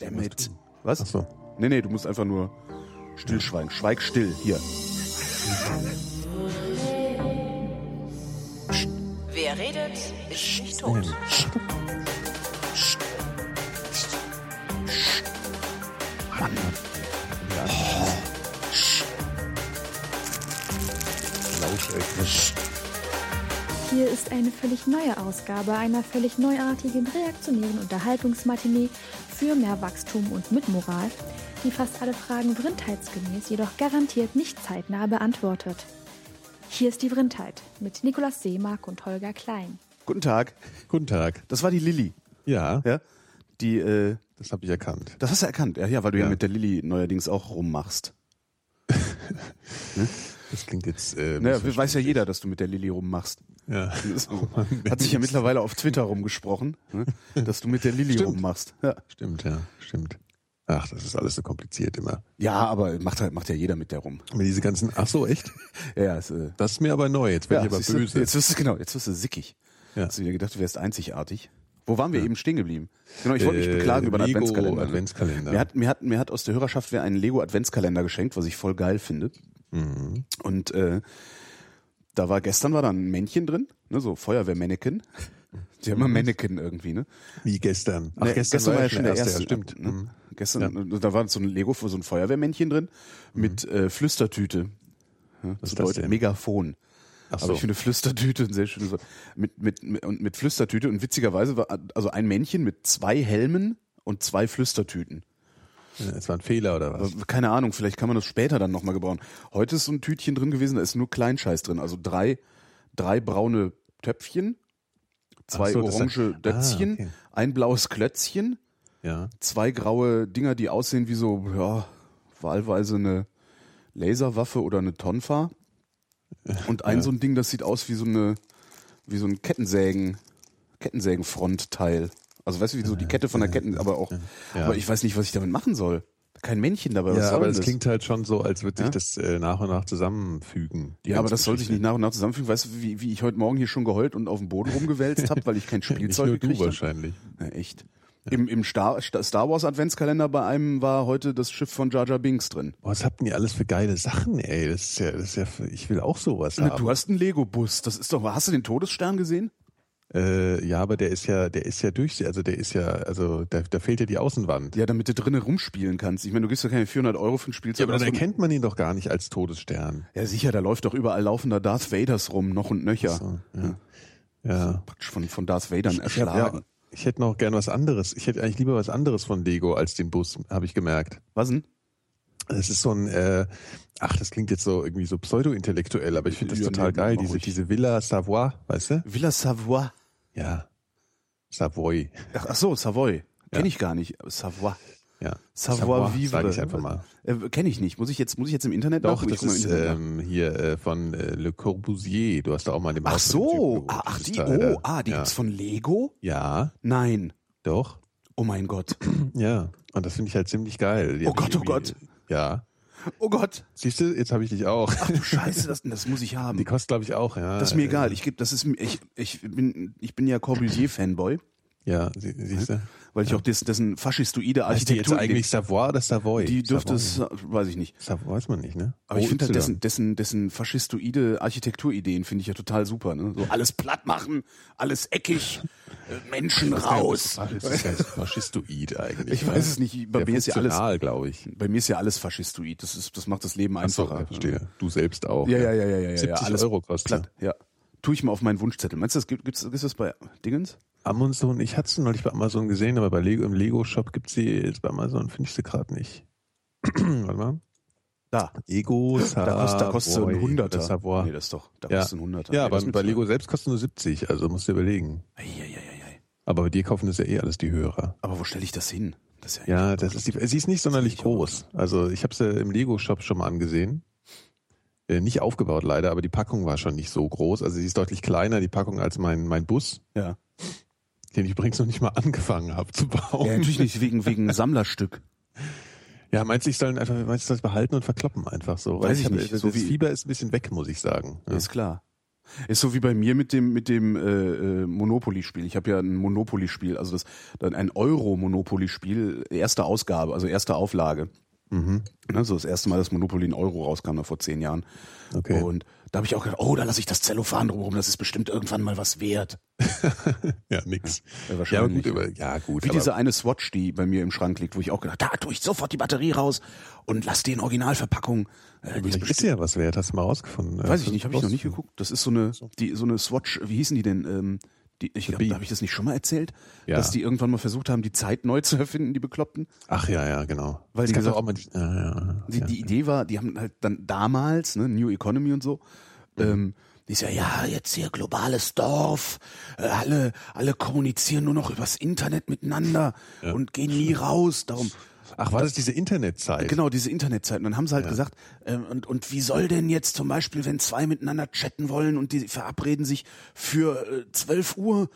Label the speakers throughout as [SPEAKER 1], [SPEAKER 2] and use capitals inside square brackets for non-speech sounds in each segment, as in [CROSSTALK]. [SPEAKER 1] Damit. Was?
[SPEAKER 2] Ach so.
[SPEAKER 1] Nee, nee, du musst einfach nur stillschweigen. Schweig still. Hier.
[SPEAKER 3] Wer redet, ist nicht tot.
[SPEAKER 4] Hier ist eine völlig neue Ausgabe einer völlig neuartigen, reaktionären Unterhaltungsmatinee für mehr Wachstum und mit Moral, die fast alle Fragen vrindheitsgemäß, jedoch garantiert nicht zeitnah beantwortet. Hier ist die Vrindheit mit Nikolaus Seemark und Holger Klein.
[SPEAKER 1] Guten Tag.
[SPEAKER 2] Guten Tag.
[SPEAKER 1] Das war die Lilly.
[SPEAKER 2] Ja,
[SPEAKER 1] Ja? Die, äh,
[SPEAKER 2] das habe ich erkannt.
[SPEAKER 1] das hast du erkannt. Ja, ja weil du ja.
[SPEAKER 2] Ja.
[SPEAKER 1] mit der Lilly neuerdings auch rummachst.
[SPEAKER 2] Das klingt jetzt. Äh,
[SPEAKER 1] Naja, weiß ja jeder, dass du mit der Lilly [LAUGHS] rummachst. Oh
[SPEAKER 2] ja. [LAUGHS]
[SPEAKER 1] So. Hat sich ja mittlerweile auf Twitter rumgesprochen, ne? [LAUGHS] dass du mit der Lilly
[SPEAKER 2] Stimmt.
[SPEAKER 1] rummachst. Ja.
[SPEAKER 2] Stimmt, ja, stimmt. Ach, das ist alles so kompliziert immer.
[SPEAKER 1] ja, aber macht, halt, macht ja jeder mit der rum.
[SPEAKER 2] Aber diese ganzen. Ach so, echt?
[SPEAKER 1] Ja, ja, ist, äh,
[SPEAKER 2] Das ist mir aber neu. Jetzt bin
[SPEAKER 1] ja,
[SPEAKER 2] ich aber
[SPEAKER 1] siehst du,
[SPEAKER 2] böse.
[SPEAKER 1] Jetzt wirst du, genau, jetzt wirst du sickig.
[SPEAKER 2] Ja.
[SPEAKER 1] Hast du dir gedacht, du wärst einzigartig. Wo waren wir eben stehen geblieben? Genau, ich wollte mich
[SPEAKER 2] Äh,
[SPEAKER 1] beklagen über den
[SPEAKER 2] Lego
[SPEAKER 1] Adventskalender. ne?
[SPEAKER 2] Adventskalender.
[SPEAKER 1] Mir hat, mir, hat, mir hat aus der Hörerschaft wer einen Lego Adventskalender geschenkt, was ich voll geil finde.
[SPEAKER 2] Mhm.
[SPEAKER 1] Und äh, da war gestern war da ein Männchen drin, ne, so Feuerwehrmännchen. [LAUGHS] Die haben immer Mannequin irgendwie, ne?
[SPEAKER 2] Wie Mhm. gestern.
[SPEAKER 1] Nee,
[SPEAKER 2] Ja, stimmt.
[SPEAKER 1] Ne?
[SPEAKER 2] Mhm.
[SPEAKER 1] Gestern, da war so ein Lego für so ein Feuerwehrmännchen drin mit äh, Flüstertüte. Ja,
[SPEAKER 2] Mhm. Was
[SPEAKER 1] das
[SPEAKER 2] ist das
[SPEAKER 1] bedeutet
[SPEAKER 2] denn?
[SPEAKER 1] Megafon.
[SPEAKER 2] Ach
[SPEAKER 1] Aber
[SPEAKER 2] so.
[SPEAKER 1] ich finde Flüstertüte ein sehr schönes Wort. Mit, mit, mit, und mit Flüstertüte und witzigerweise war also ein Männchen mit zwei Helmen und zwei Flüstertüten.
[SPEAKER 2] Ja, Es war ein Fehler oder was?
[SPEAKER 1] Aber keine Ahnung, vielleicht kann man das später dann nochmal gebrauchen. Heute ist so ein Tütchen drin gewesen, da ist nur Kleinscheiß drin. Also drei, drei braune Töpfchen, zwei
[SPEAKER 2] Ach so, das ist
[SPEAKER 1] orange
[SPEAKER 2] ein-
[SPEAKER 1] Dötzchen,
[SPEAKER 2] Ah, okay.
[SPEAKER 1] ein blaues Klötzchen,
[SPEAKER 2] Ja.
[SPEAKER 1] zwei graue Dinger, die aussehen wie so, ja, wahlweise eine Laserwaffe oder eine Tonfa. Und ein so ein Ding, das sieht aus wie so eine, wie so ein Kettensägen, Kettensägenfrontteil. Also weißt du, wie so die Kette von der Ketten, aber auch,
[SPEAKER 2] Ja.
[SPEAKER 1] aber ich weiß nicht, was ich damit machen soll. Kein Männchen dabei, was
[SPEAKER 2] Ja,
[SPEAKER 1] soll
[SPEAKER 2] aber
[SPEAKER 1] denn
[SPEAKER 2] das klingt halt schon so, als würde sich
[SPEAKER 1] Ja?
[SPEAKER 2] das äh, nach und nach zusammenfügen. die
[SPEAKER 1] ja, aber
[SPEAKER 2] ganze
[SPEAKER 1] das soll sich
[SPEAKER 2] Geschichte.
[SPEAKER 1] nicht nach und nach zusammenfügen. Weißt du, wie, wie ich heute Morgen hier schon geheult und auf dem Boden rumgewälzt habe, weil
[SPEAKER 2] [LAUGHS]
[SPEAKER 1] ich kein
[SPEAKER 2] Nicht
[SPEAKER 1] Spielzeug
[SPEAKER 2] nur du
[SPEAKER 1] gekriegt habe?
[SPEAKER 2] wahrscheinlich.
[SPEAKER 1] Ja, echt. Im, im Star, Sta- Star Wars Adventskalender bei einem war heute das Schiff von Jar Jar Binks drin.
[SPEAKER 2] Boah, was habt denn ihr alles für geile Sachen, ey? Das ist ja, das ist ja, ich will auch sowas
[SPEAKER 1] Na,
[SPEAKER 2] haben.
[SPEAKER 1] Ne, du hast einen Lego-Bus. Das ist doch. Hast du den Todesstern gesehen?
[SPEAKER 2] Äh, ja, aber der ist ja, der ist ja durch, also der ist ja, also da, da fehlt ja die Außenwand.
[SPEAKER 1] Ja, damit du drinnen rumspielen kannst. Ich meine, du gibst doch keine 400 Euro für ein Spielzeug. aus, wo-
[SPEAKER 2] erkennt Also man ihn doch gar nicht als Todesstern.
[SPEAKER 1] ja, sicher, da läuft doch überall laufender Darth Vaders rum, noch und nöcher.
[SPEAKER 2] So, ja. ja.
[SPEAKER 1] Praktisch von, von Darth Vadern
[SPEAKER 2] Ich, hab, ja,
[SPEAKER 1] Hm. erschlagen.
[SPEAKER 2] ich hätte noch gern was anderes. Ich hätte eigentlich lieber was anderes von Lego als den Bus, habe ich gemerkt.
[SPEAKER 1] Was denn?
[SPEAKER 2] Das ist so ein, äh, ach, das klingt jetzt so irgendwie so pseudo-intellektuell, aber ich finde das
[SPEAKER 1] Ja,
[SPEAKER 2] total
[SPEAKER 1] nee,
[SPEAKER 2] geil.
[SPEAKER 1] mach
[SPEAKER 2] Diese,
[SPEAKER 1] ruhig.
[SPEAKER 2] diese Villa Savoy, weißt du?
[SPEAKER 1] Villa Savoy.
[SPEAKER 2] Ja. Savoy.
[SPEAKER 1] Ach, ach so, Savoy. Kenn
[SPEAKER 2] Ja.
[SPEAKER 1] ich gar nicht. Savoy.
[SPEAKER 2] Ja.
[SPEAKER 1] Savoir
[SPEAKER 2] Savoy,
[SPEAKER 1] vivre.
[SPEAKER 2] Sag ich einfach mal.
[SPEAKER 1] Äh, Kenne ich nicht. Muss ich jetzt, muss ich jetzt im Internet
[SPEAKER 2] Doch,
[SPEAKER 1] nachgucken? Ich
[SPEAKER 2] das
[SPEAKER 1] guck mal im
[SPEAKER 2] ist
[SPEAKER 1] Internet nach.
[SPEAKER 2] ähm, hier äh, von äh, Le Corbusier. Du hast da auch mal den
[SPEAKER 1] Ach
[SPEAKER 2] Haus von dem Typen
[SPEAKER 1] so,
[SPEAKER 2] gewohnt.
[SPEAKER 1] ah, ach
[SPEAKER 2] Das
[SPEAKER 1] die,
[SPEAKER 2] ist da,
[SPEAKER 1] oh, ah, die
[SPEAKER 2] ja.
[SPEAKER 1] gibt's von Lego?
[SPEAKER 2] Ja,
[SPEAKER 1] Nein.
[SPEAKER 2] doch.
[SPEAKER 1] Oh mein Gott.
[SPEAKER 2] Ja. Und das finde ich halt ziemlich geil. Die
[SPEAKER 1] Oh
[SPEAKER 2] haben
[SPEAKER 1] Gott, oh
[SPEAKER 2] irgendwie-
[SPEAKER 1] Gott.
[SPEAKER 2] Ja.
[SPEAKER 1] [LAUGHS] Oh Gott.
[SPEAKER 2] Siehst du, jetzt habe ich dich auch.
[SPEAKER 1] Du Scheiße, das, das muss ich
[SPEAKER 2] [LAUGHS]
[SPEAKER 1] haben.
[SPEAKER 2] Die kostet, glaube ich, auch, ja.
[SPEAKER 1] Das ist mir
[SPEAKER 2] Äh,
[SPEAKER 1] egal. Ich gebe, das ist mir- ich, ich bin, ich bin ja Corbusier-Fanboy,
[SPEAKER 2] Ja, sie, siehst du.
[SPEAKER 1] weil ich auch des, dessen faschistoide
[SPEAKER 2] Heißt die jetzt
[SPEAKER 1] Architektur.
[SPEAKER 2] eigentlich Savoy oder Savoy?
[SPEAKER 1] die dürfte
[SPEAKER 2] Savoy.
[SPEAKER 1] es, äh, weiß ich nicht.
[SPEAKER 2] Savoy weiß man nicht, ne?
[SPEAKER 1] Aber ich finde halt
[SPEAKER 2] OY.
[SPEAKER 1] dessen, dessen, dessen faschistoide Architekturideen finde ich ja total super. Ne? So alles platt machen, alles eckig, äh, Menschen raus.
[SPEAKER 2] Das ist ja faschistoid eigentlich.
[SPEAKER 1] [LAUGHS]
[SPEAKER 2] ne?
[SPEAKER 1] Ich weiß es nicht. Bei
[SPEAKER 2] Bei
[SPEAKER 1] mir ist ja alles,
[SPEAKER 2] glaube ich.
[SPEAKER 1] bei mir ist ja alles faschistoid. Das ist, das macht das Leben einfacher.
[SPEAKER 2] ja, verstehe. Du selbst auch.
[SPEAKER 1] Ja, ja, ja, ja, ja, ja.
[SPEAKER 2] 70
[SPEAKER 1] alles
[SPEAKER 2] Euro kostet.
[SPEAKER 1] Platt, ja. Tue ich mal auf meinen Wunschzettel. Meinst du, das gibt, gibt's, ist das bei Dingens?
[SPEAKER 2] Amazon, ich hatte es neulich bei Amazon gesehen, aber bei Lego, im Lego-Shop gibt's sie jetzt bei Amazon, finde ich sie gerade nicht. [CLEARS THROAT] Warte mal.
[SPEAKER 1] Da.
[SPEAKER 2] Lego,
[SPEAKER 1] Da, kostet, da kostet
[SPEAKER 2] Savoy
[SPEAKER 1] ein Hunderter.
[SPEAKER 2] oder Savoy.
[SPEAKER 1] Nee, das ist doch, da
[SPEAKER 2] ja.
[SPEAKER 1] kostet ein Hunderter.
[SPEAKER 2] ja,
[SPEAKER 1] Nee,
[SPEAKER 2] aber
[SPEAKER 1] das ist mir
[SPEAKER 2] bei
[SPEAKER 1] zu
[SPEAKER 2] Lego selbst kostet nur 70, also musst du überlegen.
[SPEAKER 1] teuer. Eieieiei.
[SPEAKER 2] Aber bei dir kaufen das ja eh alles die Hörer.
[SPEAKER 1] Aber wo stelle ich das hin? Das ist ja,
[SPEAKER 2] Ja, das ist die, sie ist nicht sonderlich groß. Also ich habe sie im Lego-Shop schon mal angesehen. Äh, nicht aufgebaut leider, aber die Packung war schon nicht so groß. Also sie ist deutlich kleiner, die Packung, als mein, mein Bus,
[SPEAKER 1] ja.
[SPEAKER 2] den ich übrigens noch nicht mal angefangen habe zu bauen.
[SPEAKER 1] ja, natürlich nicht wegen,
[SPEAKER 2] [LAUGHS]
[SPEAKER 1] wegen Sammlerstück.
[SPEAKER 2] Ja, meinst du, ich soll einfach, meinst du, soll ich behalten und verkloppen einfach so?
[SPEAKER 1] Weiß ich
[SPEAKER 2] hab-
[SPEAKER 1] nicht,
[SPEAKER 2] Das,
[SPEAKER 1] so
[SPEAKER 2] das
[SPEAKER 1] wie-
[SPEAKER 2] Fieber ist ein bisschen weg, muss ich sagen. Ja.
[SPEAKER 1] Ist klar. Ist so wie bei mir mit dem mit dem äh, äh, Monopoly-Spiel. Ich habe ja ein Monopoly-Spiel, also das dann ein Euro-Monopoly-Spiel, erste Ausgabe, also erste Auflage.
[SPEAKER 2] Mhm.
[SPEAKER 1] Ne, so das erste Mal, dass Monopoly in Euro rauskam, da vor zehn Jahren.
[SPEAKER 2] Okay.
[SPEAKER 1] Und da habe ich auch gedacht, oh, da lasse ich das Zellophan drumherum, das ist bestimmt irgendwann mal was wert.
[SPEAKER 2] Ja, nix.
[SPEAKER 1] Ja,
[SPEAKER 2] Ja, aber
[SPEAKER 1] wahrscheinlich.
[SPEAKER 2] gut, über, ja, gut.
[SPEAKER 1] Wie
[SPEAKER 2] aber,
[SPEAKER 1] diese eine Swatch, die bei mir im Schrank liegt, wo ich auch gedacht, da tue ich sofort die Batterie raus und lass die in Originalverpackung. Äh, die ist
[SPEAKER 2] vielleicht ist
[SPEAKER 1] bestimmt,
[SPEAKER 2] ja was wert, hast du mal rausgefunden. äh,
[SPEAKER 1] weiß ich nicht, habe ich noch nicht geguckt. Das ist so eine, die, so eine Swatch, wie hießen die denn? Ähm, die, ich glaube,
[SPEAKER 2] Bee.
[SPEAKER 1] habe ich das nicht schon mal erzählt,
[SPEAKER 2] Ja.
[SPEAKER 1] dass die irgendwann mal versucht haben, die Zeit neu zu erfinden, die Bekloppten.
[SPEAKER 2] Ach ja, ja, genau.
[SPEAKER 1] Weil
[SPEAKER 2] Es
[SPEAKER 1] die
[SPEAKER 2] gab doch
[SPEAKER 1] gesagt-
[SPEAKER 2] auch mal, die- ja, ja,
[SPEAKER 1] Die,
[SPEAKER 2] ja.
[SPEAKER 1] die Idee war, die haben halt dann damals, ne, New Economy und so,
[SPEAKER 2] Mhm.
[SPEAKER 1] ähm, die ist ja, ja, jetzt hier globales Dorf, äh, alle, alle kommunizieren nur noch übers Internet miteinander und gehen nie raus. Darum,
[SPEAKER 2] Ach, war das diese Internetzeit?
[SPEAKER 1] Genau, diese Internetzeiten. Dann haben sie halt gesagt, ähm, und, und wie soll denn jetzt zum Beispiel, wenn zwei miteinander chatten wollen und die verabreden sich für äh, 12 Uhr,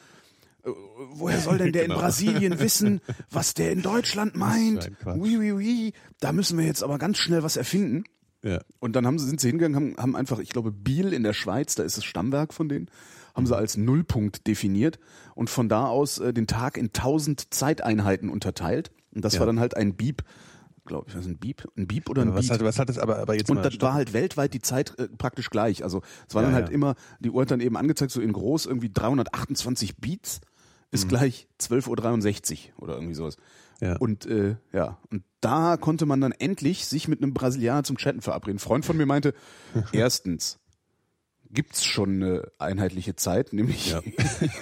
[SPEAKER 1] äh, woher soll
[SPEAKER 2] [LAUGHS]
[SPEAKER 1] denn der
[SPEAKER 2] Genau.
[SPEAKER 1] in Brasilien wissen, was der in Deutschland meint?
[SPEAKER 2] ein Quatsch.
[SPEAKER 1] Oui, oui, oui. Da müssen wir jetzt aber ganz schnell was erfinden.
[SPEAKER 2] Ja.
[SPEAKER 1] Und dann haben sie, sind sie hingegangen, haben, haben einfach, ich glaube, Biel in der Schweiz, da ist das Stammwerk von denen, haben sie als Nullpunkt definiert und von da aus äh, den Tag in tausend Zeiteinheiten unterteilt. Und das
[SPEAKER 2] Ja.
[SPEAKER 1] war dann halt ein Beep, glaube ich, was ist ein Beep? Ein Beep oder ein
[SPEAKER 2] Was
[SPEAKER 1] Beat?
[SPEAKER 2] hat, was hat das aber, aber jetzt
[SPEAKER 1] und
[SPEAKER 2] mal
[SPEAKER 1] das war halt weltweit die Zeit äh, praktisch gleich. Also es war
[SPEAKER 2] Ja,
[SPEAKER 1] dann halt
[SPEAKER 2] ja.
[SPEAKER 1] immer, die Uhr hat dann eben angezeigt, so in groß irgendwie 328 Beats ist
[SPEAKER 2] Mhm.
[SPEAKER 1] gleich 12.63 Uhr oder irgendwie sowas.
[SPEAKER 2] Ja.
[SPEAKER 1] Und äh, ja, und da konnte man dann endlich sich mit einem Brasilianer zum Chatten verabreden. Ein Freund von
[SPEAKER 2] [LAUGHS]
[SPEAKER 1] mir meinte, erstens gibt's schon eine einheitliche Zeit, nämlich [LAUGHS]
[SPEAKER 2] Ja.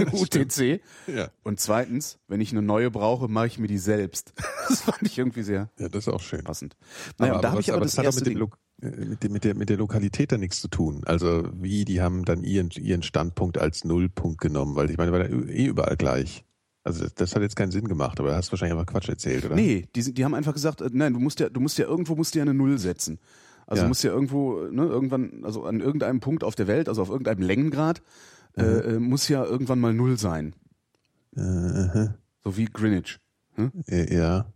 [SPEAKER 1] UTC.
[SPEAKER 2] Ja.
[SPEAKER 1] Und zweitens, wenn ich eine neue brauche, mache ich mir die selbst. [LAUGHS] Das fand ich irgendwie sehr
[SPEAKER 2] ja, das ist auch schön.
[SPEAKER 1] passend. Naja, und da habe
[SPEAKER 2] was-
[SPEAKER 1] ich aber das,
[SPEAKER 2] hat auch
[SPEAKER 1] erste
[SPEAKER 2] mit, dem
[SPEAKER 1] Ding.
[SPEAKER 2] Lo- äh, mit, dem, mit, der, mit der Lokalität da nichts zu tun. Also wie, die haben dann ihren, ihren Standpunkt als Nullpunkt genommen, weil ich meine, war da eh überall gleich. Also das, das hat jetzt keinen Sinn gemacht, aber da hast du wahrscheinlich einfach Quatsch erzählt, oder?
[SPEAKER 1] Nee, die, sind, die haben einfach gesagt, äh, nein, du musst ja, du musst ja irgendwo musst du ja eine Null setzen. Also
[SPEAKER 2] Ja.
[SPEAKER 1] du musst ja irgendwo, ne, irgendwann, also an irgendeinem Punkt auf der Welt, also auf irgendeinem Längengrad, äh,
[SPEAKER 2] Mhm.
[SPEAKER 1] äh, muss ja irgendwann mal Null sein.
[SPEAKER 2] Äh, aha.
[SPEAKER 1] So wie Greenwich.
[SPEAKER 2] Äh, ja.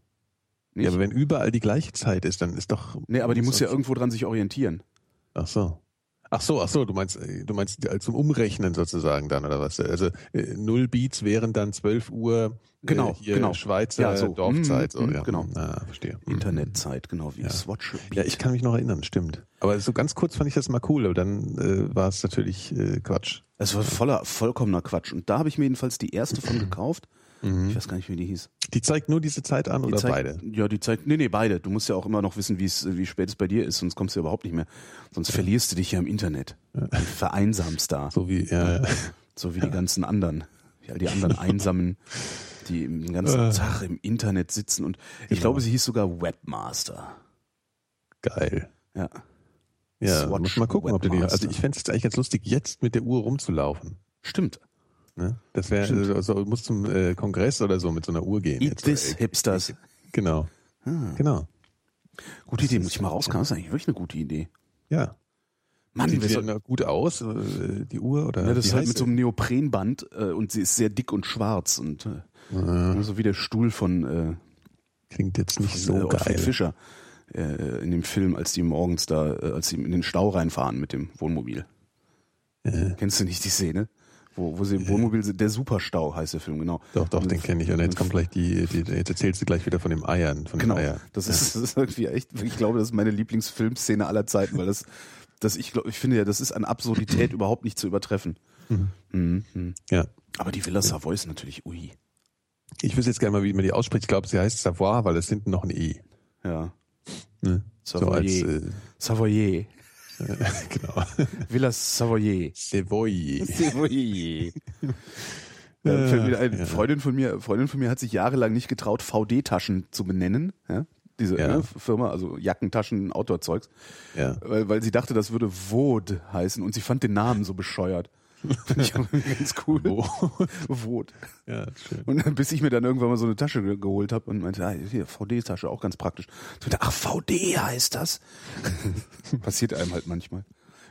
[SPEAKER 1] Nicht?
[SPEAKER 2] ja, aber wenn überall die gleiche Zeit ist, dann ist doch...
[SPEAKER 1] nee, aber die muss ja
[SPEAKER 2] irgendwie
[SPEAKER 1] irgendwo dran sich
[SPEAKER 2] Äh,
[SPEAKER 1] orientieren.
[SPEAKER 2] Ach so. Ach so, ach so, du meinst, äh, du meinst äh, zum Umrechnen sozusagen dann, oder was? Also äh, null Beats wären dann 12 Uhr äh,
[SPEAKER 1] Genau,
[SPEAKER 2] hier
[SPEAKER 1] genau.
[SPEAKER 2] Schweizer
[SPEAKER 1] Ja, so.
[SPEAKER 2] Dorfzeit.
[SPEAKER 1] Mhm,
[SPEAKER 2] so,
[SPEAKER 1] mhm,
[SPEAKER 2] ja.
[SPEAKER 1] genau.
[SPEAKER 2] Ah, verstehe. Mhm.
[SPEAKER 1] Internetzeit, genau wie Swatch.
[SPEAKER 2] Ja, ich kann mich noch erinnern, stimmt. Aber so ganz kurz fand ich das mal cool, aber dann äh, war es natürlich äh, Quatsch.
[SPEAKER 1] Das war voller, vollkommener Quatsch. Und da habe ich mir jedenfalls die
[SPEAKER 2] [CLEARS THROAT]
[SPEAKER 1] erste von gekauft. Ich weiß gar nicht, wie die hieß.
[SPEAKER 2] Die zeigt nur diese Zeit an
[SPEAKER 1] Mhm. Die
[SPEAKER 2] Mhm. oder
[SPEAKER 1] zeigt,
[SPEAKER 2] beide?
[SPEAKER 1] Ja, die zeigt, nee, nee, beide. Du musst ja auch immer noch wissen, wie es, wie spät es bei dir ist, sonst kommst du ja überhaupt nicht mehr. Sonst verlierst du dich ja im Internet. Und vereinsamst da.
[SPEAKER 2] [LAUGHS] So wie, ja, ja.
[SPEAKER 1] So wie die ganzen anderen. Wie all
[SPEAKER 2] [LAUGHS]
[SPEAKER 1] die anderen Einsamen, die den ganzen
[SPEAKER 2] Äh.
[SPEAKER 1] Tag im Internet sitzen. Und ich
[SPEAKER 2] Genau.
[SPEAKER 1] glaube, sie hieß sogar Webmaster.
[SPEAKER 2] geil.
[SPEAKER 1] Ja.
[SPEAKER 2] Ja,
[SPEAKER 1] Swatch
[SPEAKER 2] muss mal gucken, ob du die, also
[SPEAKER 1] Webmaster.
[SPEAKER 2] ich fänd's jetzt eigentlich ganz lustig, jetzt mit der Uhr rumzulaufen.
[SPEAKER 1] Stimmt.
[SPEAKER 2] Ne? Das wäre,
[SPEAKER 1] Stimmt.
[SPEAKER 2] also, also, du musst zum äh, Kongress oder so mit so einer Uhr gehen. jetzt.
[SPEAKER 1] Eat this, Ah. Hipsters.
[SPEAKER 2] Genau. Genau.
[SPEAKER 1] Gute Idee, muss ich mal rauskam. Das ist eigentlich wirklich eine gute Idee.
[SPEAKER 2] Ja.
[SPEAKER 1] Mann,
[SPEAKER 2] Sieht
[SPEAKER 1] wir
[SPEAKER 2] die
[SPEAKER 1] sollten-
[SPEAKER 2] denn gut aus, äh, die Uhr? Oder
[SPEAKER 1] Ja, das
[SPEAKER 2] wie
[SPEAKER 1] ist halt
[SPEAKER 2] heißt
[SPEAKER 1] mit so einem Neoprenband äh, und sie ist sehr dick und schwarz und äh, so wie der Stuhl von, äh,
[SPEAKER 2] sie? Klingt jetzt nicht
[SPEAKER 1] von, äh,
[SPEAKER 2] so
[SPEAKER 1] Ottfried
[SPEAKER 2] geil.
[SPEAKER 1] Fischer äh, in dem Film, als die morgens da, äh, als sie in den Stau reinfahren mit dem Wohnmobil.
[SPEAKER 2] Äh.
[SPEAKER 1] Kennst du nicht die Szene? Wo, wo sie im Wohnmobil sind, der Superstau heißt der Film, genau.
[SPEAKER 2] Doch, doch,
[SPEAKER 1] Und-
[SPEAKER 2] den kenne ich. Und jetzt kommt gleich die, die, jetzt erzählst du gleich wieder von dem Eiern. Von
[SPEAKER 1] Genau.
[SPEAKER 2] Den Eiern.
[SPEAKER 1] Das, ist, das ist irgendwie echt, ich glaube, das ist meine Lieblingsfilmszene aller Zeiten, weil das, das ich glaube, ich finde ja, das ist an [CLEARS THROAT] Absurdität überhaupt nicht zu übertreffen.
[SPEAKER 2] Ja.
[SPEAKER 1] Mhm. Aber die Villa Savoy ist natürlich, ui.
[SPEAKER 2] Ich wüsste jetzt gerne mal, wie man die ausspricht. Ich glaube, sie heißt Savoir, weil es hinten noch ein E.
[SPEAKER 1] Ja.
[SPEAKER 2] Ne? So als,
[SPEAKER 1] Savoyer.
[SPEAKER 2] äh, [LAUGHS]
[SPEAKER 1] Savoyer.
[SPEAKER 2] genau.
[SPEAKER 1] Villa Savoyer.
[SPEAKER 2] Savoy.
[SPEAKER 1] [LAUGHS] Savoyer. Ja, fällt mir wieder ein, Freundin von mir, Freundin von mir hat sich jahrelang nicht getraut, VD-Taschen zu benennen. Ja? Diese
[SPEAKER 2] Ja.
[SPEAKER 1] ne, Firma, also Jackentaschen, Outdoor-Zeugs.
[SPEAKER 2] Ja.
[SPEAKER 1] Weil, weil sie dachte, das würde Wod heißen und sie fand den Namen so [LAUGHS] bescheuert. Finde ich aber ganz cool. Wod.
[SPEAKER 2] Ja, schön.
[SPEAKER 1] Und dann, bis ich mir dann irgendwann mal so eine Tasche ge- geholt habe und meinte, ah, hier, VD-Tasche, auch ganz praktisch. Ich dachte, ach, VD heißt das. [LAUGHS] Passiert einem halt manchmal.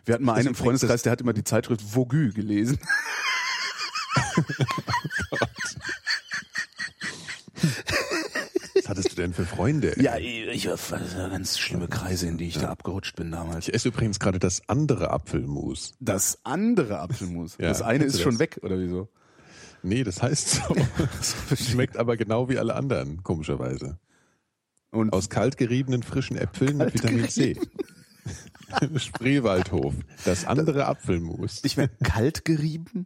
[SPEAKER 1] Wir hatten mal einen im Freundeskreis, der hat immer die Zeitschrift Vogü gelesen.
[SPEAKER 2] Das hatte hattest du denn für Freunde?
[SPEAKER 1] [LAUGHS] [LAUGHS] Ja, ich war ganz schlimme Kreise, in die ich da abgerutscht bin damals.
[SPEAKER 2] Ich esse übrigens gerade das andere Apfelmus.
[SPEAKER 1] Das andere Apfelmus.
[SPEAKER 2] Ja,
[SPEAKER 1] das eine
[SPEAKER 2] kennst
[SPEAKER 1] ist
[SPEAKER 2] du
[SPEAKER 1] schon
[SPEAKER 2] das?
[SPEAKER 1] weg, oder wieso?
[SPEAKER 2] Nee, das heißt
[SPEAKER 1] [LAUGHS]
[SPEAKER 2] so. Schmeckt aber genau wie alle anderen, komischerweise.
[SPEAKER 1] Und
[SPEAKER 2] Aus kalt geriebenen frischen Äpfeln mit Vitamin C. [LAUGHS] Spreewaldhof. Das andere Apfelmus.
[SPEAKER 1] ich werde kalt gerieben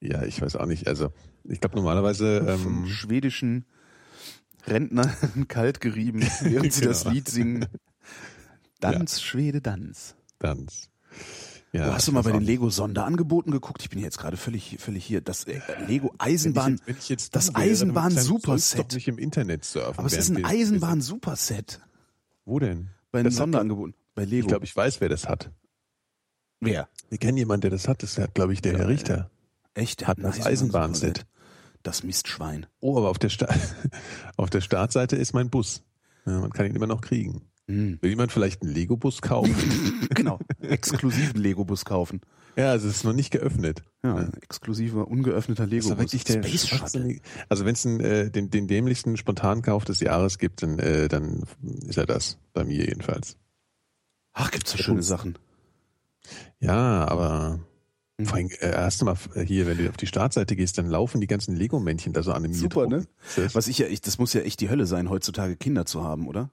[SPEAKER 2] Ja, ich weiß auch nicht. Also, ich glaube normalerweise.
[SPEAKER 1] vom
[SPEAKER 2] Ähm,
[SPEAKER 1] schwedischen Rentner [LAUGHS]
[SPEAKER 2] [LAUGHS]
[SPEAKER 1] kalt gerieben, während sie das
[SPEAKER 2] Genau.
[SPEAKER 1] Lied singen. Danz, Schwede, Danz.
[SPEAKER 2] Tanz. Ja,
[SPEAKER 1] Oh, hast du
[SPEAKER 2] ich
[SPEAKER 1] mal
[SPEAKER 2] weiß
[SPEAKER 1] bei
[SPEAKER 2] auch
[SPEAKER 1] den
[SPEAKER 2] nicht.
[SPEAKER 1] Lego Sonderangeboten geguckt? Ich bin jetzt gerade völlig, völlig hier. Das äh, Lego Eisenbahn,
[SPEAKER 2] Wenn ich jetzt- wenn ich
[SPEAKER 1] das
[SPEAKER 2] jetzt dumm wäre, dann sollst du Doch
[SPEAKER 1] Eisenbahn-Superset.
[SPEAKER 2] nicht im Internet surfen.
[SPEAKER 1] Aber es ist
[SPEAKER 2] während
[SPEAKER 1] ein
[SPEAKER 2] wir-
[SPEAKER 1] Eisenbahn-Superset
[SPEAKER 2] Wo denn?
[SPEAKER 1] bei den
[SPEAKER 2] Das hat-
[SPEAKER 1] Sonderangeboten. Bei Lego.
[SPEAKER 2] Ich glaube, ich weiß, wer das hat.
[SPEAKER 1] wer?
[SPEAKER 2] Wir kennen jemanden, der das hat. Das ist, glaube ich, der Herr Richter.
[SPEAKER 1] Echt? Der
[SPEAKER 2] Hat
[SPEAKER 1] ein
[SPEAKER 2] das Eisenbahnset.
[SPEAKER 1] Eisenbahn-Superset. Das Mistschwein.
[SPEAKER 2] Oh, aber auf der, Sta [LAUGHS] auf der Startseite ist mein Bus. Ja, man kann ihn immer noch kriegen.
[SPEAKER 1] Hm. [LAUGHS]
[SPEAKER 2] Will jemand vielleicht einen Lego-Bus kaufen?
[SPEAKER 1] Genau. Exklusiven Lego-Bus kaufen.
[SPEAKER 2] ja, es ist noch nicht geöffnet.
[SPEAKER 1] Ja, exklusiver, ungeöffneter
[SPEAKER 2] Das ist doch
[SPEAKER 1] Lego-Bus.
[SPEAKER 2] wirklich der
[SPEAKER 1] Space Shuttle.
[SPEAKER 2] schwachsinnige- Also wenn es äh, den, den dämlichsten Spontankauf des Jahres gibt, dann, äh, dann ist er das. Bei mir jedenfalls.
[SPEAKER 1] Ach, gibt's so schöne Sachen.
[SPEAKER 2] Ja, aber
[SPEAKER 1] Hm.
[SPEAKER 2] vor allem, äh, hast du mal f- hier, wenn du auf die Startseite gehst, dann laufen die ganzen Lego-Männchen da so animiert
[SPEAKER 1] Super,
[SPEAKER 2] rum.
[SPEAKER 1] ne?
[SPEAKER 2] Das,
[SPEAKER 1] Was ich ja, ich, das muss ja echt die Hölle sein, heutzutage Kinder zu haben, oder?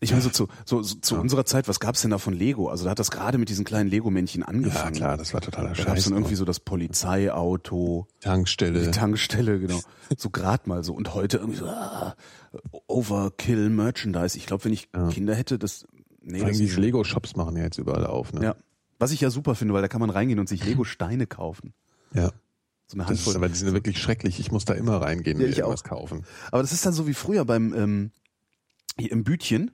[SPEAKER 1] Ich meine, so zu, so, so, zu
[SPEAKER 2] Ja.
[SPEAKER 1] unserer Zeit, was gab's denn da von Lego? Also da hat das gerade mit diesen kleinen Lego-Männchen
[SPEAKER 2] ja,
[SPEAKER 1] angefangen.
[SPEAKER 2] klar, das war totaler
[SPEAKER 1] Da gab's
[SPEAKER 2] Scheiß. ne?
[SPEAKER 1] dann irgendwie so das Polizeiauto,
[SPEAKER 2] Tankstelle.
[SPEAKER 1] die Tankstelle, genau. So grad mal so. Und heute irgendwie so, ah, Overkill Merchandise. Ich glaube, wenn ich
[SPEAKER 2] Ja.
[SPEAKER 1] Kinder hätte, das. Nee,
[SPEAKER 2] Vor allem
[SPEAKER 1] das
[SPEAKER 2] diese Lego-Shops machen ja jetzt überall auf. Ne?
[SPEAKER 1] ja. Was ich ja super finde, weil da kann man reingehen und sich Lego-Steine kaufen.
[SPEAKER 2] ja.
[SPEAKER 1] So eine
[SPEAKER 2] Das
[SPEAKER 1] Handvoll.
[SPEAKER 2] ist, aber die sind wirklich schrecklich. Ich muss da immer reingehen
[SPEAKER 1] Ja,
[SPEAKER 2] und
[SPEAKER 1] ich
[SPEAKER 2] irgendwas
[SPEAKER 1] auch.
[SPEAKER 2] kaufen.
[SPEAKER 1] Aber das ist dann so wie früher beim ähm, hier im Bütchen.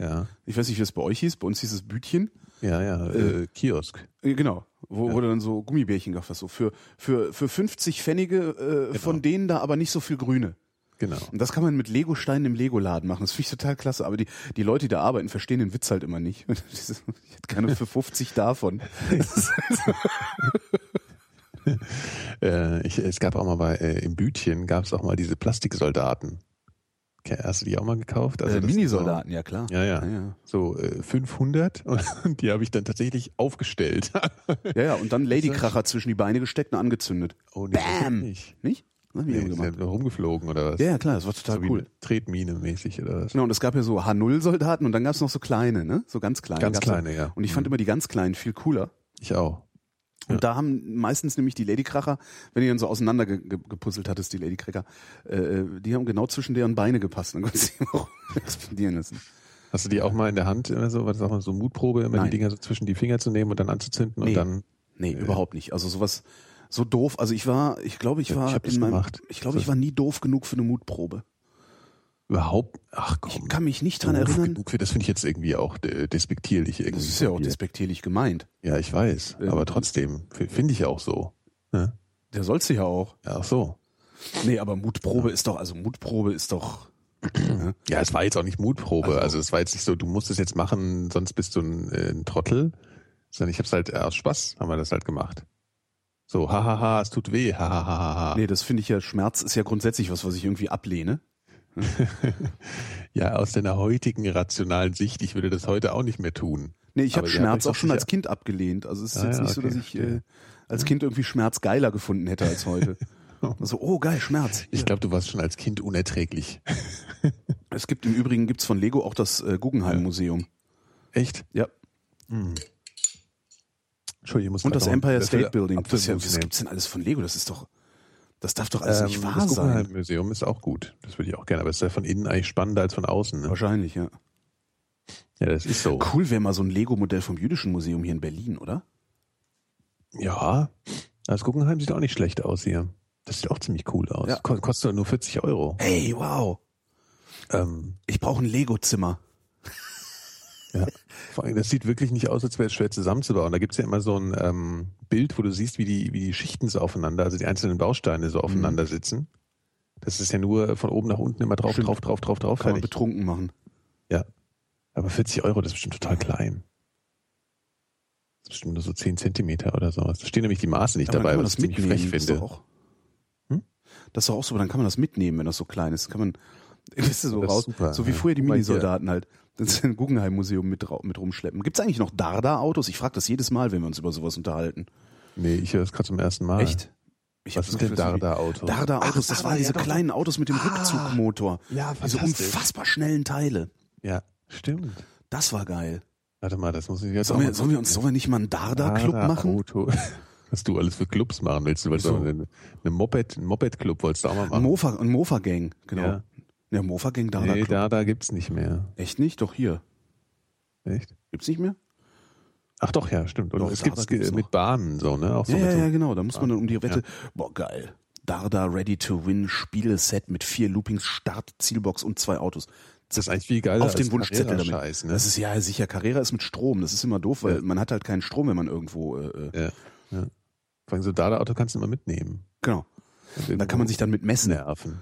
[SPEAKER 2] Ja,
[SPEAKER 1] Ich weiß nicht, wie es bei euch hieß. Bei uns hieß es Bütchen.
[SPEAKER 2] ja, ja. Äh, Kiosk.
[SPEAKER 1] Äh, Genau. Wo,
[SPEAKER 2] Ja.
[SPEAKER 1] wo du dann so Gummibärchen gekauft hast. So für, für, für 50 Pfennige, äh, von denen da aber nicht so viel Grüne. [LAUGHS]
[SPEAKER 2] Genau.
[SPEAKER 1] Und das kann man mit Legosteinen im Lego-Laden machen. Das finde ich total klasse. Aber die, die Leute, die da arbeiten, verstehen den Witz halt immer nicht. [LAUGHS] Ich hätte keine für 50 davon.
[SPEAKER 2] [LAUGHS] Äh, ich, es gab auch mal bei, äh, im Bütchen gab es auch mal diese Plastiksoldaten. Okay, hast du die auch mal gekauft?
[SPEAKER 1] Also
[SPEAKER 2] das-
[SPEAKER 1] Minisoldaten, ja klar.
[SPEAKER 2] Ja, ja.
[SPEAKER 1] ja.
[SPEAKER 2] So äh, 500 [LAUGHS] und die habe ich dann tatsächlich
[SPEAKER 1] [LAUGHS]
[SPEAKER 2] aufgestellt.
[SPEAKER 1] Ja, ja. Und dann Ladykracher zwischen die Beine gesteckt und angezündet.
[SPEAKER 2] Oh, nee, das hab ich
[SPEAKER 1] Bam!
[SPEAKER 2] Nicht.
[SPEAKER 1] Nicht? Das hab ich
[SPEAKER 2] Nee,
[SPEAKER 1] immer
[SPEAKER 2] die
[SPEAKER 1] gemacht.
[SPEAKER 2] sind rumgeflogen oder was?
[SPEAKER 1] Ja, ja, klar. Das war total
[SPEAKER 2] so wie
[SPEAKER 1] cool.
[SPEAKER 2] eine Tretmine mäßig oder was?
[SPEAKER 1] Genau, und es gab ja so H0-Soldaten und dann gab es noch so kleine, ne? So ganz kleine.
[SPEAKER 2] Ganz
[SPEAKER 1] Gab's ja-
[SPEAKER 2] kleine, ja.
[SPEAKER 1] Und ich fand
[SPEAKER 2] Mhm.
[SPEAKER 1] immer die ganz kleinen viel cooler.
[SPEAKER 2] Ich auch.
[SPEAKER 1] Und
[SPEAKER 2] Ja.
[SPEAKER 1] da haben meistens nämlich die Ladykracher, wenn die dann so auseinander ge ge gepuzzelt hattest, die Ladykracher, äh, die haben genau zwischen deren Beine gepasst. Dann konntest du die [LAUGHS] auch explodieren lassen.
[SPEAKER 2] Hast du die auch mal in der Hand immer so, was sagt man, so Mutprobe, immer
[SPEAKER 1] Nein.
[SPEAKER 2] die Dinger so zwischen die Finger zu nehmen und dann anzuzünden
[SPEAKER 1] Nee.
[SPEAKER 2] und dann
[SPEAKER 1] Nee, überhaupt nicht. Also sowas so doof. Also ich war, ich glaube, ich
[SPEAKER 2] Ja,
[SPEAKER 1] war
[SPEAKER 2] ich hab das
[SPEAKER 1] in meinem,
[SPEAKER 2] gemacht.
[SPEAKER 1] ich glaube, ich war nie doof genug für eine Mutprobe.
[SPEAKER 2] überhaupt, ach komm.
[SPEAKER 1] Ich kann mich nicht dran
[SPEAKER 2] Oh, doof
[SPEAKER 1] erinnern.
[SPEAKER 2] Genug für, das finde ich jetzt irgendwie auch äh, despektierlich irgendwie.
[SPEAKER 1] Das ist ja auch
[SPEAKER 2] von dir.
[SPEAKER 1] despektierlich gemeint.
[SPEAKER 2] Ja, ich weiß,
[SPEAKER 1] Ähm,
[SPEAKER 2] aber trotzdem f- finde ich auch so. Ne?
[SPEAKER 1] Der sollst du ja auch.
[SPEAKER 2] Ja, ach so.
[SPEAKER 1] Nee, aber Mutprobe ist doch, also Mutprobe ist doch.
[SPEAKER 2] Ja, es war jetzt auch nicht Mutprobe. Also, es war jetzt nicht so, du musst es jetzt machen, sonst bist du ein, äh, ein Trottel. Sondern ich habe es halt äh, aus Spaß haben wir das halt gemacht. So, hahaha, es tut weh, hahaha.
[SPEAKER 1] Nee, das finde ich ja, Schmerz ist ja grundsätzlich was, was ich irgendwie ablehne.
[SPEAKER 2] Ja, aus deiner heutigen rationalen Sicht, ich würde das heute auch nicht mehr tun.
[SPEAKER 1] Nee, ich
[SPEAKER 2] Aber
[SPEAKER 1] habe
[SPEAKER 2] ihr habt
[SPEAKER 1] Schmerz
[SPEAKER 2] euch
[SPEAKER 1] auch
[SPEAKER 2] doch
[SPEAKER 1] schon als
[SPEAKER 2] sicher-
[SPEAKER 1] Kind abgelehnt. Also es ist
[SPEAKER 2] Ah,
[SPEAKER 1] jetzt
[SPEAKER 2] ja,
[SPEAKER 1] nicht so,
[SPEAKER 2] okay,
[SPEAKER 1] dass ich äh,
[SPEAKER 2] verstehe.
[SPEAKER 1] als Kind irgendwie Schmerz geiler gefunden hätte
[SPEAKER 2] [LAUGHS]
[SPEAKER 1] als heute. Also, oh geil, Schmerz.
[SPEAKER 2] Ich glaube, du warst schon als Kind unerträglich.
[SPEAKER 1] Es gibt im Übrigen gibt's von Lego auch das äh, Guggenheim Museum.
[SPEAKER 2] Echt?
[SPEAKER 1] Ja.
[SPEAKER 2] Entschuldigung, ich muss
[SPEAKER 1] Und das Empire State Building. Das
[SPEAKER 2] Das
[SPEAKER 1] ist ja, was
[SPEAKER 2] gibt's
[SPEAKER 1] gibt's denn alles von Lego? Das ist doch, das darf doch alles
[SPEAKER 2] also
[SPEAKER 1] nicht
[SPEAKER 2] ähm,
[SPEAKER 1] wahr
[SPEAKER 2] das
[SPEAKER 1] sein.
[SPEAKER 2] Guggenheim Museum ist auch gut. Das würde ich auch gerne. Aber es ist ja von innen eigentlich spannender als von außen. Ne?
[SPEAKER 1] Wahrscheinlich, ja.
[SPEAKER 2] Ja, das ist so.
[SPEAKER 1] Cool wäre mal so ein Lego-Modell vom Jüdischen Museum hier in Berlin, oder?
[SPEAKER 2] Ja, das Guggenheim sieht auch nicht schlecht aus hier. Das sieht auch ziemlich cool aus.
[SPEAKER 1] Ja.
[SPEAKER 2] Ko- Kostet nur 40 Euro.
[SPEAKER 1] Hey, wow.
[SPEAKER 2] Ähm,
[SPEAKER 1] Ich brauche ein Lego-Zimmer.
[SPEAKER 2] Ja. Vor allem, das sieht wirklich nicht aus, als wäre es schwer zusammenzubauen. Da gibt's ja immer so ein ähm, Bild, wo du siehst, wie die, wie die Schichten so aufeinander, also die einzelnen Bausteine so aufeinander sitzen. Das ist ja nur von oben nach unten immer drauf,
[SPEAKER 1] Mhm. Stimmt.
[SPEAKER 2] drauf, drauf, drauf, drauf.
[SPEAKER 1] Kann man
[SPEAKER 2] fertig.
[SPEAKER 1] betrunken machen.
[SPEAKER 2] Ja. Aber 40 Euro, das ist bestimmt total klein. Das ist bestimmt nur so 10 Zentimeter oder sowas. Da stehen nämlich die Maße nicht
[SPEAKER 1] Ja, aber
[SPEAKER 2] dabei,
[SPEAKER 1] dann kann
[SPEAKER 2] was
[SPEAKER 1] man
[SPEAKER 2] ich ziemlich frech
[SPEAKER 1] Das ist Hm?
[SPEAKER 2] finde.
[SPEAKER 1] doch auch, das ist doch auch so, aber dann kann man [LAUGHS] das mitnehmen, wenn das so klein ist. Kann man, Bist du so
[SPEAKER 2] Das ist
[SPEAKER 1] raus?
[SPEAKER 2] super,
[SPEAKER 1] so wie
[SPEAKER 2] ja.
[SPEAKER 1] früher die
[SPEAKER 2] Guck mal hier.
[SPEAKER 1] Minisoldaten halt. [LAUGHS] Das ist ein Guggenheim-Museum mit, rau- mit rumschleppen. Gibt es eigentlich noch Darda-Autos? Ich frage das jedes Mal, wenn wir uns über sowas unterhalten.
[SPEAKER 2] Nee, ich höre das gerade zum ersten Mal.
[SPEAKER 1] Ich
[SPEAKER 2] Ah. Was
[SPEAKER 1] hab
[SPEAKER 2] ist
[SPEAKER 1] das
[SPEAKER 2] denn
[SPEAKER 1] Gefühl, dass
[SPEAKER 2] Darda-Auto?
[SPEAKER 1] die- Darda-Autos,
[SPEAKER 2] Ach,
[SPEAKER 1] das
[SPEAKER 2] Darda,
[SPEAKER 1] waren diese
[SPEAKER 2] ja, doch. Ah.
[SPEAKER 1] kleinen Autos mit dem Rückzugmotor.
[SPEAKER 2] Ja,
[SPEAKER 1] Diese
[SPEAKER 2] fantastisch.
[SPEAKER 1] Also unfassbar schnellen Teile.
[SPEAKER 2] Ja, stimmt.
[SPEAKER 1] Das war geil.
[SPEAKER 2] Warte mal, das muss ich jetzt
[SPEAKER 1] Sollen wir, sollen wir uns sollen wir nicht mal einen Darda-Club machen?
[SPEAKER 2] Auto. [LAUGHS] Was du alles für Clubs machen willst. Du willst
[SPEAKER 1] Wieso?
[SPEAKER 2] doch eine, eine Moped, einen Moped-Club wolltest du auch mal
[SPEAKER 1] Ein
[SPEAKER 2] machen.
[SPEAKER 1] Mofa, ein Mofa-Gang, genau. Ja,
[SPEAKER 2] Ja.
[SPEAKER 1] Mofa-Gang,
[SPEAKER 2] nee,
[SPEAKER 1] Darda-Club.
[SPEAKER 2] Darda gibt's nicht mehr.
[SPEAKER 1] Echt nicht? Doch hier.
[SPEAKER 2] Echt?
[SPEAKER 1] Gibt's nicht mehr?
[SPEAKER 2] Ach doch, ja, stimmt. Und
[SPEAKER 1] Doch,
[SPEAKER 2] es
[SPEAKER 1] Darda
[SPEAKER 2] gibt's,
[SPEAKER 1] gibt's
[SPEAKER 2] äh,
[SPEAKER 1] noch.
[SPEAKER 2] mit Bahnen so, ne? Auch so
[SPEAKER 1] Ja,
[SPEAKER 2] mit
[SPEAKER 1] ja,
[SPEAKER 2] so
[SPEAKER 1] ja, genau. Da muss man dann um die Wette. Boah, geil. Darda Ready to Win Spieleset mit vier Loopings, Start, Zielbox und zwei Autos.
[SPEAKER 2] Das ist eigentlich viel geiler
[SPEAKER 1] Auf dem
[SPEAKER 2] als
[SPEAKER 1] Wunschzettel damit.
[SPEAKER 2] Carrera-Scheiß, ne?
[SPEAKER 1] Das ist ja sicher. Carrera ist mit Strom. Das ist immer doof, weil
[SPEAKER 2] Ja.
[SPEAKER 1] man hat halt keinen Strom, wenn man irgendwo. Äh, äh,
[SPEAKER 2] ja, ja. Vor allem so Dada-Auto kannst du immer mitnehmen.
[SPEAKER 1] genau. Da kann man sich dann mit messen.
[SPEAKER 2] nerven.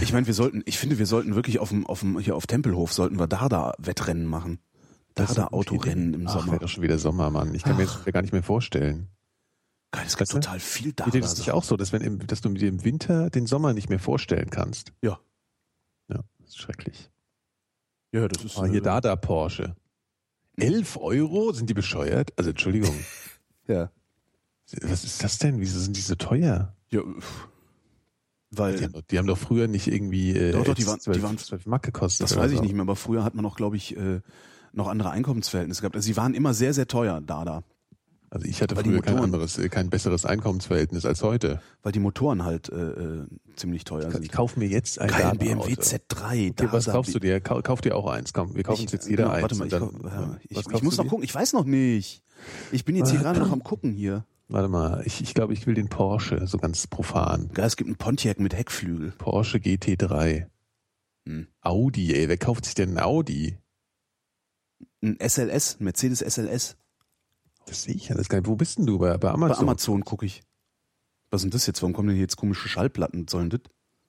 [SPEAKER 1] Ich meine, wir sollten. Ich finde, wir sollten wirklich auf dem, auf dem hier auf Tempelhof sollten wir Darda Wettrennen machen.
[SPEAKER 2] Das
[SPEAKER 1] Darda
[SPEAKER 2] ist eine gute
[SPEAKER 1] Autorennen im
[SPEAKER 2] Ach,
[SPEAKER 1] Sommer.
[SPEAKER 2] wäre doch schon wieder Sommer, Mann. Ich kann mir
[SPEAKER 1] Ach.
[SPEAKER 2] das gar nicht mehr vorstellen.
[SPEAKER 1] Geil, es gibt
[SPEAKER 2] Weißt du?
[SPEAKER 1] total viel
[SPEAKER 2] Geht
[SPEAKER 1] Darda.
[SPEAKER 2] dir das nicht auch so, dass, wenn im, dass du dir im Winter den Sommer nicht mehr vorstellen kannst?
[SPEAKER 1] Ja.
[SPEAKER 2] Ja, das ist schrecklich.
[SPEAKER 1] Ja, das ist
[SPEAKER 2] Oh, hier
[SPEAKER 1] äh,
[SPEAKER 2] Dada Porsche. 11 Euro? Sind die bescheuert? Also Entschuldigung.
[SPEAKER 1] Ja.
[SPEAKER 2] [LAUGHS] Was ist das denn? Wieso sind die so teuer?
[SPEAKER 1] Ja, pff. weil
[SPEAKER 2] Die haben doch, die haben doch früher nicht irgendwie äh,
[SPEAKER 1] Äh, Doch, doch, die waren- die
[SPEAKER 2] 12
[SPEAKER 1] waren-
[SPEAKER 2] 12 Mark gekostet.
[SPEAKER 1] Das
[SPEAKER 2] oder
[SPEAKER 1] weiß ich
[SPEAKER 2] so.
[SPEAKER 1] nicht mehr, aber früher hat man auch, glaube ich, äh, noch andere Einkommensverhältnisse gehabt. Also sie waren immer sehr, sehr teuer, Dada,
[SPEAKER 2] Also ich hatte
[SPEAKER 1] Aber die
[SPEAKER 2] früher kein
[SPEAKER 1] Motoren-
[SPEAKER 2] anderes, äh, kein besseres Einkommensverhältnis als heute.
[SPEAKER 1] weil die Motoren halt äh, äh, ziemlich teuer
[SPEAKER 2] Ich
[SPEAKER 1] sind.
[SPEAKER 2] kaufe mir jetzt ein
[SPEAKER 1] Geil, ein
[SPEAKER 2] Dada-Auto.
[SPEAKER 1] BMW Z3.
[SPEAKER 2] Okay, was
[SPEAKER 1] Dada,
[SPEAKER 2] kaufst du dir? Kau, kauf dir auch eins. Komm, wir kaufen uns
[SPEAKER 1] Ich-
[SPEAKER 2] jetzt jeder
[SPEAKER 1] genau,
[SPEAKER 2] eins.
[SPEAKER 1] Warte mal,
[SPEAKER 2] und
[SPEAKER 1] ich,
[SPEAKER 2] dann-
[SPEAKER 1] komm, ja,
[SPEAKER 2] was
[SPEAKER 1] ich, ich
[SPEAKER 2] kaufst
[SPEAKER 1] muss
[SPEAKER 2] du dir?
[SPEAKER 1] noch
[SPEAKER 2] Äh,
[SPEAKER 1] gucken. Ich weiß noch nicht. Ich bin jetzt hier gerade noch am Gucken hier.
[SPEAKER 2] Warte mal, ich, ich glaube, ich will den Porsche, so ganz profan.
[SPEAKER 1] Geil, es gibt einen Pontiac mit Heckflügel.
[SPEAKER 2] Porsche GT3.
[SPEAKER 1] Hm.
[SPEAKER 2] Audi, ey, wer kauft sich denn ein Audi?
[SPEAKER 1] Ein SLS, ein Mercedes SLS.
[SPEAKER 2] Das sehe ich ja. Das gar nicht. Wo bist denn du? Bei, bei
[SPEAKER 1] Bei
[SPEAKER 2] Amazon?
[SPEAKER 1] Amazon gucke ich. Was sind das jetzt? Warum kommen denn hier jetzt komische Schallplatten? Sollen das?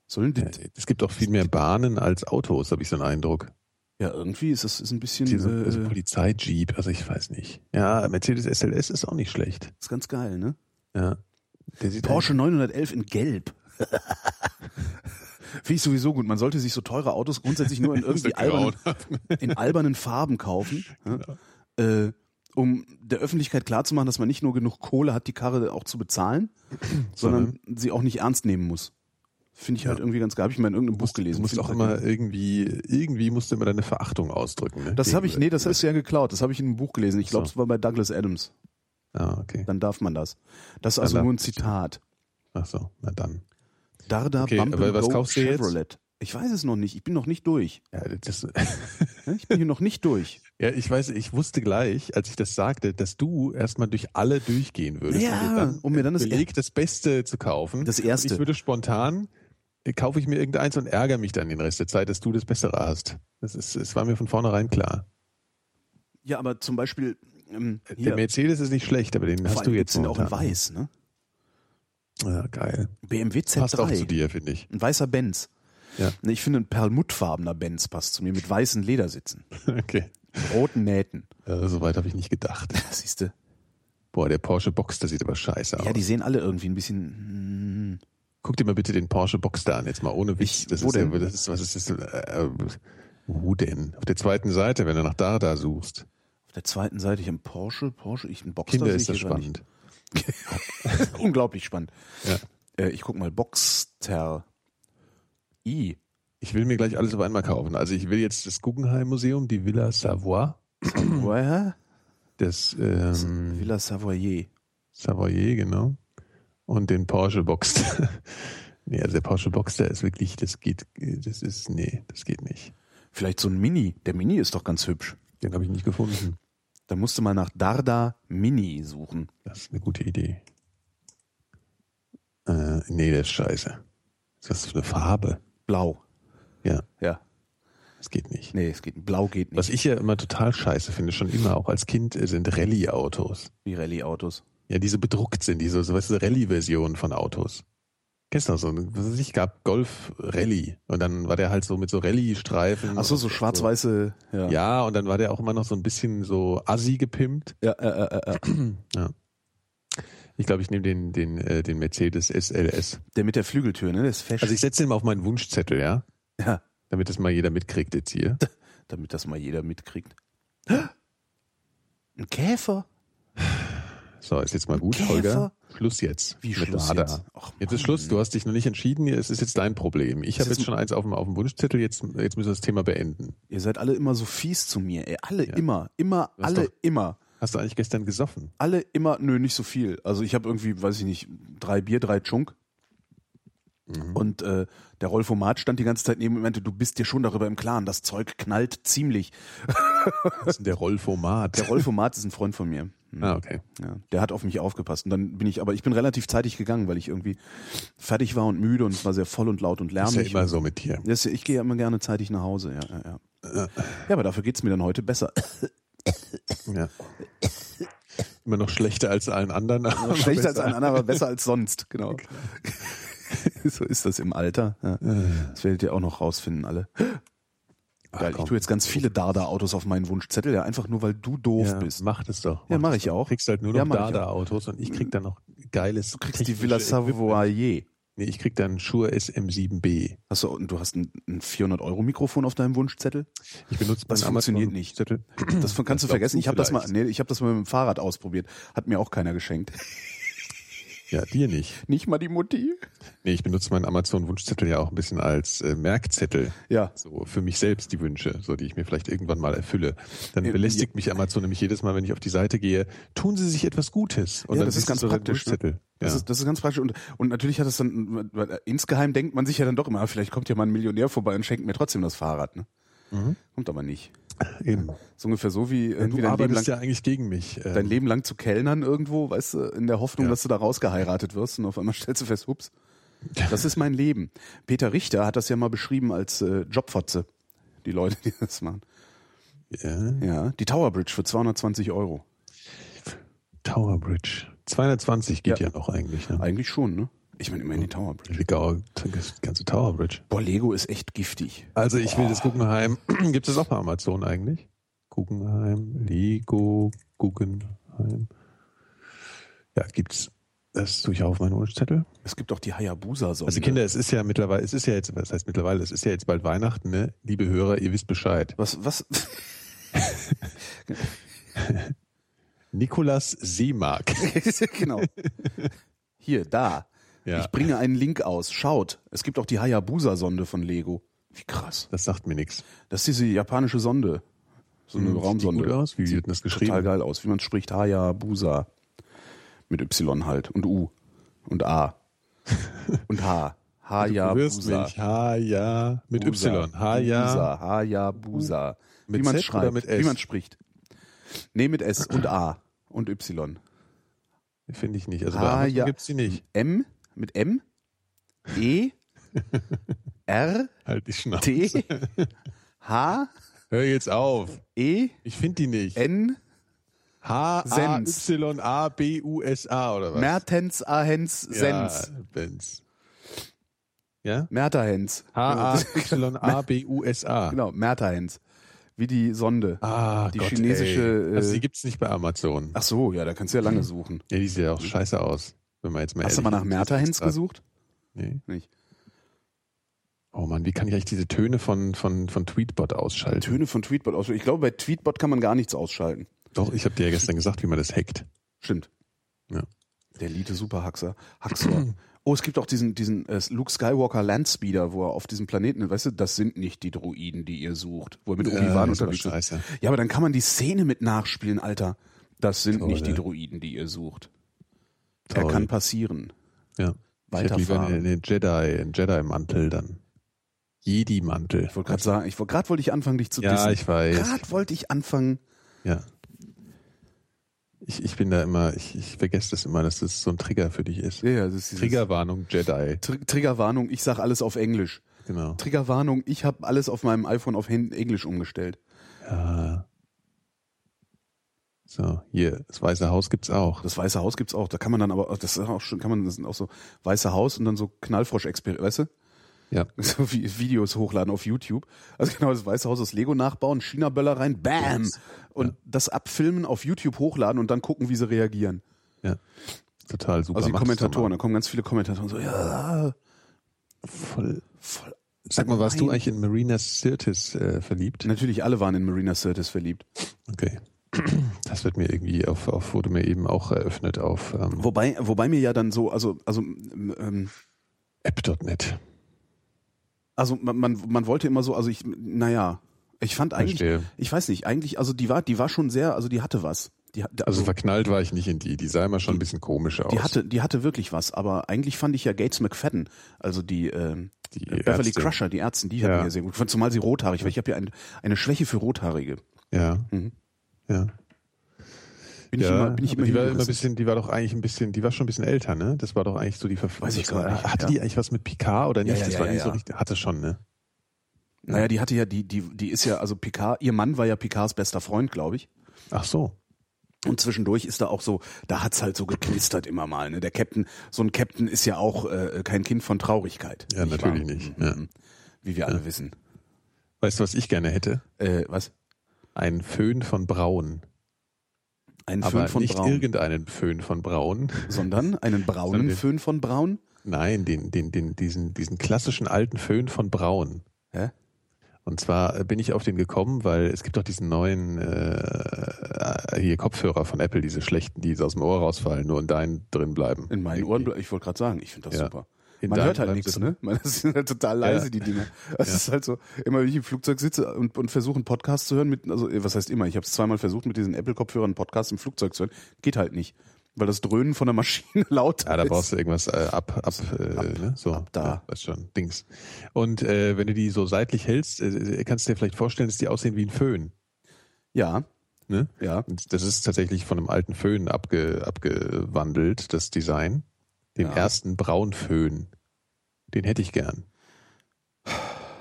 [SPEAKER 1] Sollen das?
[SPEAKER 2] Ja, Es gibt auch viel mehr Bahnen als Autos, habe ich so einen Eindruck.
[SPEAKER 1] Ja, irgendwie ist das ist ein bisschen.
[SPEAKER 2] Diese,
[SPEAKER 1] äh,
[SPEAKER 2] diese Polizei-Jeep, also ich weiß nicht. Ja, Mercedes SLS ist auch nicht schlecht.
[SPEAKER 1] ist ganz geil, ne?
[SPEAKER 2] Ja. Der sieht halt
[SPEAKER 1] Porsche 911 in Gelb. [LAUGHS] Finde ich sowieso gut. Man sollte sich so teure Autos grundsätzlich
[SPEAKER 2] [LAUGHS]
[SPEAKER 1] nur in irgendwie albernen, [LAUGHS] in albernen Farben kaufen, ja? äh, um der Öffentlichkeit klarzumachen, dass man nicht nur genug Kohle hat, die Karre auch zu bezahlen, sondern
[SPEAKER 2] ne?
[SPEAKER 1] sie auch nicht ernst nehmen muss. Finde ich halt irgendwie ganz geil. Habe ich mal in irgendeinem Buch
[SPEAKER 2] Du
[SPEAKER 1] gelesen.
[SPEAKER 2] musst
[SPEAKER 1] Finde ich
[SPEAKER 2] auch
[SPEAKER 1] halt
[SPEAKER 2] immer
[SPEAKER 1] geil.
[SPEAKER 2] irgendwie, irgendwie musst du immer deine Verachtung ausdrücken. Ne?
[SPEAKER 1] Das habe ich, nee, das
[SPEAKER 2] ist
[SPEAKER 1] ist ja geklaut. Das habe ich in einem Buch gelesen. Ich
[SPEAKER 2] Ach so.
[SPEAKER 1] glaube, es war bei Douglas Adams.
[SPEAKER 2] Ah, okay.
[SPEAKER 1] Dann darf man das. Das ist also
[SPEAKER 2] Dann
[SPEAKER 1] nur ein
[SPEAKER 2] darf-
[SPEAKER 1] Zitat.
[SPEAKER 2] Ach so, na dann.
[SPEAKER 1] Darda
[SPEAKER 2] Okay,
[SPEAKER 1] Bumble
[SPEAKER 2] aber was
[SPEAKER 1] Go
[SPEAKER 2] kaufst du jetzt?
[SPEAKER 1] Chevrolet. Ich weiß es noch nicht. Ich bin noch nicht durch.
[SPEAKER 2] Ja, das,
[SPEAKER 1] Ne? Ich bin hier noch nicht durch.
[SPEAKER 2] ja, ich weiß, ich wusste gleich, als ich das sagte, dass du erstmal durch alle durchgehen würdest.
[SPEAKER 1] Ja,
[SPEAKER 2] dir
[SPEAKER 1] um mir dann das-
[SPEAKER 2] Beleg das Beste zu kaufen.
[SPEAKER 1] Das Erste.
[SPEAKER 2] Ich würde spontan, äh, kaufe ich mir irgendeins und ärgere mich dann den Rest der Zeit, dass du das Bessere hast. Das ist, es war mir von vornherein klar.
[SPEAKER 1] Ja, aber zum Beispiel ähm,
[SPEAKER 2] Der
[SPEAKER 1] hier,
[SPEAKER 2] Mercedes ist nicht schlecht, aber den
[SPEAKER 1] vor
[SPEAKER 2] hast
[SPEAKER 1] allem
[SPEAKER 2] du
[SPEAKER 1] gibt's
[SPEAKER 2] jetzt
[SPEAKER 1] den auch in
[SPEAKER 2] momentan.
[SPEAKER 1] weiß, ne?
[SPEAKER 2] Ja, geil.
[SPEAKER 1] BMW Z3.
[SPEAKER 2] Passt auch zu dir, finde
[SPEAKER 1] [LAUGHS]
[SPEAKER 2] ich.
[SPEAKER 1] Ein weißer Benz.
[SPEAKER 2] Ja.
[SPEAKER 1] Ne, ich finde ein perlmuttfarbener Benz passt zu mir mit weißen Ledersitzen,
[SPEAKER 2] Okay.
[SPEAKER 1] roten Nähten.
[SPEAKER 2] Äh, Soweit habe ich nicht gedacht.
[SPEAKER 1] [LAUGHS] Siehste?
[SPEAKER 2] Boah, der Porsche Boxster sieht aber scheiße aus.
[SPEAKER 1] Ja, die sehen alle irgendwie ein bisschen. hm,
[SPEAKER 2] Guck dir mal bitte den Porsche Boxster an, jetzt mal ohne Witz.
[SPEAKER 1] Ich-
[SPEAKER 2] das,
[SPEAKER 1] wo
[SPEAKER 2] ist,
[SPEAKER 1] denn?
[SPEAKER 2] Ja, das ist, was ist das? Äh, äh, wo denn? Auf der zweiten Seite, wenn du nach Dada suchst.
[SPEAKER 1] Auf der zweiten Seite ich ein Porsche, Porsche, ich ein Boxster.
[SPEAKER 2] Kinder
[SPEAKER 1] sehe
[SPEAKER 2] ist das
[SPEAKER 1] ich hier gar
[SPEAKER 2] spannend.
[SPEAKER 1] Nicht. [LAUGHS] Unglaublich spannend.
[SPEAKER 2] Ja.
[SPEAKER 1] Äh, ich guck mal Boxster. I.
[SPEAKER 2] Ich will mir gleich alles auf einmal kaufen. Also ich will jetzt das Guggenheim Museum, die Villa Savoie, Hm.
[SPEAKER 1] Woher?
[SPEAKER 2] das ähm,
[SPEAKER 1] Villa Savoyer.
[SPEAKER 2] Savoyer, genau. Und den Porsche Boxster. [LAUGHS] nee, also der Porsche Boxster ist wirklich, das geht, das ist, nee, das geht nicht.
[SPEAKER 1] Vielleicht so ein Mini. Der Mini ist doch ganz hübsch.
[SPEAKER 2] Den habe ich nicht gefunden.
[SPEAKER 1] Da musst du mal nach Darda Mini suchen.
[SPEAKER 2] Das ist eine gute Idee. Äh, nee, der ist scheiße. Das ist eine Farbe.
[SPEAKER 1] Blau.
[SPEAKER 2] Ja,
[SPEAKER 1] Ja.
[SPEAKER 2] das geht nicht.
[SPEAKER 1] Nee, es geht. Blau geht nicht.
[SPEAKER 2] Was ich ja immer total scheiße finde, schon immer, auch als Kind, äh, sind Rallye-Autos.
[SPEAKER 1] die Rallye-Autos.
[SPEAKER 2] Ja, diese bedruckt sind, diese, so, weißt du, Rallye-Versionen von Autos. Gestern so, ein- was weiß ich, gab Golf Rallye. Und dann war der halt so mit so Rallye-Streifen.
[SPEAKER 1] Ach so, so schwarz-weiße. Ja.
[SPEAKER 2] Ja, und dann war der auch immer noch so ein bisschen so assi gepimpt.
[SPEAKER 1] Ja, äh, äh, äh, äh.
[SPEAKER 2] Ich glaube, ich nehme den, den, äh, den Mercedes SLS.
[SPEAKER 1] Der mit der Flügeltür, ne? Der ist fesch.
[SPEAKER 2] Also ich setze den mal auf meinen Wunschzettel, ja?
[SPEAKER 1] ja.
[SPEAKER 2] Damit das mal jeder mitkriegt jetzt hier.
[SPEAKER 1] damit das mal jeder mitkriegt. Ein Käfer?
[SPEAKER 2] So, ist jetzt mal gut,
[SPEAKER 1] Käfer.
[SPEAKER 2] Holger. Schluss jetzt.
[SPEAKER 1] Wie
[SPEAKER 2] mit
[SPEAKER 1] Schluss
[SPEAKER 2] Lada.
[SPEAKER 1] jetzt? Ach,
[SPEAKER 2] Jetzt ist
[SPEAKER 1] Mann.
[SPEAKER 2] Schluss, du hast dich noch nicht entschieden, es ist jetzt dein Problem. Ich habe
[SPEAKER 1] ist
[SPEAKER 2] jetzt schon eins auf dem, auf dem Wunschzettel, jetzt, jetzt müssen wir das Thema beenden.
[SPEAKER 1] Ihr seid alle immer so fies zu mir. Ey, alle
[SPEAKER 2] Ja.
[SPEAKER 1] immer, immer,
[SPEAKER 2] Du hast
[SPEAKER 1] alle
[SPEAKER 2] doch-
[SPEAKER 1] immer.
[SPEAKER 2] Hast du eigentlich gestern gesoffen?
[SPEAKER 1] Alle immer, nö, nicht so viel. Also ich habe irgendwie, weiß ich nicht, drei Bier, drei Chunk.
[SPEAKER 2] Mhm.
[SPEAKER 1] Und äh, der Rolfo Maat stand die ganze Zeit neben mir und meinte, du bist dir schon darüber im Klaren, das Zeug knallt ziemlich.
[SPEAKER 2] Was ist denn der Rollformat?
[SPEAKER 1] Der Rolfo Maat ist ein Freund von mir.
[SPEAKER 2] [LAUGHS]
[SPEAKER 1] Hm.
[SPEAKER 2] ah, okay.
[SPEAKER 1] Ja, der hat auf mich aufgepasst. Und dann bin ich, aber ich bin relativ zeitig gegangen, weil ich irgendwie fertig war und müde und es war sehr voll und laut und
[SPEAKER 2] Ist
[SPEAKER 1] lärmig.
[SPEAKER 2] ja immer so mit dir.
[SPEAKER 1] Das, ich gehe ja immer gerne zeitig nach Hause, ja, ja, ja.
[SPEAKER 2] Äh,
[SPEAKER 1] Ja, aber dafür geht's mir dann heute besser.
[SPEAKER 2] Ja. Immer noch schlechter als allen anderen. [LAUGHS] aber
[SPEAKER 1] Schlechter als
[SPEAKER 2] besser.
[SPEAKER 1] ein anderer, aber besser als sonst, genau. [LAUGHS] so ist das im Alter. Ja.
[SPEAKER 2] Äh.
[SPEAKER 1] Das werdet ihr auch noch rausfinden, alle. Geil, ich
[SPEAKER 2] komm.
[SPEAKER 1] tue jetzt ganz viele Dada-Autos auf meinen Wunschzettel, ja, einfach nur, weil du doof
[SPEAKER 2] Ja,
[SPEAKER 1] bist.
[SPEAKER 2] mach das doch.
[SPEAKER 1] Ja,
[SPEAKER 2] Mach
[SPEAKER 1] mach
[SPEAKER 2] das
[SPEAKER 1] ich
[SPEAKER 2] doch.
[SPEAKER 1] auch.
[SPEAKER 2] Kriegst halt nur
[SPEAKER 1] Ja,
[SPEAKER 2] noch
[SPEAKER 1] mach ich
[SPEAKER 2] Dada-Autos und ich krieg dann noch geiles. Du
[SPEAKER 1] Kriegst die Villa Savoyer.
[SPEAKER 2] Nee, ich krieg dann Shure SM7B.
[SPEAKER 1] Hast du, und du hast ein, ein 400-Euro-Mikrofon auf deinem Wunschzettel?
[SPEAKER 2] Ich benutze
[SPEAKER 1] Das
[SPEAKER 2] meinen
[SPEAKER 1] funktioniert
[SPEAKER 2] Amazon-
[SPEAKER 1] nicht. Das kannst du
[SPEAKER 2] glaubst
[SPEAKER 1] vergessen.
[SPEAKER 2] du
[SPEAKER 1] Ich habe das mal,
[SPEAKER 2] vielleicht.
[SPEAKER 1] nee, ich habe das mal mit dem Fahrrad ausprobiert. Hat mir auch keiner geschenkt.
[SPEAKER 2] Ja, dir nicht.
[SPEAKER 1] Nicht mal die Mutti.
[SPEAKER 2] Nee, ich benutze meinen Amazon-Wunschzettel ja auch ein bisschen als äh, Merkzettel.
[SPEAKER 1] Ja.
[SPEAKER 2] So, für mich selbst die Wünsche, so die ich mir vielleicht irgendwann mal erfülle. Dann
[SPEAKER 1] Ähm,
[SPEAKER 2] belästigt mich Amazon nämlich jedes Mal, wenn ich auf die Seite gehe, tun sie sich etwas Gutes. Und
[SPEAKER 1] Ja,
[SPEAKER 2] dann
[SPEAKER 1] das ist
[SPEAKER 2] siehst
[SPEAKER 1] ganz
[SPEAKER 2] du so einen
[SPEAKER 1] praktisch, ne?
[SPEAKER 2] Wunschzettel.
[SPEAKER 1] Das,
[SPEAKER 2] Ja.
[SPEAKER 1] ist, das ist ganz praktisch. Und, und natürlich hat das dann, weil insgeheim denkt man sich ja dann doch immer, ah, vielleicht kommt ja mal ein Millionär vorbei und schenkt mir trotzdem das Fahrrad. Ne? Kommt aber nicht.
[SPEAKER 2] Eben.
[SPEAKER 1] Ist ungefähr so wie
[SPEAKER 2] Mhm. Du
[SPEAKER 1] irgendwie äh, dein Leben, lang,
[SPEAKER 2] arbeitest ja eigentlich gegen mich. ähm,
[SPEAKER 1] dein Leben lang zu kellnern irgendwo, weißt du, in der Hoffnung,
[SPEAKER 2] Ja.
[SPEAKER 1] dass du da rausgeheiratet wirst und auf einmal [LAUGHS] stellst du fest, hups, das ist mein Leben. Peter Richter hat das ja mal beschrieben als äh, Jobfotze. Die Leute, [LAUGHS] die das machen.
[SPEAKER 2] ja.
[SPEAKER 1] Ja, die Tower Bridge für 220 Euro.
[SPEAKER 2] Tower Bridge. 220 geht ja, noch eigentlich. Ne?
[SPEAKER 1] Eigentlich schon, ne? Ich meine immerhin die
[SPEAKER 2] Mhm.
[SPEAKER 1] Tower Bridge.
[SPEAKER 2] Die gau- das ganze Tower Bridge.
[SPEAKER 1] Boah, Lego ist echt giftig.
[SPEAKER 2] Also ich will das Guggenheim. [CLEARS THROAT] Gibt es das auch bei Amazon eigentlich? Guggenheim, Lego, Guggenheim. Ja, gibt's. Das tue ich auch auf meinen Wunschzettel.
[SPEAKER 1] Es gibt auch die Hayabusa-Sonne.
[SPEAKER 2] Also Kinder, es ist ja mittlerweile, es ist ja jetzt, was heißt mittlerweile, es ist ja jetzt bald Weihnachten, ne? Liebe Hörer, ihr wisst Bescheid.
[SPEAKER 1] Was, was?
[SPEAKER 2] Nikolas
[SPEAKER 1] [LAUGHS]
[SPEAKER 2] Seemark.
[SPEAKER 1] genau. Hier, da.
[SPEAKER 2] Ja.
[SPEAKER 1] Ich bringe einen Link aus. Schaut, es gibt auch die Hayabusa-Sonde von Lego. Wie krass.
[SPEAKER 2] Das sagt mir nichts.
[SPEAKER 1] Das ist diese japanische Sonde. So eine
[SPEAKER 2] Hm, sieht die
[SPEAKER 1] Raumsonde.
[SPEAKER 2] gut aus? Wie wird denn das geschrieben?
[SPEAKER 1] Total geil aus. Wie man spricht, Hayabusa. Mit Y halt. Und U. Und
[SPEAKER 2] [LAUGHS]
[SPEAKER 1] A. Und H.
[SPEAKER 2] du wirst
[SPEAKER 1] Hayabusa.
[SPEAKER 2] mich. Ha, ja. Mit
[SPEAKER 1] Busa.
[SPEAKER 2] Y. Ha, ja.
[SPEAKER 1] Busa. Hayabusa.
[SPEAKER 2] Mit
[SPEAKER 1] wie man
[SPEAKER 2] Z oder
[SPEAKER 1] schreibt.
[SPEAKER 2] mit
[SPEAKER 1] Wie
[SPEAKER 2] S?
[SPEAKER 1] man spricht. Nee, mit S und A und Y.
[SPEAKER 2] Finde ich nicht. Also bei
[SPEAKER 1] Ha,
[SPEAKER 2] Amazon
[SPEAKER 1] ja.
[SPEAKER 2] gibt's die nicht.
[SPEAKER 1] M mit M, E, R,
[SPEAKER 2] Halt die Schnauze.
[SPEAKER 1] T, H,
[SPEAKER 2] Hör jetzt auf.
[SPEAKER 1] E,
[SPEAKER 2] Ich finde die nicht.
[SPEAKER 1] N,
[SPEAKER 2] H A
[SPEAKER 1] Sens.
[SPEAKER 2] Y A B U S A oder was?
[SPEAKER 1] Mertens, Ahens, Sens.
[SPEAKER 2] Ja, Benz. Ja?
[SPEAKER 1] Mertahens.
[SPEAKER 2] H A Y A B U S A.
[SPEAKER 1] [LAUGHS] Genau, Mertahens. Wie die Sonde.
[SPEAKER 2] Ah,
[SPEAKER 1] Die
[SPEAKER 2] Gott,
[SPEAKER 1] chinesische,
[SPEAKER 2] Ey. Also
[SPEAKER 1] äh,
[SPEAKER 2] die gibt's nicht bei Amazon.
[SPEAKER 1] Ach so, ja, da kannst du ja lange suchen.
[SPEAKER 2] Ja, die sieht ja auch scheiße aus, wenn man jetzt mal
[SPEAKER 1] Hast du mal
[SPEAKER 2] ehrlich
[SPEAKER 1] nach
[SPEAKER 2] ist.
[SPEAKER 1] Mertahens gesucht?
[SPEAKER 2] Nee.
[SPEAKER 1] Nicht.
[SPEAKER 2] Oh Mann, wie kann ich eigentlich diese Töne von von von Tweetbot ausschalten?
[SPEAKER 1] Töne von Tweetbot aus. Ich glaube, bei Tweetbot kann man gar nichts ausschalten.
[SPEAKER 2] Doch, ich habe dir ja gestern gesagt, wie man das hackt.
[SPEAKER 1] Stimmt.
[SPEAKER 2] Ja.
[SPEAKER 1] Der Elite Superhaxer.
[SPEAKER 2] [CLEARS THROAT]
[SPEAKER 1] Haxor. Oh, es gibt auch diesen, diesen äh, Luke Skywalker Landspeeder, wo er auf diesem Planeten, weißt du, das sind nicht die Droiden, die ihr sucht, wo er mit Obi-Wan
[SPEAKER 2] das ist
[SPEAKER 1] unterwegs
[SPEAKER 2] aber
[SPEAKER 1] ist.
[SPEAKER 2] scheiße.
[SPEAKER 1] Ja, aber dann kann man die Szene mit nachspielen, Alter. Das sind
[SPEAKER 2] Toll,
[SPEAKER 1] nicht die
[SPEAKER 2] Oh, ja.
[SPEAKER 1] Droiden, die ihr sucht. Er
[SPEAKER 2] Toll.
[SPEAKER 1] kann passieren.
[SPEAKER 2] Ja. Ich hätte lieber
[SPEAKER 1] Weiterfahren.
[SPEAKER 2] eine, eine Jedi, einen Jedi-Mantel dann. Jedi-Mantel.
[SPEAKER 1] Ich wollte gerade sagen, ich wollte gerade wollte ich anfangen, dich zu
[SPEAKER 2] Ja,
[SPEAKER 1] dissen.
[SPEAKER 2] ich weiß.
[SPEAKER 1] Gerade wollte ich anfangen.
[SPEAKER 2] Ja. Ich, ich bin da immer, ich, ich vergesse das immer, dass das so ein Trigger für dich ist.
[SPEAKER 1] Ja, ja, das ist dieses-
[SPEAKER 2] Triggerwarnung Jedi.
[SPEAKER 1] Tr Triggerwarnung, ich sag alles auf Englisch.
[SPEAKER 2] Genau.
[SPEAKER 1] Triggerwarnung, ich habe alles auf meinem iPhone auf Hen- Englisch umgestellt.
[SPEAKER 2] Ja. So, hier, das Weiße Haus gibt's auch.
[SPEAKER 1] Das Weiße Haus gibt's auch. Da kann man dann aber, das ist auch schon, kann man das sind auch so Weiße Haus und dann so knallfrosch experimente weißt du?
[SPEAKER 2] Ja.
[SPEAKER 1] [LAUGHS] So wie Videos hochladen auf YouTube. Also genau, das Weiße Haus aus Lego nachbauen, China-Böller rein, bam! Und das abfilmen, auf YouTube hochladen und dann gucken, wie sie reagieren.
[SPEAKER 2] Ja. Total super.
[SPEAKER 1] Also die
[SPEAKER 2] Mach das doch
[SPEAKER 1] Kommentatoren, da kommen ganz viele Kommentatoren so, ja,
[SPEAKER 2] mal. Voll,
[SPEAKER 1] voll
[SPEAKER 2] Sag mal, warst du
[SPEAKER 1] Nein.
[SPEAKER 2] eigentlich in Marina Sirtis äh, verliebt?
[SPEAKER 1] Natürlich, alle waren in Marina Sirtis verliebt.
[SPEAKER 2] Okay. Das wird mir irgendwie auf, auf wurde mir eben auch eröffnet auf ähm,
[SPEAKER 1] Wobei, wobei mir ja dann so, also, also, ähm,
[SPEAKER 2] app.net.
[SPEAKER 1] also man, man, man wollte immer so, also ich, naja, ich fand eigentlich,
[SPEAKER 2] Verstehe.
[SPEAKER 1] ich weiß nicht, eigentlich, also die war, die war schon sehr, also die hatte was. Die, hat-
[SPEAKER 2] Also verknallt war ich nicht in die. Die sah immer schon ein bisschen komisch aus.
[SPEAKER 1] Die hatte, die hatte wirklich was, aber eigentlich fand ich ja Gates McFadden, also die, ähm,
[SPEAKER 2] Die
[SPEAKER 1] Beverly
[SPEAKER 2] Ärztin.
[SPEAKER 1] Crusher, die Ärztin, die
[SPEAKER 2] Ja.
[SPEAKER 1] hat mir sehr gut gefallen, zumal sie rothaarig war. Ich habe ja ein, eine Schwäche für Rothaarige.
[SPEAKER 2] Ja.
[SPEAKER 1] Mhm.
[SPEAKER 2] Ja.
[SPEAKER 1] Bin ich
[SPEAKER 2] ja.
[SPEAKER 1] immer, bin ich
[SPEAKER 2] aber
[SPEAKER 1] immer,
[SPEAKER 2] die war immer ein
[SPEAKER 1] hingerissen.
[SPEAKER 2] bisschen, die war doch eigentlich ein bisschen, die war schon ein bisschen älter, ne? Das war doch eigentlich so die Verfilmung.
[SPEAKER 1] Weiß ich
[SPEAKER 2] Das
[SPEAKER 1] gar
[SPEAKER 2] war-
[SPEAKER 1] nicht,
[SPEAKER 2] Hatte
[SPEAKER 1] ja.
[SPEAKER 2] die eigentlich was mit Picard oder nicht?
[SPEAKER 1] ja,
[SPEAKER 2] das
[SPEAKER 1] ja,
[SPEAKER 2] war
[SPEAKER 1] ja,
[SPEAKER 2] nicht so
[SPEAKER 1] ja.
[SPEAKER 2] richtig. Hatte schon, ne?
[SPEAKER 1] Naja, die hatte ja, die, die, die ist ja, also Picard, ihr Mann war ja Picards bester Freund, glaube ich.
[SPEAKER 2] Ach so.
[SPEAKER 1] Und zwischendurch ist da auch so, da hat's halt so geknistert immer mal. Ne? Der Captain, so ein Captain ist ja auch äh, kein Kind von Traurigkeit.
[SPEAKER 2] Ja,
[SPEAKER 1] nicht
[SPEAKER 2] natürlich
[SPEAKER 1] wahr?
[SPEAKER 2] nicht.
[SPEAKER 1] Mhm.
[SPEAKER 2] Ja.
[SPEAKER 1] Wie wir alle wissen.
[SPEAKER 2] Weißt du, was ich gerne hätte?
[SPEAKER 1] Äh, was?
[SPEAKER 2] Einen Föhn von Braun.
[SPEAKER 1] Einen
[SPEAKER 2] aber
[SPEAKER 1] Föhn von
[SPEAKER 2] nicht
[SPEAKER 1] Braun,
[SPEAKER 2] irgendeinen Föhn von Braun. [LAUGHS]
[SPEAKER 1] sondern einen braunen
[SPEAKER 2] den-
[SPEAKER 1] Föhn von Braun?
[SPEAKER 2] Nein, den, den, den, diesen, diesen klassischen alten Föhn von Braun.
[SPEAKER 1] Hä?
[SPEAKER 2] Und zwar äh, bin ich auf den gekommen, weil es gibt doch diesen neuen äh, hier Kopfhörer von Apple, diese schlechten, die so aus dem Ohr rausfallen, nur in deinen drin bleiben.
[SPEAKER 1] In meinen
[SPEAKER 2] Irgendwie.
[SPEAKER 1] Ohren, ble- ich wollte gerade sagen, ich finde das
[SPEAKER 2] Ja.
[SPEAKER 1] super.
[SPEAKER 2] In
[SPEAKER 1] Man
[SPEAKER 2] deinem
[SPEAKER 1] hört halt
[SPEAKER 2] bleibt
[SPEAKER 1] nichts,
[SPEAKER 2] es-
[SPEAKER 1] ne? Man [LAUGHS] das sind halt total leise,
[SPEAKER 2] Ja.
[SPEAKER 1] die Dinger. Das
[SPEAKER 2] Ja.
[SPEAKER 1] ist halt so, immer wenn ich im Flugzeug sitze und, und versuche einen Podcast zu hören, mit, also äh, was heißt immer, ich habe es zweimal versucht, mit diesen Apple-Kopfhörern einen Podcast im Flugzeug zu hören. Geht halt nicht. Weil das Dröhnen von der Maschine [LAUGHS] lauter
[SPEAKER 2] Ja, da
[SPEAKER 1] ist.
[SPEAKER 2] brauchst du irgendwas äh, ab, ab, äh, ne? so,
[SPEAKER 1] ab da.
[SPEAKER 2] Ja, weißt schon, Dings. Und äh, wenn du die so seitlich hältst, äh, kannst du dir vielleicht vorstellen, dass die aussehen wie ein Föhn.
[SPEAKER 1] Ja,
[SPEAKER 2] Ne?
[SPEAKER 1] ja.
[SPEAKER 2] Und das ist tatsächlich von einem alten Föhn abge, abgewandelt, das Design. Dem
[SPEAKER 1] Ja.
[SPEAKER 2] ersten Braunföhn. Den hätte ich gern.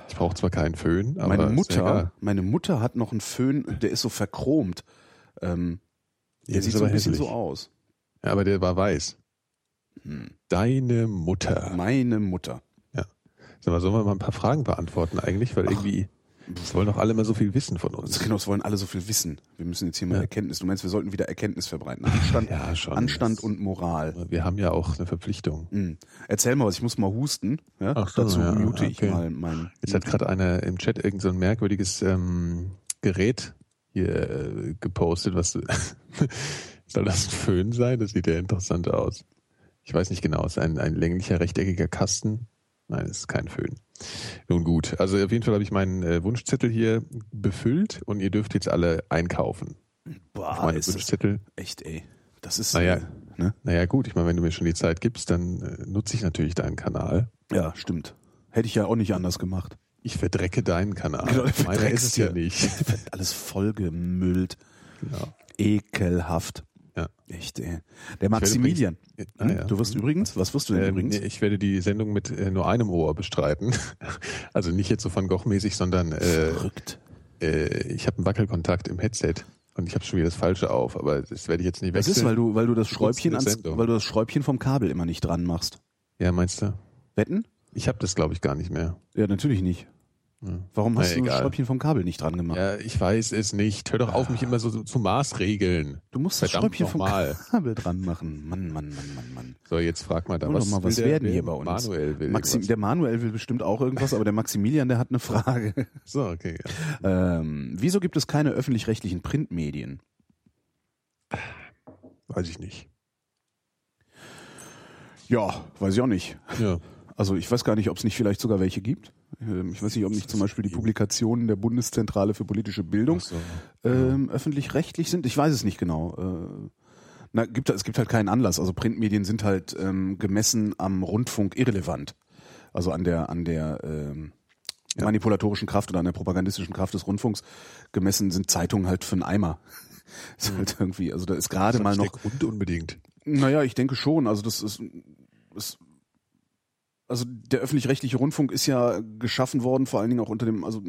[SPEAKER 2] Ich brauche zwar keinen Föhn, aber.
[SPEAKER 1] Meine
[SPEAKER 2] ist
[SPEAKER 1] Mutter,
[SPEAKER 2] egal.
[SPEAKER 1] meine Mutter hat noch einen Föhn, der ist so verchromt. Ähm,
[SPEAKER 2] Ja,
[SPEAKER 1] der
[SPEAKER 2] das
[SPEAKER 1] sieht
[SPEAKER 2] ist
[SPEAKER 1] so
[SPEAKER 2] aber
[SPEAKER 1] ein bisschen
[SPEAKER 2] hässlich.
[SPEAKER 1] so aus.
[SPEAKER 2] Ja, aber der war weiß.
[SPEAKER 1] Hm.
[SPEAKER 2] Deine Mutter.
[SPEAKER 1] Meine Mutter.
[SPEAKER 2] Sag mal, sollen wir mal ein paar Fragen beantworten eigentlich? Weil irgendwie. Es wollen doch alle mal so viel wissen von uns.
[SPEAKER 1] Also genau, es wollen alle so viel wissen. Wir müssen jetzt hier mal
[SPEAKER 2] Ja.
[SPEAKER 1] Erkenntnis. Du meinst, wir sollten wieder Erkenntnis verbreiten.
[SPEAKER 2] [LAUGHS]
[SPEAKER 1] Anstand,
[SPEAKER 2] Ja, schon.
[SPEAKER 1] Anstand
[SPEAKER 2] Das-
[SPEAKER 1] und Moral.
[SPEAKER 2] Wir haben ja auch eine Verpflichtung.
[SPEAKER 1] Hm. Erzähl mal was, ich muss mal husten. Ja?
[SPEAKER 2] Ach so,
[SPEAKER 1] Dazu
[SPEAKER 2] ja,
[SPEAKER 1] mute
[SPEAKER 2] okay.
[SPEAKER 1] ich mal meinen.
[SPEAKER 2] Jetzt hat gerade einer im Chat irgend so ein merkwürdiges ähm, Gerät hier äh, gepostet. Was [LAUGHS] soll das ein Föhn sein? Das sieht ja interessant aus. Ich weiß nicht genau. Es ist ein, ein länglicher, rechteckiger Kasten. Nein, es ist kein Föhn. Nun gut. Also auf jeden Fall habe ich meinen äh, Wunschzettel hier befüllt und ihr dürft jetzt alle einkaufen. Auf
[SPEAKER 1] Boah,
[SPEAKER 2] meine
[SPEAKER 1] Ah, ist das
[SPEAKER 2] Wunschzettel.
[SPEAKER 1] echt, ey. Das ist.
[SPEAKER 2] Naja.
[SPEAKER 1] äh, Ne?
[SPEAKER 2] Naja gut, ich meine, wenn du mir schon die Zeit gibst, dann äh, nutze ich natürlich deinen Kanal.
[SPEAKER 1] Ja, stimmt. Hätte ich ja auch nicht anders gemacht.
[SPEAKER 2] Ich verdrecke deinen Kanal.
[SPEAKER 1] Genau, du
[SPEAKER 2] Meiner ist es
[SPEAKER 1] verdreckst
[SPEAKER 2] ja
[SPEAKER 1] ihn.
[SPEAKER 2] nicht.
[SPEAKER 1] [LAUGHS] Alles vollgemüllt.
[SPEAKER 2] Genau.
[SPEAKER 1] Hm? Ekelhaft.
[SPEAKER 2] Ja.
[SPEAKER 1] Echt, ey. Der Maximilian. Hm?
[SPEAKER 2] Ah, ja.
[SPEAKER 1] Du wirst übrigens, was wirst du denn
[SPEAKER 2] Ähm,
[SPEAKER 1] übrigens?
[SPEAKER 2] nee, Ich werde die Sendung mit äh, nur einem Ohr bestreiten. [LAUGHS] Also nicht jetzt so Van Gogh-mäßig, sondern äh,
[SPEAKER 1] Verrückt.
[SPEAKER 2] äh, ich habe einen Wackelkontakt im Headset und ich habe schon wieder das Falsche auf, aber das werde ich jetzt nicht
[SPEAKER 1] Das
[SPEAKER 2] wechseln.
[SPEAKER 1] ist, weil du, weil du das
[SPEAKER 2] Du
[SPEAKER 1] Schräubchen
[SPEAKER 2] nutzt eine
[SPEAKER 1] ans,
[SPEAKER 2] Sendung.
[SPEAKER 1] weil du das Schräubchen vom Kabel immer nicht dran machst.
[SPEAKER 2] ja, meinst du?
[SPEAKER 1] Wetten?
[SPEAKER 2] Ich habe das, glaube ich, gar nicht mehr.
[SPEAKER 1] Ja, natürlich nicht.
[SPEAKER 2] Ja. Hm.
[SPEAKER 1] Warum
[SPEAKER 2] Na,
[SPEAKER 1] hast du das
[SPEAKER 2] egal.
[SPEAKER 1] Schräubchen vom Kabel nicht dran gemacht?
[SPEAKER 2] Ja, ich weiß es nicht. Hör doch auf, mich immer so, so zu Maßregeln.
[SPEAKER 1] Du musst das
[SPEAKER 2] Verdammt
[SPEAKER 1] Schräubchen vom
[SPEAKER 2] nochmal.
[SPEAKER 1] Kabel dran machen. Mann, Mann, Mann, Mann, Mann.
[SPEAKER 2] So, jetzt frag mal da,
[SPEAKER 1] Wollen
[SPEAKER 2] was,
[SPEAKER 1] doch mal
[SPEAKER 2] will
[SPEAKER 1] was
[SPEAKER 2] der,
[SPEAKER 1] werden
[SPEAKER 2] der
[SPEAKER 1] hier bei uns.
[SPEAKER 2] Manuel will
[SPEAKER 1] Maxim,
[SPEAKER 2] irgendwas.
[SPEAKER 1] der Manuel will bestimmt auch irgendwas, aber der Maximilian, der hat eine Frage. [LAUGHS]
[SPEAKER 2] So, okay. Ja.
[SPEAKER 1] Ähm, wieso gibt es keine öffentlich-rechtlichen Printmedien?
[SPEAKER 2] Weiß ich nicht.
[SPEAKER 1] Ja, weiß ich auch nicht.
[SPEAKER 2] Ja.
[SPEAKER 1] Also ich weiß gar nicht, ob es nicht vielleicht sogar welche gibt. Ähm, Ich weiß nicht, ob nicht zum Beispiel die Publikationen der Bundeszentrale für politische Bildung
[SPEAKER 2] Ach so.
[SPEAKER 1] ähm, öffentlich-rechtlich sind. Ich weiß es nicht genau. Äh, na, gibt, es gibt halt keinen Anlass. Also Printmedien sind halt ähm, gemessen am Rundfunk irrelevant. Also an der, an der ähm, manipulatorischen Kraft oder an der propagandistischen Kraft des Rundfunks gemessen sind Zeitungen halt für einen Eimer. [LAUGHS]
[SPEAKER 2] Mhm.
[SPEAKER 1] Ist halt irgendwie, also da ist gerade
[SPEAKER 2] halt
[SPEAKER 1] mal noch
[SPEAKER 2] Und unbedingt.
[SPEAKER 1] naja, ich denke schon. Also das ist, ist also der öffentlich-rechtliche Rundfunk ist ja geschaffen worden, vor allen Dingen auch unter dem, also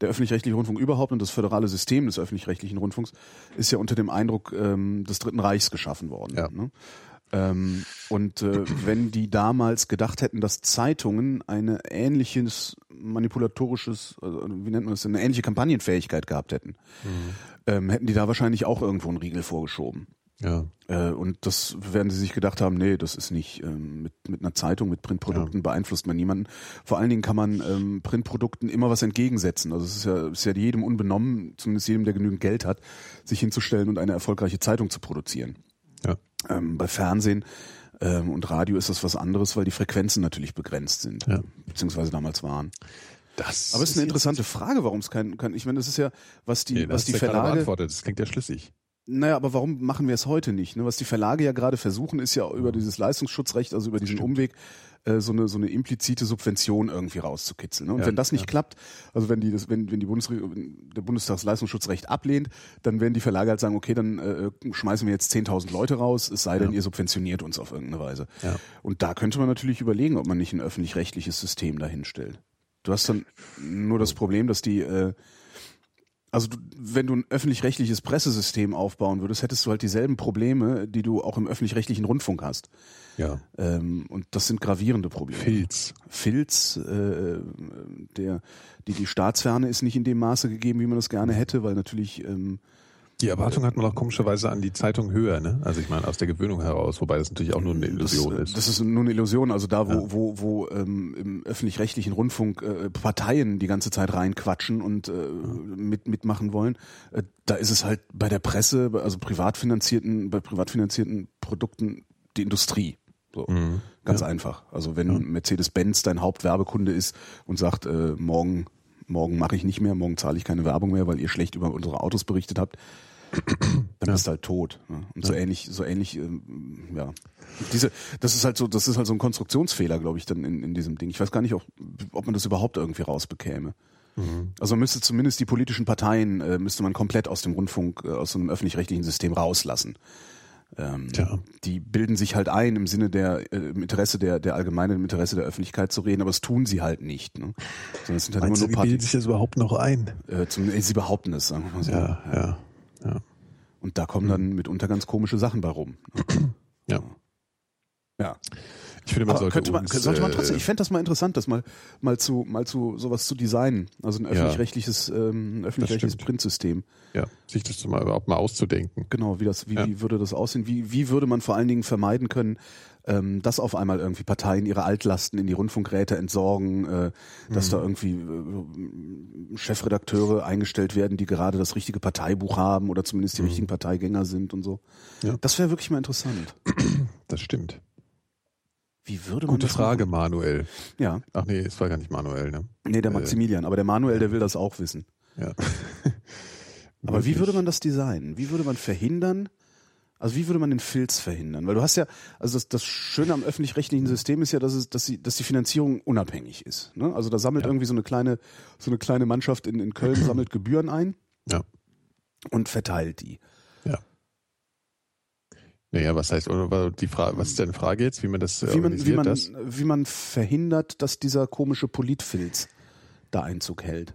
[SPEAKER 1] der öffentlich-rechtliche Rundfunk überhaupt und das föderale System des öffentlich-rechtlichen Rundfunks ist ja unter dem Eindruck ähm, des Dritten Reichs geschaffen worden.
[SPEAKER 2] Ja.
[SPEAKER 1] Ne? Ähm, und äh, wenn die damals gedacht hätten, dass Zeitungen eine ähnliches manipulatorisches, also, wie nennt man das, denn, eine ähnliche Kampagnenfähigkeit gehabt hätten, ähm, hätten die da wahrscheinlich auch irgendwo einen Riegel vorgeschoben.
[SPEAKER 2] Ja.
[SPEAKER 1] Äh, und das werden sie sich gedacht haben, nee, das ist nicht ähm, mit, mit einer Zeitung, mit Printprodukten beeinflusst man niemanden. Vor allen Dingen kann man ähm, Printprodukten immer was entgegensetzen. Also es ist ja, ist ja jedem unbenommen, zumindest jedem, der genügend Geld hat, sich hinzustellen und eine erfolgreiche Zeitung zu produzieren.
[SPEAKER 2] Ja.
[SPEAKER 1] Ähm, bei Fernsehen ähm, und Radio ist das was anderes, weil die Frequenzen natürlich begrenzt sind,
[SPEAKER 2] Ja.
[SPEAKER 1] beziehungsweise damals waren.
[SPEAKER 2] Das
[SPEAKER 1] Aber es ist eine interessante Frage, warum es keinen kann. Ich meine, das ist ja, was die,
[SPEAKER 2] Nee, das
[SPEAKER 1] was die
[SPEAKER 2] hast du ja gerade
[SPEAKER 1] Verlage.
[SPEAKER 2] beantwortet. Das klingt ja schlüssig.
[SPEAKER 1] Naja, aber warum machen wir es heute nicht? Ne? Was die Verlage ja gerade versuchen, ist ja über dieses Leistungsschutzrecht, also über diesen Umweg, äh, so eine, so eine implizite Subvention irgendwie rauszukitzeln. Ne? Und
[SPEAKER 2] Ja,
[SPEAKER 1] wenn das nicht
[SPEAKER 2] ja.
[SPEAKER 1] klappt, also wenn die das, wenn, wenn die Bundesregierung, wenn der Bundestagsleistungsschutzrecht ablehnt, dann werden die Verlage halt sagen, okay, dann äh, schmeißen wir jetzt 10.000 Leute raus, es sei denn, ihr subventioniert uns auf irgendeine Weise.
[SPEAKER 2] Ja.
[SPEAKER 1] Und da könnte man natürlich überlegen, ob man nicht ein öffentlich-rechtliches System dahinstellt. Du hast dann nur das Problem, dass die, äh, also du, wenn du ein öffentlich-rechtliches Pressesystem aufbauen würdest, hättest du halt dieselben Probleme, die du auch im öffentlich-rechtlichen Rundfunk hast.
[SPEAKER 2] Ja.
[SPEAKER 1] Ähm, und das sind gravierende Probleme.
[SPEAKER 2] Pilz.
[SPEAKER 1] Filz, äh, der, die, die Staatsferne ist nicht in dem Maße gegeben, wie man das gerne hätte, weil natürlich ähm,
[SPEAKER 2] Die Erwartung hat man auch komischerweise an die Zeitung höher, ne? Also ich meine, aus der Gewöhnung heraus, wobei das natürlich auch nur eine Illusion
[SPEAKER 1] das,
[SPEAKER 2] ist.
[SPEAKER 1] Das ist nur eine Illusion. Also da, wo,
[SPEAKER 2] Ja.
[SPEAKER 1] wo, wo ähm, im öffentlich-rechtlichen Rundfunk äh, Parteien die ganze Zeit reinquatschen und äh, mit, mitmachen wollen, äh, da ist es halt bei der Presse, bei- also privat finanzierten, bei privat finanzierten Produkten die Industrie. So.
[SPEAKER 2] Mhm.
[SPEAKER 1] Ganz einfach. Also wenn Mercedes-Benz dein Hauptwerbekunde ist und sagt, äh, morgen, morgen mache ich nicht mehr, morgen zahle ich keine Werbung mehr, weil ihr schlecht über unsere Autos berichtet habt, dann bist du halt tot. Ne? Und so ähnlich, so ähnlich, ähm, ja. Diese, das ist halt so, das ist halt so ein Konstruktionsfehler, glaube ich, dann in, in diesem Ding. Ich weiß gar nicht, ob, ob man das überhaupt irgendwie rausbekäme.
[SPEAKER 2] Mhm.
[SPEAKER 1] Also man müsste zumindest die politischen Parteien äh, müsste man komplett aus dem Rundfunk, äh, aus dem öffentlich-rechtlichen System rauslassen. Ähm,
[SPEAKER 2] Tja.
[SPEAKER 1] Die bilden sich halt ein im Sinne der äh, im Interesse der der allgemeinen im Interesse der Öffentlichkeit zu reden, aber das tun sie halt nicht. Ne? Sondern es sind halt
[SPEAKER 2] Meinst du, die
[SPEAKER 1] immer nur
[SPEAKER 2] bilden
[SPEAKER 1] Parteien.
[SPEAKER 2] sich das überhaupt noch ein?
[SPEAKER 1] Äh, zum, äh, sie behaupten es, sagen wir mal so.
[SPEAKER 2] Ja, Mhm. ja, ja.
[SPEAKER 1] Und da kommen dann mitunter ganz komische Sachen bei rum.
[SPEAKER 2] ja.
[SPEAKER 1] Ja.
[SPEAKER 2] Ich finde, man
[SPEAKER 1] Aber
[SPEAKER 2] sollte,
[SPEAKER 1] könnte man,
[SPEAKER 2] uns,
[SPEAKER 1] sollte man trotzdem,
[SPEAKER 2] äh,
[SPEAKER 1] ich fände das mal interessant, das mal, mal zu, mal zu sowas zu designen. Also ein öffentlich-rechtliches, ähm, ein öffentlich-rechtliches
[SPEAKER 2] stimmt.
[SPEAKER 1] Printsystem.
[SPEAKER 2] ja, sich das mal überhaupt mal auszudenken.
[SPEAKER 1] Genau, wie das, wie,
[SPEAKER 2] Ja.
[SPEAKER 1] wie würde das aussehen? Wie, wie würde man vor allen Dingen vermeiden können, ähm, dass auf einmal irgendwie Parteien ihre Altlasten in die Rundfunkräte entsorgen, äh, dass
[SPEAKER 2] Mhm.
[SPEAKER 1] da irgendwie äh, Chefredakteure eingestellt werden, die gerade das richtige Parteibuch haben oder zumindest die richtigen Parteigänger sind und so.
[SPEAKER 2] Mhm. Ja.
[SPEAKER 1] Das wäre wirklich mal interessant.
[SPEAKER 2] Das stimmt.
[SPEAKER 1] Wie würde man
[SPEAKER 2] Gute
[SPEAKER 1] das
[SPEAKER 2] Frage,
[SPEAKER 1] Machen?
[SPEAKER 2] Manuel.
[SPEAKER 1] Ja,
[SPEAKER 2] Ach nee, es war gar nicht Manuel, ne?
[SPEAKER 1] nee, der
[SPEAKER 2] Äh.
[SPEAKER 1] Maximilian, aber der Manuel, der will das auch wissen.
[SPEAKER 2] Ja.
[SPEAKER 1] [LAUGHS] Aber wie
[SPEAKER 2] Wirklich.
[SPEAKER 1] würde man das designen? Wie würde man verhindern? Also wie würde man den Filz verhindern? Weil du hast ja, also das, das Schöne am öffentlich-rechtlichen
[SPEAKER 2] Mhm.
[SPEAKER 1] System ist ja, dass es, dass sie, dass die Finanzierung unabhängig ist. Ne? Also da sammelt irgendwie so eine kleine, so eine kleine Mannschaft in, in
[SPEAKER 2] [CLEARS THROAT]
[SPEAKER 1] Köln sammelt Gebühren ein
[SPEAKER 2] Ja.
[SPEAKER 1] und verteilt die.
[SPEAKER 2] Naja, was heißt, oder wa- die Frage, was ist deine Frage jetzt, wie man das äh,
[SPEAKER 1] Wie man, wie
[SPEAKER 2] organisiert,
[SPEAKER 1] man,
[SPEAKER 2] das?
[SPEAKER 1] wie man verhindert, dass dieser komische Politfilz da Einzug hält.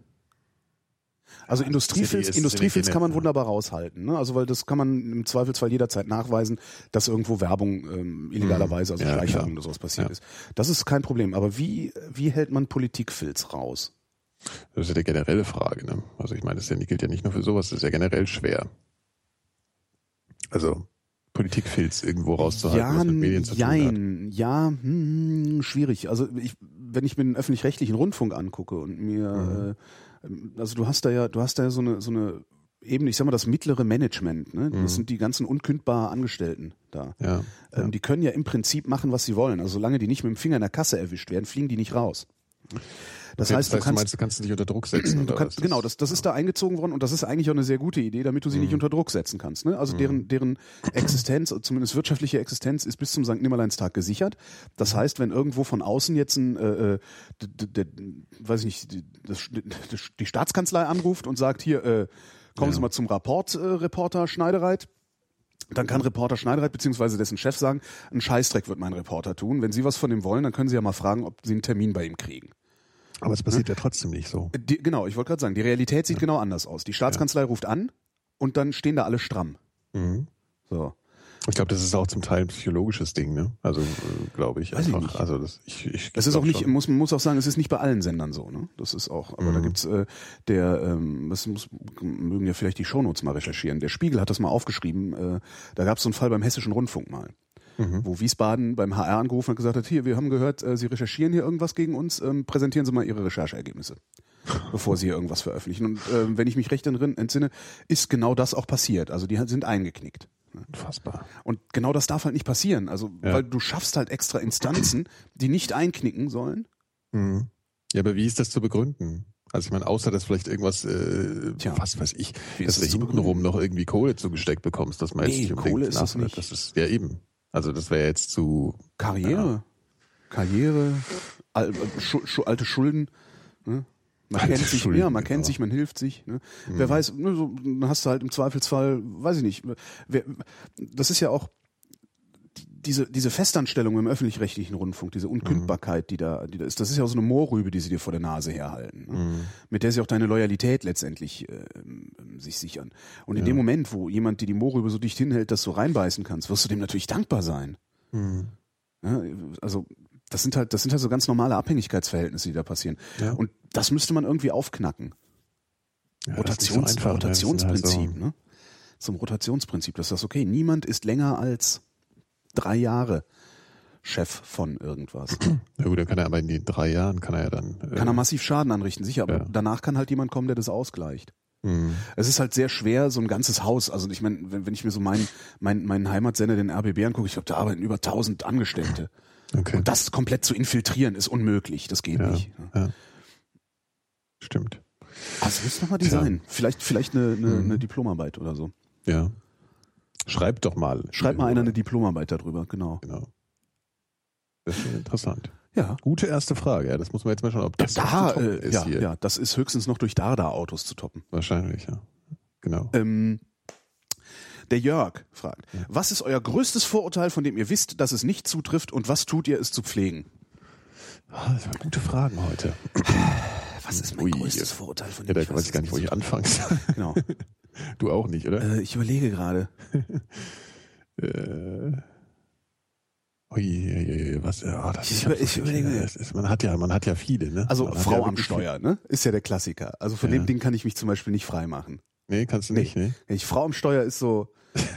[SPEAKER 1] Also
[SPEAKER 2] ist
[SPEAKER 1] Industriefilz,
[SPEAKER 2] ja die
[SPEAKER 1] Industriefilz kann man
[SPEAKER 2] Gene-
[SPEAKER 1] wunderbar raushalten, ne? Also weil das kann man im Zweifelsfall jederzeit nachweisen, dass irgendwo Werbung ähm, illegalerweise, also
[SPEAKER 2] Mhm. Ja, klar.
[SPEAKER 1] Schleichwerbung oder sowas passiert
[SPEAKER 2] Ja.
[SPEAKER 1] ist. Das ist kein Problem. Aber wie, wie hält man Politikfilz raus?
[SPEAKER 2] Das ist ja die generelle Frage, ne? Also ich meine, das ist ja, gilt ja nicht nur für sowas, das ist ja generell schwer. Also Politikfilz irgendwo rauszuhalten, was mit Medien zu tun hat.
[SPEAKER 1] jein, ja, hm, schwierig. Also ich, wenn ich mir den öffentlich-rechtlichen Rundfunk angucke und mir,
[SPEAKER 2] Mhm.
[SPEAKER 1] äh, also du hast da ja, du hast da ja so eine, so eine Ebene, ich sag mal, das mittlere Management, ne? Das sind die ganzen unkündbar Angestellten da.
[SPEAKER 2] Mhm. Ja.
[SPEAKER 1] Ähm, die können ja im Prinzip machen, was sie wollen. Also solange die nicht mit dem Finger in der Kasse erwischt werden, fliegen die nicht raus. Das
[SPEAKER 2] Okay,
[SPEAKER 1] heißt,
[SPEAKER 2] das
[SPEAKER 1] du kannst,
[SPEAKER 2] meinst, du kannst dich unter Druck
[SPEAKER 1] [CLEARS THROAT]
[SPEAKER 2] setzen.
[SPEAKER 1] Du
[SPEAKER 2] oder
[SPEAKER 1] kannst,
[SPEAKER 2] was?
[SPEAKER 1] genau, das, das ist da eingezogen worden und das ist eigentlich auch eine sehr gute Idee, damit du sie
[SPEAKER 2] Mhm.
[SPEAKER 1] nicht unter Druck setzen kannst. Ne? Also deren, deren Existenz, zumindest wirtschaftliche Existenz, ist bis zum St. Nimmerleinstag gesichert.
[SPEAKER 2] Mhm.
[SPEAKER 1] Das heißt, wenn irgendwo von außen jetzt ein, äh, äh, d- d- d- weiß ich nicht, die- das, die Staatskanzlei anruft und sagt, hier, äh, kommen Sie mal zum Rapport, äh, Reporter Schneidereit. Dann kann Reporter Schneidereit beziehungsweise dessen Chef sagen, ein Scheißdreck wird mein Reporter tun. Wenn Sie was von dem wollen, dann können Sie ja mal fragen, ob Sie einen Termin bei ihm kriegen.
[SPEAKER 2] Aber
[SPEAKER 1] ne?
[SPEAKER 2] es passiert ja trotzdem nicht so.
[SPEAKER 1] Die, genau, ich wollte gerade sagen, die Realität sieht genau anders aus. Die Staatskanzlei ruft an und dann stehen da alle stramm.
[SPEAKER 2] Mhm.
[SPEAKER 1] So.
[SPEAKER 2] Ich glaube, das ist auch zum Teil ein psychologisches Ding, ne? Also äh, glaube ich.
[SPEAKER 1] Weiß ich
[SPEAKER 2] einfach.
[SPEAKER 1] nicht.
[SPEAKER 2] Also das, ich, ich
[SPEAKER 1] Das ist
[SPEAKER 2] glaub
[SPEAKER 1] auch nicht,
[SPEAKER 2] schon.
[SPEAKER 1] muss, man muss auch sagen, es ist nicht bei allen Sendern so, ne? Das ist auch, aber da gibt's äh, der, ähm, das muss, mögen ja vielleicht die Shownotes mal recherchieren. Der Spiegel hat das mal aufgeschrieben, äh, da gab's so einen Fall beim Hessischen Rundfunk mal. Wo Wiesbaden beim HR angerufen hat und gesagt hat, hier, wir haben gehört, äh, Sie recherchieren hier irgendwas gegen uns, ähm, präsentieren Sie mal Ihre [LAUGHS] Rechercheergebnisse, bevor Sie hier irgendwas veröffentlichen. Und ähm, wenn ich mich recht entrin- entsinne, ist genau das auch passiert. Also die sind eingeknickt.
[SPEAKER 2] unfassbar.
[SPEAKER 1] Und genau das darf halt nicht passieren. Also,
[SPEAKER 2] Ja.
[SPEAKER 1] weil du schaffst halt extra Instanzen, die nicht einknicken sollen.
[SPEAKER 2] Mhm. Ja, aber wie ist das zu begründen? Also ich meine, außer dass vielleicht irgendwas, äh,
[SPEAKER 1] Tja.
[SPEAKER 2] was weiß ich,
[SPEAKER 1] Wie
[SPEAKER 2] dass
[SPEAKER 1] ist
[SPEAKER 2] du
[SPEAKER 1] es zu
[SPEAKER 2] hintenrum noch irgendwie Kohle zugesteckt bekommst, dass man
[SPEAKER 1] Nee,
[SPEAKER 2] jetzt nicht unbedingt
[SPEAKER 1] Kohle ist das
[SPEAKER 2] nachhört.
[SPEAKER 1] nicht.
[SPEAKER 2] Das ist ja eben. Also das wäre jetzt zu
[SPEAKER 1] Karriere. Karriere, al äh, schu schu alte Schulden. Ne? Man
[SPEAKER 2] Alte
[SPEAKER 1] kennt sich,
[SPEAKER 2] Schulden,
[SPEAKER 1] ja, man kennt
[SPEAKER 2] genau.
[SPEAKER 1] sich, man hilft sich. Ne? Wer weiß, ne, so, dann hast du halt im Zweifelsfall, weiß ich nicht. Wer, das ist ja auch die- diese, diese Festanstellung im öffentlich-rechtlichen Rundfunk, diese Unkündbarkeit, die, da, die da ist, das ist ja auch so eine Moorrübe, die sie dir vor der Nase herhalten. Ne?
[SPEAKER 2] Mhm.
[SPEAKER 1] Mit der sie auch deine Loyalität letztendlich äh, ähm, sich sichern. Und in dem Moment, wo jemand dir die Moorrübe so dicht hinhält, dass du reinbeißen kannst, wirst du dem natürlich dankbar sein.
[SPEAKER 2] Mhm.
[SPEAKER 1] Ne? Also das sind halt, das sind halt so ganz normale Abhängigkeitsverhältnisse, die da passieren.
[SPEAKER 2] Ja.
[SPEAKER 1] Und das müsste man irgendwie aufknacken.
[SPEAKER 2] ja, das ist nicht so
[SPEAKER 1] Rotations
[SPEAKER 2] einfach, ne? Das ist
[SPEAKER 1] Rotationsprinzip,
[SPEAKER 2] halt so-
[SPEAKER 1] ne? Zum Rotationsprinzip, dass das ist okay, niemand ist länger als drei Jahre Chef von irgendwas.
[SPEAKER 2] Na gut, dann kann er aber in den drei Jahren kann er ja dann. Äh,
[SPEAKER 1] Kann er massiv Schaden anrichten, sicher, aber
[SPEAKER 2] Ja.
[SPEAKER 1] danach kann halt jemand kommen, der das ausgleicht.
[SPEAKER 2] Mhm.
[SPEAKER 1] Es ist halt sehr schwer, so ein ganzes Haus. Also ich meine, wenn, wenn ich mir so meinen meinen meinen Heimatsender, den RBB angucke, ich glaube, da arbeiten über 1000 Angestellte.
[SPEAKER 2] Okay.
[SPEAKER 1] Und das komplett zu infiltrieren ist unmöglich. Das geht
[SPEAKER 2] ja,
[SPEAKER 1] nicht. ne?
[SPEAKER 2] ja. Stimmt.
[SPEAKER 1] Also müsste nochmal
[SPEAKER 2] Tja.
[SPEAKER 1] Design. Vielleicht, vielleicht eine, eine,
[SPEAKER 2] Mhm.
[SPEAKER 1] eine Diplomarbeit oder so.
[SPEAKER 2] Ja. Schreib doch mal.
[SPEAKER 1] Schreibt mal einer eine
[SPEAKER 2] die.
[SPEAKER 1] Diplomarbeit darüber, genau.
[SPEAKER 2] Genau. Das ist schon interessant.
[SPEAKER 1] Ja.
[SPEAKER 2] Gute erste Frage, ja. Das muss man jetzt mal schauen, ob das
[SPEAKER 1] Da,
[SPEAKER 2] zu toppen
[SPEAKER 1] äh, ja, ja, das ist höchstens noch durch Dada-Autos zu toppen.
[SPEAKER 2] Wahrscheinlich, ja. Genau.
[SPEAKER 1] Ähm, der Jörg fragt, was ist euer größtes Vorurteil, von dem ihr wisst, dass es nicht zutrifft und was tut ihr, es zu pflegen?
[SPEAKER 2] Ah, das waren gute Fragen heute.
[SPEAKER 1] Was ist
[SPEAKER 2] Ui.
[SPEAKER 1] Vorurteil, von
[SPEAKER 2] Ja, da weiß ich gar nicht, wo ich anfangen soll. [LAUGHS]
[SPEAKER 1] Genau.
[SPEAKER 2] Du auch nicht, oder?
[SPEAKER 1] äh, ich überlege gerade.
[SPEAKER 2] Äh. Ui, was? ah, das
[SPEAKER 1] Ich
[SPEAKER 2] ist
[SPEAKER 1] über-
[SPEAKER 2] ja
[SPEAKER 1] ich
[SPEAKER 2] wirklich,
[SPEAKER 1] überlege.
[SPEAKER 2] äh, das ist, man hat ja, man hat ja viele, ne?
[SPEAKER 1] Also
[SPEAKER 2] man hat ja
[SPEAKER 1] Frau am
[SPEAKER 2] wirklich
[SPEAKER 1] Steuer, ne? Ist ja der Klassiker. Also von
[SPEAKER 2] Ja.
[SPEAKER 1] dem Ding kann ich mich zum Beispiel nicht freimachen.
[SPEAKER 2] Viel. Nee, kannst du nicht, ne?
[SPEAKER 1] Wenn Ich, Frau am Steuer ist so,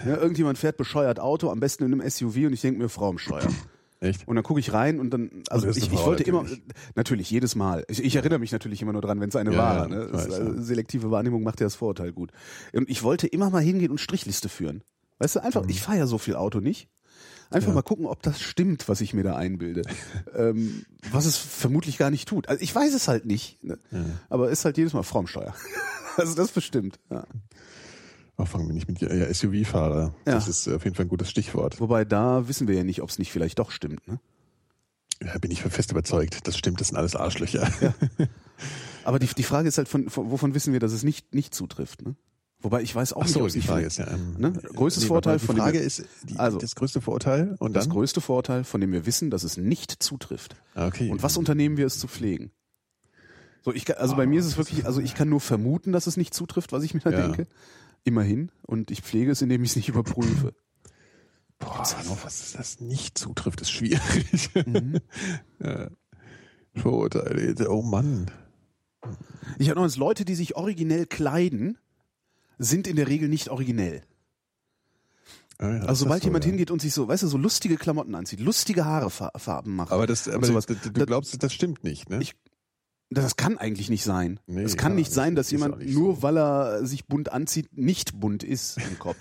[SPEAKER 1] ne, irgendjemand fährt bescheuert Auto, am besten in einem SUV und ich denke mir, Frau am Steuer.
[SPEAKER 2] Echt?
[SPEAKER 1] Und dann gucke ich rein und dann, also
[SPEAKER 2] Und das ist
[SPEAKER 1] ich,
[SPEAKER 2] eine
[SPEAKER 1] ich
[SPEAKER 2] Frau
[SPEAKER 1] wollte immer,
[SPEAKER 2] natürlich.
[SPEAKER 1] natürlich, jedes Mal. Ich, ich erinnere mich natürlich immer nur dran, wenn es eine
[SPEAKER 2] Ja,
[SPEAKER 1] war.
[SPEAKER 2] ja,
[SPEAKER 1] Ne?
[SPEAKER 2] ich
[SPEAKER 1] Das,
[SPEAKER 2] weiß,
[SPEAKER 1] also,
[SPEAKER 2] ja.
[SPEAKER 1] Selektive Wahrnehmung macht ja das Vorurteil gut. Und ich wollte immer mal hingehen und Strichliste führen. Weißt du, einfach, ich fahre ja so viel Auto nicht. Einfach
[SPEAKER 2] Mhm. Ja.
[SPEAKER 1] mal gucken, ob das stimmt, was ich mir
[SPEAKER 2] [LAUGHS]
[SPEAKER 1] da einbilde. ähm, was es vermutlich gar nicht tut. Also ich weiß es halt nicht. Ne? Aber ist halt jedes Mal Frau am Steuer. [LAUGHS] also das bestimmt. Ja.
[SPEAKER 2] Oh, fangen wir nicht mit ja, ja, SUV-Fahrer.
[SPEAKER 1] Ja.
[SPEAKER 2] Das ist auf jeden Fall ein gutes Stichwort.
[SPEAKER 1] Wobei da wissen wir ja nicht, ob es nicht vielleicht doch stimmt. Ne?
[SPEAKER 2] Da bin ich fest überzeugt. Das stimmt, das sind alles Arschlöcher.
[SPEAKER 1] Aber die, die Frage ist halt, von, von, wovon wissen wir, dass es nicht, nicht zutrifft? Ne? Wobei ich weiß auch
[SPEAKER 2] Ach
[SPEAKER 1] nicht,
[SPEAKER 2] so,
[SPEAKER 1] ob es
[SPEAKER 2] die
[SPEAKER 1] nicht
[SPEAKER 2] Frage
[SPEAKER 1] vielleicht-
[SPEAKER 2] ist ja. Ähm,
[SPEAKER 1] Ne? Größtes Vorteil
[SPEAKER 2] die
[SPEAKER 1] von dem-
[SPEAKER 2] Frage ist die,
[SPEAKER 1] Also.
[SPEAKER 2] das größte Vorurteil und
[SPEAKER 1] Das
[SPEAKER 2] dann
[SPEAKER 1] größte Vorteil, von dem wir wissen, dass es nicht zutrifft.
[SPEAKER 2] Ah, okay.
[SPEAKER 1] Und was unternehmen wir, es zu pflegen? So, ich, kann- also bei mir ist es wirklich, also ich kann nur vermuten, dass es nicht zutrifft, was ich mir da
[SPEAKER 2] Ah, Ja.
[SPEAKER 1] denke. Immerhin. Und ich pflege es, indem ich es
[SPEAKER 2] [LAUGHS]
[SPEAKER 1] nicht überprüfe.
[SPEAKER 2] Boah, was, was das nicht zutrifft, ist schwierig. [LAUGHS] ja. Vorurteile. Oh Mann.
[SPEAKER 1] Ich habe noch eins, Leute, die sich originell kleiden, sind in der Regel nicht originell.
[SPEAKER 2] Ah, ja, das ist
[SPEAKER 1] Also sobald
[SPEAKER 2] so,
[SPEAKER 1] jemand
[SPEAKER 2] ja.
[SPEAKER 1] hingeht und sich so, weißt du, so lustige Klamotten anzieht, lustige Haarefarben macht.
[SPEAKER 2] Aber das, aber
[SPEAKER 1] und sowas.
[SPEAKER 2] du, du glaubst, das stimmt nicht, ne?
[SPEAKER 1] Ich- das kann eigentlich nicht sein.
[SPEAKER 2] Nee,
[SPEAKER 1] es kann
[SPEAKER 2] ja,
[SPEAKER 1] nicht
[SPEAKER 2] das
[SPEAKER 1] sein,
[SPEAKER 2] ist
[SPEAKER 1] dass
[SPEAKER 2] auch
[SPEAKER 1] jemand
[SPEAKER 2] nicht
[SPEAKER 1] nur
[SPEAKER 2] so.
[SPEAKER 1] weil er sich bunt anzieht, nicht bunt ist
[SPEAKER 2] [LAUGHS]
[SPEAKER 1] im Kopf.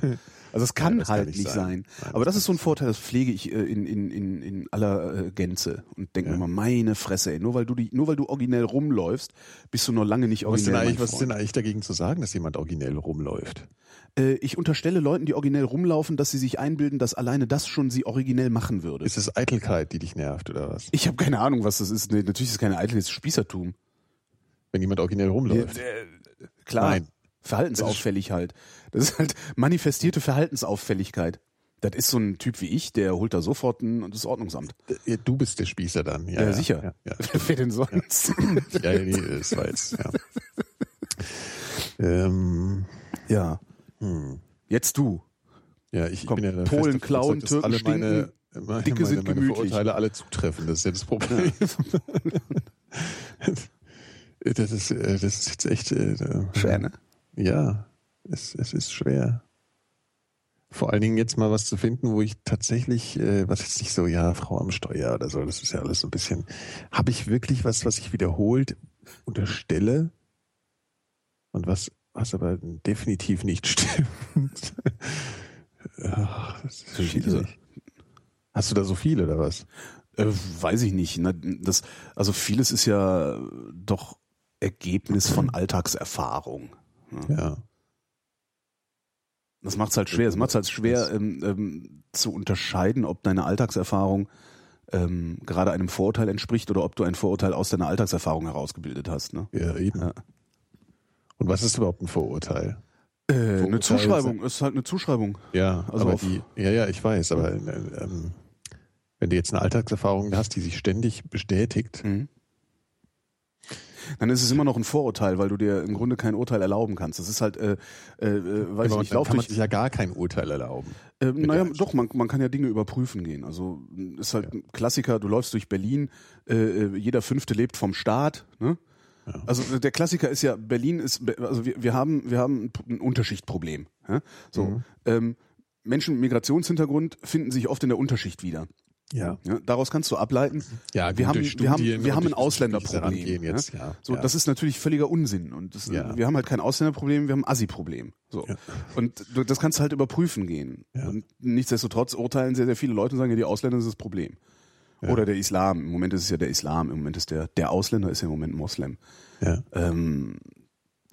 [SPEAKER 1] Also es kann
[SPEAKER 2] Nein, das kann
[SPEAKER 1] halt
[SPEAKER 2] nicht
[SPEAKER 1] nicht sein.
[SPEAKER 2] sein. Nein,
[SPEAKER 1] Aber
[SPEAKER 2] das
[SPEAKER 1] das ist so ein Vorteil, das pflege ich äh, in, in, in, in aller äh, Gänze und denke
[SPEAKER 2] Ja.
[SPEAKER 1] mir immer, meine Fresse, ey, nur weil du die, nur weil du originell rumläufst, bist du noch lange nicht
[SPEAKER 2] was ist,
[SPEAKER 1] originell.
[SPEAKER 2] denn eigentlich,
[SPEAKER 1] mein
[SPEAKER 2] was ist denn
[SPEAKER 1] Freund.
[SPEAKER 2] eigentlich dagegen zu sagen, dass jemand originell rumläuft?
[SPEAKER 1] äh, ich unterstelle Leuten, die originell rumlaufen, dass sie sich einbilden, dass alleine das schon sie originell machen würde.
[SPEAKER 2] Ist es Eitelkeit, die dich nervt oder was?
[SPEAKER 1] ich habe keine Ahnung, was das ist. Nee, natürlich ist es keine Eitel, es ist Spießertum.
[SPEAKER 2] Wenn jemand originell rumläuft.
[SPEAKER 1] Klar.
[SPEAKER 2] Nein.
[SPEAKER 1] Verhaltensauffällig halt. Das ist halt manifestierte Verhaltensauffälligkeit. Das ist so ein Typ wie ich, der holt da sofort ein, das Ordnungsamt.
[SPEAKER 2] Ja, Du bist der Spießer dann. Ja,
[SPEAKER 1] Ja, sicher.
[SPEAKER 2] Ja, ja.
[SPEAKER 1] [LAUGHS] Wer denn sonst?
[SPEAKER 2] Ja, ja, nee, das war jetzt,
[SPEAKER 1] [LAUGHS]
[SPEAKER 2] ja. ähm,
[SPEAKER 1] Ja.
[SPEAKER 2] hm.
[SPEAKER 1] Jetzt du.
[SPEAKER 2] Ja, ich
[SPEAKER 1] Komm,
[SPEAKER 2] bin ja der
[SPEAKER 1] Polen
[SPEAKER 2] festen
[SPEAKER 1] klauen,
[SPEAKER 2] Überzeugung, dass
[SPEAKER 1] Türken
[SPEAKER 2] alle meine, meine,
[SPEAKER 1] Dicke
[SPEAKER 2] meine,
[SPEAKER 1] sind
[SPEAKER 2] meine
[SPEAKER 1] gemütlich.
[SPEAKER 2] Vorurteile alle zutreffen, das ist ja das Problem. [LAUGHS] das, ist, äh, das ist jetzt echt. äh,
[SPEAKER 1] Schwer, ne?
[SPEAKER 2] Ja, es, es ist schwer. Vor allen Dingen jetzt mal was zu finden, wo ich tatsächlich, äh, was jetzt nicht so, ja, Frau am Steuer oder so, das ist ja alles so ein bisschen. Habe ich wirklich was, was ich wiederholt unterstelle und was, was aber definitiv nicht [LAUGHS] stimmt? Ach, das ist schwierig. Hast du da so viel oder was?
[SPEAKER 1] Äh, weiß ich nicht. Na, das, also vieles ist ja doch Ergebnis von Alltagserfahrung.
[SPEAKER 2] Ja.
[SPEAKER 1] Das macht es halt schwer. Es macht es halt schwer ähm, ähm, zu unterscheiden, ob deine Alltagserfahrung ähm, gerade einem Vorurteil entspricht oder ob du ein Vorurteil aus deiner Alltagserfahrung herausgebildet hast. Ne?
[SPEAKER 2] Ja, eben.
[SPEAKER 1] Ja.
[SPEAKER 2] Und was ist überhaupt ein Vorurteil?
[SPEAKER 1] Äh, eine Zuschreibung ist halt eine Zuschreibung.
[SPEAKER 2] Ja,
[SPEAKER 1] Also
[SPEAKER 2] also aber
[SPEAKER 1] auf-
[SPEAKER 2] die, ja, ja, ich weiß, aber äh, ähm, wenn du jetzt eine Alltagserfahrung hast, die sich ständig bestätigt,
[SPEAKER 1] Hm, Dann ist es immer noch ein Vorurteil, weil du dir im Grunde kein Urteil erlauben kannst. Das ist halt, äh, äh, äh, weiß
[SPEAKER 2] aber
[SPEAKER 1] ich
[SPEAKER 2] dann
[SPEAKER 1] nicht, lauf
[SPEAKER 2] kann man
[SPEAKER 1] durch.
[SPEAKER 2] sich ja gar kein Urteil erlauben.
[SPEAKER 1] Äh, naja,
[SPEAKER 2] Einstellung.
[SPEAKER 1] doch, man, man kann ja Dinge überprüfen gehen. Also mh, ist halt ein Klassiker, du läufst durch Berlin, äh, äh, jeder Fünfte lebt vom Staat. Ne? Also äh, der Klassiker ist ja, Berlin ist, be- also wir, wir haben, wir haben ein P- ein Unterschichtproblem. Ja? So,
[SPEAKER 2] Mhm.
[SPEAKER 1] ähm, Menschen mit Migrationshintergrund finden sich oft in der Unterschicht wieder.
[SPEAKER 2] Ja,
[SPEAKER 1] Ja? Daraus kannst du ableiten,
[SPEAKER 2] ja gut,
[SPEAKER 1] wir, haben,
[SPEAKER 2] durch
[SPEAKER 1] wir haben,
[SPEAKER 2] Studien
[SPEAKER 1] wir haben
[SPEAKER 2] und durch
[SPEAKER 1] ein
[SPEAKER 2] das
[SPEAKER 1] Ausländerproblem. ne?
[SPEAKER 2] Herangehen Jetzt, ja.
[SPEAKER 1] So,
[SPEAKER 2] ja.
[SPEAKER 1] das ist natürlich völliger Unsinn. Und das,
[SPEAKER 2] Ja.
[SPEAKER 1] wir haben halt kein Ausländerproblem, wir haben ein Assi-Problem. So.
[SPEAKER 2] Ja.
[SPEAKER 1] Und du- das kannst du halt überprüfen gehen.
[SPEAKER 2] Ja.
[SPEAKER 1] Und nichtsdestotrotz urteilen sehr, sehr viele Leute und sagen, ja, die Ausländer sind das Problem. Oder der Islam. Im Moment ist es ja der Islam. Im Moment ist der, der Ausländer ist ja im Moment Moslem.
[SPEAKER 2] ja.
[SPEAKER 1] Ähm,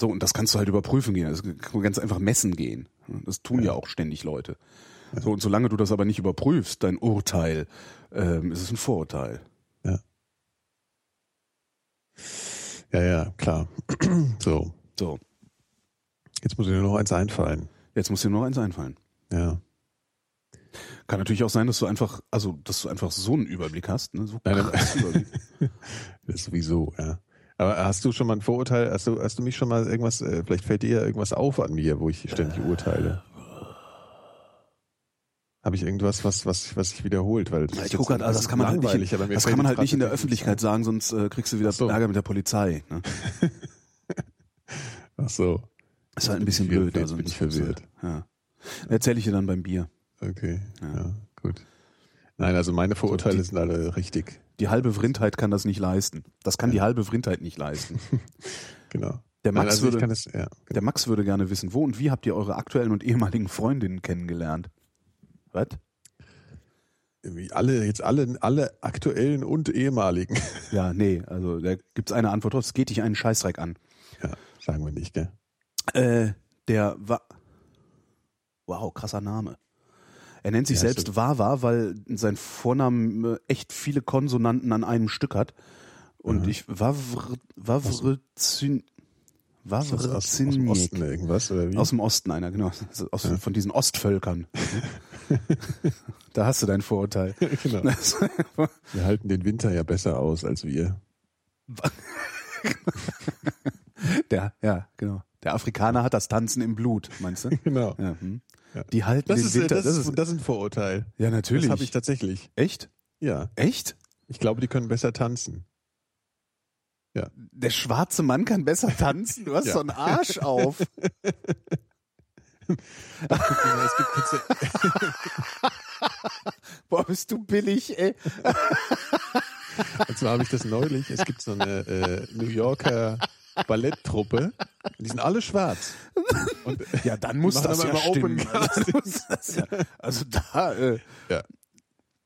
[SPEAKER 1] so, und das kannst du halt überprüfen gehen. Das kann man ganz einfach messen gehen. Das tun ja, auch ständig Leute. So, und solange du das aber nicht überprüfst, dein Urteil, ähm, ist es ein Vorurteil.
[SPEAKER 2] ja, ja, klar. [CLEARS THROAT] so,
[SPEAKER 1] So,
[SPEAKER 2] jetzt muss mir nur noch eins einfallen.
[SPEAKER 1] jetzt muss dir nur noch eins einfallen.
[SPEAKER 2] Ja.
[SPEAKER 1] Kann natürlich auch sein, dass du einfach, also dass du einfach so einen Überblick hast, ne? So
[SPEAKER 2] Nein, nein. [LAUGHS]
[SPEAKER 1] krass Überblick.
[SPEAKER 2] Das sowieso, ja. Aber hast du schon mal ein Vorurteil, hast du, hast du mich schon mal irgendwas, äh, vielleicht fällt dir ja irgendwas auf an mir, wo ich ständig
[SPEAKER 1] Äh.
[SPEAKER 2] urteile? Habe ich irgendwas, was, was, was sich wiederholt? Weil das
[SPEAKER 1] Ja,
[SPEAKER 2] ist
[SPEAKER 1] ich
[SPEAKER 2] jetzt-
[SPEAKER 1] guck grad, also das kann man halt
[SPEAKER 2] langweilig,
[SPEAKER 1] nicht, in,
[SPEAKER 2] aber mir
[SPEAKER 1] das
[SPEAKER 2] fällt
[SPEAKER 1] kann man
[SPEAKER 2] jetzt
[SPEAKER 1] halt nicht
[SPEAKER 2] grad
[SPEAKER 1] in der
[SPEAKER 2] irgendwie
[SPEAKER 1] Öffentlichkeit sagen, sonst äh, kriegst du wieder
[SPEAKER 2] Ach so.
[SPEAKER 1] Ärger mit der Polizei. Ne?
[SPEAKER 2] nichts ein. Ach so,
[SPEAKER 1] Ist halt ein
[SPEAKER 2] Bin
[SPEAKER 1] bisschen
[SPEAKER 2] ich verwirrt,
[SPEAKER 1] blöd. Also, halt,
[SPEAKER 2] bin ich verwirrt.
[SPEAKER 1] Ja. Erzähle ich dir dann beim Bier.
[SPEAKER 2] okay,
[SPEAKER 1] Ja.
[SPEAKER 2] ja. gut. Nein, also meine Vorurteile sind alle richtig,
[SPEAKER 1] Die halbe Vrindheit kann das nicht leisten. Das kann die halbe Vrindheit nicht leisten.
[SPEAKER 2] genau.
[SPEAKER 1] Der
[SPEAKER 2] Nein, also
[SPEAKER 1] Max
[SPEAKER 2] ich
[SPEAKER 1] würde-
[SPEAKER 2] kann das, ja,
[SPEAKER 1] Der Max würde gerne wissen, wo und wie habt ihr eure aktuellen und ehemaligen Freundinnen kennengelernt? Was?
[SPEAKER 2] Wie alle, jetzt alle, alle aktuellen und ehemaligen. [LAUGHS]
[SPEAKER 1] Ja, nee, also da gibt's eine Antwort drauf. Es geht dich einen Scheißdreck an.
[SPEAKER 2] Ja, sagen wir nicht, gell?
[SPEAKER 1] Äh, der war. Wow, krasser Name. Er nennt sich
[SPEAKER 2] Ja,
[SPEAKER 1] selbst Wawa, weil sein Vornamen äh, echt viele Konsonanten an einem Stück hat. Und
[SPEAKER 2] Aha.
[SPEAKER 1] ich Wawr- Wawrzyn
[SPEAKER 2] Ist das aus, aus dem Osten
[SPEAKER 1] Wawrzyniek.
[SPEAKER 2] irgendwas, oder wie?
[SPEAKER 1] Aus dem Osten einer, genau. [LAUGHS] Also Aus,
[SPEAKER 2] Ja.
[SPEAKER 1] Von diesen Ostvölkern. da hast du dein Vorurteil.
[SPEAKER 2] [LAUGHS]
[SPEAKER 1] [LAUGHS]
[SPEAKER 2] genau. Wir halten den Winter ja besser aus als wir.
[SPEAKER 1] Der, ja, genau. Der Afrikaner hat das Tanzen im Blut,
[SPEAKER 2] [LAUGHS]
[SPEAKER 1] meinst du?
[SPEAKER 2] Genau.
[SPEAKER 1] Ja, hm.
[SPEAKER 2] Ja.
[SPEAKER 1] Die halten
[SPEAKER 2] Das
[SPEAKER 1] den
[SPEAKER 2] ist,
[SPEAKER 1] Winter.
[SPEAKER 2] das, ist, das ist ein Vorurteil.
[SPEAKER 1] ja, natürlich.
[SPEAKER 2] Das habe ich tatsächlich.
[SPEAKER 1] Echt?
[SPEAKER 2] Ja.
[SPEAKER 1] Echt?
[SPEAKER 2] Ich glaube, die können besser tanzen.
[SPEAKER 1] Der schwarze Mann kann [LAUGHS] besser tanzen. Du hast
[SPEAKER 2] Ja.
[SPEAKER 1] so einen Arsch auf.
[SPEAKER 2] Ja, es gibt jetzt,
[SPEAKER 1] Boah, bist du billig, ey.
[SPEAKER 2] und zwar habe ich das neulich. Es gibt so eine äh, New Yorker Balletttruppe. Die sind alle schwarz. Und, äh,
[SPEAKER 1] Ja, dann
[SPEAKER 2] Machen wir mal Open
[SPEAKER 1] Also, dann [LAUGHS] muss das ja, also da, äh,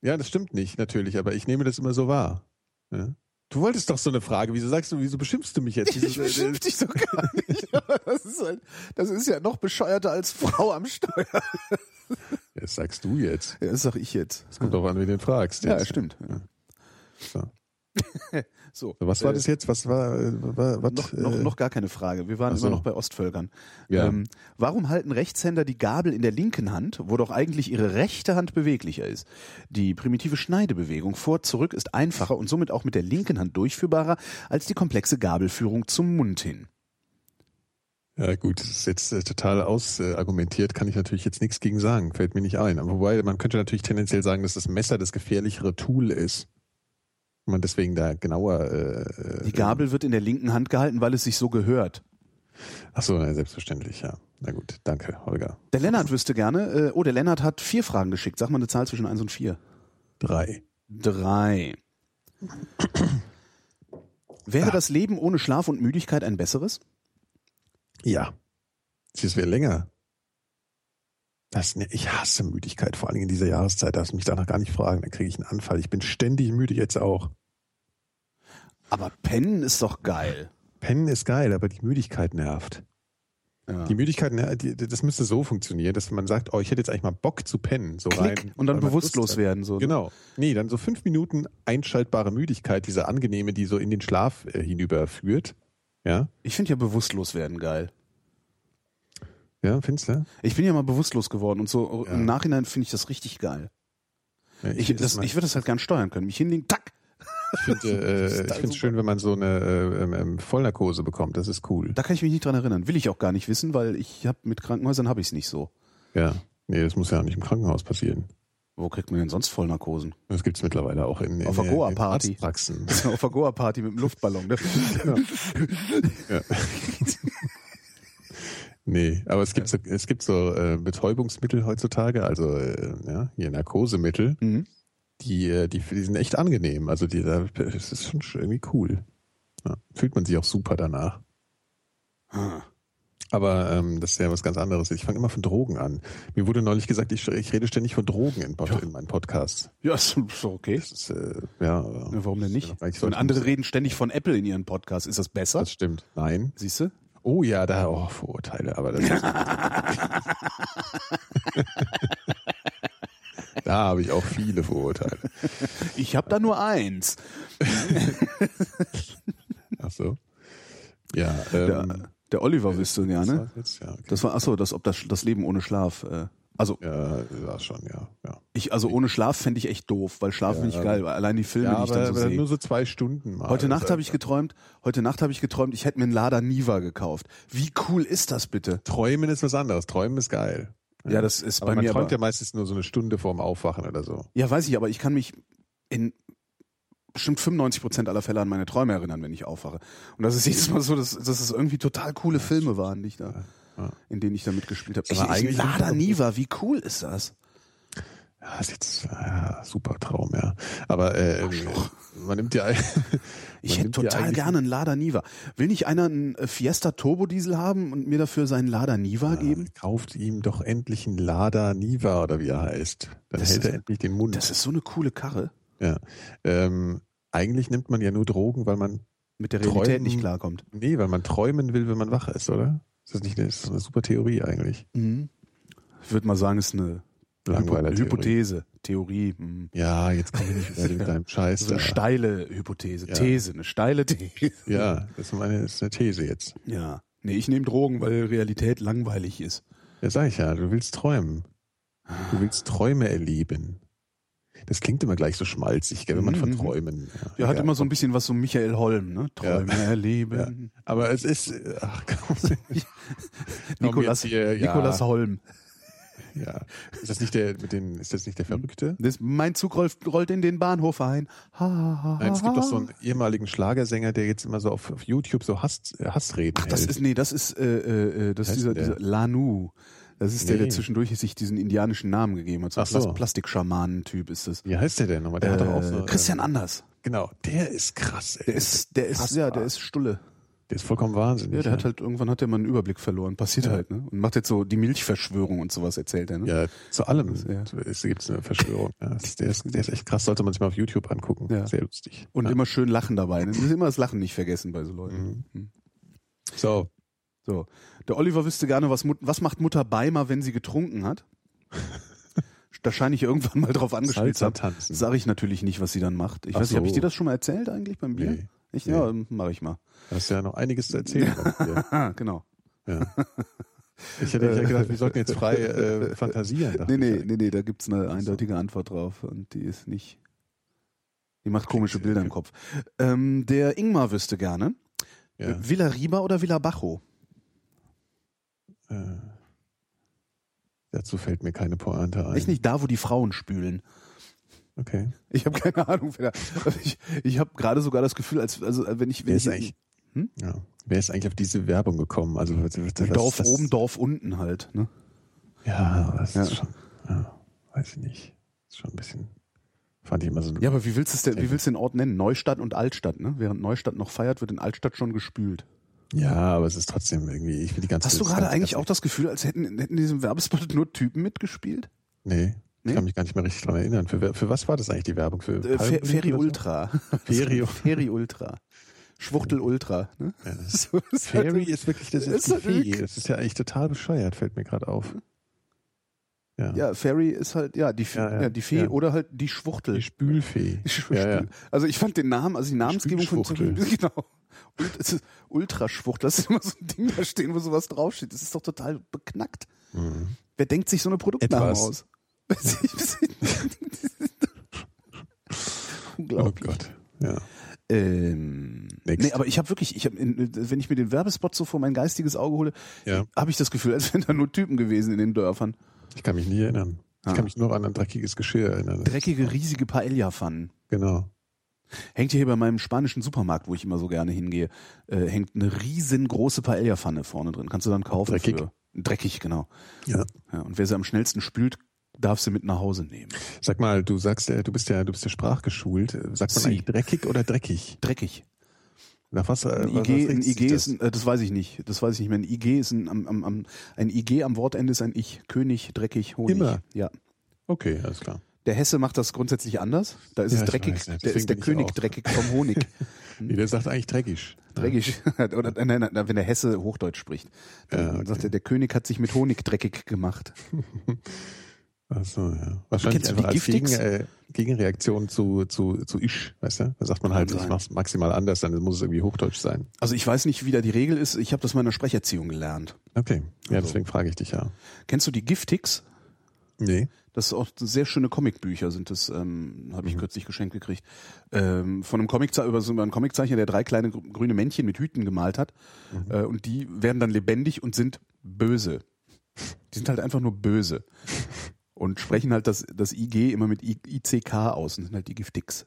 [SPEAKER 2] ja, das stimmt nicht, natürlich, aber ich nehme das immer so wahr. Ja? Du wolltest doch so eine Frage. Wieso sagst du, wieso beschimpfst du mich jetzt? Wieso,
[SPEAKER 1] ich beschimpf dich doch [LAUGHS] gar nicht. Aber Das ist, halt, das ist ja noch bescheuerter als Frau am Steuer.
[SPEAKER 2] äh, das sagst du jetzt.
[SPEAKER 1] Ja, das sag ich jetzt.
[SPEAKER 2] Es kommt auch an, wen du fragst.
[SPEAKER 1] Ja,
[SPEAKER 2] jetzt.
[SPEAKER 1] stimmt.
[SPEAKER 2] So.
[SPEAKER 1] [LAUGHS] So,
[SPEAKER 2] Was war
[SPEAKER 1] äh,
[SPEAKER 2] das jetzt? Was war, äh, war was,
[SPEAKER 1] Noch, noch,
[SPEAKER 2] äh,
[SPEAKER 1] noch gar keine Frage. Wir waren
[SPEAKER 2] Ach so.
[SPEAKER 1] immer noch bei Ostvölkern.
[SPEAKER 2] Ja.
[SPEAKER 1] Ähm, warum halten Rechtshänder die Gabel in der linken Hand, wo doch eigentlich ihre rechte Hand beweglicher ist? Die primitive Schneidebewegung vor zurück ist einfacher und somit auch mit der linken Hand durchführbarer als die komplexe Gabelführung zum Mund hin.
[SPEAKER 2] Ja, gut, das ist jetzt äh, total ausargumentiert, kann ich natürlich jetzt nichts gegen sagen, fällt mir nicht ein. Aber wobei, man könnte natürlich tendenziell sagen, dass das Messer das gefährlichere Tool ist. Und man deswegen da genauer. Äh,
[SPEAKER 1] Die Gabel wird in der linken Hand gehalten, weil es sich so gehört.
[SPEAKER 2] Achso, na, selbstverständlich, ja. Na gut, danke, Holger.
[SPEAKER 1] Der Lennart wüsste gerne. Äh, oh, der Lennart hat vier Fragen geschickt. Sag mal eine Zahl zwischen 1 und 4.
[SPEAKER 2] Drei.
[SPEAKER 1] Drei. Wäre das Leben ohne Schlaf und Müdigkeit ein besseres?
[SPEAKER 2] Ja. Es wäre länger. Das, ne, ich hasse Müdigkeit, vor allen Dingen in dieser Jahreszeit. Darfst mich danach gar nicht fragen, dann kriege ich einen Anfall. Ich bin ständig müde jetzt auch.
[SPEAKER 1] Aber Pennen ist doch geil.
[SPEAKER 2] Pennen ist geil, aber die Müdigkeit nervt.
[SPEAKER 1] Ja.
[SPEAKER 2] Die Müdigkeit, ne, die, das müsste so funktionieren, dass man sagt, oh, ich hätte jetzt eigentlich mal Bock zu pennen, so rein.
[SPEAKER 1] Klick und dann
[SPEAKER 2] weil man Lust
[SPEAKER 1] bewusstlos
[SPEAKER 2] hat.
[SPEAKER 1] werden. So. ne?
[SPEAKER 2] Genau. Nee, dann so fünf Minuten einschaltbare Müdigkeit, diese angenehme, die so in den Schlaf äh, hinüberführt. Ja,
[SPEAKER 1] Ich finde ja bewusstlos werden geil.
[SPEAKER 2] ja, findest du?
[SPEAKER 1] Ich bin ja mal bewusstlos geworden und so oh,
[SPEAKER 2] Ja.
[SPEAKER 1] im Nachhinein finde ich das richtig geil.
[SPEAKER 2] Ja,
[SPEAKER 1] Ich,
[SPEAKER 2] find
[SPEAKER 1] das,
[SPEAKER 2] mal-
[SPEAKER 1] ich würde das halt gern steuern können. Mich hinlegen, tack.
[SPEAKER 2] ich
[SPEAKER 1] [LAUGHS]
[SPEAKER 2] finde äh, ich find's schön, wenn man so eine äh, ähm, ähm, Vollnarkose bekommt. Das ist cool.
[SPEAKER 1] Da kann ich mich nicht dran erinnern. Will ich auch gar nicht wissen, weil ich habe mit Krankenhäusern habe ich es nicht so.
[SPEAKER 2] Ja. Nee, das muss ja auch nicht im Krankenhaus passieren.
[SPEAKER 1] Wo kriegt man denn sonst Vollnarkosen? [LAUGHS]
[SPEAKER 2] Das gibt's mittlerweile auch in, in, äh,
[SPEAKER 1] Auf der
[SPEAKER 2] in, in
[SPEAKER 1] Goa-Party.
[SPEAKER 2] Arztpraxen.
[SPEAKER 1] So Auf der Goa-Party mit dem Luftballon.
[SPEAKER 2] [LAUGHS]
[SPEAKER 1] Ne?
[SPEAKER 2] Ja. nee, aber es gibt so, es gibt so äh, Betäubungsmittel heutzutage, also äh, ja, hier Narkosemittel,
[SPEAKER 1] Mhm.
[SPEAKER 2] die, äh, die, die sind echt angenehm. Also die, da- das ist schon irgendwie cool. Ja, fühlt man sich auch super danach.
[SPEAKER 1] Ah.
[SPEAKER 2] Aber ähm, das ist ja was ganz anderes. Ich fange immer von Drogen an. Mir wurde neulich gesagt, ich, ich rede ständig von Drogen in, Pod, in meinen Podcasts.
[SPEAKER 1] Ja, ist ist doch okay.
[SPEAKER 2] Das ist, äh, ja,
[SPEAKER 1] Ja, warum denn nicht?
[SPEAKER 2] Ich
[SPEAKER 1] Und
[SPEAKER 2] sollte-
[SPEAKER 1] andere reden ständig von Apple in ihren Podcasts. Ist das besser?
[SPEAKER 2] Das stimmt. Nein.
[SPEAKER 1] Siehst du?
[SPEAKER 2] Oh ja, da oh, Vorurteile, aber das
[SPEAKER 1] [LAUGHS]
[SPEAKER 2] ist Da habe ich auch viele Vorurteile.
[SPEAKER 1] Ich habe da nur eins.
[SPEAKER 2] Ach so. Ja, ähm,
[SPEAKER 1] der, der Oliver wüsste ja,
[SPEAKER 2] was
[SPEAKER 1] ne?
[SPEAKER 2] war's jetzt? Ja, okay.
[SPEAKER 1] Das war, achso, das, ob das, das Leben ohne Schlaf. Äh, also,
[SPEAKER 2] ja, war schon, ja. Ja,
[SPEAKER 1] ich, also ohne Schlaf fände ich echt doof, weil Schlaf finde ich geil, weil allein die Filme,
[SPEAKER 2] ja
[SPEAKER 1] die ich
[SPEAKER 2] aber,
[SPEAKER 1] dann so
[SPEAKER 2] aber
[SPEAKER 1] sehe.
[SPEAKER 2] nur so zwei Stunden mal.
[SPEAKER 1] Heute Nacht
[SPEAKER 2] Also,
[SPEAKER 1] habe ich geträumt, heute Nacht habe ich geträumt, ich hätte mir einen Lada Niva gekauft. Wie cool ist das bitte?
[SPEAKER 2] Träumen ist was anderes. Träumen ist geil.
[SPEAKER 1] Ja, das ist
[SPEAKER 2] aber
[SPEAKER 1] bei
[SPEAKER 2] man
[SPEAKER 1] mir
[SPEAKER 2] träumt
[SPEAKER 1] aber,
[SPEAKER 2] ja meistens nur so eine Stunde vorm Aufwachen oder so.
[SPEAKER 1] Ja, weiß ich, aber ich kann mich in bestimmt 95 Prozent aller Fälle an meine Träume erinnern, wenn ich aufwache. Und das ist [LAUGHS] jedes Mal so, dass, dass es irgendwie total coole Filme waren, die ich da,
[SPEAKER 2] ja.
[SPEAKER 1] in denen ich da mitgespielt habe.
[SPEAKER 2] Sag mal,
[SPEAKER 1] Ich- ich-
[SPEAKER 2] eigentlich-
[SPEAKER 1] Lada Niva, wie cool ist das?
[SPEAKER 2] Ja, ist jetzt ja, super Traum, ja. Aber äh, man nimmt ja
[SPEAKER 1] Ich
[SPEAKER 2] Man
[SPEAKER 1] hätte
[SPEAKER 2] nimmt ja
[SPEAKER 1] total
[SPEAKER 2] eigentlich-
[SPEAKER 1] gerne einen Lada Niva. Will nicht einer einen äh, Fiesta Turbo Diesel haben und mir dafür seinen Lada Niva geben?
[SPEAKER 2] Kauft ihm doch endlich einen Lada Niva oder wie er heißt. Dann
[SPEAKER 1] Das
[SPEAKER 2] hält
[SPEAKER 1] ist-
[SPEAKER 2] er endlich den Mund.
[SPEAKER 1] Das ist so eine coole Karre,
[SPEAKER 2] ja. ähm, eigentlich nimmt man ja nur Drogen, weil man
[SPEAKER 1] mit der Realität
[SPEAKER 2] Träumen-
[SPEAKER 1] nicht klarkommt.
[SPEAKER 2] nee, weil man träumen will, wenn man wach ist, oder? Ist das nicht eine, ist das eine super Theorie eigentlich?
[SPEAKER 1] Mhm. Ich würde mal sagen, ist eine
[SPEAKER 2] Langweiler
[SPEAKER 1] Hypo Hypothese, Theorie. mhm.
[SPEAKER 2] Ja, jetzt komm ich nicht wieder [LAUGHS] mit deinem Scheiß.
[SPEAKER 1] So eine
[SPEAKER 2] da.
[SPEAKER 1] steile Hypothese,
[SPEAKER 2] Ja.
[SPEAKER 1] These, eine steile
[SPEAKER 2] [LAUGHS]
[SPEAKER 1] These.
[SPEAKER 2] Ja, das ist, meine, das ist eine These jetzt.
[SPEAKER 1] Ja. Nee, ich nehme Drogen, weil Realität langweilig ist.
[SPEAKER 2] Ja, sag ich ja, du willst träumen.
[SPEAKER 1] Ah.
[SPEAKER 2] Du willst Träume erleben. Das klingt immer gleich so schmalzig, gell, wenn man
[SPEAKER 1] Mhm,
[SPEAKER 2] von
[SPEAKER 1] mhm.
[SPEAKER 2] Träumen.
[SPEAKER 1] Ja, hat
[SPEAKER 2] egal.
[SPEAKER 1] immer so ein bisschen was so Michael Holm, ne?
[SPEAKER 2] [LAUGHS]
[SPEAKER 1] Träume erleben.
[SPEAKER 2] Aber es ist. äh, Ach,
[SPEAKER 1] [LAUGHS]
[SPEAKER 2] komm. Komm,
[SPEAKER 1] Nikolas,
[SPEAKER 2] jetzt hier, ja,
[SPEAKER 1] Nikolas Holm.
[SPEAKER 2] Ja. Ist das nicht der mit den? Ist das nicht der
[SPEAKER 1] Hm.
[SPEAKER 2] Verrückte?
[SPEAKER 1] Das, mein Zug rollt, rollt in den Bahnhof ein. Ha, ha, ha,
[SPEAKER 2] Nein, es gibt
[SPEAKER 1] ha.
[SPEAKER 2] doch so einen ehemaligen Schlagersänger, der jetzt immer so auf, auf YouTube so Hass, äh, Hassreden
[SPEAKER 1] Ach, das
[SPEAKER 2] hält.
[SPEAKER 1] ist, nee, das ist, äh, äh, das ist
[SPEAKER 2] heißt
[SPEAKER 1] dieser,
[SPEAKER 2] denn
[SPEAKER 1] dieser Lanu. Das ist der, der
[SPEAKER 2] Nee.
[SPEAKER 1] zwischendurch sich diesen indianischen Namen gegeben hat. So
[SPEAKER 2] Ach so.
[SPEAKER 1] ein Plastikschamanen-Typ ist es.
[SPEAKER 2] Wie heißt der denn nochmal? Der hat doch auch so.
[SPEAKER 1] Äh, Christian
[SPEAKER 2] ähm,
[SPEAKER 1] Anders.
[SPEAKER 2] Genau, der ist krass. Ey.
[SPEAKER 1] Der ist, der ist,
[SPEAKER 2] Krass,
[SPEAKER 1] ja,
[SPEAKER 2] krass.
[SPEAKER 1] der ist Stulle.
[SPEAKER 2] der ist vollkommen wahnsinnig.
[SPEAKER 1] Ja, der
[SPEAKER 2] ne?
[SPEAKER 1] hat halt, irgendwann hat er mal einen Überblick verloren. Passiert
[SPEAKER 2] Ja.
[SPEAKER 1] halt, ne? Und macht jetzt so die Milchverschwörung und sowas, erzählt er, ne?
[SPEAKER 2] Ja, zu allem
[SPEAKER 1] Ja.
[SPEAKER 2] Es gibt eine Verschwörung. Ja, das ist- der, ist, der ist echt krass, sollte man sich mal auf YouTube angucken.
[SPEAKER 1] Ja.
[SPEAKER 2] Sehr lustig.
[SPEAKER 1] Und
[SPEAKER 2] ja.
[SPEAKER 1] immer schön lachen dabei, ne? Das ist immer das Lachen nicht vergessen bei so Leuten. Mhm.
[SPEAKER 2] So,
[SPEAKER 1] So. Der Oliver wüsste gerne, was, Mut, was macht Mutter Beimer, wenn sie
[SPEAKER 2] [LAUGHS]
[SPEAKER 1] getrunken hat? da scheine ich irgendwann mal drauf angespielt zu
[SPEAKER 2] Salsa
[SPEAKER 1] haben.
[SPEAKER 2] tanzen.
[SPEAKER 1] Sage ich natürlich nicht, was sie dann macht. Ich
[SPEAKER 2] Ach
[SPEAKER 1] weiß nicht, habe ich
[SPEAKER 2] so.
[SPEAKER 1] dir das schon mal erzählt eigentlich beim Bier?
[SPEAKER 2] Nee.
[SPEAKER 1] Ich,
[SPEAKER 2] Nee.
[SPEAKER 1] Ja, mache ich mal.
[SPEAKER 2] da hast du ja noch einiges zu erzählen. Ja.
[SPEAKER 1] Ah, genau.
[SPEAKER 2] Ja. Ich hätte ja gedacht, wir sollten jetzt frei äh, fantasieren. dachte
[SPEAKER 1] Nee, nee,
[SPEAKER 2] ich. halt.
[SPEAKER 1] nee, nee, da gibt's eine eindeutige Antwort drauf und die ist nicht. Die macht komische Bilder im Kopf. Ähm, der Ingmar wüsste gerne.
[SPEAKER 2] Ja.
[SPEAKER 1] Villa Riba oder Villa Bajo?
[SPEAKER 2] Äh, dazu fällt mir keine Pointe ein.
[SPEAKER 1] Echt nicht da, wo die Frauen spülen.
[SPEAKER 2] Okay.
[SPEAKER 1] Ich habe keine Ahnung, wer da. Also ich ich habe gerade sogar das Gefühl, als also wenn ich wenn
[SPEAKER 2] Wer ist
[SPEAKER 1] ich
[SPEAKER 2] eigentlich, ja, wer ist eigentlich auf diese Werbung gekommen? Also was, was, was,
[SPEAKER 1] Dorf
[SPEAKER 2] das-
[SPEAKER 1] oben, Dorf unten halt. Ne?
[SPEAKER 2] Ja, das
[SPEAKER 1] Ja.
[SPEAKER 2] ist schon, ja, weiß ich nicht. Ist schon ein bisschen, fand ich immer so.
[SPEAKER 1] Ja, aber wie willst du es denn, wie willst du den Ort nennen? Neustadt und Altstadt, ne? Während Neustadt noch feiert, wird in Altstadt schon gespült.
[SPEAKER 2] Ja, aber es ist trotzdem irgendwie, ich bin die ganze
[SPEAKER 1] Hast du
[SPEAKER 2] das
[SPEAKER 1] gerade
[SPEAKER 2] ganze-
[SPEAKER 1] eigentlich auch das Gefühl, als hätten, hätten in diesem Werbespot nur Typen mitgespielt?
[SPEAKER 2] Nee,
[SPEAKER 1] Nee?
[SPEAKER 2] ich kann mich gar nicht mehr richtig dran erinnern. Für, wer- für was war das eigentlich die Werbung? Für
[SPEAKER 1] Äh, Fer
[SPEAKER 2] Palmöl
[SPEAKER 1] Ferry
[SPEAKER 2] oder so?
[SPEAKER 1] Ultra. [LAUGHS]
[SPEAKER 2] Ferry-
[SPEAKER 1] Ferry Ultra. Schwuchtel Ultra.
[SPEAKER 2] [LAUGHS]
[SPEAKER 1] Ne?
[SPEAKER 2] Ja,
[SPEAKER 1] [LAUGHS]
[SPEAKER 2] das ist-
[SPEAKER 1] So ist halt-
[SPEAKER 2] Fairy ist wirklich das
[SPEAKER 1] Ist
[SPEAKER 2] ist die
[SPEAKER 1] halt eine-
[SPEAKER 2] Fee. Das ist ja eigentlich total bescheuert, fällt mir gerade auf. Ja.
[SPEAKER 1] Ja, Ferry ist halt, ja, die, Fe-
[SPEAKER 2] Ja,
[SPEAKER 1] ja,
[SPEAKER 2] ja.
[SPEAKER 1] die Fee
[SPEAKER 2] Ja.
[SPEAKER 1] oder halt die Schwuchtel.
[SPEAKER 2] Die Spülfee.
[SPEAKER 1] Die Schwuchtel.
[SPEAKER 2] Ja, ja.
[SPEAKER 1] Also ich fand den Namen, also die Namensgebung von
[SPEAKER 2] Spülschwuchtel.
[SPEAKER 1] [LAUGHS] genau. Und es ist Ultraschwuchtel. Das ist immer so ein Ding da stehen, wo sowas draufsteht. Das ist doch total beknackt.
[SPEAKER 2] Mhm.
[SPEAKER 1] Wer denkt sich so eine Produktnamen
[SPEAKER 2] Etwas.
[SPEAKER 1] aus? [LAUGHS]
[SPEAKER 2] Oh
[SPEAKER 1] Unglaublich.
[SPEAKER 2] Gott. Ja.
[SPEAKER 1] Ähm,
[SPEAKER 2] Next.
[SPEAKER 1] nee, aber ich habe wirklich, ich hab in, wenn ich mir den Werbespot so vor mein geistiges Auge hole,
[SPEAKER 2] Ja.
[SPEAKER 1] habe ich das Gefühl, [LAUGHS] als wären da nur Typen gewesen in den Dörfern.
[SPEAKER 2] Ich kann mich nie erinnern. Ich
[SPEAKER 1] Ah.
[SPEAKER 2] kann mich nur an ein dreckiges Geschirr erinnern.
[SPEAKER 1] Dreckige, riesige Paella-Pfannen.
[SPEAKER 2] Genau.
[SPEAKER 1] Hängt hier bei meinem spanischen Supermarkt, wo ich immer so gerne hingehe, äh, hängt eine riesengroße Paella-Pfanne vorne drin. Kannst du dann kaufen.
[SPEAKER 2] Dreckig.
[SPEAKER 1] Für. Dreckig, genau.
[SPEAKER 2] Ja.
[SPEAKER 1] Ja, und wer sie am schnellsten spült, darf sie mit nach Hause nehmen.
[SPEAKER 2] Sag mal, du sagst, äh, du bist ja, du bist ja sprachgeschult. Äh, Sagt man
[SPEAKER 1] Sie.
[SPEAKER 2] eigentlich dreckig oder dreckig?
[SPEAKER 1] Dreckig.
[SPEAKER 2] Nach was? äh,
[SPEAKER 1] Ein
[SPEAKER 2] was- was
[SPEAKER 1] IG, ein
[SPEAKER 2] richtet sich
[SPEAKER 1] IG
[SPEAKER 2] das?
[SPEAKER 1] ist, ein, äh, das weiß ich nicht, das weiß ich nicht mehr. Ein IG ist ein, am, am, am, ein IG am Wortende ist ein Ich. König, dreckig, Honig.
[SPEAKER 2] Immer.
[SPEAKER 1] Ja.
[SPEAKER 2] Okay, alles klar.
[SPEAKER 1] Der Hesse macht das grundsätzlich anders. Da ist
[SPEAKER 2] Ja,
[SPEAKER 1] es
[SPEAKER 2] ich
[SPEAKER 1] dreckig.
[SPEAKER 2] weiß nicht.
[SPEAKER 1] Der
[SPEAKER 2] Deswegen
[SPEAKER 1] ist der
[SPEAKER 2] bin ich
[SPEAKER 1] König
[SPEAKER 2] auch. [LAUGHS]
[SPEAKER 1] dreckig vom Honig.
[SPEAKER 2] Nee, der sagt eigentlich dreckig.
[SPEAKER 1] dreckig. [LAUGHS] Oder nein, nein, nein, wenn der Hesse Hochdeutsch spricht, dann
[SPEAKER 2] Ja, okay.
[SPEAKER 1] sagt er, der König hat sich mit Honig dreckig gemacht.
[SPEAKER 2] Ach so, ja. Wahrscheinlich
[SPEAKER 1] Kennst du die
[SPEAKER 2] einfach als Gegen,
[SPEAKER 1] Giftix?
[SPEAKER 2] äh, Gegenreaktion zu, zu, zu Isch, weißt du? Da sagt man halt,
[SPEAKER 1] Kann
[SPEAKER 2] ich
[SPEAKER 1] sein.
[SPEAKER 2] mach's maximal anders, dann muss es irgendwie Hochdeutsch sein.
[SPEAKER 1] Also ich weiß nicht, wie da die Regel ist. Ich habe das mal in der Sprecherziehung gelernt.
[SPEAKER 2] Okay. Ja,
[SPEAKER 1] Also.
[SPEAKER 2] deswegen frage ich dich ja.
[SPEAKER 1] Kennst du die Giftix?
[SPEAKER 2] Nee.
[SPEAKER 1] Das ist auch sehr schöne Comicbücher sind das, ähm, habe ich kürzlich geschenkt gekriegt. Ähm, von einem Comiczeichner, über so einen Comiczeichner, der drei kleine gr- grüne Männchen mit Hüten gemalt hat. Äh, und die werden dann lebendig und sind böse. Die sind halt einfach nur böse. Und sprechen halt das, das IG immer mit I, ICK aus und sind halt die Giftix.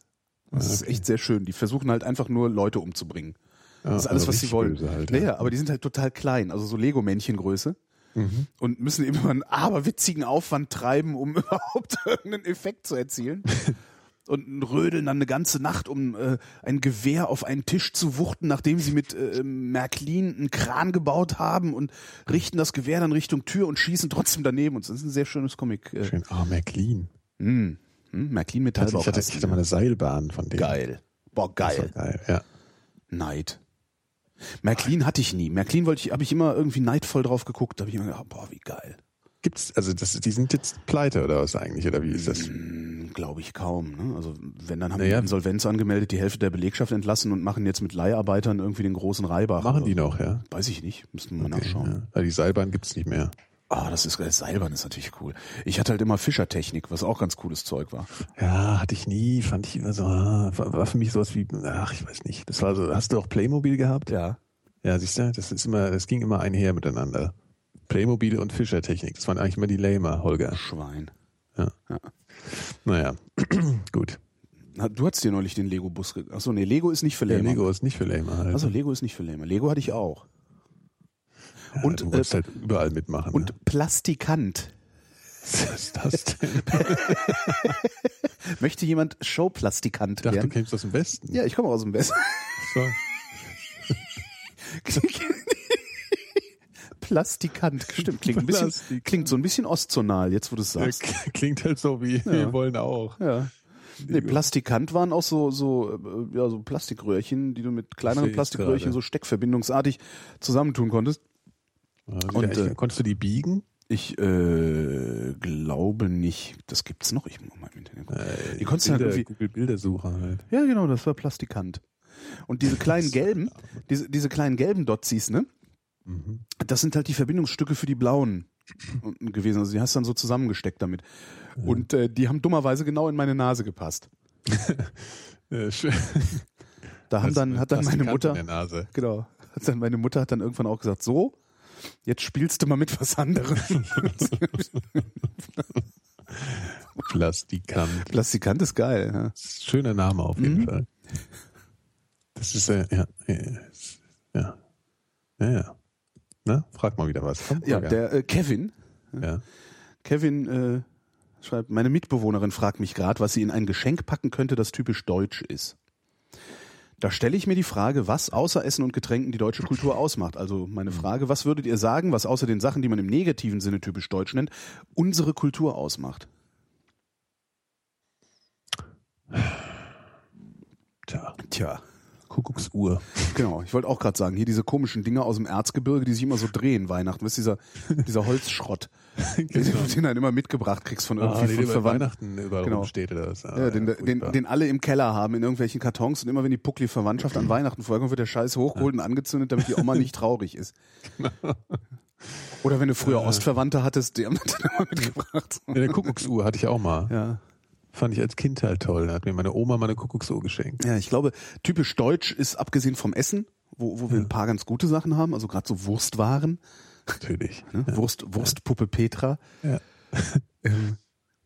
[SPEAKER 1] Das ist echt sehr schön. Die versuchen halt einfach nur Leute umzubringen.
[SPEAKER 2] Ah,
[SPEAKER 1] Das ist alles,
[SPEAKER 2] also
[SPEAKER 1] was sie
[SPEAKER 2] richtig
[SPEAKER 1] wollen.
[SPEAKER 2] böse Halt,
[SPEAKER 1] naja, aber die sind halt total klein, also so Lego-Männchen-Größe.
[SPEAKER 2] Mhm.
[SPEAKER 1] Und müssen eben immer einen aberwitzigen Aufwand treiben, um [LAUGHS] überhaupt irgendeinen Effekt
[SPEAKER 2] [LAUGHS]
[SPEAKER 1] zu erzielen. Und rödeln dann eine ganze Nacht, um äh, ein Gewehr auf einen Tisch zu wuchten, nachdem sie mit äh, Märklin einen Kran gebaut haben und richten das Gewehr dann Richtung Tür und schießen trotzdem daneben. Und das ist ein sehr schönes Comic. Äh,
[SPEAKER 2] Schön. Ah, Märklin.
[SPEAKER 1] mh, mh, Märklin mit
[SPEAKER 2] Ich hatte, ich, hatte, ich hatte mal
[SPEAKER 1] Teilbaukasten.
[SPEAKER 2] eine Seilbahn von dem.
[SPEAKER 1] Geil. Boah,
[SPEAKER 2] Das war
[SPEAKER 1] geil.
[SPEAKER 2] geil. Ja.
[SPEAKER 1] Neid. Märklin hatte ich nie. Märklin wollte ich, habe ich immer irgendwie neidvoll drauf geguckt. Da habe ich immer gedacht, ah, boah, wie geil.
[SPEAKER 2] Gibt's, also das, die sind jetzt pleite oder was eigentlich, oder wie ist das?
[SPEAKER 1] Mm. Glaube Hm, ich kaum. Ne? Also wenn, dann haben
[SPEAKER 2] Naja.
[SPEAKER 1] die Insolvenz angemeldet, die Hälfte der Belegschaft entlassen und machen jetzt mit Leiharbeitern irgendwie den großen Reibach.
[SPEAKER 2] Machen
[SPEAKER 1] Also,
[SPEAKER 2] die noch, ja?
[SPEAKER 1] Weiß ich nicht. Müssten wir mal
[SPEAKER 2] Okay,
[SPEAKER 1] nachschauen.
[SPEAKER 2] ja. Ah, Die Seilbahn gibt's nicht mehr.
[SPEAKER 1] Ah, das ist das Seilbahn ist natürlich cool. Ich hatte halt immer Fischertechnik, was auch ganz cooles Zeug war.
[SPEAKER 2] Ja, hatte ich nie, fand ich immer so, ah, war, war für mich sowas wie, ach, ich weiß nicht. Das war so, hast du auch Playmobil gehabt?
[SPEAKER 1] Ja.
[SPEAKER 2] Ja, siehst du, das ist immer, das ging immer einher miteinander. Playmobil und Fischertechnik, das waren eigentlich immer die Lamer, Holger.
[SPEAKER 1] Schwein.
[SPEAKER 2] Naja, [CLEARS THROAT] gut.
[SPEAKER 1] Na, Du hattest dir neulich den Lego-Bus. Ge Achso, nee, Lego ist nicht für
[SPEAKER 2] Ja,
[SPEAKER 1] Lähmer.
[SPEAKER 2] Lego ist nicht für Lamer halt.
[SPEAKER 1] Also Lego ist nicht für Lähmer. Lego hatte ich auch.
[SPEAKER 2] ja,
[SPEAKER 1] und,
[SPEAKER 2] du wolltest
[SPEAKER 1] äh,
[SPEAKER 2] halt überall mitmachen. ne? [LAUGHS]
[SPEAKER 1] Und Plastikant.
[SPEAKER 2] was ist
[SPEAKER 1] [LAUGHS]
[SPEAKER 2] das denn? Ich
[SPEAKER 1] Möchte jemand Showplastikant
[SPEAKER 2] dachte, du
[SPEAKER 1] werden?
[SPEAKER 2] kennst das am besten.
[SPEAKER 1] Ja, ich komme aus dem Westen. [LAUGHS]
[SPEAKER 2] So.
[SPEAKER 1] Plastikant, stimmt. Klingt, ein bisschen,
[SPEAKER 2] Plastikant.
[SPEAKER 1] klingt so ein bisschen ostzonal, jetzt wo du es
[SPEAKER 2] Ja, [LAUGHS]
[SPEAKER 1] sagst.
[SPEAKER 2] Klingt halt so wie, wir wollen auch.
[SPEAKER 1] Ja. Nee, Plastikant waren auch so, so, äh, ja, so Plastikröhrchen, die du mit kleineren
[SPEAKER 2] Seh ich
[SPEAKER 1] Plastikröhrchen
[SPEAKER 2] gerade.
[SPEAKER 1] so steckverbindungsartig zusammentun konntest.
[SPEAKER 2] Ja,
[SPEAKER 1] Und,
[SPEAKER 2] echt-
[SPEAKER 1] äh,
[SPEAKER 2] konntest du die biegen?
[SPEAKER 1] Ich äh, glaube nicht. Das gibt's noch. Ich muss mal im Internet gucken. die konntest du halt
[SPEAKER 2] Bilder,
[SPEAKER 1] irgendwie.
[SPEAKER 2] Google Bildersucher halt.
[SPEAKER 1] Ja, genau, das war Plastikant. Und diese kleinen gelben, diese, diese kleinen gelben Dotsies, ne?
[SPEAKER 2] Mhm.
[SPEAKER 1] das sind halt die Verbindungsstücke für die blauen unten gewesen. Also die hast du dann so zusammengesteckt damit. Und äh, die haben dummerweise genau in meine Nase gepasst.
[SPEAKER 2] Äh, schön.
[SPEAKER 1] Da haben dann, hat dann meine
[SPEAKER 2] Plastikant
[SPEAKER 1] Mutter,
[SPEAKER 2] In der Nase.
[SPEAKER 1] genau, hat dann meine Mutter hat dann irgendwann auch gesagt, so, jetzt spielst du mal mit was anderem.
[SPEAKER 2] Plastikant.
[SPEAKER 1] Plastikant ist geil. Ja.
[SPEAKER 2] Schöner Name auf jeden
[SPEAKER 1] Mhm.
[SPEAKER 2] Fall. Das ist, äh, ja, ja, ja, ja, ja. Na, frag mal wieder was. Komm,
[SPEAKER 1] Ja,
[SPEAKER 2] frag
[SPEAKER 1] der äh, Kevin.
[SPEAKER 2] an. ja.
[SPEAKER 1] Kevin äh, schreibt, meine Mitbewohnerin fragt mich gerade, was sie in ein Geschenk packen könnte, das typisch deutsch ist. Da stelle ich mir die Frage, was außer Essen und Getränken die deutsche Kultur ausmacht. Also meine Frage, was würdet ihr sagen, was außer den Sachen, die man im negativen Sinne typisch deutsch nennt, unsere Kultur ausmacht?
[SPEAKER 2] Tja,
[SPEAKER 1] Tja,
[SPEAKER 2] Kuckucksuhr.
[SPEAKER 1] genau. Ich wollte auch gerade sagen, hier diese komischen Dinger aus dem Erzgebirge, die sich immer so drehen Weihnachten. Weißt du, dieser, dieser Holzschrott, den du dann immer mitgebracht kriegst von irgendwie
[SPEAKER 2] Ah, die
[SPEAKER 1] von
[SPEAKER 2] über
[SPEAKER 1] Verwandten.
[SPEAKER 2] Weihnachten überall
[SPEAKER 1] Genau.
[SPEAKER 2] rumsteht oder was. Ah,
[SPEAKER 1] Ja, den, den,
[SPEAKER 2] furchtbar.
[SPEAKER 1] den alle im Keller haben, in irgendwelchen Kartons und immer wenn die Puckli-Verwandtschaft an Weihnachten vorkommt, wird der Scheiß hochgeholt und angezündet, damit die Oma nicht traurig ist.
[SPEAKER 2] Genau.
[SPEAKER 1] Oder wenn du
[SPEAKER 2] Äh.
[SPEAKER 1] früher Ostverwandte hattest, die haben das dann immer mitgebracht.
[SPEAKER 2] Ja, eine Kuckucksuhr hatte ich auch mal.
[SPEAKER 1] Ja.
[SPEAKER 2] Fand ich als Kind halt toll. Da hat mir meine Oma mal eine Kuckucksuhr geschenkt.
[SPEAKER 1] ja, ich glaube, typisch deutsch ist abgesehen vom Essen, wo, wo wir ein paar ganz gute Sachen haben, also gerade so Wurstwaren, [LAUGHS]
[SPEAKER 2] Natürlich.
[SPEAKER 1] ne? Wurst, Wurstpuppe Petra.
[SPEAKER 2] Ja.
[SPEAKER 1] [LAUGHS] Ähm,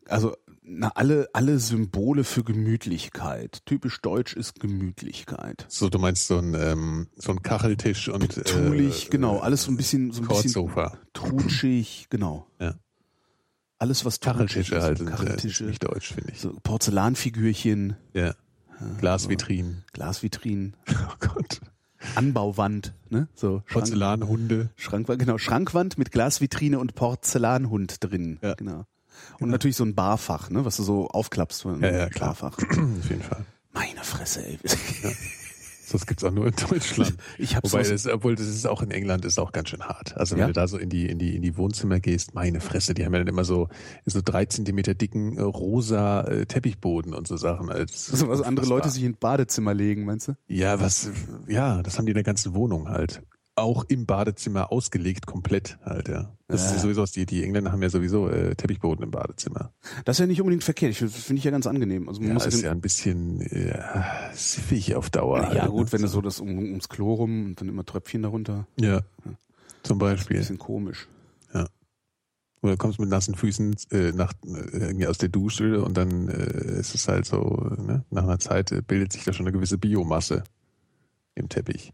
[SPEAKER 1] also na, alle, alle Symbole für Gemütlichkeit. Typisch deutsch ist Gemütlichkeit.
[SPEAKER 2] So, du meinst so ein, ähm, so ein Kacheltisch und
[SPEAKER 1] Tulich,
[SPEAKER 2] äh,
[SPEAKER 1] genau, alles so ein bisschen, so ein bisschen
[SPEAKER 2] Kortsofa.
[SPEAKER 1] trutschig, genau.
[SPEAKER 2] Ja.
[SPEAKER 1] Alles, was trutschig
[SPEAKER 2] Kacheltische
[SPEAKER 1] ist,
[SPEAKER 2] halt sind Kacheltische.
[SPEAKER 1] Kacheltische,
[SPEAKER 2] nicht deutsch, finde ich.
[SPEAKER 1] so Ah, Porzellanfigürchen,
[SPEAKER 2] Ja. Glasvitrinen.
[SPEAKER 1] Glasvitrinen,
[SPEAKER 2] [LAUGHS] Oh Gott.
[SPEAKER 1] Anbauwand, ne? So Schrank,
[SPEAKER 2] Porzellanhunde.
[SPEAKER 1] Schrankwand, genau, Schrankwand mit Glasvitrine und Porzellanhund drin.
[SPEAKER 2] Ja.
[SPEAKER 1] Genau. Und natürlich so ein Barfach, ne, was du so aufklappst.
[SPEAKER 2] Ja, ja, klar.
[SPEAKER 1] Barfach.
[SPEAKER 2] Auf jeden Fall.
[SPEAKER 1] Meine Fresse, ey. [LAUGHS]
[SPEAKER 2] [LAUGHS] So, das gibt's auch nur in Deutschland.
[SPEAKER 1] Ich hab's
[SPEAKER 2] Wobei,
[SPEAKER 1] aus-
[SPEAKER 2] das, obwohl das ist auch in England ist auch ganz schön hart. Also wenn
[SPEAKER 1] Ja?
[SPEAKER 2] du da so in die in die in die Wohnzimmer gehst, meine Fresse, die haben ja dann immer so so drei Zentimeter dicken äh, rosa äh, Teppichboden und so Sachen als
[SPEAKER 1] So was andere Leute sich in Badezimmer legen, meinst du?
[SPEAKER 2] Ja, was ja, das haben die in der ganzen Wohnung halt. Auch im Badezimmer ausgelegt, komplett halt, ja. Das
[SPEAKER 1] Ja.
[SPEAKER 2] ist sowieso, die, die Engländer haben ja sowieso äh, Teppichboden im Badezimmer.
[SPEAKER 1] Das ist ja nicht unbedingt verkehrt. Ich finde ich ja ganz angenehm. Also man
[SPEAKER 2] Ja,
[SPEAKER 1] muss ja
[SPEAKER 2] ist
[SPEAKER 1] den,
[SPEAKER 2] ja ein bisschen äh, siffig auf Dauer.
[SPEAKER 1] Ja,
[SPEAKER 2] halt.
[SPEAKER 1] gut, wenn du so das um, ums Klo rum und dann immer Tröpfchen darunter.
[SPEAKER 2] Ja, zum Beispiel.
[SPEAKER 1] Bisschen komisch.
[SPEAKER 2] Oder kommst mit nassen Füßen äh, nach, äh, irgendwie aus der Dusche und dann äh, ist es halt so, ne? nach einer Zeit äh, bildet sich da schon eine gewisse Biomasse im Teppich.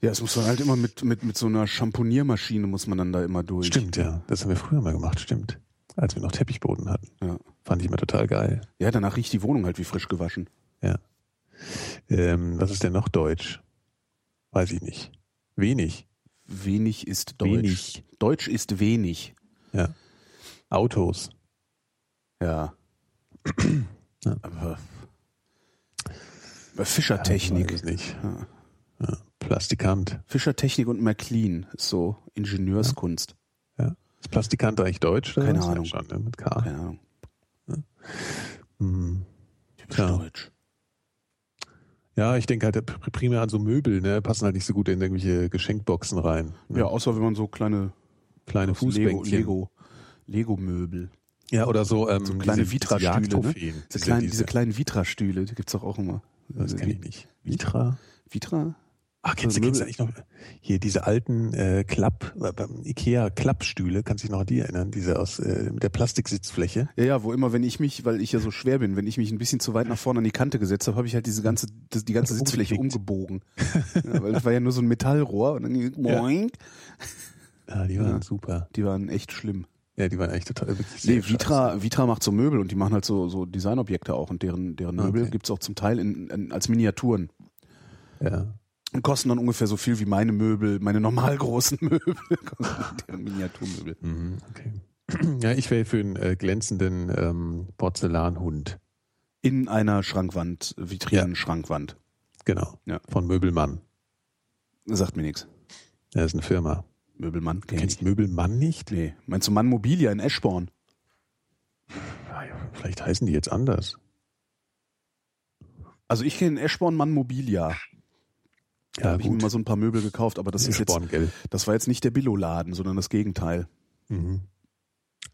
[SPEAKER 1] Ja, es muss dann halt immer mit, mit, mit so einer Champoniermaschine muss man dann da immer durch.
[SPEAKER 2] Stimmt, ja. Das haben wir früher mal gemacht, stimmt. Als wir noch Teppichboden hatten.
[SPEAKER 1] Ja.
[SPEAKER 2] Fand ich immer total geil.
[SPEAKER 1] Ja, danach riecht die Wohnung halt wie frisch gewaschen.
[SPEAKER 2] Ähm, was ist denn noch deutsch? Weiß ich nicht. Wenig.
[SPEAKER 1] Wenig ist Deutsch.
[SPEAKER 2] Wenig.
[SPEAKER 1] Deutsch ist wenig.
[SPEAKER 2] Autos.
[SPEAKER 1] [CLEARS THROAT] Ja.
[SPEAKER 2] Ja.
[SPEAKER 1] Aber Fischertechnik.
[SPEAKER 2] Ah, Weiß ich nicht.
[SPEAKER 1] Ja.
[SPEAKER 2] Ja. Plastikant.
[SPEAKER 1] Fischertechnik und McLean ist so Ingenieurskunst.
[SPEAKER 2] Ist Plastikant eigentlich deutsch? oder
[SPEAKER 1] Keine
[SPEAKER 2] was? Ja,
[SPEAKER 1] Ahnung.
[SPEAKER 2] Schon, ne? Mit K.
[SPEAKER 1] Keine Ahnung.
[SPEAKER 2] Hm.
[SPEAKER 1] Typisch
[SPEAKER 2] Ja.
[SPEAKER 1] Deutsch.
[SPEAKER 2] Ja, ich denke halt pr- primär an so Möbel, ne? Passen halt nicht so gut in irgendwelche Geschenkboxen rein. Ne?
[SPEAKER 1] Ja, außer wenn man so kleine
[SPEAKER 2] kleine
[SPEAKER 1] Lego,
[SPEAKER 2] Fußbänkchen.
[SPEAKER 1] Lego, Lego Möbel.
[SPEAKER 2] Ja, oder so, ähm,
[SPEAKER 1] So kleine
[SPEAKER 2] diese-
[SPEAKER 1] Vitra-Stühle,
[SPEAKER 2] diese
[SPEAKER 1] ne?
[SPEAKER 2] Jagdtrophäen.
[SPEAKER 1] Diese, kleinen, diese kleinen Vitra-Stühle, die gibt's doch auch immer.
[SPEAKER 2] das kenne ich nicht. Vitra?
[SPEAKER 1] Vitra?
[SPEAKER 2] Ach, kennst du,
[SPEAKER 1] Also
[SPEAKER 2] kennst du eigentlich noch hier diese alten äh, Klapp, äh, beim Ikea Klappstühle, kannst du dich noch an die erinnern, diese aus äh, mit der Plastiksitzfläche?
[SPEAKER 1] Ja, ja, wo immer, wenn ich mich, weil ich ja so schwer bin, wenn ich mich ein bisschen zu weit nach vorne an die Kante gesetzt habe, habe ich halt diese ganze, das, die [LAUGHS] ganze Sitzfläche
[SPEAKER 2] Umgeknickt.
[SPEAKER 1] [LAUGHS] umgebogen. ja, weil das war ja nur so ein Metallrohr und dann ging es moink.
[SPEAKER 2] Ja, Ah, die waren super.
[SPEAKER 1] Die waren echt schlimm.
[SPEAKER 2] Ja, die waren echt total wirklich
[SPEAKER 1] Nee,
[SPEAKER 2] sehr
[SPEAKER 1] Vitra, Vitra macht so Möbel und die machen halt so, so Designobjekte auch und deren, deren Möbel
[SPEAKER 2] Okay.
[SPEAKER 1] gibt's auch zum Teil in, in, als Miniaturen.
[SPEAKER 2] scheiße. Ja.
[SPEAKER 1] Und kosten dann ungefähr so viel wie meine Möbel, meine normal großen [LAUGHS] Möbel, kosten deren Miniaturmöbel.
[SPEAKER 2] Mhm, okay. [CLEARS THROAT] ja, ich wäre für einen äh, glänzenden ähm, Porzellanhund.
[SPEAKER 1] In einer Schrankwand, Vitrinen-Schrankwand.
[SPEAKER 2] Genau.
[SPEAKER 1] Ja.
[SPEAKER 2] Von Möbelmann.
[SPEAKER 1] Sagt mir nichts.
[SPEAKER 2] Er ist eine Firma.
[SPEAKER 1] Möbelmann
[SPEAKER 2] Du
[SPEAKER 1] kenn ich.
[SPEAKER 2] kennst Möbelmann nicht?
[SPEAKER 1] Nee. Meinst du Mann Mobilia in Eschborn?
[SPEAKER 2] Ah ja, Vielleicht heißen die jetzt anders.
[SPEAKER 1] Also ich kenne in Eschborn Mann Mobilia. Da
[SPEAKER 2] Ja,
[SPEAKER 1] habe ich mir mal so ein paar Möbel gekauft, aber das ist jetzt,
[SPEAKER 2] gell?
[SPEAKER 1] das war jetzt nicht der Billo-Laden, sondern das Gegenteil.
[SPEAKER 2] Mhm.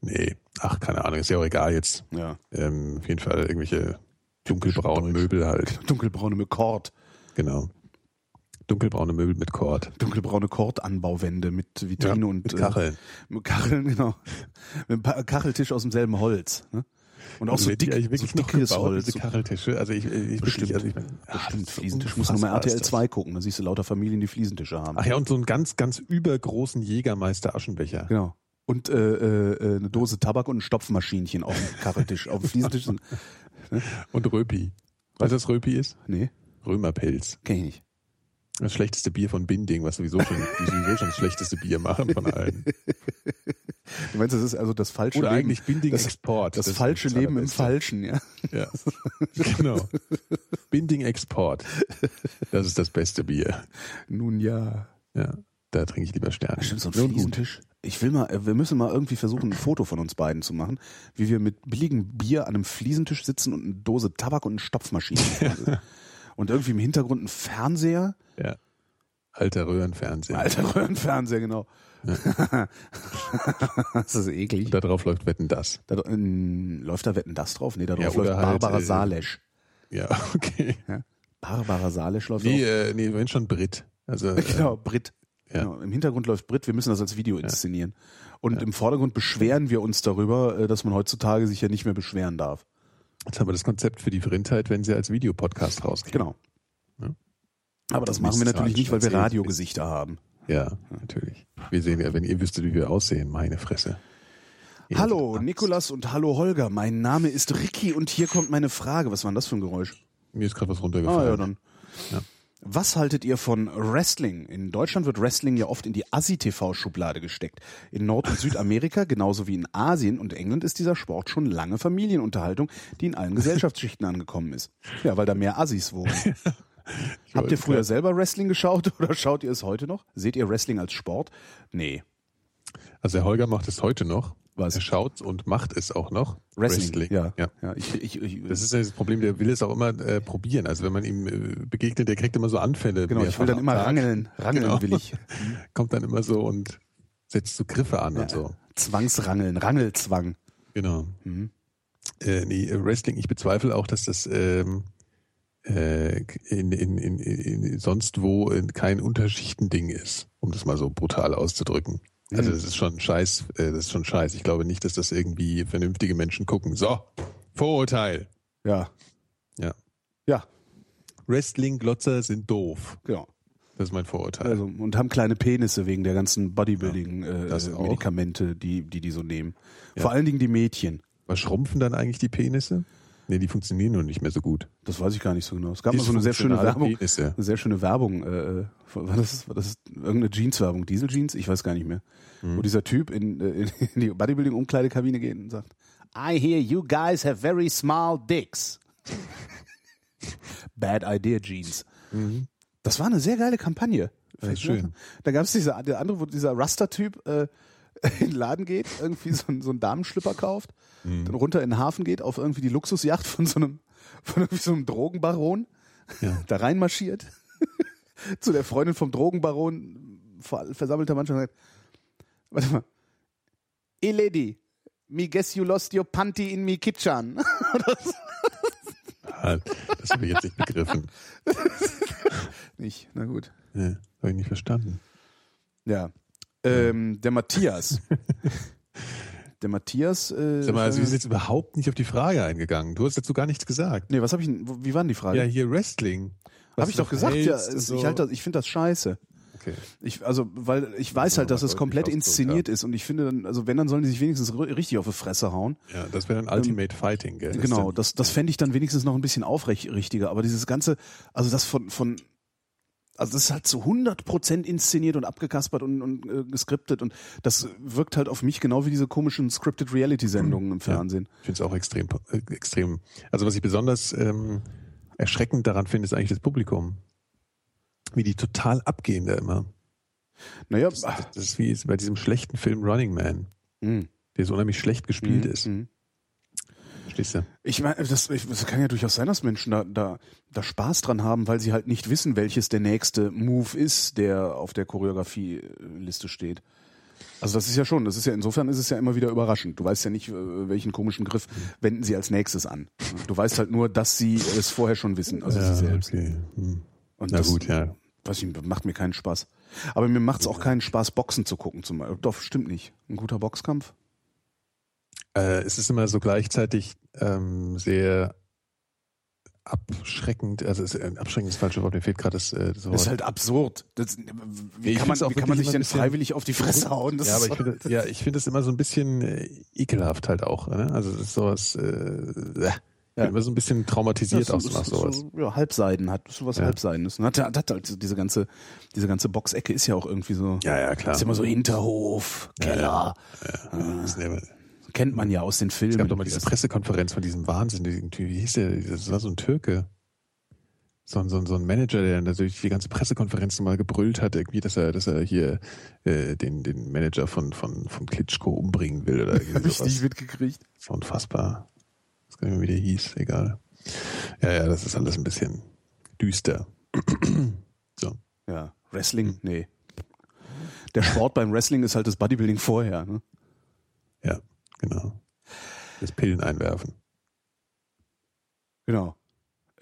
[SPEAKER 2] Nee, ach, keine Ahnung, ist ja auch egal jetzt.
[SPEAKER 1] Ja.
[SPEAKER 2] Ähm, auf jeden Fall irgendwelche dunkelbraunen Möbel halt.
[SPEAKER 1] Dunkelbraune McCord.
[SPEAKER 2] Genau. Dunkelbraune Möbel mit Kord.
[SPEAKER 1] Dunkelbraune Kordanbauwände mit Vitrine und
[SPEAKER 2] mit
[SPEAKER 1] äh,
[SPEAKER 2] Kacheln.
[SPEAKER 1] mit Kacheln, genau. Mit einem Pa- Kacheltisch aus demselben Holz. Ne? Und auch
[SPEAKER 2] Also
[SPEAKER 1] so
[SPEAKER 2] wenn die
[SPEAKER 1] dick,
[SPEAKER 2] eigentlich
[SPEAKER 1] so
[SPEAKER 2] wirklich noch
[SPEAKER 1] dickes
[SPEAKER 2] gebaut,
[SPEAKER 1] Holz.
[SPEAKER 2] Diese
[SPEAKER 1] So
[SPEAKER 2] Kacheltische. Also ich, ich- ich
[SPEAKER 1] Bestimmt.
[SPEAKER 2] Also ich meine, ah,
[SPEAKER 1] Bestimmt,
[SPEAKER 2] das ist
[SPEAKER 1] Fliesentisch muss man mal
[SPEAKER 2] unfassbar,
[SPEAKER 1] RTL
[SPEAKER 2] ist das.
[SPEAKER 1] 2 gucken, da siehst du lauter Familien, die Fliesentische haben.
[SPEAKER 2] Ach ja, und so einen ganz, ganz übergroßen Jägermeister Aschenbecher.
[SPEAKER 1] Genau. Und äh, äh, äh, eine Dose Tabak und ein Stopfmaschinchen auf dem Kacheltisch. auf dem [LAUGHS] Fliesentisch sind.
[SPEAKER 2] Und Röpi. Weißt du, was Röpi ist?
[SPEAKER 1] Nee,
[SPEAKER 2] Römerpilz.
[SPEAKER 1] kenn ich nicht.
[SPEAKER 2] Das schlechteste Bier von Binding, was sowieso schon, die sowieso schon das schlechteste Bier machen von
[SPEAKER 1] [LAUGHS]
[SPEAKER 2] allen.
[SPEAKER 1] Du meinst, das ist also das falsche
[SPEAKER 2] Oder
[SPEAKER 1] Leben.
[SPEAKER 2] eigentlich Binding
[SPEAKER 1] das-
[SPEAKER 2] Export.
[SPEAKER 1] das,
[SPEAKER 2] ist
[SPEAKER 1] falsche
[SPEAKER 2] das
[SPEAKER 1] Leben im
[SPEAKER 2] Allerbeste.
[SPEAKER 1] Falschen, ja.
[SPEAKER 2] Ja. Genau. Binding Export. Das ist das beste Bier.
[SPEAKER 1] Nun ja.
[SPEAKER 2] Ja. Da trinke ich lieber Sterne.
[SPEAKER 1] Stimmt, so ein
[SPEAKER 2] Nun gut.
[SPEAKER 1] Fliesentisch. Ich will mal, äh, wir müssen mal irgendwie versuchen, ein Foto von uns beiden zu machen, wie wir mit billigem Bier an einem Fliesentisch sitzen und eine Dose Tabak und eine Stopfmaschine. [LAUGHS] und irgendwie im Hintergrund ein Fernseher.
[SPEAKER 2] Ja. Alter Röhrenfernseher.
[SPEAKER 1] Alter [LAUGHS] Röhrenfernseher, genau. [LAUGHS] das ist eklig.
[SPEAKER 2] Und da drauf läuft Wetten das.
[SPEAKER 1] Da, ähm, läuft da Wetten das drauf? Nee, da
[SPEAKER 2] Ja,
[SPEAKER 1] drauf
[SPEAKER 2] oder
[SPEAKER 1] läuft
[SPEAKER 2] halt,
[SPEAKER 1] Barbara
[SPEAKER 2] äh,
[SPEAKER 1] Salesch.
[SPEAKER 2] Ja, okay.
[SPEAKER 1] Barbara Salesch läuft
[SPEAKER 2] Nee,
[SPEAKER 1] auch.
[SPEAKER 2] äh, nee, wenn schon Brit. Also,
[SPEAKER 1] [LAUGHS] Genau, Brit.
[SPEAKER 2] Ja.
[SPEAKER 1] Genau. Im Hintergrund läuft Brit, wir müssen das als Video inszenieren. Und im Vordergrund beschweren wir uns darüber, äh, dass man heutzutage sich ja nicht mehr beschweren darf.
[SPEAKER 2] Jetzt haben wir das Konzept für die Vrindheit, wenn sie als Videopodcast rausgeht.
[SPEAKER 1] Genau.
[SPEAKER 2] Ja.
[SPEAKER 1] Aber das machen wir
[SPEAKER 2] Nächstes
[SPEAKER 1] natürlich nicht, weil wir
[SPEAKER 2] Mal
[SPEAKER 1] Radiogesichter haben.
[SPEAKER 2] Ja, natürlich. Wir sehen ja, wenn ihr wüsstet, wie wir aussehen, meine Fresse. Ihr
[SPEAKER 1] Hallo
[SPEAKER 2] habt Angst.
[SPEAKER 1] Nikolas und hallo Holger, mein Name ist Ricky und hier kommt meine Frage. Was war denn das für ein Geräusch?
[SPEAKER 2] Mir ist gerade was
[SPEAKER 1] Ah
[SPEAKER 2] runtergefallen.
[SPEAKER 1] ja, dann.
[SPEAKER 2] Ja.
[SPEAKER 1] Was haltet ihr von Wrestling? In Deutschland wird Wrestling ja oft in die Assi-TV-Schublade gesteckt. In Nord- und Südamerika, [LAUGHS] genauso wie in Asien und England, ist dieser Sport schon lange Familienunterhaltung, die in allen Gesellschaftsschichten angekommen ist. Ja, weil da mehr Assis wohnen.
[SPEAKER 2] [LAUGHS] Ich
[SPEAKER 1] Habt
[SPEAKER 2] wollte
[SPEAKER 1] ihr früher selber Wrestling geschaut [LAUGHS] oder schaut ihr es heute noch? Seht ihr Wrestling als Sport? Nee.
[SPEAKER 2] grad- Also der Holger macht es heute noch.
[SPEAKER 1] Was?
[SPEAKER 2] Er schaut und macht es auch noch.
[SPEAKER 1] Ja.
[SPEAKER 2] ja.
[SPEAKER 1] ja ich, ich, ich,
[SPEAKER 2] Das ist ja das Problem, der will es auch immer äh, probieren. Also wenn man ihm äh, begegnet, der kriegt immer so Anfälle.
[SPEAKER 1] genau, ich
[SPEAKER 2] mehrfach
[SPEAKER 1] will dann
[SPEAKER 2] am
[SPEAKER 1] immer
[SPEAKER 2] Tag.
[SPEAKER 1] rangeln. Rangeln
[SPEAKER 2] Genau.
[SPEAKER 1] will
[SPEAKER 2] [LAUGHS]
[SPEAKER 1] ich.
[SPEAKER 2] Kommt dann immer so und setzt so Griffe an und so.
[SPEAKER 1] Zwangsrangeln, Rangelzwang.
[SPEAKER 2] Genau.
[SPEAKER 1] Mhm.
[SPEAKER 2] Äh, nee, äh, Wrestling, ich bezweifle auch, dass das ähm, äh, in, in, in, in sonst wo äh, kein Unterschichtending ist, um das mal so brutal auszudrücken. Also
[SPEAKER 1] Mhm.
[SPEAKER 2] das ist schon scheiß, äh, das ist schon scheiß. Ich glaube nicht, dass das irgendwie vernünftige Menschen gucken. So, Vorurteil.
[SPEAKER 1] Ja,
[SPEAKER 2] Wrestling-Glotzer sind doof.
[SPEAKER 1] genau.
[SPEAKER 2] Das ist mein Vorurteil.
[SPEAKER 1] Also, und haben kleine Penisse wegen der ganzen
[SPEAKER 2] das auch.
[SPEAKER 1] Bodybuilding-Medikamente, die, die die so nehmen.
[SPEAKER 2] Ja.
[SPEAKER 1] Vor allen Dingen die Mädchen.
[SPEAKER 2] Was schrumpfen dann eigentlich die Penisse? Nee, die funktionieren nur nicht mehr so gut.
[SPEAKER 1] Das weiß ich gar nicht so genau. Es gab mal so eine sehr schöne
[SPEAKER 2] Dysfunktionale
[SPEAKER 1] Werbung.
[SPEAKER 2] Penisse.
[SPEAKER 1] Eine sehr schöne Werbung. Äh, von- war, das, war das irgendeine Jeans-Werbung? Diesel-Jeans? Ich weiß gar nicht mehr.
[SPEAKER 2] Mhm.
[SPEAKER 1] Wo dieser Typ in, äh, in, [LAUGHS] in die Bodybuilding-Umkleidekabine geht und sagt: I hear you guys have very small dicks. Bad idea, Jeans. Das war eine sehr geile Kampagne. Fällt mir
[SPEAKER 2] Mhm. schön.
[SPEAKER 1] auf. Da gab es diese der andere, wo dieser Raster-Typ äh, [LAUGHS] in den Laden geht, irgendwie so, einen- so einen Damenschlipper kauft,
[SPEAKER 2] Mhm.
[SPEAKER 1] dann runter in den Hafen geht, auf irgendwie die Luxusjacht von so einem, von irgendwie so einem Drogenbaron
[SPEAKER 2] Ja.
[SPEAKER 1] [LAUGHS] da reinmarschiert, zu der Freundin vom Drogenbaron ver- versammelter Mannschaft und sagt, warte mal, eh Lady, me guess you lost your panty in me kitchen.
[SPEAKER 2] Ah, Das habe ich jetzt nicht
[SPEAKER 1] [LAUGHS]
[SPEAKER 2] begriffen.
[SPEAKER 1] [LAUGHS] Nicht, na gut.
[SPEAKER 2] Ja, habe ich nicht verstanden.
[SPEAKER 1] Ja. Ähm,
[SPEAKER 2] [LAUGHS]
[SPEAKER 1] der Matthias. der Matthias. Äh,
[SPEAKER 2] Sag mal, also wir sind jetzt überhaupt nicht auf die Frage eingegangen. Du hast dazu gar nichts gesagt.
[SPEAKER 1] nee, was habe ich denn? wo- Wie waren die Fragen?
[SPEAKER 2] Ja, hier Wrestling. Was
[SPEAKER 1] habe ich
[SPEAKER 2] du
[SPEAKER 1] doch gesagt, ja,
[SPEAKER 2] hältst und
[SPEAKER 1] es-
[SPEAKER 2] so.
[SPEAKER 1] ich, halt das- ich finde das scheiße.
[SPEAKER 2] Okay.
[SPEAKER 1] Ich, also, weil ich weiß
[SPEAKER 2] Muss man
[SPEAKER 1] halt, dass
[SPEAKER 2] mal
[SPEAKER 1] es komplett
[SPEAKER 2] deutlich ausdrücken,
[SPEAKER 1] inszeniert ist und ich finde dann, also wenn, dann sollen die sich wenigstens rü- richtig auf die Fresse hauen.
[SPEAKER 2] Ja, das wäre dann Ultimate Fighting, gell?
[SPEAKER 1] Ähm, Genau,
[SPEAKER 2] Das
[SPEAKER 1] das, das fände ich dann wenigstens noch ein bisschen aufrichtiger. Aber dieses Ganze, also das von, von also das ist halt zu 100% inszeniert und abgekaspert und, und äh, geskriptet. Und das wirkt halt auf mich genau wie diese komischen Scripted Reality-Sendungen im Fernsehen.
[SPEAKER 2] ist dann, ich finde es auch extrem, äh, extrem. Also was ich besonders ähm, erschreckend daran finde, ist eigentlich das Publikum. Wie die total abgehen da immer.
[SPEAKER 1] Naja,
[SPEAKER 2] Das,
[SPEAKER 1] ah,
[SPEAKER 2] das ist wie bei diesem schlechten Film Running Man,
[SPEAKER 1] mh,
[SPEAKER 2] der so unheimlich schlecht gespielt
[SPEAKER 1] mh,
[SPEAKER 2] ist.
[SPEAKER 1] mh.
[SPEAKER 2] Verstehst du?
[SPEAKER 1] hm, Ich meine, das, ich- das kann ja durchaus sein, dass Menschen da, da, da Spaß dran haben, weil sie halt nicht wissen, welches der nächste Move ist, der auf der Choreografieliste steht. Also das ist ja schon, das ist ja insofern ist es ja immer wieder überraschend. Du weißt ja nicht, äh, welchen komischen Griff wenden sie als nächstes an. Du weißt halt nur, dass also sie es vorher schon wissen, also sie selbst.
[SPEAKER 2] okay. Hm.
[SPEAKER 1] Und
[SPEAKER 2] Na
[SPEAKER 1] das-
[SPEAKER 2] gut, ja.
[SPEAKER 1] Weiß ich, macht mir keinen Spaß. Aber mir macht es auch keinen Spaß, Boxen zu gucken. Zum Beispiel. Doch, stimmt nicht. Ein guter Boxkampf?
[SPEAKER 2] Äh, es ist immer so gleichzeitig ähm, sehr abschreckend, also es, äh, abschreckend ist das falsche Wort, mir fehlt gerade das, äh, das Wort.
[SPEAKER 1] Das ist halt absurd. Das, wie
[SPEAKER 2] ich
[SPEAKER 1] kann man,
[SPEAKER 2] find's auch
[SPEAKER 1] wie kann man
[SPEAKER 2] wirklich
[SPEAKER 1] sich
[SPEAKER 2] immer ein
[SPEAKER 1] denn
[SPEAKER 2] bisschen-
[SPEAKER 1] freiwillig auf die Fresse hauen? Das
[SPEAKER 2] ja, aber
[SPEAKER 1] ist halt
[SPEAKER 2] ich finde das- ja, ich finde das immer so ein bisschen äh, ekelhaft halt auch. Ne? Also es ist sowas, äh, äh, ich bin immer so ein bisschen traumatisiert
[SPEAKER 1] Das
[SPEAKER 2] aus
[SPEAKER 1] ist-
[SPEAKER 2] nach
[SPEAKER 1] das ist
[SPEAKER 2] sowas.
[SPEAKER 1] So, ja, Halbseiden hat so was
[SPEAKER 2] Ja.
[SPEAKER 1] Halbseidenes. Und hat, hat hat halt so diese ganze, diese ganze Boxecke ist ja auch irgendwie so.
[SPEAKER 2] Ja, ja, Ah. klar.
[SPEAKER 1] Ist immer so Hinterhof, Keller.
[SPEAKER 2] Das ist ja-
[SPEAKER 1] Kennt man ja aus den Filmen.
[SPEAKER 2] Es gab doch mal diese Pressekonferenz von diesem wahnsinnigen Typ. Wie hieß der? Das war so ein Türke. So ein, so ein, so ein Manager, der natürlich die ganze Pressekonferenz mal gebrüllt hat, irgendwie, dass er, dass er hier äh, den, den Manager von, von, von Klitschko umbringen will oder
[SPEAKER 1] [LAUGHS]
[SPEAKER 2] irgendwie
[SPEAKER 1] Hab ich nicht
[SPEAKER 2] sowas.
[SPEAKER 1] mitgekriegt.
[SPEAKER 2] Das war unfassbar. Das kann ich mir wieder hieß, egal. Ja, ja, das ist alles ein bisschen düster. so.
[SPEAKER 1] Ja. Wrestling? Nee. Der Sport beim Wrestling ist halt das Bodybuilding vorher. Ne?
[SPEAKER 2] Ja, genau. Das Pillen einwerfen.
[SPEAKER 1] Genau.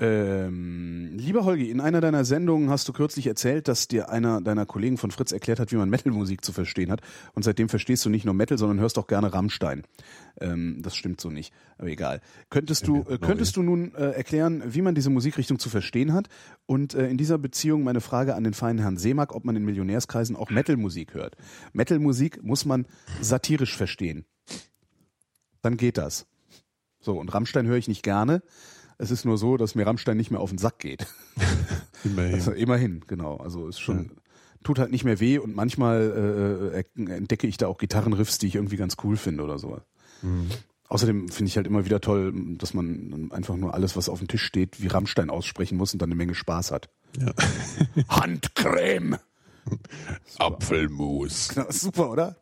[SPEAKER 1] Ähm, lieber Holgi, in einer deiner Sendungen hast du kürzlich erzählt, dass dir einer deiner Kollegen von Fritz erklärt hat, wie man Metal-Musik zu verstehen hat. Und seitdem verstehst du nicht nur Metal, sondern hörst auch gerne Rammstein. Ähm, das stimmt so nicht, aber egal. Könntest du, äh, könntest du nun äh, erklären, wie man diese Musikrichtung zu verstehen hat? Und äh, in dieser Beziehung meine Frage an den feinen Herrn Seemack, ob man in Millionärskreisen auch Metal-Musik hört. Metal-Musik muss man satirisch verstehen. Dann geht das. So, und Rammstein höre ich nicht gerne. Es ist nur so, dass mir Rammstein nicht mehr auf den Sack geht.
[SPEAKER 2] Immerhin.
[SPEAKER 1] Also immerhin, genau. Also ist schon, tut halt nicht mehr weh und manchmal äh, er- entdecke ich da auch Gitarrenriffs, die ich irgendwie ganz cool finde oder sowas.
[SPEAKER 2] Mhm.
[SPEAKER 1] Außerdem finde ich halt immer wieder toll, dass man einfach nur alles, was auf dem Tisch steht, wie Rammstein aussprechen muss und dann eine Menge Spaß hat.
[SPEAKER 2] ja.
[SPEAKER 1] [LAUGHS] Handcreme!
[SPEAKER 2] Apfelmus.
[SPEAKER 1] Na, super, oder?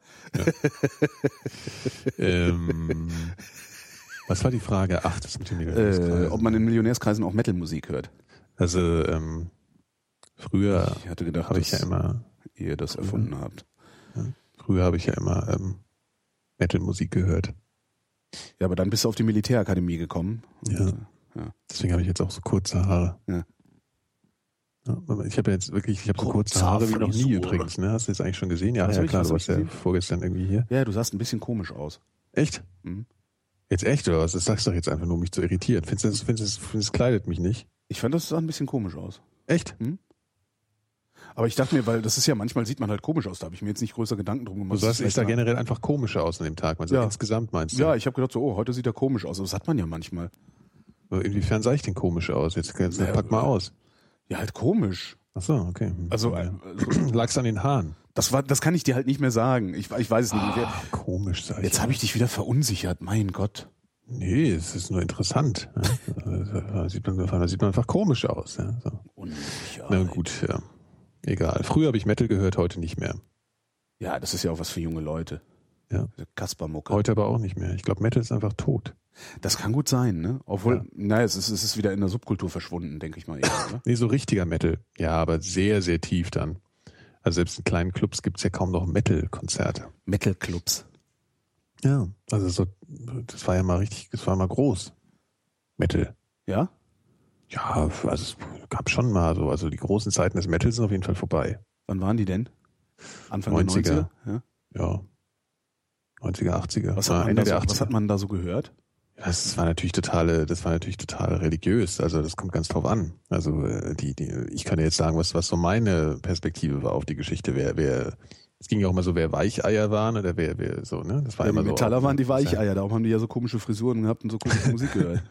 [SPEAKER 1] [LAUGHS]
[SPEAKER 2] ähm, was war die Frage? Ach, das mit dem
[SPEAKER 1] Äh,
[SPEAKER 2] Millionärskreis.
[SPEAKER 1] ob man in Millionärskreisen auch Metalmusik hört.
[SPEAKER 2] Also ähm, früher
[SPEAKER 1] Ich hatte gedacht,
[SPEAKER 2] habe ich ja
[SPEAKER 1] dass
[SPEAKER 2] immer,
[SPEAKER 1] ihr das erfunden habt.
[SPEAKER 2] früher habe ich ja immer ähm, Metal-Musik gehört.
[SPEAKER 1] Ja, aber dann bist du auf die Militärakademie gekommen.
[SPEAKER 2] Ja.
[SPEAKER 1] Ja.
[SPEAKER 2] Deswegen habe ich jetzt auch so kurze Haare.
[SPEAKER 1] Ja.
[SPEAKER 2] Ja, aber ich habe jetzt wirklich, ich habe so kurze
[SPEAKER 1] Kurze
[SPEAKER 2] Haare wie noch nie
[SPEAKER 1] Frisur.
[SPEAKER 2] übrigens. Ne? Hast du jetzt eigentlich schon gesehen? Ja,
[SPEAKER 1] Was
[SPEAKER 2] ja
[SPEAKER 1] hab ich-
[SPEAKER 2] klar,
[SPEAKER 1] was
[SPEAKER 2] du
[SPEAKER 1] hab
[SPEAKER 2] warst
[SPEAKER 1] ich
[SPEAKER 2] ja
[SPEAKER 1] gesehen?
[SPEAKER 2] vorgestern irgendwie hier.
[SPEAKER 1] Ja, du sahst ein bisschen komisch aus.
[SPEAKER 2] Echt?
[SPEAKER 1] Mhm.
[SPEAKER 2] Jetzt echt oder was? Das sagst du doch jetzt einfach nur, um mich zu irritieren. Findest du, das, findest du, das, das kleidet mich nicht?
[SPEAKER 1] Ich fand, das sah ein bisschen komisch aus.
[SPEAKER 2] Echt?
[SPEAKER 1] Aber ich dachte mir, weil das ist ja manchmal sieht man halt komisch aus, da habe ich mir jetzt nicht größer Gedanken drum
[SPEAKER 2] Du
[SPEAKER 1] gemacht.
[SPEAKER 2] sahst
[SPEAKER 1] Das
[SPEAKER 2] ich
[SPEAKER 1] ist
[SPEAKER 2] sah
[SPEAKER 1] vielleicht
[SPEAKER 2] generell einfach komischer aus an dem Tag. Man sagt
[SPEAKER 1] Ja.
[SPEAKER 2] insgesamt meinst du?
[SPEAKER 1] Ja, ich habe gedacht so, oh, heute sieht er komisch aus. Aber Das hat man ja manchmal.
[SPEAKER 2] Aber Inwiefern sah ich denn komisch aus? Jetzt, jetzt
[SPEAKER 1] Naja,
[SPEAKER 2] pack mal
[SPEAKER 1] äh,
[SPEAKER 2] aus.
[SPEAKER 1] Ja, halt komisch.
[SPEAKER 2] Ach so, okay. Hm.
[SPEAKER 1] Also äh,
[SPEAKER 2] ja.
[SPEAKER 1] so,
[SPEAKER 2] [CLEARS THROAT] lag's an den Haaren.
[SPEAKER 1] das war, das kann ich dir halt nicht mehr sagen. Ich, ich weiß es nicht.
[SPEAKER 2] Ah, komisch sag ich.
[SPEAKER 1] Jetzt habe ich dich wieder verunsichert. Mein Gott.
[SPEAKER 2] Nee, es ist nur interessant. Ja. Da sieht man, da sieht man einfach komisch aus. Ja. So.
[SPEAKER 1] Unsicher.
[SPEAKER 2] Na gut, ja. Egal. Früher habe ich Metal gehört, heute nicht mehr.
[SPEAKER 1] Ja, das ist ja auch was für junge Leute.
[SPEAKER 2] Ja.
[SPEAKER 1] Kaspermucke.
[SPEAKER 2] Heute aber auch nicht mehr. Ich glaube, Metal ist einfach tot.
[SPEAKER 1] Das kann gut sein, ne? Obwohl,
[SPEAKER 2] Ja.
[SPEAKER 1] naja, es ist, es ist wieder in der Subkultur verschwunden, denke ich mal. Eher,
[SPEAKER 2] [LAUGHS]
[SPEAKER 1] ne?
[SPEAKER 2] Nee, so richtiger Metal. Ja, aber sehr, sehr tief dann. Also selbst in kleinen Clubs gibt's ja kaum noch Metal-Konzerte.
[SPEAKER 1] Metal-Clubs.
[SPEAKER 2] Ja. Also so, das war ja mal richtig, das war mal groß. Metal.
[SPEAKER 1] Ja?
[SPEAKER 2] Ja, also es gab schon mal so. Also die großen Zeiten des Metal sind auf jeden Fall vorbei.
[SPEAKER 1] Wann waren die denn? Anfang
[SPEAKER 2] 90er.
[SPEAKER 1] der 90er? Ja?
[SPEAKER 2] Ja. 90er, 80er.
[SPEAKER 1] Was,
[SPEAKER 2] Ja,
[SPEAKER 1] hat man
[SPEAKER 2] Ende
[SPEAKER 1] da so,
[SPEAKER 2] der 80er.
[SPEAKER 1] was hat man da so gehört?
[SPEAKER 2] Das war natürlich totale, das war natürlich total religiös. Also das kommt ganz drauf an. Also äh, die, die, ich kann dir jetzt sagen, was, was so meine Perspektive war auf die Geschichte. Wer, wer, es ging ja auch immer so, wer Weicheier waren oder wer, wer so, ne? Das war
[SPEAKER 1] Ja, die
[SPEAKER 2] immer so.
[SPEAKER 1] Metaller waren die Weicheier, darum haben die ja so komische Frisuren gehabt und
[SPEAKER 2] [LAUGHS]
[SPEAKER 1] so komische Musik gehört.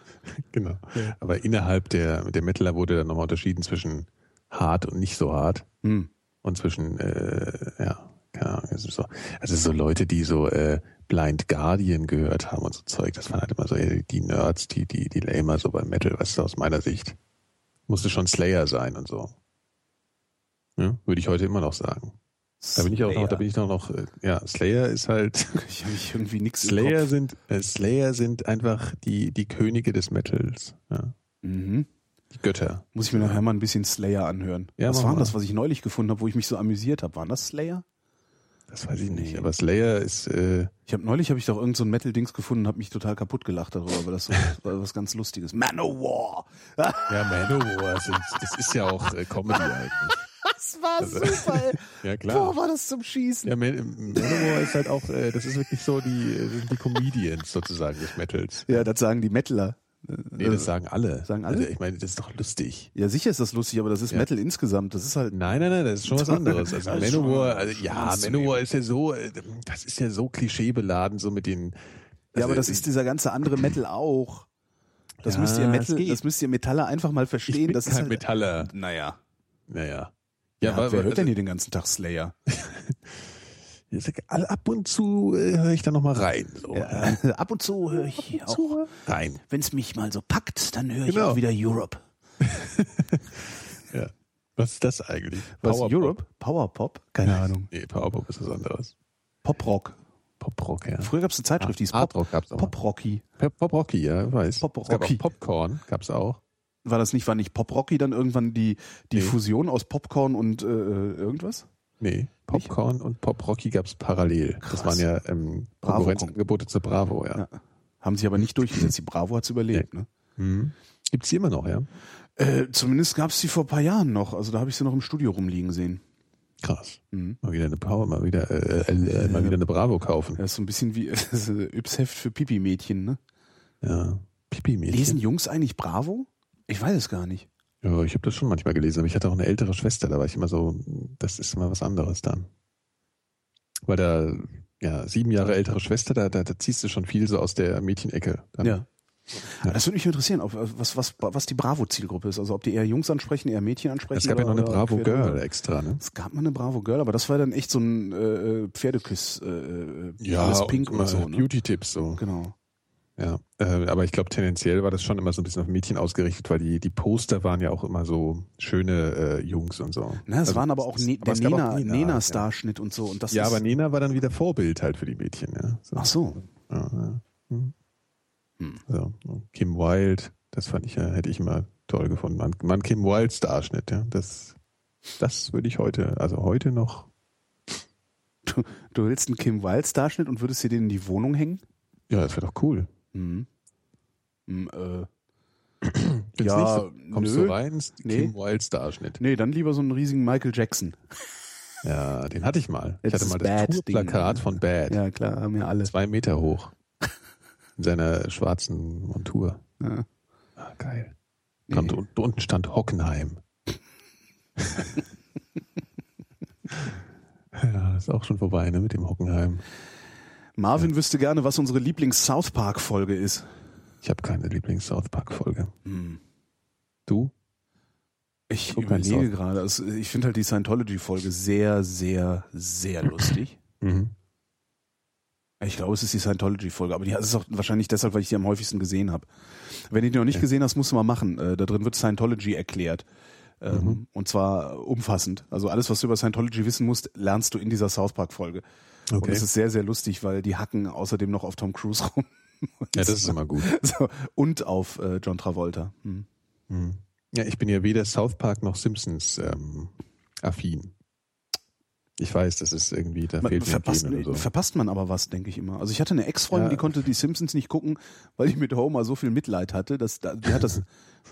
[SPEAKER 2] Genau. Aber innerhalb der, der Metaller wurde dann nochmal unterschieden zwischen hart und nicht so hart.
[SPEAKER 1] Hm.
[SPEAKER 2] und zwischen, äh, ja, keine Ahnung, es ist so, also so Leute, die so äh, Blind Guardian gehört haben und so Zeug, das waren halt immer so äh, die Nerds, die, die, die Lamer so beim Metal, weißt du, aus meiner Sicht. Musste schon Slayer sein und so. Ja, würde ich heute immer noch sagen. Da bin ich auch noch, da bin ich noch, noch äh, ja, Slayer ist halt,
[SPEAKER 1] ich hab mich irgendwie nichts
[SPEAKER 2] Slayer sind, äh, Slayer sind einfach die, die Könige des Metals, ja.
[SPEAKER 1] Mhm.
[SPEAKER 2] Die Götter.
[SPEAKER 1] Muss ich mir nachher mal ein bisschen Slayer anhören.
[SPEAKER 2] Ja,
[SPEAKER 1] was
[SPEAKER 2] mach
[SPEAKER 1] war
[SPEAKER 2] mal.
[SPEAKER 1] das, was ich neulich gefunden habe, wo ich mich so amüsiert habe? Waren das Slayer?
[SPEAKER 2] Das weiß ich nicht,
[SPEAKER 1] Nee.
[SPEAKER 2] aber Slayer ist, äh,
[SPEAKER 1] Ich habe neulich habe ich doch irgend so ein Metal Dings gefunden, habe mich total kaputt gelacht darüber, weil
[SPEAKER 2] [LAUGHS]
[SPEAKER 1] das so war was ganz lustiges. Manowar.
[SPEAKER 2] Ja, Manowar sind, das ist ja auch äh, Comedy eigentlich.
[SPEAKER 1] Das war super. ey.
[SPEAKER 2] Ja, [LAUGHS]
[SPEAKER 1] Boah,
[SPEAKER 2] klar.
[SPEAKER 1] war das zum Schießen.
[SPEAKER 2] Ja, Man- Manowar ist halt auch, äh, das ist wirklich so die, äh, sind die Comedians sozusagen des Metals.
[SPEAKER 1] Ja, das sagen die Mettler.
[SPEAKER 2] Nee, das sagen alle.
[SPEAKER 1] Sagen alle?
[SPEAKER 2] Also ich meine, das ist doch lustig.
[SPEAKER 1] Ja, sicher ist das lustig, aber das ist Metal insgesamt. Das ist halt.
[SPEAKER 2] Nein, nein, nein, das ist schon was anderes. Also
[SPEAKER 1] Das ist
[SPEAKER 2] Manowar,
[SPEAKER 1] schon-
[SPEAKER 2] also ja,
[SPEAKER 1] schon
[SPEAKER 2] Manowar ist ja so, äh, das ist ja so klischeebeladen, so mit den.
[SPEAKER 1] Ja,
[SPEAKER 2] also,
[SPEAKER 1] aber das ist dieser ganze andere Metal auch. Das
[SPEAKER 2] Ja,
[SPEAKER 1] müsst ihr
[SPEAKER 2] es
[SPEAKER 1] Metal,
[SPEAKER 2] geht.
[SPEAKER 1] das müsst ihr Metaller einfach mal
[SPEAKER 2] Ich
[SPEAKER 1] verstehen.
[SPEAKER 2] bin
[SPEAKER 1] das
[SPEAKER 2] kein
[SPEAKER 1] ist halt,
[SPEAKER 2] Metaller.
[SPEAKER 1] Naja.
[SPEAKER 2] Naja.
[SPEAKER 1] Ja,
[SPEAKER 2] wa- also,
[SPEAKER 1] wer
[SPEAKER 2] wa-
[SPEAKER 1] hört denn hier den ganzen Tag Slayer?
[SPEAKER 2] also, Ab und zu äh, höre ich da nochmal rein. So.
[SPEAKER 1] Ab und zu höre ich äh, auch.
[SPEAKER 2] Rein.
[SPEAKER 1] Wenn es mich mal so packt, dann höre
[SPEAKER 2] Genau.
[SPEAKER 1] Europe.
[SPEAKER 2] Ja. Was ist das eigentlich?
[SPEAKER 1] Was?
[SPEAKER 2] Powerpop?
[SPEAKER 1] Europe? Powerpop? Keine Ahnung.
[SPEAKER 2] Nee, Powerpop ist was anderes.
[SPEAKER 1] Poprock.
[SPEAKER 2] Poprock, ja.
[SPEAKER 1] Früher gab es eine Zeitschrift, die hieß Pop,
[SPEAKER 2] Hardrock gab's auch. mal.
[SPEAKER 1] Poprocky.
[SPEAKER 2] Pop, Pop Rocky, ja, ich weiß.
[SPEAKER 1] Pop
[SPEAKER 2] Es gab
[SPEAKER 1] Rocky.
[SPEAKER 2] auch Popcorn, gab's auch.
[SPEAKER 1] War das nicht, war nicht Poprocky dann irgendwann die, die
[SPEAKER 2] Nee.
[SPEAKER 1] Fusion aus Popcorn und äh, irgendwas?
[SPEAKER 2] Nee, Popcorn und Pop Rocky gab's parallel.
[SPEAKER 1] Krass.
[SPEAKER 2] Das waren ja ähm,
[SPEAKER 1] Bravo.
[SPEAKER 2] Konkurrenzangebote zur Bravo, ja.
[SPEAKER 1] Ja. Haben sich aber nicht durchgesetzt. Die Bravo hat's überlebt, ne?
[SPEAKER 2] Mhm. Gibt's die immer noch, ja?
[SPEAKER 1] Äh, zumindest gab es die vor ein paar Jahren noch. Also da habe ich sie noch im Studio rumliegen sehen.
[SPEAKER 2] Krass.
[SPEAKER 1] Mhm.
[SPEAKER 2] Mal wieder eine Power, mal wieder, äh, äh, äh, mal wieder eine Bravo kaufen.
[SPEAKER 1] Das ist so ein bisschen wie [LAUGHS] das Yps-Heft für Pipi-Mädchen, ne?
[SPEAKER 2] Ja. Pipi-Mädchen.
[SPEAKER 1] Lesen Jungs eigentlich Bravo? Ich weiß es gar nicht.
[SPEAKER 2] Ja, ich habe das schon manchmal gelesen, aber ich hatte auch eine ältere Schwester, da war ich immer so, das ist immer was anderes dann. Weil da, ja, sieben Jahre ältere Schwester, da, da, da ziehst du schon viel so aus der Mädchenecke. Dann.
[SPEAKER 1] Aber Das würde mich interessieren, ob, was, was, was die Bravo-Zielgruppe ist. Also ob die eher Jungs ansprechen, eher Mädchen ansprechen.
[SPEAKER 2] Es gab ja noch
[SPEAKER 1] oder-
[SPEAKER 2] eine
[SPEAKER 1] oder
[SPEAKER 2] Bravo
[SPEAKER 1] quer
[SPEAKER 2] Girl
[SPEAKER 1] drüber.
[SPEAKER 2] extra, ne?
[SPEAKER 1] Es gab mal eine Bravo Girl, aber das war dann echt so ein äh, Pferdeküss. Äh, alles Pink oder so. Ne?
[SPEAKER 2] Beauty-Tipps so.
[SPEAKER 1] Genau.
[SPEAKER 2] Ja, äh, aber ich glaube, tendenziell war das schon immer so ein bisschen auf Mädchen ausgerichtet, weil die, die Poster waren ja auch immer so schöne äh, Jungs und so.
[SPEAKER 1] Na, es
[SPEAKER 2] Also,
[SPEAKER 1] waren aber auch ne, der
[SPEAKER 2] es gab
[SPEAKER 1] Nena,
[SPEAKER 2] auch ja.
[SPEAKER 1] Nena-Starschnitt und so. Und das
[SPEAKER 2] ja,
[SPEAKER 1] ist,
[SPEAKER 2] aber Nena war dann wieder Vorbild halt für die Mädchen, ja. So.
[SPEAKER 1] Ach so.
[SPEAKER 2] Ja, ja. Hm.
[SPEAKER 1] Hm.
[SPEAKER 2] So. und Kim Wilde, das fand ich ja, hätte ich immer toll gefunden. Man, man Kim Wildes Darschnitt, ja. Das, das würde ich heute, also heute noch.
[SPEAKER 1] Du, du willst einen Kim Wilde-Starschnitt und würdest dir den in die Wohnung hängen?
[SPEAKER 2] Ja, das wäre doch cool.
[SPEAKER 1] Mhm. Hm, äh,
[SPEAKER 2] Findest
[SPEAKER 1] Ja,
[SPEAKER 2] nicht so, kommst
[SPEAKER 1] nö.
[SPEAKER 2] du rein,
[SPEAKER 1] Nee.
[SPEAKER 2] Kim Wildes Darschnitt.
[SPEAKER 1] nee, dann lieber so einen riesigen Michael Jackson.
[SPEAKER 2] Ja, den hatte ich mal. Ich
[SPEAKER 1] Jetzt
[SPEAKER 2] hatte mal
[SPEAKER 1] das
[SPEAKER 2] das
[SPEAKER 1] Bad-Ding.
[SPEAKER 2] Tourplakat von Bad.
[SPEAKER 1] Ja, klar, haben ja alle.
[SPEAKER 2] Zwei Meter hoch. In seiner schwarzen Montur.
[SPEAKER 1] Ja.
[SPEAKER 2] Ah, geil.
[SPEAKER 1] Nee.
[SPEAKER 2] Und un- unten stand
[SPEAKER 1] [LAUGHS]
[SPEAKER 2] Hockenheim. ja, ist auch schon vorbei, ne, mit dem Hockenheim.
[SPEAKER 1] Marvin wüsste gerne, was unsere Lieblings-South Park-Folge ist.
[SPEAKER 2] Ich habe keine Lieblings-South Park-Folge.
[SPEAKER 1] Hm.
[SPEAKER 2] Du?
[SPEAKER 1] Ich
[SPEAKER 2] Guck mal,
[SPEAKER 1] überlege
[SPEAKER 2] South-
[SPEAKER 1] gerade. Also ich finde halt die Scientology-Folge sehr, sehr, sehr lustig.
[SPEAKER 2] Mhm.
[SPEAKER 1] Ich glaube, es ist die Scientology-Folge, aber die das ist auch wahrscheinlich deshalb, weil ich die am häufigsten gesehen habe. Wenn du die noch nicht
[SPEAKER 2] Ja.
[SPEAKER 1] gesehen hast, musst du mal machen. Äh, da drin wird Scientology erklärt. Ähm,
[SPEAKER 2] Mhm.
[SPEAKER 1] Und zwar umfassend. Also alles, was du über Scientology wissen musst, lernst du in dieser South Park-Folge. Und
[SPEAKER 2] Okay.
[SPEAKER 1] es ist sehr, sehr lustig, weil die hacken außerdem noch auf Tom Cruise rum.
[SPEAKER 2] ja, das ist immer gut.
[SPEAKER 1] So, und auf äh, John Travolta. Hm.
[SPEAKER 2] Mhm. Ja, ich bin ja weder South Park noch Simpsons ähm, affin. Ich weiß, das ist irgendwie, da
[SPEAKER 1] Man,
[SPEAKER 2] fehlt mir ein
[SPEAKER 1] verpasst,
[SPEAKER 2] Gen oder so.
[SPEAKER 1] verpasst man aber was, denke ich immer. Also ich hatte eine Ex-Freundin,
[SPEAKER 2] Ja.
[SPEAKER 1] die konnte die Simpsons nicht gucken, weil die mit Homer so viel Mitleid hatte, dass da- die
[SPEAKER 2] [LAUGHS]
[SPEAKER 1] hat das,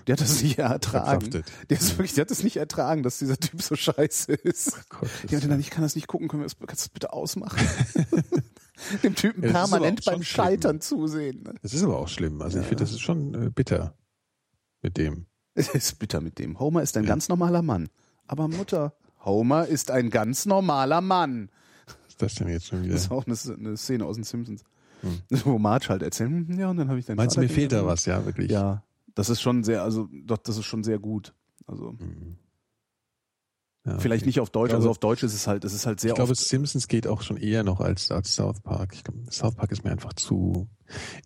[SPEAKER 1] die hat das nicht ertragen.
[SPEAKER 2] Verkraftet.
[SPEAKER 1] Die, ist wirklich, die hat das nicht ertragen, dass dieser Typ so scheiße ist.
[SPEAKER 2] Gott, das
[SPEAKER 1] Die meinte
[SPEAKER 2] ist-
[SPEAKER 1] dann, ich kann das nicht gucken, können wir das, kannst du das
[SPEAKER 2] [LAUGHS]
[SPEAKER 1] bitte ausmachen? [LAUGHS] Dem Typen
[SPEAKER 2] Ja, das ist aber
[SPEAKER 1] permanent
[SPEAKER 2] auch schon
[SPEAKER 1] beim
[SPEAKER 2] schlimm.
[SPEAKER 1] Scheitern zusehen. Ne?
[SPEAKER 2] Das ist aber auch schlimm. Also ich
[SPEAKER 1] Ja.
[SPEAKER 2] finde, das ist schon äh, bitter mit dem.
[SPEAKER 1] Es ist bitter mit dem. Homer ist ein
[SPEAKER 2] Ja.
[SPEAKER 1] ganz normaler Mann. Aber Mutter, Homer ist ein ganz normaler Mann.
[SPEAKER 2] Was ist das denn jetzt schon wieder?
[SPEAKER 1] Das ist auch eine, eine Szene aus den Simpsons.
[SPEAKER 2] Hm.
[SPEAKER 1] [LAUGHS] Wo Marge halt erzählt, hm, ja, und dann habe ich deinen
[SPEAKER 2] Meinst du,
[SPEAKER 1] Vater
[SPEAKER 2] mir fehlt da
[SPEAKER 1] kennengelernt.
[SPEAKER 2] was? Ja, wirklich.
[SPEAKER 1] Ja, das ist schon sehr, also doch, das ist schon sehr gut. Also
[SPEAKER 2] Mhm. Ja,
[SPEAKER 1] vielleicht
[SPEAKER 2] okay.
[SPEAKER 1] nicht auf
[SPEAKER 2] Ich
[SPEAKER 1] Deutsch,
[SPEAKER 2] glaube-
[SPEAKER 1] also auf Deutsch ist es halt, es ist halt sehr
[SPEAKER 2] Ich glaube,
[SPEAKER 1] oft.
[SPEAKER 2] Simpsons geht auch schon eher noch als, als South Park. Ich glaube, South Park ist mir einfach zu.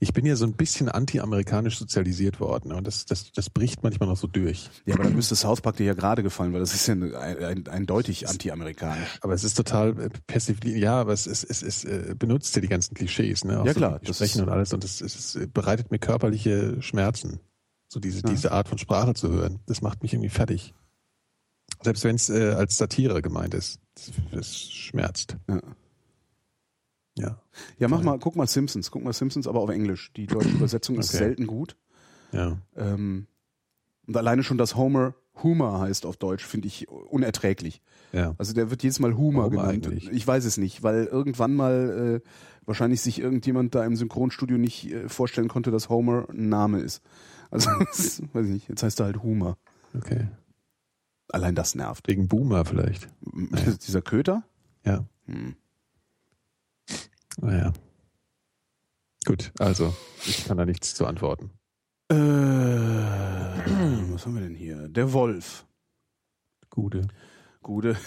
[SPEAKER 2] Ich bin ja so ein bisschen anti-amerikanisch sozialisiert worden. Ne? Und das, das, das bricht manchmal noch so durch.
[SPEAKER 1] Ja, aber dann müsste South Park dir ja gerade gefallen, weil das ist ja ein, ein, eindeutig anti-amerikanisch.
[SPEAKER 2] Aber es ist total äh, passiv. Ja, aber es, es, es, es äh, benutzt ja die ganzen Klischees. Ne? Auch
[SPEAKER 1] Ja,
[SPEAKER 2] so
[SPEAKER 1] klar,
[SPEAKER 2] die
[SPEAKER 1] das
[SPEAKER 2] Sprechen
[SPEAKER 1] ist-
[SPEAKER 2] und alles. Und es, es, es bereitet mir körperliche Schmerzen. So diese,
[SPEAKER 1] Ja.
[SPEAKER 2] diese Art von Sprache zu hören. Das macht mich irgendwie fertig. Selbst wenn es äh, als Satire gemeint ist. Das, das schmerzt.
[SPEAKER 1] Ja.
[SPEAKER 2] Ja.
[SPEAKER 1] Ja, mach mal, guck mal Simpsons, guck mal Simpsons, aber auf Englisch. Die deutsche Übersetzung ist
[SPEAKER 2] Okay.
[SPEAKER 1] selten gut.
[SPEAKER 2] Ja.
[SPEAKER 1] Ähm, und alleine schon, dass Homer Humor heißt auf Deutsch, finde ich unerträglich.
[SPEAKER 2] Ja.
[SPEAKER 1] Also der wird jedes Mal Humor
[SPEAKER 2] Warum
[SPEAKER 1] genannt.
[SPEAKER 2] eigentlich?
[SPEAKER 1] Ich weiß es nicht, weil irgendwann mal äh, wahrscheinlich sich irgendjemand da im Synchronstudio nicht äh, vorstellen konnte, dass Homer ein Name ist. Also
[SPEAKER 2] Hm.
[SPEAKER 1] [LAUGHS] das, weiß ich nicht, jetzt heißt er halt Humor.
[SPEAKER 2] Okay.
[SPEAKER 1] Allein das nervt.
[SPEAKER 2] Wegen Boomer vielleicht.
[SPEAKER 1] Dieser Köter?
[SPEAKER 2] Ja.
[SPEAKER 1] Hm.
[SPEAKER 2] Naja. Gut, also, ich kann da nichts zu antworten.
[SPEAKER 1] Äh, [CLEARS THROAT] was haben wir denn hier? Der Wolf.
[SPEAKER 2] Gute.
[SPEAKER 1] Gute.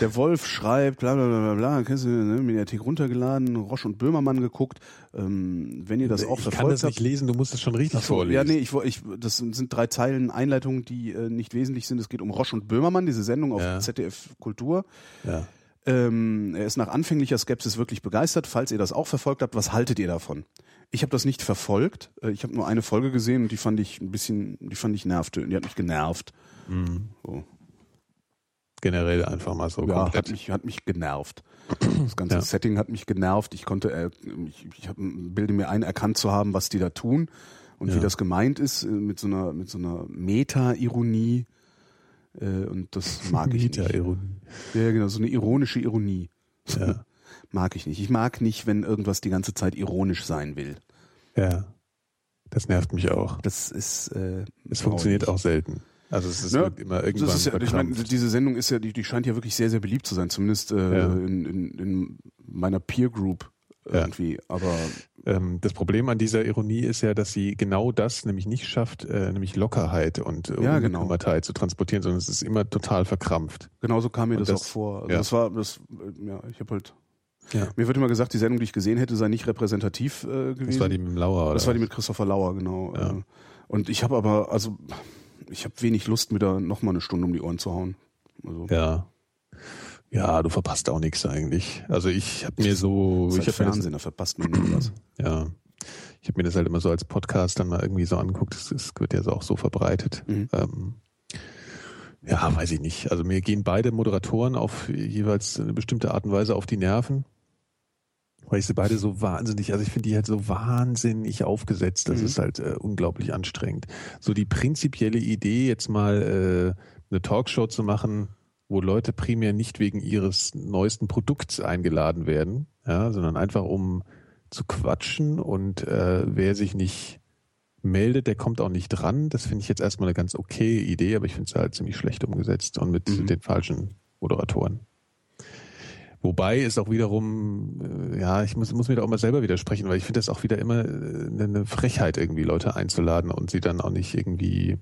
[SPEAKER 1] Der Wolf schreibt, bla bla bla bla, bla kennst du, ne, Mediathek runtergeladen, Roche und Böhmermann geguckt. Ähm, wenn ihr das auch
[SPEAKER 2] Äh, ich kann das
[SPEAKER 1] verfolgt habt.
[SPEAKER 2] nicht lesen, du musst es schon richtig
[SPEAKER 1] Ach so,
[SPEAKER 2] vorlesen.
[SPEAKER 1] ja, nee, ich, wo- ich, das sind sind drei Zeilen Einleitungen, die äh, nicht wesentlich sind. Es geht um Roche und Böhmermann, diese Sendung auf
[SPEAKER 2] Ja.
[SPEAKER 1] ZDF Kultur.
[SPEAKER 2] Ja.
[SPEAKER 1] Ähm, er ist nach anfänglicher Skepsis wirklich begeistert. Falls ihr das auch verfolgt habt, was haltet ihr davon? Ich habe das nicht verfolgt. Äh, Ich habe nur eine Folge gesehen und die fand ich ein bisschen, die fand ich nervtötend. Die hat mich genervt. So.
[SPEAKER 2] Generell einfach mal so
[SPEAKER 1] Ja, hat
[SPEAKER 2] komplett.
[SPEAKER 1] mich, hat mich genervt. Das ganze
[SPEAKER 2] Ja.
[SPEAKER 1] Setting hat mich genervt. Ich konnte, äh, ich, ich hab, bilde mir ein, erkannt zu haben, was die da tun und wie
[SPEAKER 2] Ja.
[SPEAKER 1] das gemeint ist, äh, mit so einer, mit so einer Meta-Ironie. Äh, und
[SPEAKER 2] [LAUGHS]
[SPEAKER 1] das mag ich nicht.
[SPEAKER 2] Meta-Ironie.
[SPEAKER 1] Ja, genau, so eine ironische Ironie.
[SPEAKER 2] Ja.
[SPEAKER 1] [LAUGHS] Mag ich nicht. Ich mag nicht, wenn irgendwas die ganze Zeit ironisch sein will.
[SPEAKER 2] ja. Das nervt mich auch.
[SPEAKER 1] Das ist. Äh,
[SPEAKER 2] Es funktioniert
[SPEAKER 1] nicht.
[SPEAKER 2] auch selten. Also es ist
[SPEAKER 1] Ne?
[SPEAKER 2] wird immer irgendwann
[SPEAKER 1] Das ist ja, ich meine,
[SPEAKER 2] verkrampft.
[SPEAKER 1] diese Sendung ist ja, die, die scheint ja wirklich sehr, sehr beliebt zu sein, zumindest äh,
[SPEAKER 2] Ja.
[SPEAKER 1] in, in, in meiner Peer Group
[SPEAKER 2] Ja.
[SPEAKER 1] irgendwie. Aber
[SPEAKER 2] ähm, das Problem an dieser Ironie ist ja, dass sie genau das nämlich nicht schafft, äh, nämlich Lockerheit und äh,
[SPEAKER 1] Ja, genau.
[SPEAKER 2] Unbekümmertheit zu transportieren, sondern es ist immer total verkrampft.
[SPEAKER 1] genauso kam mir
[SPEAKER 2] Und
[SPEAKER 1] das,
[SPEAKER 2] das-
[SPEAKER 1] auch vor. Also
[SPEAKER 2] ja.
[SPEAKER 1] Das war, das, äh, ja, ich habe halt.
[SPEAKER 2] Ja.
[SPEAKER 1] Mir wird immer gesagt, die Sendung, die ich gesehen hätte, sei nicht repräsentativ äh, gewesen.
[SPEAKER 2] Das war die mit dem Lauer, oder?
[SPEAKER 1] das war die mit Christopher Lauer, genau.
[SPEAKER 2] Ja.
[SPEAKER 1] Äh, Und ich habe aber, also, ich habe wenig Lust, mir da nochmal eine Stunde um die Ohren zu hauen. Also,
[SPEAKER 2] Ja. Ja, du verpasst auch nichts eigentlich. Also ich habe mir so,
[SPEAKER 1] das ist
[SPEAKER 2] ich habe mir
[SPEAKER 1] halt
[SPEAKER 2] das
[SPEAKER 1] Fernsehen, da verpasst man nie was.
[SPEAKER 2] Ja. Ich habe mir das halt immer so als Podcast dann mal irgendwie so angeguckt. Das, das wird ja so auch so verbreitet.
[SPEAKER 1] Mhm.
[SPEAKER 2] Ähm, ja, weiß ich nicht. Also mir gehen beide Moderatoren auf jeweils eine bestimmte Art und Weise auf die Nerven. Weil ich sie beide so wahnsinnig, also ich finde die halt so wahnsinnig aufgesetzt. Das
[SPEAKER 1] Mhm.
[SPEAKER 2] ist halt äh, unglaublich anstrengend. So die prinzipielle Idee, jetzt mal äh, eine Talkshow zu machen, wo Leute primär nicht wegen ihres neuesten Produkts eingeladen werden, ja, sondern einfach um zu quatschen und äh, wer sich nicht meldet, der kommt auch nicht dran. Das finde ich jetzt erstmal eine ganz okay Idee, aber ich finde es halt ziemlich schlecht umgesetzt und mit
[SPEAKER 1] Mhm.
[SPEAKER 2] den falschen Moderatoren. Wobei es auch wiederum, äh, ja, ich muss, muss mir da auch mal selber widersprechen, weil ich finde das auch wieder immer äh, eine eine Frechheit, irgendwie Leute einzuladen und sie dann auch nicht irgendwie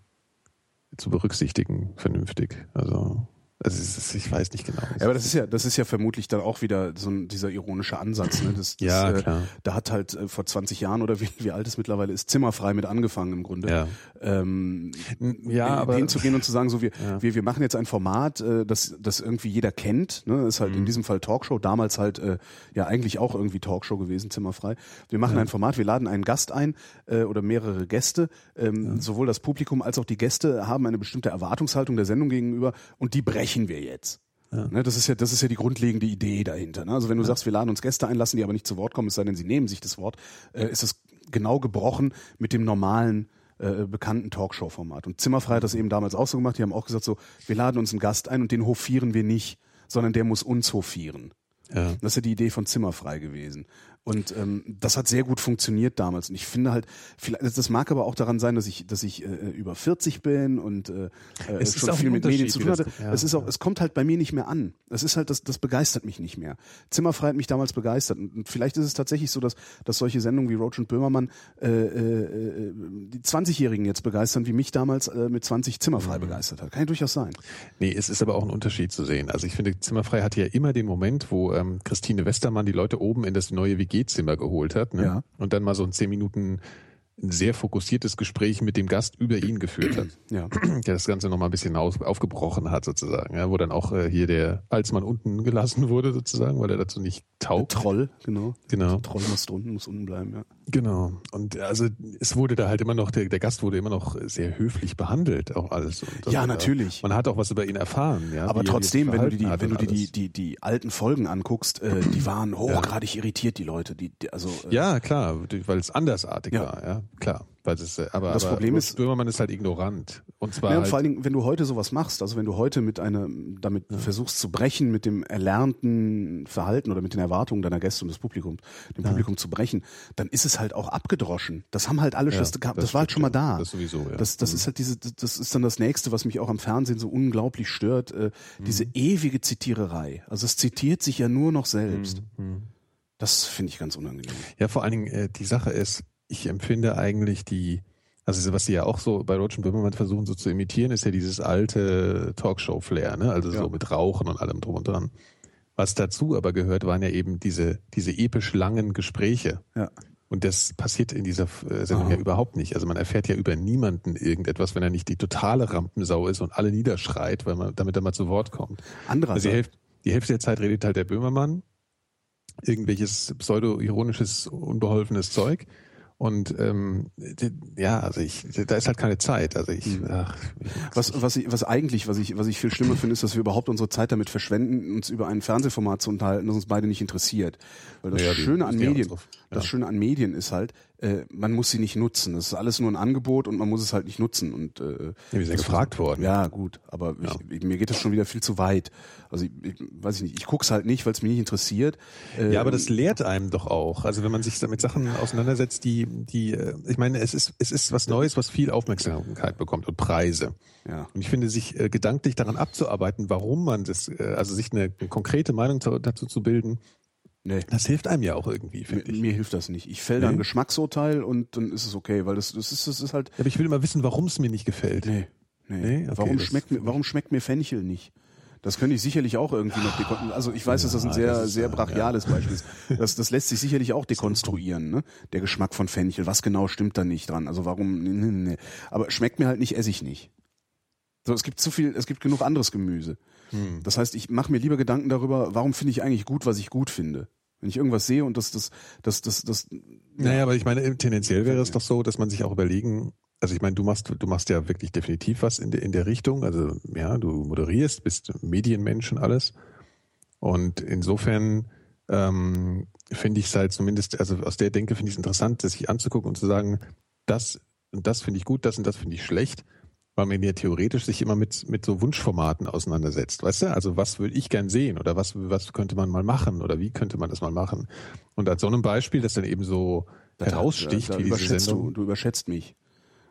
[SPEAKER 2] zu berücksichtigen, vernünftig. Also, also es ist, ich weiß nicht genau.
[SPEAKER 1] Ja, aber das ist ja, das ist ja vermutlich dann auch wieder so ein, dieser ironische Ansatz. Ne? Das, das,
[SPEAKER 2] Ja,
[SPEAKER 1] äh,
[SPEAKER 2] klar.
[SPEAKER 1] Da hat halt äh, vor 20 Jahren oder wie, wie alt es mittlerweile ist, zimmerfrei mit angefangen im Grunde.
[SPEAKER 2] Ja.
[SPEAKER 1] Ähm,
[SPEAKER 2] ja,
[SPEAKER 1] äh,
[SPEAKER 2] aber
[SPEAKER 1] hinzugehen und zu sagen, so wir,
[SPEAKER 2] [LAUGHS] Ja.
[SPEAKER 1] wir, wir machen jetzt ein Format, äh, das, das irgendwie jeder kennt. Ne? Ist
[SPEAKER 2] Mhm.
[SPEAKER 1] halt in diesem Fall Talkshow, damals halt äh, ja eigentlich auch irgendwie Talkshow gewesen, zimmerfrei. Wir machen ein Format, wir laden einen Gast ein äh, oder mehrere Gäste. Ähm, Sowohl das Publikum als auch die Gäste haben eine bestimmte Erwartungshaltung der Sendung gegenüber und die brechen wir jetzt. Ne, das ist ja, das ist ja die grundlegende Idee dahinter. Ne? Also wenn du sagst, wir laden uns Gäste ein, lassen die aber nicht zu Wort kommen, es sei denn, sie nehmen sich das Wort, äh, ist es genau gebrochen mit dem normalen äh, bekannten Talkshow-Format. Und Zimmerfrei hat das eben damals auch so gemacht. Die haben auch gesagt so, wir laden uns einen Gast ein und den hofieren wir nicht, sondern der muss uns hofieren.
[SPEAKER 2] ja.
[SPEAKER 1] Das ist ja die Idee von Zimmerfrei gewesen. Und ähm, das hat sehr gut funktioniert damals. Und ich finde halt, vielleicht, das mag aber auch daran sein, dass ich, dass ich äh, über 40 bin und äh, äh,
[SPEAKER 2] ist
[SPEAKER 1] schon
[SPEAKER 2] auch
[SPEAKER 1] viel
[SPEAKER 2] ein
[SPEAKER 1] mit Medien
[SPEAKER 2] Unterschied,
[SPEAKER 1] zu
[SPEAKER 2] wie
[SPEAKER 1] tun
[SPEAKER 2] das
[SPEAKER 1] hatte.
[SPEAKER 2] kommt. Ja,
[SPEAKER 1] es ist auch, es kommt halt bei mir nicht mehr an. Das ist halt, das, das begeistert mich nicht mehr. Zimmerfrei hat mich damals begeistert. Und und vielleicht ist es tatsächlich so, dass, dass solche Sendungen wie Roach und Böhmermann äh, äh, äh, die 20-Jährigen jetzt begeistern, wie mich damals äh, mit 20 Zimmerfrei
[SPEAKER 2] Mhm.
[SPEAKER 1] begeistert hat. Kann ja durchaus sein.
[SPEAKER 2] Nee, es ist aber auch ein Unterschied zu sehen. Also ich finde, Zimmerfrei hatte ja immer den Moment, wo ähm, Christine Westermann die Leute oben in das neue WG-Zimmer geholt hat ne?
[SPEAKER 1] Ja.
[SPEAKER 2] und dann mal so ein zehn Minuten ein sehr fokussiertes Gespräch mit dem Gast über ihn geführt hat, [CLEARS THROAT]
[SPEAKER 1] Ja.
[SPEAKER 2] der das Ganze nochmal ein bisschen aus, aufgebrochen hat sozusagen, ja, wo dann auch äh, hier der Halsmann unten gelassen wurde sozusagen, weil er dazu nicht taugt.
[SPEAKER 1] Troll, genau.
[SPEAKER 2] Genau.
[SPEAKER 1] Troll muss unten, muss unten bleiben, ja.
[SPEAKER 2] Genau. Und also es wurde da halt immer noch, der, der Gast wurde immer noch sehr höflich behandelt, auch alles. Und,
[SPEAKER 1] Ja,
[SPEAKER 2] und, äh,
[SPEAKER 1] natürlich.
[SPEAKER 2] Man hat auch was über ihn erfahren, ja.
[SPEAKER 1] Aber
[SPEAKER 2] wie er
[SPEAKER 1] trotzdem,
[SPEAKER 2] sich
[SPEAKER 1] wenn du dir die,
[SPEAKER 2] verhalten hat
[SPEAKER 1] wenn
[SPEAKER 2] und
[SPEAKER 1] du dir die,
[SPEAKER 2] alles.
[SPEAKER 1] die, die alten Folgen
[SPEAKER 2] [CLEARS THROAT]
[SPEAKER 1] anguckst, äh, die waren hochgradig irritiert, die Leute. Die, die, also, äh,
[SPEAKER 2] Ja, klar, weil es andersartig
[SPEAKER 1] Ja.
[SPEAKER 2] war. Ja. ja, klar. Weil das, äh, aber,
[SPEAKER 1] Das
[SPEAKER 2] aber
[SPEAKER 1] Problem ist-
[SPEAKER 2] Böhmermann ist halt ignorant. Und zwar
[SPEAKER 1] Ja, und
[SPEAKER 2] halt,
[SPEAKER 1] vor allen Dingen, wenn du heute sowas machst, also wenn du heute mit einem, damit versuchst zu brechen, mit dem erlernten Verhalten oder mit den Erwartungen deiner Gäste und des Publikums, dem Publikum zu brechen, dann ist es halt auch abgedroschen. Das haben halt alle
[SPEAKER 2] Ja,
[SPEAKER 1] schon, das, gab-
[SPEAKER 2] das
[SPEAKER 1] das war halt
[SPEAKER 2] stimmt,
[SPEAKER 1] schon mal
[SPEAKER 2] ja.
[SPEAKER 1] da.
[SPEAKER 2] Das sowieso, ja. Mhm.
[SPEAKER 1] Das, das ist halt diese, das ist dann das nächste, was mich auch am Fernsehen so unglaublich stört, äh, diese
[SPEAKER 2] Mhm.
[SPEAKER 1] ewige Zitiererei. Also es zitiert sich ja nur noch
[SPEAKER 2] Hm, Mhm.
[SPEAKER 1] selbst. Das finde ich ganz unangenehm.
[SPEAKER 2] ja, vor allen Dingen, äh, die Sache ist, ich empfinde eigentlich die, also was sie ja auch so bei Deutschen Böhmermann versuchen so zu imitieren, ist ja dieses alte Talkshow-Flair, ne? Also
[SPEAKER 1] Ja.
[SPEAKER 2] so mit Rauchen und allem drum und dran. Was dazu aber gehört, waren ja eben diese, diese episch langen Gespräche.
[SPEAKER 1] Ja.
[SPEAKER 2] Und das passiert in dieser äh, Sendung
[SPEAKER 1] Ah.
[SPEAKER 2] ja überhaupt nicht. Also man erfährt ja über niemanden irgendetwas, wenn er nicht die totale Rampensau ist und alle niederschreit, weil man, damit er mal zu Wort kommt. Also die
[SPEAKER 1] Andererseits,
[SPEAKER 2] Hälfte, die Hälfte der Zeit redet halt der Böhmermann, irgendwelches pseudo-ironisches, unbeholfenes Zeug. Und ähm, die- ja, also ich, da ist halt keine Zeit. Also ich, ach, ich mag's
[SPEAKER 1] Was, was, ich, was eigentlich, was ich, was ich viel schlimmer finde, ist, dass wir überhaupt unsere Zeit damit verschwenden, uns über ein Fernsehformat zu unterhalten, das uns beide nicht interessiert. Weil das
[SPEAKER 2] Ja, die-
[SPEAKER 1] Schöne an
[SPEAKER 2] die haben
[SPEAKER 1] Medien,
[SPEAKER 2] drauf. Ja.
[SPEAKER 1] das Schöne an Medien ist halt, äh, man muss sie nicht nutzen. Das ist alles nur ein Angebot und man muss es halt nicht nutzen. Und äh,
[SPEAKER 2] Ja, wir sind ja
[SPEAKER 1] das-
[SPEAKER 2] gefragt worden.
[SPEAKER 1] Ja, gut, aber Ich, ich, mir geht das schon wieder viel zu weit. Also ich, ich weiß ich nicht, ich guck's halt nicht, weil es mich nicht interessiert. Äh,
[SPEAKER 2] Ja, aber das lehrt einem doch auch. Also wenn man sich mit Sachen auseinandersetzt, die, die, äh, ich meine, es ist, es ist was Neues, was viel Aufmerksamkeit bekommt und Preise.
[SPEAKER 1] Ähm, Ja.
[SPEAKER 2] Und ich finde, sich äh, gedanklich daran abzuarbeiten, warum man das, äh, also sich eine, eine konkrete Meinung zu, dazu zu bilden,
[SPEAKER 1] Nee.
[SPEAKER 2] das hilft einem ja auch irgendwie,
[SPEAKER 1] Mir,
[SPEAKER 2] finde ich.
[SPEAKER 1] mir hilft das nicht. Ich fäll da ein
[SPEAKER 2] Nee.
[SPEAKER 1] Geschmacksurteil und dann ist es okay, weil das, das ist, das ist halt.
[SPEAKER 2] Aber ich will immer wissen, warum es mir nicht gefällt.
[SPEAKER 1] Nee. nee.
[SPEAKER 2] Nee? Okay,
[SPEAKER 1] warum,
[SPEAKER 2] das-
[SPEAKER 1] schmeckt mir, warum schmeckt mir Fenchel nicht? Das könnte ich sicherlich auch irgendwie noch dekonstruieren. Also ich weiß, dass das ein
[SPEAKER 2] Ja,
[SPEAKER 1] sehr,
[SPEAKER 2] das ist,
[SPEAKER 1] sehr
[SPEAKER 2] äh,
[SPEAKER 1] brachiales Beispiel ist. Das, das lässt sich
[SPEAKER 2] [LAUGHS]
[SPEAKER 1] sicherlich auch dekonstruieren, ne? Der Geschmack von Fenchel. Was genau stimmt da nicht dran? Also warum? Nee, nee, nee. Aber schmeckt mir halt nicht, esse ich nicht. So, es gibt zu viel, es gibt genug anderes Gemüse.
[SPEAKER 2] Hm.
[SPEAKER 1] Das heißt, ich mache mir lieber Gedanken darüber, warum finde ich eigentlich gut, was ich gut finde. Wenn ich irgendwas sehe und das, das, das, das, das,
[SPEAKER 2] Naja, aber ich meine, äh, tendenziell wäre es doch so, dass man sich auch überlegen, also ich meine, du machst, du machst ja wirklich definitiv was in, der- in der Richtung. Also ja, du moderierst, bist Medienmensch und alles. Und insofern ähm, finde ich es halt zumindest, also aus der Denke finde ich es interessant, das sich anzugucken und zu sagen, das und das finde ich gut, das und das finde ich schlecht, weil man ja theoretisch sich immer mit, mit so Wunschformaten auseinandersetzt, weißt du? Also was würde ich gern sehen oder was, was könnte man mal machen oder wie könnte man das mal machen? Und als so einem Beispiel, das dann eben so heraussticht,
[SPEAKER 1] da, da
[SPEAKER 2] wie diese
[SPEAKER 1] überschätzt
[SPEAKER 2] Sendung.
[SPEAKER 1] du, du überschätzt mich.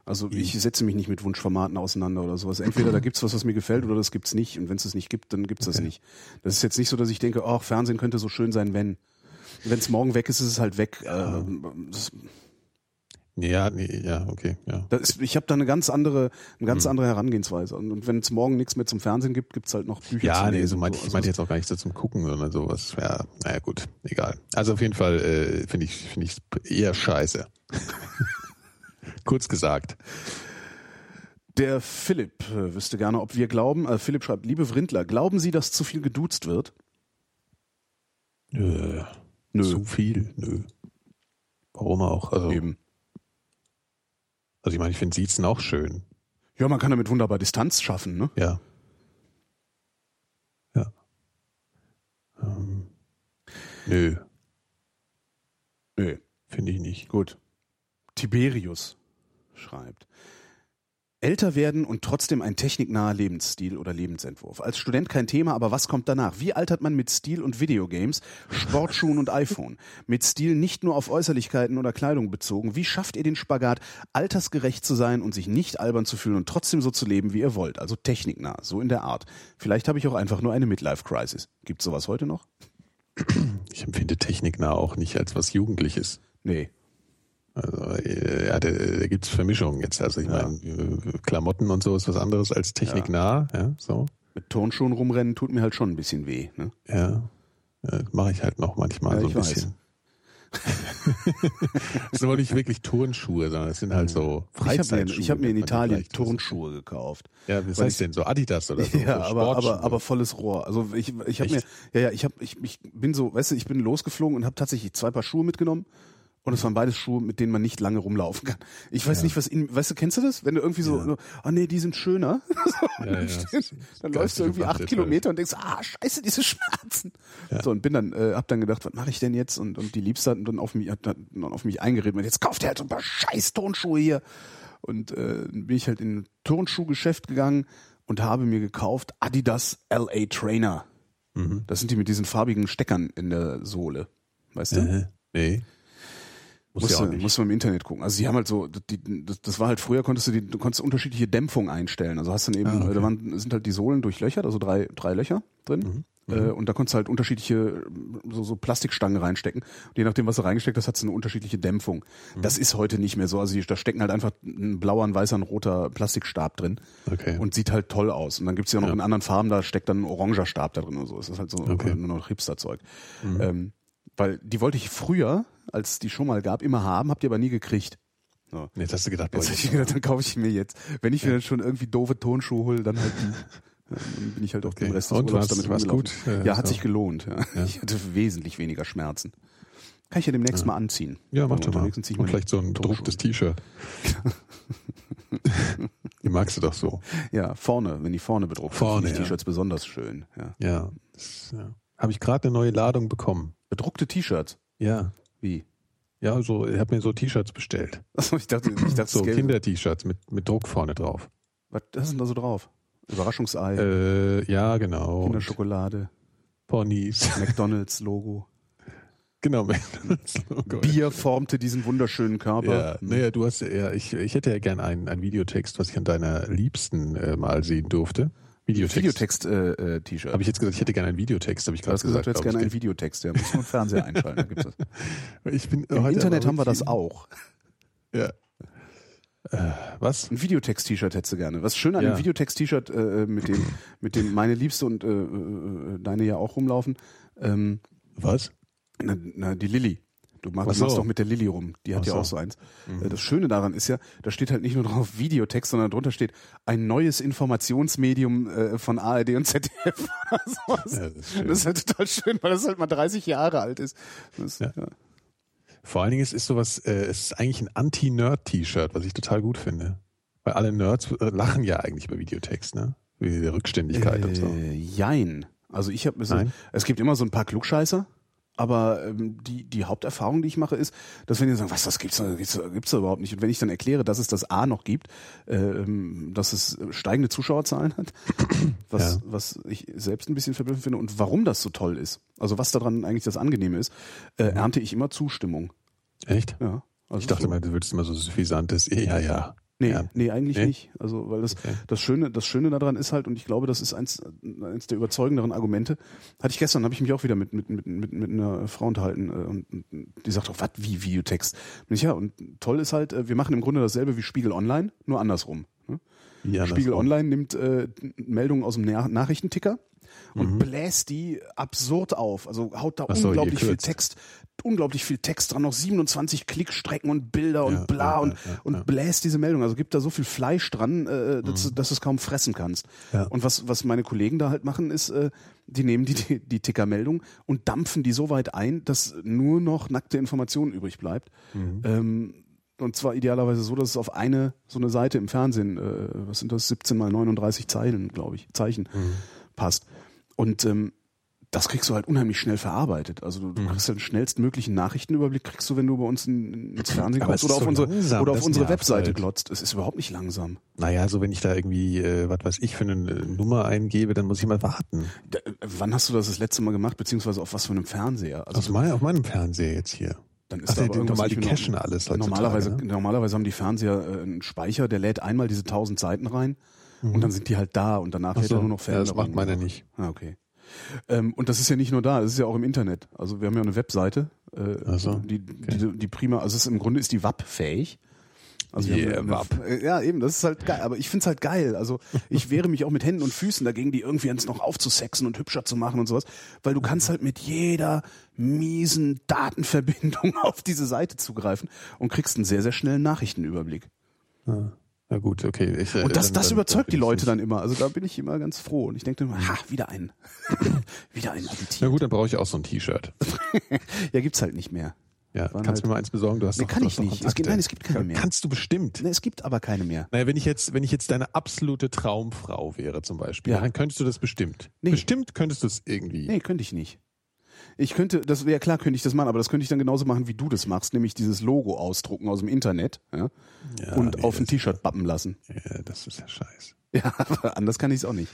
[SPEAKER 1] Also ich setze mich nicht mit Wunschformaten auseinander oder sowas. Entweder da gibt's was, was mir gefällt, oder das gibt's nicht. Und wenn es das nicht gibt, dann gibt's das nicht. Das ist jetzt nicht so, dass ich denke, ach, Fernsehen könnte so schön sein, wenn. Wenn es morgen weg ist, ist es halt weg. Ähm, das-
[SPEAKER 2] Ja, nee, ja, okay, ja.
[SPEAKER 1] Das ist, ich habe da eine ganz andere, eine ganz
[SPEAKER 2] Hm.
[SPEAKER 1] andere Herangehensweise. Und, und wenn es morgen nichts mehr zum Fernsehen gibt, gibt's halt noch Bücher zu
[SPEAKER 2] Ja, nee,
[SPEAKER 1] lesen
[SPEAKER 2] so
[SPEAKER 1] und
[SPEAKER 2] meinte ich, ich
[SPEAKER 1] Also
[SPEAKER 2] meinte
[SPEAKER 1] es-
[SPEAKER 2] jetzt auch gar nicht so zum Gucken, sondern sowas. Ja, naja, gut, egal. Also auf jeden Fall äh, finde ich finde ich eher scheiße. [LAUGHS] Kurz gesagt.
[SPEAKER 1] Der Philipp äh, wüsste gerne, ob wir glauben. Äh, Philipp schreibt, liebe Vrindler, glauben Sie, dass zu viel geduzt wird?
[SPEAKER 2] Nö.
[SPEAKER 1] Nö.
[SPEAKER 2] Zu viel, nö. Warum auch? Also,
[SPEAKER 1] Eben.
[SPEAKER 2] also ich meine, ich finde Siezen auch schön.
[SPEAKER 1] Ja, man kann damit wunderbar Distanz schaffen, ne?
[SPEAKER 2] Ja. Ja. Ähm, nö,
[SPEAKER 1] Nö.
[SPEAKER 2] finde ich nicht.
[SPEAKER 1] Gut. Tiberius schreibt. Älter werden und trotzdem ein techniknaher Lebensstil oder Lebensentwurf. Als Student kein Thema, aber was kommt danach? Wie altert man mit Stil und Videogames, Sportschuhen und iPhone? Mit Stil nicht nur auf Äußerlichkeiten oder Kleidung bezogen. Wie schafft ihr den Spagat, altersgerecht zu sein und sich nicht albern zu fühlen und trotzdem so zu leben, wie ihr wollt? Also techniknah, so in der Art. Vielleicht habe ich auch einfach nur eine Midlife-Crisis. Gibt sowas heute noch?
[SPEAKER 2] Ich empfinde techniknah auch nicht als was Jugendliches.
[SPEAKER 1] Nee.
[SPEAKER 2] Also, äh, ja, da, da gibt's Vermischungen jetzt. Also ich
[SPEAKER 1] Ja.
[SPEAKER 2] meine, äh, Klamotten und so ist was anderes als techniknah. Ja, so.
[SPEAKER 1] Mit Turnschuhen rumrennen tut mir halt schon ein bisschen weh. Ne?
[SPEAKER 2] Ja. Äh, Mache ich halt noch manchmal
[SPEAKER 1] Ja,
[SPEAKER 2] so
[SPEAKER 1] ich
[SPEAKER 2] ein
[SPEAKER 1] weiß.
[SPEAKER 2] bisschen. [LAUGHS] das sind aber nicht wirklich Turnschuhe, sondern das sind halt so
[SPEAKER 1] Ich habe mir,
[SPEAKER 2] Freizeitschuhe.
[SPEAKER 1] ich hab mir in
[SPEAKER 2] nennt man die
[SPEAKER 1] Italien
[SPEAKER 2] vielleicht.
[SPEAKER 1] Turnschuhe gekauft.
[SPEAKER 2] Ja, was
[SPEAKER 1] Weil
[SPEAKER 2] heißt
[SPEAKER 1] ich-
[SPEAKER 2] denn? So Adidas oder so?
[SPEAKER 1] [LAUGHS] Ja,
[SPEAKER 2] so
[SPEAKER 1] aber,
[SPEAKER 2] Sportschuhe.
[SPEAKER 1] aber, aber volles Rohr. Also ich, ich habe mir,
[SPEAKER 2] Echt?
[SPEAKER 1] ja, ja, ich, hab, ich, ich bin so, weißt du, ich bin losgeflogen und habe tatsächlich zwei Paar Schuhe mitgenommen Und es waren beides Schuhe, mit denen man nicht lange rumlaufen kann. Ich weiß nicht, was in, weißt du, kennst du das? Wenn du irgendwie so,
[SPEAKER 2] Ja.
[SPEAKER 1] so ah nee, die sind schöner. So,
[SPEAKER 2] Ja,
[SPEAKER 1] [LAUGHS]
[SPEAKER 2] ja.
[SPEAKER 1] dann stehst- dann
[SPEAKER 2] Geistige
[SPEAKER 1] läufst du irgendwie acht
[SPEAKER 2] Bandit
[SPEAKER 1] Kilometer und denkst, ah, scheiße, diese Schmerzen.
[SPEAKER 2] Ja.
[SPEAKER 1] So, und bin dann, äh, hab dann gedacht, was mache ich denn jetzt? Und, und die Liebste hat dann auf mich, hat dann auf mich eingeredet und jetzt kauft ihr halt so ein paar scheiß Turnschuhe hier. Und äh, dann bin ich halt in ein Turnschuhgeschäft gegangen und habe mir gekauft Adidas LA Trainer.
[SPEAKER 2] Mhm.
[SPEAKER 1] Das sind die mit diesen farbigen Steckern in der Sohle. Weißt du?
[SPEAKER 2] Äh, nee. Muss
[SPEAKER 1] Muss,
[SPEAKER 2] ja auch
[SPEAKER 1] man,
[SPEAKER 2] nicht.
[SPEAKER 1] muss man im Internet gucken. Also sie haben halt so, die, das, das war halt früher, konntest du die, du konntest unterschiedliche Dämpfung einstellen. Also hast dann eben,
[SPEAKER 2] Ah, okay.
[SPEAKER 1] da waren, sind halt die Sohlen durchlöchert, also drei, drei Löcher
[SPEAKER 2] Mhm.
[SPEAKER 1] drin. Äh, und da konntest du halt unterschiedliche äh, so, so Plastikstangen reinstecken. Und je nachdem, was du reingesteckt hast, hast du eine unterschiedliche Dämpfung.
[SPEAKER 2] Mhm.
[SPEAKER 1] Das ist heute nicht mehr so. Also die- da stecken halt einfach ein blauer, ein weißer, ein roter Plastikstab drin
[SPEAKER 2] okay.
[SPEAKER 1] und sieht halt toll aus. Und dann gibt's ja noch in anderen Farben, da steckt dann ein oranger Stab da drin und so. Es ist halt so
[SPEAKER 2] Okay. Mhm.
[SPEAKER 1] nur noch Hipster-Zeug. Ähm, weil die wollte ich früher, als die schon mal gab, immer haben, habt ihr aber nie gekriegt. So.
[SPEAKER 2] jetzt hast du gedacht, boah,
[SPEAKER 1] Jetzt hab ich gedacht, dann kaufe ich mir jetzt. Wenn ich mir dann schon irgendwie doof Turnschuhe hole, dann halt die. Dann bin ich halt auch
[SPEAKER 2] Okay.
[SPEAKER 1] den Rest des
[SPEAKER 2] Und
[SPEAKER 1] Urlaubs
[SPEAKER 2] war's-
[SPEAKER 1] damit
[SPEAKER 2] war's
[SPEAKER 1] rumgelaufen.
[SPEAKER 2] gut? Ja,
[SPEAKER 1] Ja, hat
[SPEAKER 2] so.
[SPEAKER 1] sich gelohnt. Ja. Ich hatte wesentlich weniger Schmerzen. Kann ich ja demnächst mal anziehen.
[SPEAKER 2] Ja, mach
[SPEAKER 1] Wenn wir
[SPEAKER 2] doch mal.
[SPEAKER 1] unterwegs sind, zieh ich
[SPEAKER 2] Und
[SPEAKER 1] meine
[SPEAKER 2] vielleicht so ein
[SPEAKER 1] Turnschuhe.
[SPEAKER 2] bedrucktes
[SPEAKER 1] [LAUGHS]
[SPEAKER 2] T-Shirt. Die magst du doch so.
[SPEAKER 1] Ja, vorne, wenn die vorne bedruckt sind,
[SPEAKER 2] Vorne,
[SPEAKER 1] finde ich
[SPEAKER 2] ja.
[SPEAKER 1] T-Shirts besonders schön. Ja.
[SPEAKER 2] Ja. Das, ja. Habe ich gerade eine neue Ladung bekommen.
[SPEAKER 1] Bedruckte T-Shirts.
[SPEAKER 2] Ja.
[SPEAKER 1] Wie?
[SPEAKER 2] Ja, also ich habe mir so T-Shirts bestellt.
[SPEAKER 1] Achso, ich dachte, ich dachte
[SPEAKER 2] So
[SPEAKER 1] es gäbe-
[SPEAKER 2] Kinder-T-Shirts mit, mit Druck vorne drauf.
[SPEAKER 1] Was was ist denn da so drauf? Überraschungsei,
[SPEAKER 2] Äh, ja, genau. Und
[SPEAKER 1] Kinderschokolade,
[SPEAKER 2] Ponys. [LAUGHS]
[SPEAKER 1] McDonalds-Logo.
[SPEAKER 2] genau.
[SPEAKER 1] [LAUGHS]
[SPEAKER 2] das Logo.
[SPEAKER 1] Bier formte diesen wunderschönen Körper. Hm.
[SPEAKER 2] Ja, naja, du hast ja, ich, ich hätte ja gern einen, einen Videotext, was ich an deiner Liebsten äh, mal sehen durfte. Videotext.
[SPEAKER 1] Videotext-T-Shirt. Äh, äh, T-Shirt.
[SPEAKER 2] Habe ich jetzt gesagt, ich hätte gerne einen Videotext, habe ich
[SPEAKER 1] du
[SPEAKER 2] gerade
[SPEAKER 1] hast gesagt,
[SPEAKER 2] gesagt.
[SPEAKER 1] du hättest
[SPEAKER 2] glaub
[SPEAKER 1] gerne einen
[SPEAKER 2] ich.
[SPEAKER 1] Videotext. Ja, muss man Fernseher einschalten.
[SPEAKER 2] [LAUGHS]
[SPEAKER 1] Da gibt's das.
[SPEAKER 2] ich bin oh,
[SPEAKER 1] Im
[SPEAKER 2] heute
[SPEAKER 1] Internet
[SPEAKER 2] aber
[SPEAKER 1] haben wir das
[SPEAKER 2] wirklich-
[SPEAKER 1] auch.
[SPEAKER 2] Äh, Was?
[SPEAKER 1] Ein Videotext-T-Shirt hättest du gerne. Was schön an
[SPEAKER 2] Ja.
[SPEAKER 1] dem Videotext-T-Shirt, äh, äh, mit, dem, mit dem meine Liebste und äh, äh, äh, deine ja auch rumlaufen, ähm,
[SPEAKER 2] Was?
[SPEAKER 1] Na, na, die Lilly. Du
[SPEAKER 2] Ach
[SPEAKER 1] machst,
[SPEAKER 2] so.
[SPEAKER 1] machst doch mit der Lilly rum. Die hat
[SPEAKER 2] Ach
[SPEAKER 1] ja
[SPEAKER 2] so. Mhm.
[SPEAKER 1] auch so eins. Äh, Das Schöne daran ist ja, da steht halt nicht nur drauf Videotext, sondern drunter steht ein neues Informationsmedium äh, von ARD und ZDF oder sowas.
[SPEAKER 2] Ja, das ist schön.
[SPEAKER 1] das ist halt total schön, weil das halt mal 30 Jahre alt ist. Das,
[SPEAKER 2] Ja.
[SPEAKER 1] ja.
[SPEAKER 2] Vor allen Dingen, es ist sowas, äh, es ist eigentlich ein Anti-Nerd-T-Shirt, was ich total gut finde. Weil alle Nerds äh, lachen ja eigentlich über Videotext, ne? Wie die Rückständigkeit und so.
[SPEAKER 1] Äh, jein. Also ich habe
[SPEAKER 2] Nein?
[SPEAKER 1] es gibt immer so ein paar Klugscheißer, aber ähm, die die Haupterfahrung, die ich mache, ist, dass wenn die sagen, was das gibt's da, gibt's, da- gibt's da überhaupt nicht und wenn ich dann erkläre, dass es das A noch gibt, ähm, dass es steigende Zuschauerzahlen
[SPEAKER 2] [CLEARS THROAT]
[SPEAKER 1] hat, was
[SPEAKER 2] Ja.
[SPEAKER 1] was ich selbst ein bisschen verblüffend finde und warum das so toll ist, also was daran eigentlich das Angenehme ist, äh, ernte ich immer Zustimmung.
[SPEAKER 2] Echt?
[SPEAKER 1] Ja. Also
[SPEAKER 2] Mhm. Ich dachte
[SPEAKER 1] so.
[SPEAKER 2] mal, du würdest immer so suffisantes, eh, ja, ja.
[SPEAKER 1] Nee,
[SPEAKER 2] Ja.
[SPEAKER 1] nee, eigentlich
[SPEAKER 2] Nee?
[SPEAKER 1] nicht. Also, weil das,
[SPEAKER 2] Okay.
[SPEAKER 1] das Schöne, das Schöne daran ist halt, und ich glaube, das ist eins, eins der überzeugenderen Argumente. Hatte ich gestern, habe ich mich auch wieder mit, mit, mit, mit, mit einer Frau unterhalten, äh, und, und die sagt auch, was, wie Videotext? Und ich, ja, und toll ist halt, äh, wir machen im Grunde dasselbe wie Spiegel Online, nur andersrum. Ne?
[SPEAKER 2] Wie andersrum.
[SPEAKER 1] Spiegel Online nimmt äh, Meldungen aus dem Na Nachrichtenticker und bläst die absurd auf. Also haut da
[SPEAKER 2] Mhm. Ach so,
[SPEAKER 1] unglaublich
[SPEAKER 2] ihr
[SPEAKER 1] viel
[SPEAKER 2] kürzt.
[SPEAKER 1] Text, unglaublich viel Text dran, noch 27 Klickstrecken und Bilder
[SPEAKER 2] Ja,
[SPEAKER 1] und bla
[SPEAKER 2] ja,
[SPEAKER 1] und,
[SPEAKER 2] ja, ja,
[SPEAKER 1] und
[SPEAKER 2] ja. Mhm.
[SPEAKER 1] bläst diese Meldung. Also gibt da so viel Fleisch dran, äh, dass, du- dass du es kaum fressen kannst.
[SPEAKER 2] Ja.
[SPEAKER 1] Und was, was meine Kollegen da halt machen, ist, äh, die nehmen die, die, die Tickermeldung und dampfen die so weit ein, dass nur noch nackte Information übrig bleibt. Ähm, und zwar idealerweise so, dass es auf eine, so eine Seite im Fernsehen, äh, was sind das, 17 mal 39 Zeilen, glaube ich, Zeichen
[SPEAKER 2] Mhm.
[SPEAKER 1] passt. Und ähm, das kriegst du halt unheimlich schnell verarbeitet. Also
[SPEAKER 2] Mhm.
[SPEAKER 1] du, du kriegst den schnellstmöglichen Nachrichtenüberblick, kriegst du, wenn du bei uns in, ins Fernsehen
[SPEAKER 2] Aber es
[SPEAKER 1] kommst oder
[SPEAKER 2] ist
[SPEAKER 1] auf
[SPEAKER 2] so
[SPEAKER 1] unsere,
[SPEAKER 2] langsam,
[SPEAKER 1] oder auf
[SPEAKER 2] das
[SPEAKER 1] unsere
[SPEAKER 2] nervt
[SPEAKER 1] Webseite
[SPEAKER 2] halt.
[SPEAKER 1] glotzt. Es ist überhaupt nicht langsam.
[SPEAKER 2] Naja, so wenn ich da irgendwie, äh, was weiß ich, für eine äh, Nummer eingebe, dann muss ich mal warten.
[SPEAKER 1] D äh, wann hast du das das letzte Mal gemacht, beziehungsweise auf was für einem Fernseher?
[SPEAKER 2] Aus
[SPEAKER 1] Also
[SPEAKER 2] mein, auf meinem Fernseher jetzt hier.
[SPEAKER 1] dann ist
[SPEAKER 2] Ach,
[SPEAKER 1] da
[SPEAKER 2] die,
[SPEAKER 1] aber
[SPEAKER 2] die,
[SPEAKER 1] irgendwas
[SPEAKER 2] normal, die
[SPEAKER 1] nicht mehr-
[SPEAKER 2] cashen alles heutzutage.
[SPEAKER 1] Normalerweise,
[SPEAKER 2] ne?
[SPEAKER 1] normalerweise haben die Fernseher äh, einen Speicher, der lädt einmal diese 1000 Seiten rein und dann sind die halt da und danach
[SPEAKER 2] Mhm. Ach
[SPEAKER 1] lädt er
[SPEAKER 2] so.
[SPEAKER 1] nur noch
[SPEAKER 2] ja, das
[SPEAKER 1] Veränderungen.
[SPEAKER 2] macht meiner nicht.
[SPEAKER 1] Ah, okay. Ähm, und das ist ja nicht nur da, es ist ja auch im Internet. Also wir haben ja eine Webseite, äh,
[SPEAKER 2] Ach so,
[SPEAKER 1] die, die, die prima, also es ist, im Grunde ist die WAP-fähig. Also wir
[SPEAKER 2] Yeah,
[SPEAKER 1] haben eine-
[SPEAKER 2] WAP.
[SPEAKER 1] äh, Ja, eben, das ist halt geil. Aber ich find's halt geil. Also ich wehre mich auch mit Händen und Füßen dagegen, die irgendwie jetzt noch aufzusexen und hübscher zu machen und sowas. Weil du kannst halt mit jeder miesen Datenverbindung [LAUGHS] auf diese Seite zugreifen und kriegst einen sehr, sehr schnellen Nachrichtenüberblick.
[SPEAKER 2] Na gut, okay. Ich, äh,
[SPEAKER 1] Und das,
[SPEAKER 2] dann-
[SPEAKER 1] das
[SPEAKER 2] dann-
[SPEAKER 1] überzeugt die
[SPEAKER 2] dann bin ich
[SPEAKER 1] Leute dann immer. Also da bin ich immer ganz froh. Und ich denke immer, ha, wieder einen. [LAUGHS] wieder einen
[SPEAKER 2] Na
[SPEAKER 1] Appetit.
[SPEAKER 2] gut, dann brauche ich auch so ein T-Shirt.
[SPEAKER 1] Ja, gibt's halt nicht mehr.
[SPEAKER 2] Ja,
[SPEAKER 1] Waren
[SPEAKER 2] kannst
[SPEAKER 1] halt-
[SPEAKER 2] du mir mal eins besorgen? Du hast
[SPEAKER 1] Nee,
[SPEAKER 2] doch,
[SPEAKER 1] kann
[SPEAKER 2] du
[SPEAKER 1] ich
[SPEAKER 2] hast doch
[SPEAKER 1] nicht. Es gibt-
[SPEAKER 2] Kontakte.
[SPEAKER 1] nein, es gibt keine
[SPEAKER 2] Kann-
[SPEAKER 1] mehr.
[SPEAKER 2] Kannst du bestimmt.
[SPEAKER 1] Ne, es gibt aber keine mehr.
[SPEAKER 2] Naja, wenn ich jetzt, wenn ich jetzt deine absolute Traumfrau wäre zum Beispiel,
[SPEAKER 1] Ja.
[SPEAKER 2] dann könntest du das bestimmt.
[SPEAKER 1] Nee.
[SPEAKER 2] Bestimmt könntest du es irgendwie.
[SPEAKER 1] Nee, könnte ich nicht. Ich könnte, das wäre klar, könnte ich das machen, aber das könnte ich dann genauso machen, wie du das machst, nämlich dieses Logo ausdrucken aus dem Internet ja,
[SPEAKER 2] Ja,
[SPEAKER 1] und
[SPEAKER 2] nee,
[SPEAKER 1] auf ein
[SPEAKER 2] das-
[SPEAKER 1] T-Shirt bappen lassen. [LAUGHS]
[SPEAKER 2] Ja, das ist ja scheiße.
[SPEAKER 1] Ja, aber anders kann ich es auch nicht.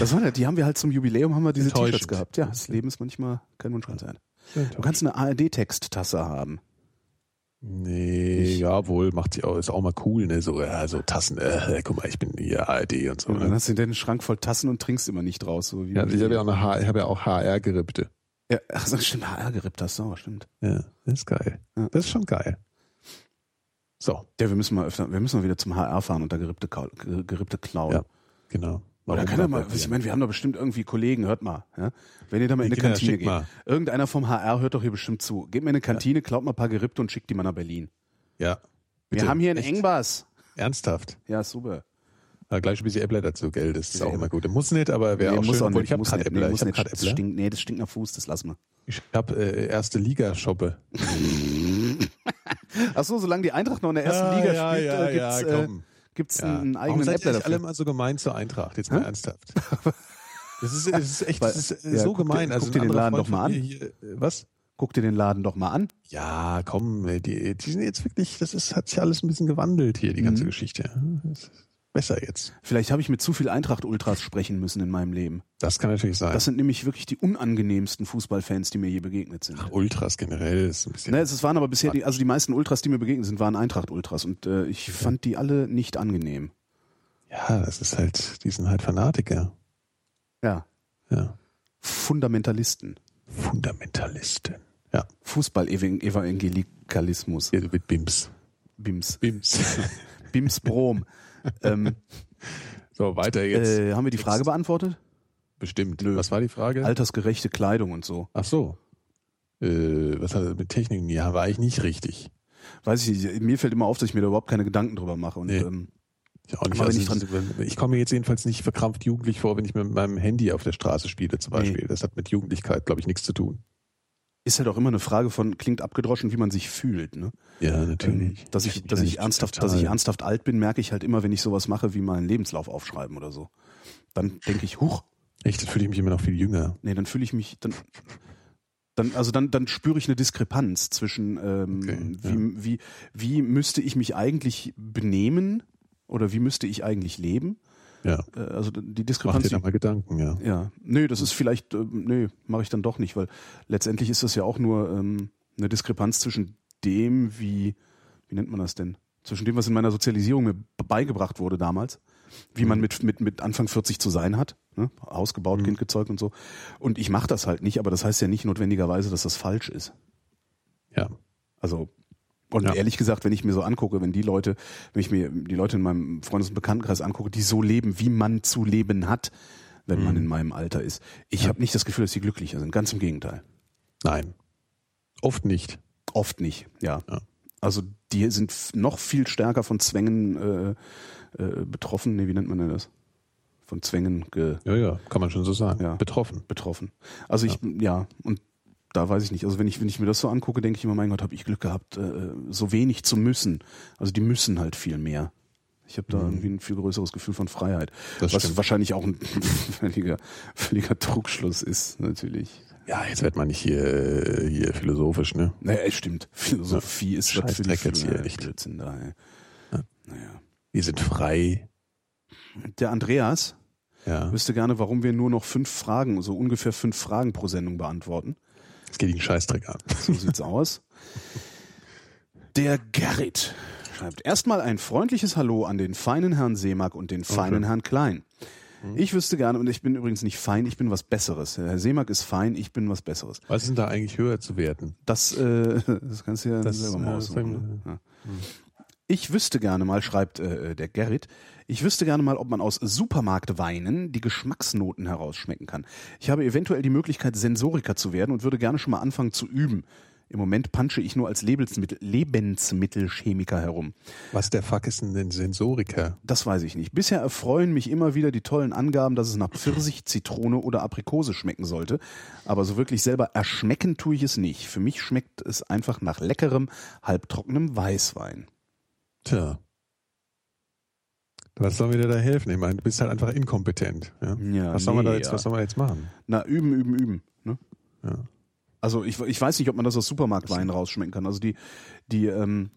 [SPEAKER 1] Das war ja, die haben wir halt zum Jubiläum, haben wir diese
[SPEAKER 2] Enttäuschend.
[SPEAKER 1] T-Shirts gehabt. Ja, das Leben ist manchmal kein Wunschrand sein. Du
[SPEAKER 2] Du kannst-
[SPEAKER 1] kannst eine ARD-Texttasse haben.
[SPEAKER 2] Nee,
[SPEAKER 1] Ich-
[SPEAKER 2] jawohl, macht sie auch, ist auch mal cool, ne? So, ja, so Tassen, äh, guck mal, ich bin hier ARD und so.
[SPEAKER 1] Und dann
[SPEAKER 2] Ne?
[SPEAKER 1] hast du den Schrank voll Tassen und trinkst immer nicht draus. So wie
[SPEAKER 2] Ja, ich habe ja auch eine H- ich habe ja auch HR-Gerippte.
[SPEAKER 1] ja, ach so, stimmt, HR gerippt hast du, stimmt.
[SPEAKER 2] Ja, das ist geil.
[SPEAKER 1] Ja.
[SPEAKER 2] Das ist schon geil. So,
[SPEAKER 1] Ja, wir müssen mal öfter, wir müssen mal wieder zum HR fahren und da gerippte, Kau- ge- gerippte klauen.
[SPEAKER 2] Ja. genau.
[SPEAKER 1] Oder
[SPEAKER 2] Warum
[SPEAKER 1] kann er
[SPEAKER 2] machen
[SPEAKER 1] mal,
[SPEAKER 2] wir
[SPEAKER 1] ich meine, wir haben da bestimmt irgendwie Kollegen, hört mal, ja? wenn ihr da mal in
[SPEAKER 2] Die
[SPEAKER 1] eine
[SPEAKER 2] Kinder,
[SPEAKER 1] Kantine
[SPEAKER 2] schickt
[SPEAKER 1] geht.
[SPEAKER 2] mal.
[SPEAKER 1] Irgendeiner vom HR hört doch hier bestimmt zu. Gebt mir eine Kantine, klaut mal ein paar Gerippte und schickt die mal nach Berlin.
[SPEAKER 2] Ja.
[SPEAKER 1] Wir
[SPEAKER 2] Bitte.
[SPEAKER 1] haben hier einen
[SPEAKER 2] Echt?
[SPEAKER 1] Engpass.
[SPEAKER 2] Ernsthaft.
[SPEAKER 1] Ja, super.
[SPEAKER 2] Ja, gleich ein bisschen Äppler dazu, gell? Das ist
[SPEAKER 1] Ja,
[SPEAKER 2] auch
[SPEAKER 1] eben.
[SPEAKER 2] immer gut. Muss nicht, aber wäre
[SPEAKER 1] Nee,
[SPEAKER 2] auch
[SPEAKER 1] muss
[SPEAKER 2] schön. obwohl ich habe
[SPEAKER 1] muss
[SPEAKER 2] gerade
[SPEAKER 1] nicht, nee,
[SPEAKER 2] Äppler.
[SPEAKER 1] muss
[SPEAKER 2] ich habe
[SPEAKER 1] nicht.
[SPEAKER 2] gerade
[SPEAKER 1] Das
[SPEAKER 2] Äppler.
[SPEAKER 1] Stinkt, nee, das stinkt nach Fuß, das lassen wir.
[SPEAKER 2] Ich habe äh, erste Liga-Shoppe.
[SPEAKER 1] Ach so, solange die Eintracht noch in der ersten
[SPEAKER 2] Ah,
[SPEAKER 1] Liga spielt, äh, gibt's, äh,
[SPEAKER 2] komm.
[SPEAKER 1] gibt's
[SPEAKER 2] Ja.
[SPEAKER 1] einen
[SPEAKER 2] Warum
[SPEAKER 1] eigenen
[SPEAKER 2] seid ihr
[SPEAKER 1] Äppler
[SPEAKER 2] nicht alle
[SPEAKER 1] dafür.
[SPEAKER 2] mal so gemein zur Eintracht? Jetzt mal
[SPEAKER 1] [LAUGHS]
[SPEAKER 2] ernsthaft. Das ist, das ist echt
[SPEAKER 1] Weil-
[SPEAKER 2] das ist äh,
[SPEAKER 1] ja,
[SPEAKER 2] so
[SPEAKER 1] guck dir-
[SPEAKER 2] gemein. also
[SPEAKER 1] guck dir
[SPEAKER 2] ein
[SPEAKER 1] den
[SPEAKER 2] anderer Freund
[SPEAKER 1] Laden doch mal
[SPEAKER 2] von
[SPEAKER 1] an.
[SPEAKER 2] mir Hier, äh, was?
[SPEAKER 1] Guck dir den Laden doch mal an.
[SPEAKER 2] Ja, komm, äh, die, die sind jetzt wirklich, das ist, hat sich alles ein bisschen gewandelt hier, die
[SPEAKER 1] Mhm.
[SPEAKER 2] ganze Geschichte. Das ist Besser jetzt.
[SPEAKER 1] Vielleicht habe ich mit zu viel Eintracht-Ultras sprechen müssen in meinem Leben.
[SPEAKER 2] Das kann natürlich sein.
[SPEAKER 1] Das sind nämlich wirklich die unangenehmsten Fußballfans, die mir je begegnet sind.
[SPEAKER 2] Ach, Ultras generell ist ein bisschen.
[SPEAKER 1] Ne, es waren aber bisher die, also die meisten Ultras, die mir begegnet sind, waren Eintracht-Ultras und äh, ich fand die alle nicht angenehm.
[SPEAKER 2] Ja, das ist halt, die sind halt Fanatiker.
[SPEAKER 1] Ja.
[SPEAKER 2] Ja.
[SPEAKER 1] Fundamentalisten.
[SPEAKER 2] Fundamentalisten. Ja,
[SPEAKER 1] Fußball-Evangelikalismus.
[SPEAKER 2] hier mit Bims.
[SPEAKER 1] Bims.
[SPEAKER 2] Bims.
[SPEAKER 1] Bims Brom.
[SPEAKER 2] [LAUGHS]
[SPEAKER 1] ähm,
[SPEAKER 2] so, weiter jetzt.
[SPEAKER 1] äh, haben wir die Frage beantwortet?
[SPEAKER 2] Bestimmt. Was war die Frage?
[SPEAKER 1] Altersgerechte Kleidung und so.
[SPEAKER 2] Ach so. Äh, was hat das mit Techniken? Ja, war ich nicht richtig.
[SPEAKER 1] Weiß ich nicht, mir fällt immer auf, dass ich mir da überhaupt keine Gedanken drüber mache. Und
[SPEAKER 2] Nee.
[SPEAKER 1] ähm,
[SPEAKER 2] Ich, auch nicht.
[SPEAKER 1] Aber
[SPEAKER 2] Also,
[SPEAKER 1] wenn ich
[SPEAKER 2] ich komme mir jetzt jedenfalls nicht verkrampft jugendlich vor, wenn ich mit meinem Handy auf der Straße spiele zum
[SPEAKER 1] Nee.
[SPEAKER 2] Beispiel. Das hat mit Jugendlichkeit, glaube ich, nichts zu tun.
[SPEAKER 1] ist halt auch immer eine Frage von, klingt abgedroschen, wie man sich fühlt. Ne?
[SPEAKER 2] Ja,
[SPEAKER 1] Ähm, dass ich, dass ich ernsthaft, dass ich ernsthaft alt bin, merke ich halt immer, wenn ich sowas mache, wie meinen Lebenslauf aufschreiben oder so. Dann denke ich, huch,
[SPEAKER 2] Echt, fühle ich mich immer noch viel jünger.
[SPEAKER 1] nee, dann fühle ich mich, dann, dann, also dann, dann spüre ich eine Diskrepanz zwischen, ähm,
[SPEAKER 2] Okay,
[SPEAKER 1] wie, wie, wie müsste ich mich eigentlich benehmen oder wie müsste ich eigentlich leben?
[SPEAKER 2] Ja.
[SPEAKER 1] Äh, also die
[SPEAKER 2] Mach dir
[SPEAKER 1] Diskrepanz.
[SPEAKER 2] da mal Gedanken, ja.
[SPEAKER 1] Ja, nee, das ist vielleicht, ähm, nee, mache ich dann doch nicht, weil letztendlich ist das ja auch nur ähm, eine Diskrepanz zwischen dem, wie, wie nennt man das denn? Zwischen dem, was in meiner Sozialisierung mir beigebracht wurde damals, wie man mit, mit, mit Anfang 40 zu sein hat, ne? ausgebaut, Kind gezeugt und so. Und ich mache das halt nicht, aber das heißt ja nicht notwendigerweise, dass das falsch ist.
[SPEAKER 2] Ja.
[SPEAKER 1] Also, und
[SPEAKER 2] Ja.
[SPEAKER 1] ehrlich gesagt, wenn ich mir so angucke, wenn die Leute, wenn ich mir die Leute in meinem Freundes- und Bekanntenkreis angucke, die so leben, wie man zu leben hat, wenn
[SPEAKER 2] Mhm.
[SPEAKER 1] man in meinem Alter ist, ich habe nicht das Gefühl, dass sie glücklicher sind. Ganz im Gegenteil.
[SPEAKER 2] Nein. Oft nicht.
[SPEAKER 1] Oft nicht, ja.
[SPEAKER 2] Ja.
[SPEAKER 1] Also die sind f- noch viel stärker von Zwängen äh, äh, betroffen. Nee, wie nennt man denn das? Von Zwängen ge
[SPEAKER 2] Ja, ja, kann man schon so sagen.
[SPEAKER 1] Ja.
[SPEAKER 2] Betroffen.
[SPEAKER 1] betroffen. Also ich, ja, und da weiß ich nicht. Also wenn ich, wenn ich mir das so angucke, denke ich immer, mein Gott, habe ich Glück gehabt, äh, so wenig zu müssen. Also die müssen halt viel mehr. Ich habe da irgendwie ein viel größeres Gefühl von Freiheit.
[SPEAKER 2] Mhm. Das
[SPEAKER 1] was
[SPEAKER 2] stimmt.
[SPEAKER 1] wahrscheinlich auch ein [LAUGHS] völliger, völliger Trugschluss ist, natürlich.
[SPEAKER 2] Ja, jetzt wird man nicht hier, äh, hier philosophisch, ne?
[SPEAKER 1] Naja, es stimmt. Philosophie ist
[SPEAKER 2] Scheiß Dreck jetzt hier,
[SPEAKER 1] ja,
[SPEAKER 2] echt.
[SPEAKER 1] Blödsinn da, ey.
[SPEAKER 2] Wir sind frei.
[SPEAKER 1] Der Andreas
[SPEAKER 2] Ja.
[SPEAKER 1] wüsste gerne, warum wir nur noch fünf Fragen, so ungefähr fünf Fragen pro Sendung beantworten.
[SPEAKER 2] Es geht Ihnen Scheißdreck an.
[SPEAKER 1] So sieht's aus. Der Gerrit schreibt erstmal ein freundliches Hallo an den feinen Herrn Seemack und den feinen Herrn Klein. Ich wüsste gerne, und ich bin übrigens nicht fein, ich bin was Besseres. Herr Seemack ist fein, ich bin was Besseres.
[SPEAKER 2] [LAUGHS] Was ist denn da eigentlich höher zu werten?
[SPEAKER 1] Das, äh, [LAUGHS] das kannst du ja
[SPEAKER 2] Das,
[SPEAKER 1] selber
[SPEAKER 2] äh,
[SPEAKER 1] mal aussuchen. ne? Ja. Ich wüsste gerne mal, schreibt äh, der Gerrit, ich wüsste gerne mal, ob man aus Supermarktweinen die Geschmacksnoten herausschmecken kann. Ich habe eventuell die Möglichkeit, Sensoriker zu werden und würde gerne schon mal anfangen zu üben. Im Moment punche ich nur als Lebensmittel, Lebensmittelchemiker herum.
[SPEAKER 2] Was der Fuck ist denn ein Sensoriker?
[SPEAKER 1] Das weiß ich nicht. Bisher erfreuen mich immer wieder die tollen Angaben, dass es nach Pfirsich, Zitrone oder Aprikose schmecken sollte. Aber so wirklich selber erschmecken tue ich es nicht. Für mich schmeckt es einfach nach leckerem, halbtrockenem Weißwein.
[SPEAKER 2] Tja. Was soll mir denn da helfen? Ich meine, du bist halt einfach inkompetent. Ja?
[SPEAKER 1] Ja,
[SPEAKER 2] was, soll man da
[SPEAKER 1] nee,
[SPEAKER 2] jetzt,
[SPEAKER 1] ja.
[SPEAKER 2] was soll man jetzt machen?
[SPEAKER 1] Na, üben, üben, üben. Ne?
[SPEAKER 2] Ja.
[SPEAKER 1] Also ich, ich weiß nicht, ob man das aus Supermarktwein rausschmecken kann. Also die, die, ähm,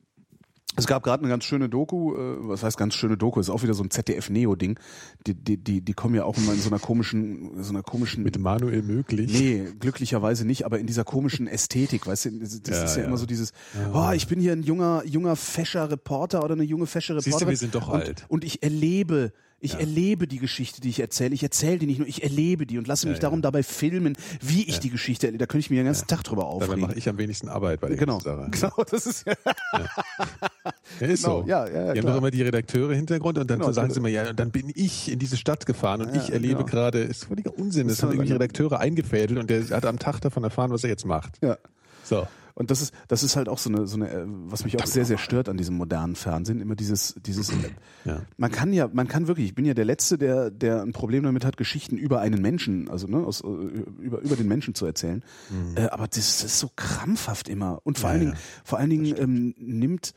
[SPEAKER 1] es gab gerade eine ganz schöne Doku, äh, was heißt ganz schöne Doku, ist auch wieder so ein ZDF-Neo-Ding. Die, die, die, die kommen ja auch immer in so einer komischen, so einer komischen.
[SPEAKER 2] Mit Manuel möglich.
[SPEAKER 1] Nee, glücklicherweise nicht, aber in dieser komischen Ästhetik, weißt du, das
[SPEAKER 2] Ja,
[SPEAKER 1] ist ja,
[SPEAKER 2] ja.
[SPEAKER 1] immer so dieses, oh, ich bin hier ein junger, junger, fescher Reporter oder eine junge, fesche Reporterin.
[SPEAKER 2] Siehst du, wir sind doch
[SPEAKER 1] und,
[SPEAKER 2] alt.
[SPEAKER 1] Und ich erlebe, ich erlebe die Geschichte, die ich erzähle. Ich erzähle die nicht nur, ich erlebe die und lasse mich
[SPEAKER 2] ja.
[SPEAKER 1] darum dabei filmen, wie ich die Geschichte erlebe. Da könnte ich mir den ganzen Tag drüber
[SPEAKER 2] Dabei
[SPEAKER 1] aufregen.
[SPEAKER 2] mache ich am wenigsten Arbeit bei der
[SPEAKER 1] Genau,
[SPEAKER 2] ganzen Sache.
[SPEAKER 1] genau, [LAUGHS] das ist ja,
[SPEAKER 2] Ja, ist
[SPEAKER 1] Genau,
[SPEAKER 2] so.
[SPEAKER 1] ja, ja, ja,
[SPEAKER 2] die haben
[SPEAKER 1] klar.
[SPEAKER 2] doch immer die Redakteure im Hintergrund und dann
[SPEAKER 1] Genau,
[SPEAKER 2] sagen
[SPEAKER 1] genau.
[SPEAKER 2] sie immer, ja, und dann bin ich in diese Stadt gefahren und
[SPEAKER 1] Ja,
[SPEAKER 2] ich erlebe
[SPEAKER 1] genau.
[SPEAKER 2] gerade, ist völliger Unsinn, das
[SPEAKER 1] Ist
[SPEAKER 2] haben
[SPEAKER 1] doch-
[SPEAKER 2] irgendwelche Redakteure eingefädelt und der hat am Tag davon erfahren, was er jetzt macht.
[SPEAKER 1] ja.
[SPEAKER 2] So.
[SPEAKER 1] Und das ist, das ist halt auch so eine, so eine, äh, was mich auch sehr, sehr stört an diesem modernen Fernsehen, immer dieses,
[SPEAKER 2] [CLEARS THROAT]
[SPEAKER 1] dieses, äh,
[SPEAKER 2] Ja.
[SPEAKER 1] man kann ja, man kann wirklich, ich bin ja der Letzte, der, der ein Problem damit hat, Geschichten über einen Menschen, also ne, aus, äh, über, über den Menschen zu erzählen. Äh, aber das ist so krampfhaft immer. Und vor
[SPEAKER 2] Mhm. Ja,
[SPEAKER 1] allen Dingen,
[SPEAKER 2] ja.
[SPEAKER 1] vor allen Dingen ähm, nimmt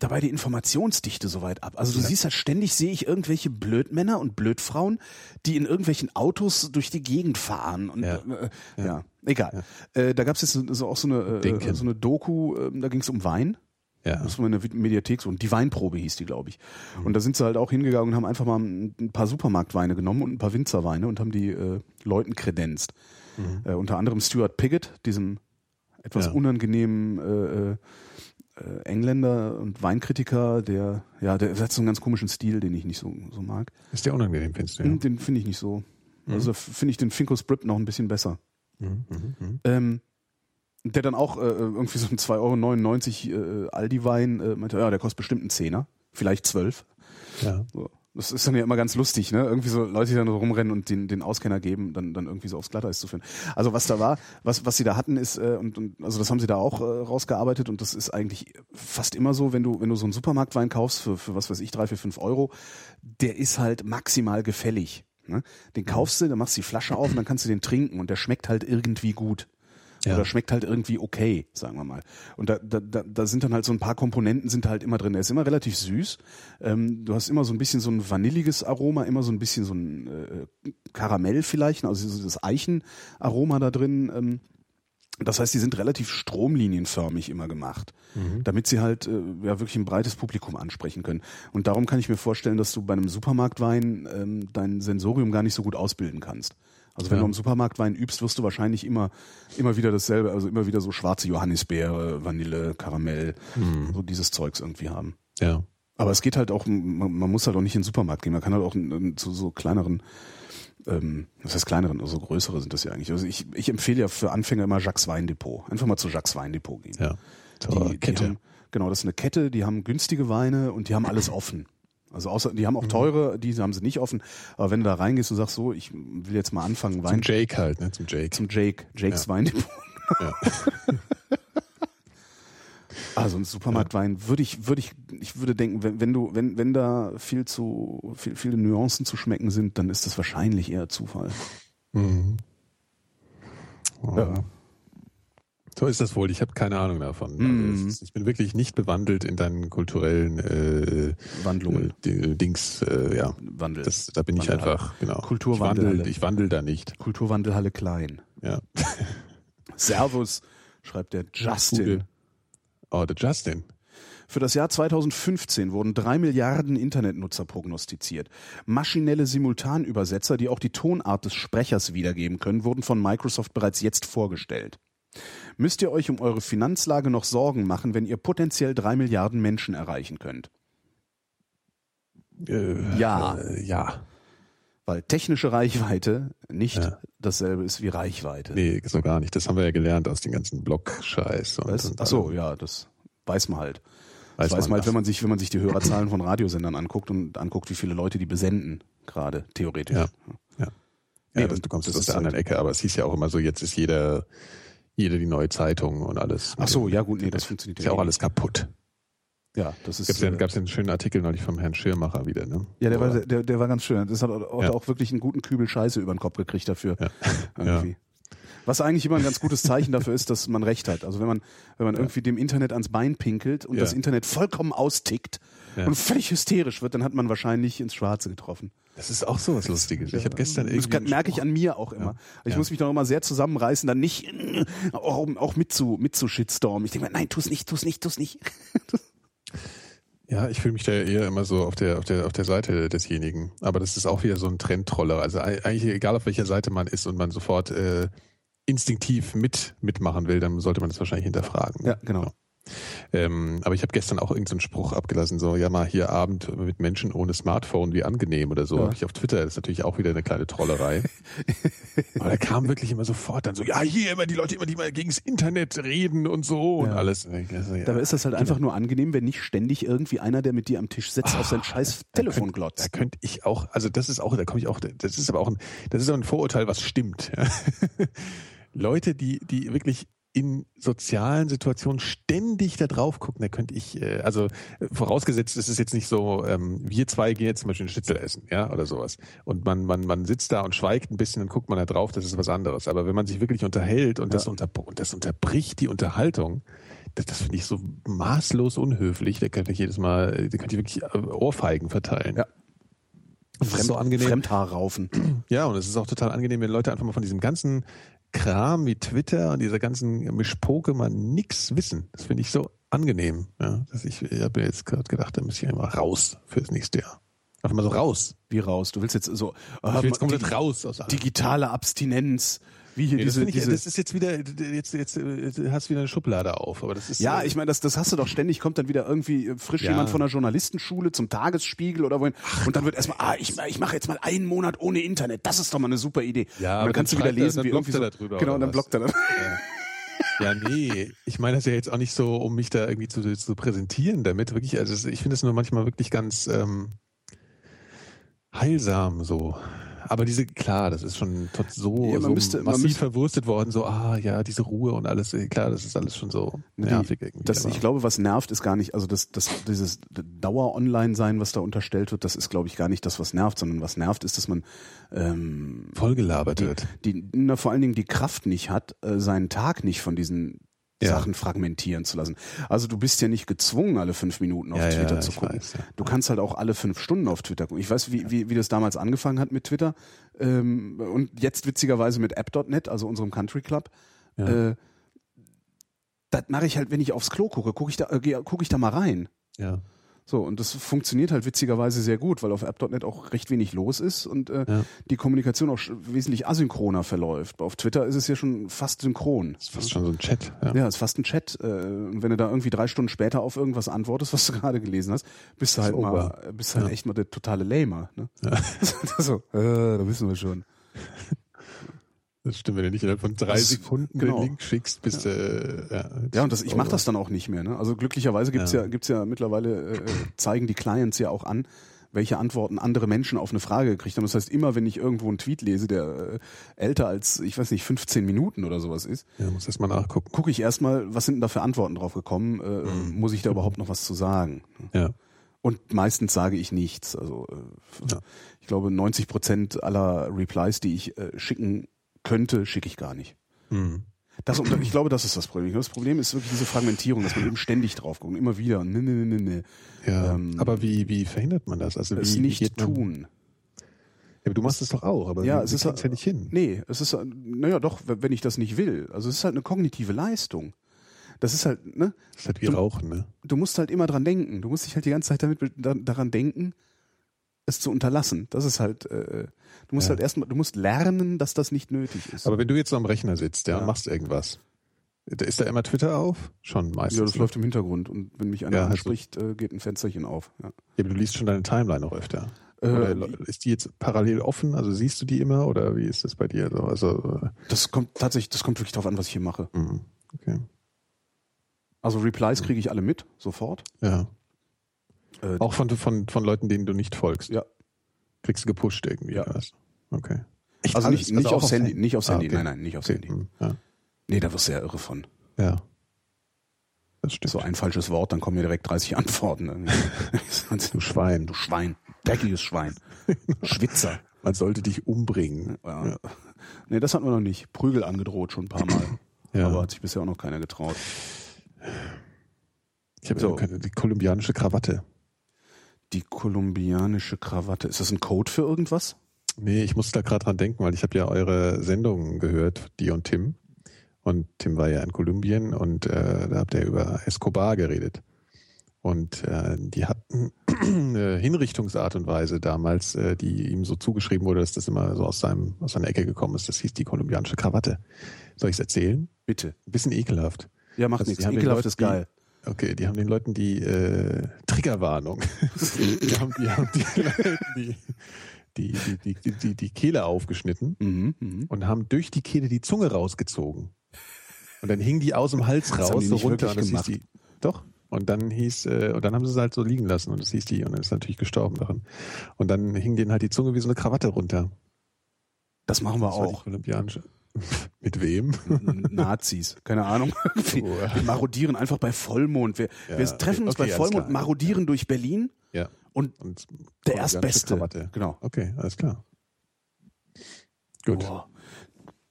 [SPEAKER 1] dabei die Informationsdichte so weit ab. Also du siehst halt ständig, sehe ich irgendwelche Blödmänner und Blödfrauen, die in irgendwelchen Autos durch die Gegend fahren. Und
[SPEAKER 2] Ja.
[SPEAKER 1] äh, ja. egal. Äh, da gab es jetzt so- so auch so eine, äh,
[SPEAKER 2] Dinken.
[SPEAKER 1] so eine Doku, ähm, da ging es um Wein.
[SPEAKER 2] Ja.
[SPEAKER 1] Das war in der Vi- Mediathek so. Und die Weinprobe hieß die, glaube ich.
[SPEAKER 2] Mhm.
[SPEAKER 1] Und da sind sie halt auch hingegangen und haben einfach mal ein ein paar Supermarktweine genommen und ein paar Winzerweine und haben die äh, Leuten kredenzt. Äh, unter anderem Stuart Piggott, diesem etwas
[SPEAKER 2] Mhm. Ja.
[SPEAKER 1] unangenehmen äh, äh, äh, Engländer und Weinkritiker, der, ja, der hat so einen ganz komischen Stil, den ich nicht so, so mag.
[SPEAKER 2] Ist der unangenehm, findest du? Ja.
[SPEAKER 1] Hm, Den finde ich nicht so. Also f- finde ich den Finkus Brip noch ein bisschen besser.
[SPEAKER 2] Mhm, mhm, mhm.
[SPEAKER 1] Ähm, der dann auch äh, irgendwie so einen 2,99 Euro äh, Aldi-Wein äh, meinte, ja, der kostet bestimmt einen Zehner, vielleicht zwölf.
[SPEAKER 2] Ja.
[SPEAKER 1] So. Das ist dann ja immer ganz lustig, ne? Irgendwie so Leute, die dann so rumrennen und den, den Auskenner geben, dann, dann irgendwie so aufs Glatteis zu führen. Also was da war, was, was sie da hatten, ist, äh, und, und also das haben sie da auch äh, rausgearbeitet und das ist eigentlich fast immer so, wenn du, wenn du so einen Supermarktwein kaufst für, für was weiß ich, drei, vier, fünf Euro, der ist halt maximal gefällig. Ne? Den kaufst du, dann machst du die Flasche auf und dann kannst du den trinken und der schmeckt halt irgendwie gut.
[SPEAKER 2] Ja.
[SPEAKER 1] Oder schmeckt halt irgendwie okay, sagen wir mal. Und da, da, da da sind dann halt so ein paar Komponenten sind da halt immer drin. Er ist immer relativ süß. Ähm, du hast immer so ein bisschen so ein vanilliges Aroma, immer so ein bisschen so ein äh, Karamell vielleicht, also so das Eichenaroma da drin. Ähm, das heißt, die sind relativ stromlinienförmig immer gemacht, damit sie halt äh, ja wirklich ein breites Publikum ansprechen können. Und darum kann ich mir vorstellen, dass du bei einem Supermarktwein ähm, dein Sensorium gar nicht so gut ausbilden kannst. Also wenn
[SPEAKER 2] Ja.
[SPEAKER 1] du am Supermarktwein übst, wirst du wahrscheinlich immer immer wieder dasselbe, also immer wieder so schwarze Johannisbeere, Vanille, Karamell, so dieses Zeugs irgendwie haben.
[SPEAKER 2] ja.
[SPEAKER 1] Aber es geht halt auch, man, man muss halt auch nicht in den Supermarkt gehen. Man kann halt auch ähm, zu so kleineren, ähm, was heißt kleineren, also größere sind das ja eigentlich. Also ich, ich empfehle ja für Anfänger immer Jacques Weindepot. Einfach mal zu Jacques Weindepot gehen.
[SPEAKER 2] ja. Zur
[SPEAKER 1] Die,
[SPEAKER 2] Kette.
[SPEAKER 1] Die haben, genau, das ist eine Kette, die haben günstige Weine und die haben alles offen. Also außer, die haben
[SPEAKER 2] Mhm.
[SPEAKER 1] auch teure, die haben sie nicht offen. Aber wenn du da reingehst und sagst so, ich will jetzt mal anfangen,
[SPEAKER 2] Zum
[SPEAKER 1] Wein
[SPEAKER 2] Jake halt, ne? Zum Jake.
[SPEAKER 1] zum Jake, Jakes Weindepot.
[SPEAKER 2] Ja.
[SPEAKER 1] [LAUGHS] Also ein Supermarktwein würde ich, würde ich, ich würde denken, wenn, wenn du, wenn, wenn da viel zu, viel, viele Nuancen zu schmecken sind, dann ist das wahrscheinlich eher Zufall.
[SPEAKER 2] Mhm.
[SPEAKER 1] Ja.
[SPEAKER 2] Oh. So ist das wohl. Ich habe keine Ahnung davon.
[SPEAKER 1] Mhm.
[SPEAKER 2] Also es ist, ich bin wirklich nicht bewandelt in deinen kulturellen äh,
[SPEAKER 1] Wandlungen.
[SPEAKER 2] äh, D- Dings. Äh, ja,
[SPEAKER 1] Wandel.
[SPEAKER 2] das, da bin ich
[SPEAKER 1] Wandelhalle.
[SPEAKER 2] einfach genau.
[SPEAKER 1] Kulturwandel.
[SPEAKER 2] Ich
[SPEAKER 1] halt.
[SPEAKER 2] wandel, ich wandel da nicht.
[SPEAKER 1] Kulturwandelhalle klein.
[SPEAKER 2] Ja.
[SPEAKER 1] Servus, schreibt der Justin.
[SPEAKER 2] Gute. Oh, der Justin.
[SPEAKER 1] Für das Jahr 2015 wurden drei Milliarden Internetnutzer prognostiziert. Maschinelle Simultanübersetzer, die auch die Tonart des Sprechers wiedergeben können, wurden von Microsoft bereits jetzt vorgestellt. Müsst ihr euch um eure Finanzlage noch Sorgen machen, wenn ihr potenziell drei Milliarden Menschen erreichen könnt?
[SPEAKER 2] Äh,
[SPEAKER 1] Ja.
[SPEAKER 2] Äh, ja.
[SPEAKER 1] Weil technische Reichweite nicht
[SPEAKER 2] Ja.
[SPEAKER 1] dasselbe ist wie Reichweite.
[SPEAKER 2] Nee, so gar nicht. Das haben wir ja gelernt aus dem ganzen Blog-Scheiß. und-
[SPEAKER 1] Weißt du?
[SPEAKER 2] und
[SPEAKER 1] Ach so,
[SPEAKER 2] allem.
[SPEAKER 1] ja, das weiß man halt.
[SPEAKER 2] Weiß
[SPEAKER 1] das weiß
[SPEAKER 2] man
[SPEAKER 1] man halt,
[SPEAKER 2] das.
[SPEAKER 1] wenn man sich, wenn man sich die Hörerzahlen von Radiosendern anguckt und anguckt, wie viele Leute die besenden, gerade theoretisch.
[SPEAKER 2] Ja. Ja,
[SPEAKER 1] Nee,
[SPEAKER 2] das,
[SPEAKER 1] und
[SPEAKER 2] du kommst
[SPEAKER 1] das
[SPEAKER 2] aus
[SPEAKER 1] ist
[SPEAKER 2] der anderen Ecke, aber es hieß ja auch immer so, jetzt ist jeder, jede die neue Zeitung und alles.
[SPEAKER 1] Ach so, ja gut, nee, das funktioniert
[SPEAKER 2] Ist ja auch
[SPEAKER 1] eh
[SPEAKER 2] alles kaputt.
[SPEAKER 1] nicht. Ja, das ist. äh,
[SPEAKER 2] Gab es ja, gab's ja einen schönen Artikel neulich vom Herrn Schirmacher wieder, ne?
[SPEAKER 1] ja, der war,
[SPEAKER 2] Wo er-
[SPEAKER 1] der, der war ganz schön. Das hat auch,
[SPEAKER 2] Ja.
[SPEAKER 1] auch wirklich einen guten Kübel Scheiße über den Kopf gekriegt dafür. [LAUGHS]
[SPEAKER 2] Ja.
[SPEAKER 1] Irgendwie. Was eigentlich immer ein ganz gutes Zeichen dafür ist, dass man recht hat. Also wenn man, wenn man irgendwie dem Internet ans Bein pinkelt und
[SPEAKER 2] Ja.
[SPEAKER 1] das Internet vollkommen austickt
[SPEAKER 2] Ja.
[SPEAKER 1] und völlig hysterisch wird, dann hat man wahrscheinlich ins Schwarze getroffen.
[SPEAKER 2] Das ist auch sowas Lustiges. Ich habe gestern
[SPEAKER 1] Das
[SPEAKER 2] irgendwie.
[SPEAKER 1] kann, merke ich an mir auch immer. Ich
[SPEAKER 2] Ja.
[SPEAKER 1] muss mich doch immer sehr zusammenreißen, dann nicht auch, auch mit zu, mit zu Shitstorm. Ich denke mir, nein, tu's nicht, tu's nicht, tu's nicht.
[SPEAKER 2] Ja, ich fühle mich da eher immer so auf der, auf, der, auf der Seite desjenigen. Aber das ist auch wieder so ein Trendtroller. Also ei- eigentlich egal, auf welcher Seite man ist und man sofort äh, instinktiv mit, mitmachen will, dann sollte man das wahrscheinlich hinterfragen.
[SPEAKER 1] Ja, genau.
[SPEAKER 2] Ähm, aber ich habe gestern auch irgendeinen Spruch abgelassen, so, ja mal hier Abend mit Menschen ohne Smartphone, wie angenehm oder so.
[SPEAKER 1] Ja.
[SPEAKER 2] Hab ich auf Twitter, das ist natürlich auch wieder eine kleine
[SPEAKER 1] [LAUGHS]
[SPEAKER 2] Trollerei. aber da kam wirklich immer sofort dann so, ja hier immer die Leute, immer die mal gegen das Internet reden und so und
[SPEAKER 1] Ja.
[SPEAKER 2] alles. Und ich so, ja, genau.
[SPEAKER 1] Dabei ist das halt einfach nur angenehm, wenn nicht ständig irgendwie einer, der mit dir am Tisch sitzt, auf
[SPEAKER 2] Ah,
[SPEAKER 1] sein scheiß Telefon
[SPEAKER 2] Da
[SPEAKER 1] glotzt.
[SPEAKER 2] könnte ich auch, also das ist auch, da komme ich auch, das ist aber auch ein, das ist aber ein Vorurteil, was stimmt. Ja. [LAUGHS] Leute, die, die wirklich in sozialen Situationen ständig da drauf gucken, da könnte ich, äh, also äh, vorausgesetzt, es ist jetzt nicht so, ähm, wir zwei gehen jetzt zum Beispiel einen Schnitzel essen, ja, oder sowas. Und man, man, man sitzt da und schweigt ein bisschen und guckt man da drauf, das ist was anderes. Aber wenn man sich wirklich unterhält und, das, unter, und das unterbricht die Unterhaltung, das, das finde ich so maßlos unhöflich, da könnte ich jedes Mal, äh, da könnte ich wirklich äh, Ohrfeigen verteilen.
[SPEAKER 1] Ja.
[SPEAKER 2] Das ist so angenehm.
[SPEAKER 1] Fremdhaar raufen.
[SPEAKER 2] Ja, und es ist auch total angenehm, wenn Leute einfach mal von diesem ganzen Kram wie Twitter und dieser ganzen Mischpoke mal nix wissen. Das finde ich so angenehm. Ja, dass ich ich habe mir jetzt gerade gedacht, da müsste ich einfach raus fürs nächste Jahr. Einfach mal so raus.
[SPEAKER 1] Wie raus? Du willst jetzt so
[SPEAKER 2] Ich will jetzt komplett
[SPEAKER 1] dig-
[SPEAKER 2] raus aus allem.
[SPEAKER 1] digitale Abstinenz. Wie hier
[SPEAKER 2] Nee, das,
[SPEAKER 1] diese,
[SPEAKER 2] finde ich,
[SPEAKER 1] diese
[SPEAKER 2] das ist jetzt wieder, jetzt, jetzt äh, hast du wieder eine Schublade auf. Aber das ist
[SPEAKER 1] ja,
[SPEAKER 2] äh,
[SPEAKER 1] ich meine, das, das hast du doch ständig, kommt dann wieder irgendwie äh, frisch
[SPEAKER 2] Ja.
[SPEAKER 1] jemand von der Journalistenschule zum Tagesspiegel oder wohin. und dann wird erstmal, ah, ich, ich mache jetzt mal einen Monat ohne Internet. Das ist doch mal eine super Idee.
[SPEAKER 2] Ja,
[SPEAKER 1] und
[SPEAKER 2] aber
[SPEAKER 1] dann kannst du
[SPEAKER 2] dann
[SPEAKER 1] wieder
[SPEAKER 2] schreibt er-
[SPEAKER 1] lesen,
[SPEAKER 2] dann
[SPEAKER 1] wie
[SPEAKER 2] blockt
[SPEAKER 1] irgendwie
[SPEAKER 2] er da
[SPEAKER 1] so,
[SPEAKER 2] drüber, oder
[SPEAKER 1] Genau, und dann
[SPEAKER 2] was?
[SPEAKER 1] blockt er das.
[SPEAKER 2] Ja, nee. Ich meine das ja jetzt auch nicht so, um mich da irgendwie zu, zu präsentieren damit. Wirklich, also es- ich finde es nur manchmal wirklich ganz ähm, heilsam so. Aber diese, klar, das ist schon tot so,
[SPEAKER 1] Ja, man
[SPEAKER 2] so
[SPEAKER 1] müsste- man
[SPEAKER 2] massiv
[SPEAKER 1] müsste-
[SPEAKER 2] verwurstet worden, so, ah ja, diese Ruhe und alles, äh, klar, das ist alles schon so nervig irgendwie.
[SPEAKER 1] Das,
[SPEAKER 2] aber-
[SPEAKER 1] ich glaube, was nervt, ist gar nicht, also das, das, dieses Dauer-Online-Sein, was da unterstellt wird, das ist, glaube ich, gar nicht das, was nervt, sondern was nervt, ist, dass man ähm,
[SPEAKER 2] vollgelabert wird.
[SPEAKER 1] die na, vor allen Dingen die Kraft nicht hat, äh, seinen Tag nicht von diesen
[SPEAKER 2] Ja.
[SPEAKER 1] Sachen fragmentieren zu lassen. Also du bist ja nicht gezwungen, alle fünf Minuten auf
[SPEAKER 2] Ja, ja,
[SPEAKER 1] Twitter zu
[SPEAKER 2] ich
[SPEAKER 1] gucken.
[SPEAKER 2] weiß, ja.
[SPEAKER 1] Du kannst halt auch alle fünf Stunden auf Twitter gucken. Ich weiß, wie, wie, wie das damals angefangen hat mit Twitter ähm, und jetzt witzigerweise mit app.net, also unserem Country Club.
[SPEAKER 2] Ja.
[SPEAKER 1] Äh, das mache ich halt, wenn ich aufs Klo gucke, gucke ich, da, äh, geh- guck ich da mal rein.
[SPEAKER 2] Ja.
[SPEAKER 1] So, und das funktioniert halt witzigerweise sehr gut, weil auf app.net auch recht wenig los ist und äh,
[SPEAKER 2] Ja.
[SPEAKER 1] die Kommunikation auch sch- wesentlich asynchroner verläuft. Auf Twitter ist es ja schon fast synchron.
[SPEAKER 2] Das ist fast schon so ein Chat. Ja.
[SPEAKER 1] Ja, ist fast ein Chat. äh, Und wenn du da irgendwie drei Stunden später auf irgendwas antwortest, was du [LAUGHS] gerade gelesen hast, bist du
[SPEAKER 2] Ist
[SPEAKER 1] halt
[SPEAKER 2] over.
[SPEAKER 1] mal, bist halt
[SPEAKER 2] Ja.
[SPEAKER 1] echt mal der totale Lamer. Ne? [LAUGHS] so, äh, da wissen wir schon.
[SPEAKER 2] Das stimmt, wenn du nicht innerhalb von drei
[SPEAKER 1] Das-
[SPEAKER 2] Sekunden
[SPEAKER 1] genau.
[SPEAKER 2] den Link schickst, bist du. Äh, ja,
[SPEAKER 1] Ja, und das, ich mache
[SPEAKER 2] over.
[SPEAKER 1] das dann auch nicht mehr. Ne? Also glücklicherweise gibt's ja.
[SPEAKER 2] Ja.
[SPEAKER 1] gibt's ja mittlerweile, äh, zeigen die Clients ja auch an, welche Antworten andere Menschen auf eine Frage gekriegt haben. Das heißt, immer wenn ich irgendwo einen Tweet lese, der äh, älter als, ich weiß nicht, 15 Minuten oder sowas ist,
[SPEAKER 2] Ja, muss erst mal nachgucken.
[SPEAKER 1] gucke ich erstmal, was sind denn da für Antworten drauf gekommen? Äh,
[SPEAKER 2] Mhm.
[SPEAKER 1] Muss ich da überhaupt noch was zu sagen?
[SPEAKER 2] Ja.
[SPEAKER 1] Und meistens sage ich nichts. Also äh,
[SPEAKER 2] Ja.
[SPEAKER 1] ich glaube, 90 Prozent aller Replies, die ich äh, schicken könnte, schicke ich gar nicht.
[SPEAKER 2] Hm.
[SPEAKER 1] Das, und ich glaube, das ist das Problem. Ich glaube, das Problem ist wirklich diese Fragmentierung, dass man eben ständig drauf guckt, und immer wieder. ne, Nee, nee, nee, nee.
[SPEAKER 2] Ja,
[SPEAKER 1] Ähm,
[SPEAKER 2] aber wie, wie verhindert man das? Also
[SPEAKER 1] Es
[SPEAKER 2] wie, wie
[SPEAKER 1] nicht
[SPEAKER 2] geht man-
[SPEAKER 1] tun.
[SPEAKER 2] Ja, aber du machst es doch auch, aber
[SPEAKER 1] Ja,
[SPEAKER 2] du-
[SPEAKER 1] es
[SPEAKER 2] du
[SPEAKER 1] ist
[SPEAKER 2] kriegst ja nicht hin.
[SPEAKER 1] Nee, es ist, äh, naja, doch, w- wenn ich das nicht will. Also es ist halt eine kognitive Leistung. Das ist halt, ne?
[SPEAKER 2] Das ist halt wie
[SPEAKER 1] Du-
[SPEAKER 2] Rauchen, ne?
[SPEAKER 1] Du musst halt immer dran denken. Du musst dich halt die ganze Zeit damit, be- da, daran denken, es zu unterlassen. Das ist halt, äh, du musst
[SPEAKER 2] Ja.
[SPEAKER 1] halt erstmal, du musst lernen, dass das nicht nötig ist.
[SPEAKER 2] Aber wenn du jetzt so am Rechner sitzt, ja,
[SPEAKER 1] Ja.
[SPEAKER 2] und machst irgendwas, da- ist da immer Twitter auf? Schon meistens.
[SPEAKER 1] ja, das
[SPEAKER 2] ne?
[SPEAKER 1] läuft im Hintergrund. Und wenn mich einer
[SPEAKER 2] Ja, also-
[SPEAKER 1] anspricht, äh, geht ein Fensterchen auf. Ja.
[SPEAKER 2] Ja, aber du liest schon deine Timeline auch öfter.
[SPEAKER 1] Äh,
[SPEAKER 2] Oder lo- ist die jetzt parallel offen? Also siehst du die immer oder wie ist das bei dir? so? Also,
[SPEAKER 1] Das kommt tatsächlich, das kommt wirklich drauf an, was ich hier mache.
[SPEAKER 2] äh, hm, okay.
[SPEAKER 1] Also
[SPEAKER 2] Hm.
[SPEAKER 1] Replies kriege ich alle mit, sofort.
[SPEAKER 2] Ja.
[SPEAKER 1] Äh,
[SPEAKER 2] Auch von, von, von Leuten, denen du nicht folgst.
[SPEAKER 1] Ja.
[SPEAKER 2] Kriegst du gepusht irgendwie,
[SPEAKER 1] Ja.
[SPEAKER 2] oder was? Okay. Echt
[SPEAKER 1] also
[SPEAKER 2] alles?
[SPEAKER 1] nicht, nicht
[SPEAKER 2] auch
[SPEAKER 1] aufs
[SPEAKER 2] auf
[SPEAKER 1] Handy, nicht aufs
[SPEAKER 2] Ah,
[SPEAKER 1] Handy,
[SPEAKER 2] okay.
[SPEAKER 1] nein, nein, nicht aufs
[SPEAKER 2] Okay.
[SPEAKER 1] Handy.
[SPEAKER 2] hm, Ja.
[SPEAKER 1] Nee, da wirst du ja irre von.
[SPEAKER 2] Ja. Das stimmt.
[SPEAKER 1] So ein falsches Wort, dann kommen hier direkt 30 [LAUGHS] Antworten.
[SPEAKER 2] [LAUGHS] Du Schwein.
[SPEAKER 1] du Schwein.
[SPEAKER 2] [LAUGHS]
[SPEAKER 1] Dreckiges Schwein. Schwitzer.
[SPEAKER 2] Man sollte dich umbringen.
[SPEAKER 1] Ja. Nee, das hatten wir noch nicht. Prügel angedroht schon ein paar Mal.
[SPEAKER 2] [CLEARS THROAT] Ja.
[SPEAKER 1] Aber hat sich bisher auch noch keiner getraut.
[SPEAKER 2] Ich habe
[SPEAKER 1] So.
[SPEAKER 2] so. keine, die kolumbianische Krawatte.
[SPEAKER 1] Die kolumbianische Krawatte. Ist das ein Code für irgendwas?
[SPEAKER 2] Nee, ich musste da gerade dran denken, weil ich habe ja eure Sendungen gehört, die und Tim. Und Tim war ja in Kolumbien und äh, da habt ihr über Escobar geredet. Und äh, die hatten [CLEARS THROAT] eine Hinrichtungsart und Weise damals, äh, die ihm so zugeschrieben wurde, dass das immer so aus, seinem, aus seiner Ecke gekommen ist. Das hieß die kolumbianische Krawatte. Soll ich es erzählen?
[SPEAKER 1] Bitte.
[SPEAKER 2] Ein bisschen ekelhaft.
[SPEAKER 1] Ja, macht
[SPEAKER 2] Also,
[SPEAKER 1] nichts.
[SPEAKER 2] die haben den
[SPEAKER 1] Ekelhaft ist
[SPEAKER 2] Leuten-
[SPEAKER 1] geil.
[SPEAKER 2] Okay, die haben den Leuten die äh, Triggerwarnung. [LAUGHS] die haben, die, haben die, Leuten die, die, die, die, die, die Kehle aufgeschnitten
[SPEAKER 1] Mhm, mhm.
[SPEAKER 2] und haben durch die Kehle die Zunge rausgezogen. Und dann hing die aus dem Hals
[SPEAKER 1] Das
[SPEAKER 2] raus,
[SPEAKER 1] haben die
[SPEAKER 2] so
[SPEAKER 1] nicht
[SPEAKER 2] runter.
[SPEAKER 1] wirklich
[SPEAKER 2] Und das hieß
[SPEAKER 1] gemacht.
[SPEAKER 2] die, doch. Und dann hieß, äh, und dann haben sie es halt so liegen lassen und das hieß die, und dann ist natürlich gestorben daran. Und dann hing denen halt die Zunge wie so eine Krawatte runter.
[SPEAKER 1] Das machen wir
[SPEAKER 2] Das war die
[SPEAKER 1] auch.
[SPEAKER 2] kolumbianische. [LAUGHS] Mit wem? [LAUGHS]
[SPEAKER 1] Nazis. Keine Ahnung. Wir,
[SPEAKER 2] Oh.
[SPEAKER 1] wir marodieren einfach bei Vollmond. Wir,
[SPEAKER 2] Ja,
[SPEAKER 1] wir treffen uns
[SPEAKER 2] okay,
[SPEAKER 1] bei
[SPEAKER 2] alles
[SPEAKER 1] Vollmond,
[SPEAKER 2] klar.
[SPEAKER 1] marodieren durch Berlin
[SPEAKER 2] Ja.
[SPEAKER 1] und
[SPEAKER 2] Und
[SPEAKER 1] der
[SPEAKER 2] kolumbianische
[SPEAKER 1] Erstbeste.
[SPEAKER 2] Krawatte.
[SPEAKER 1] Genau.
[SPEAKER 2] Okay, alles klar. Gut.
[SPEAKER 1] Boah.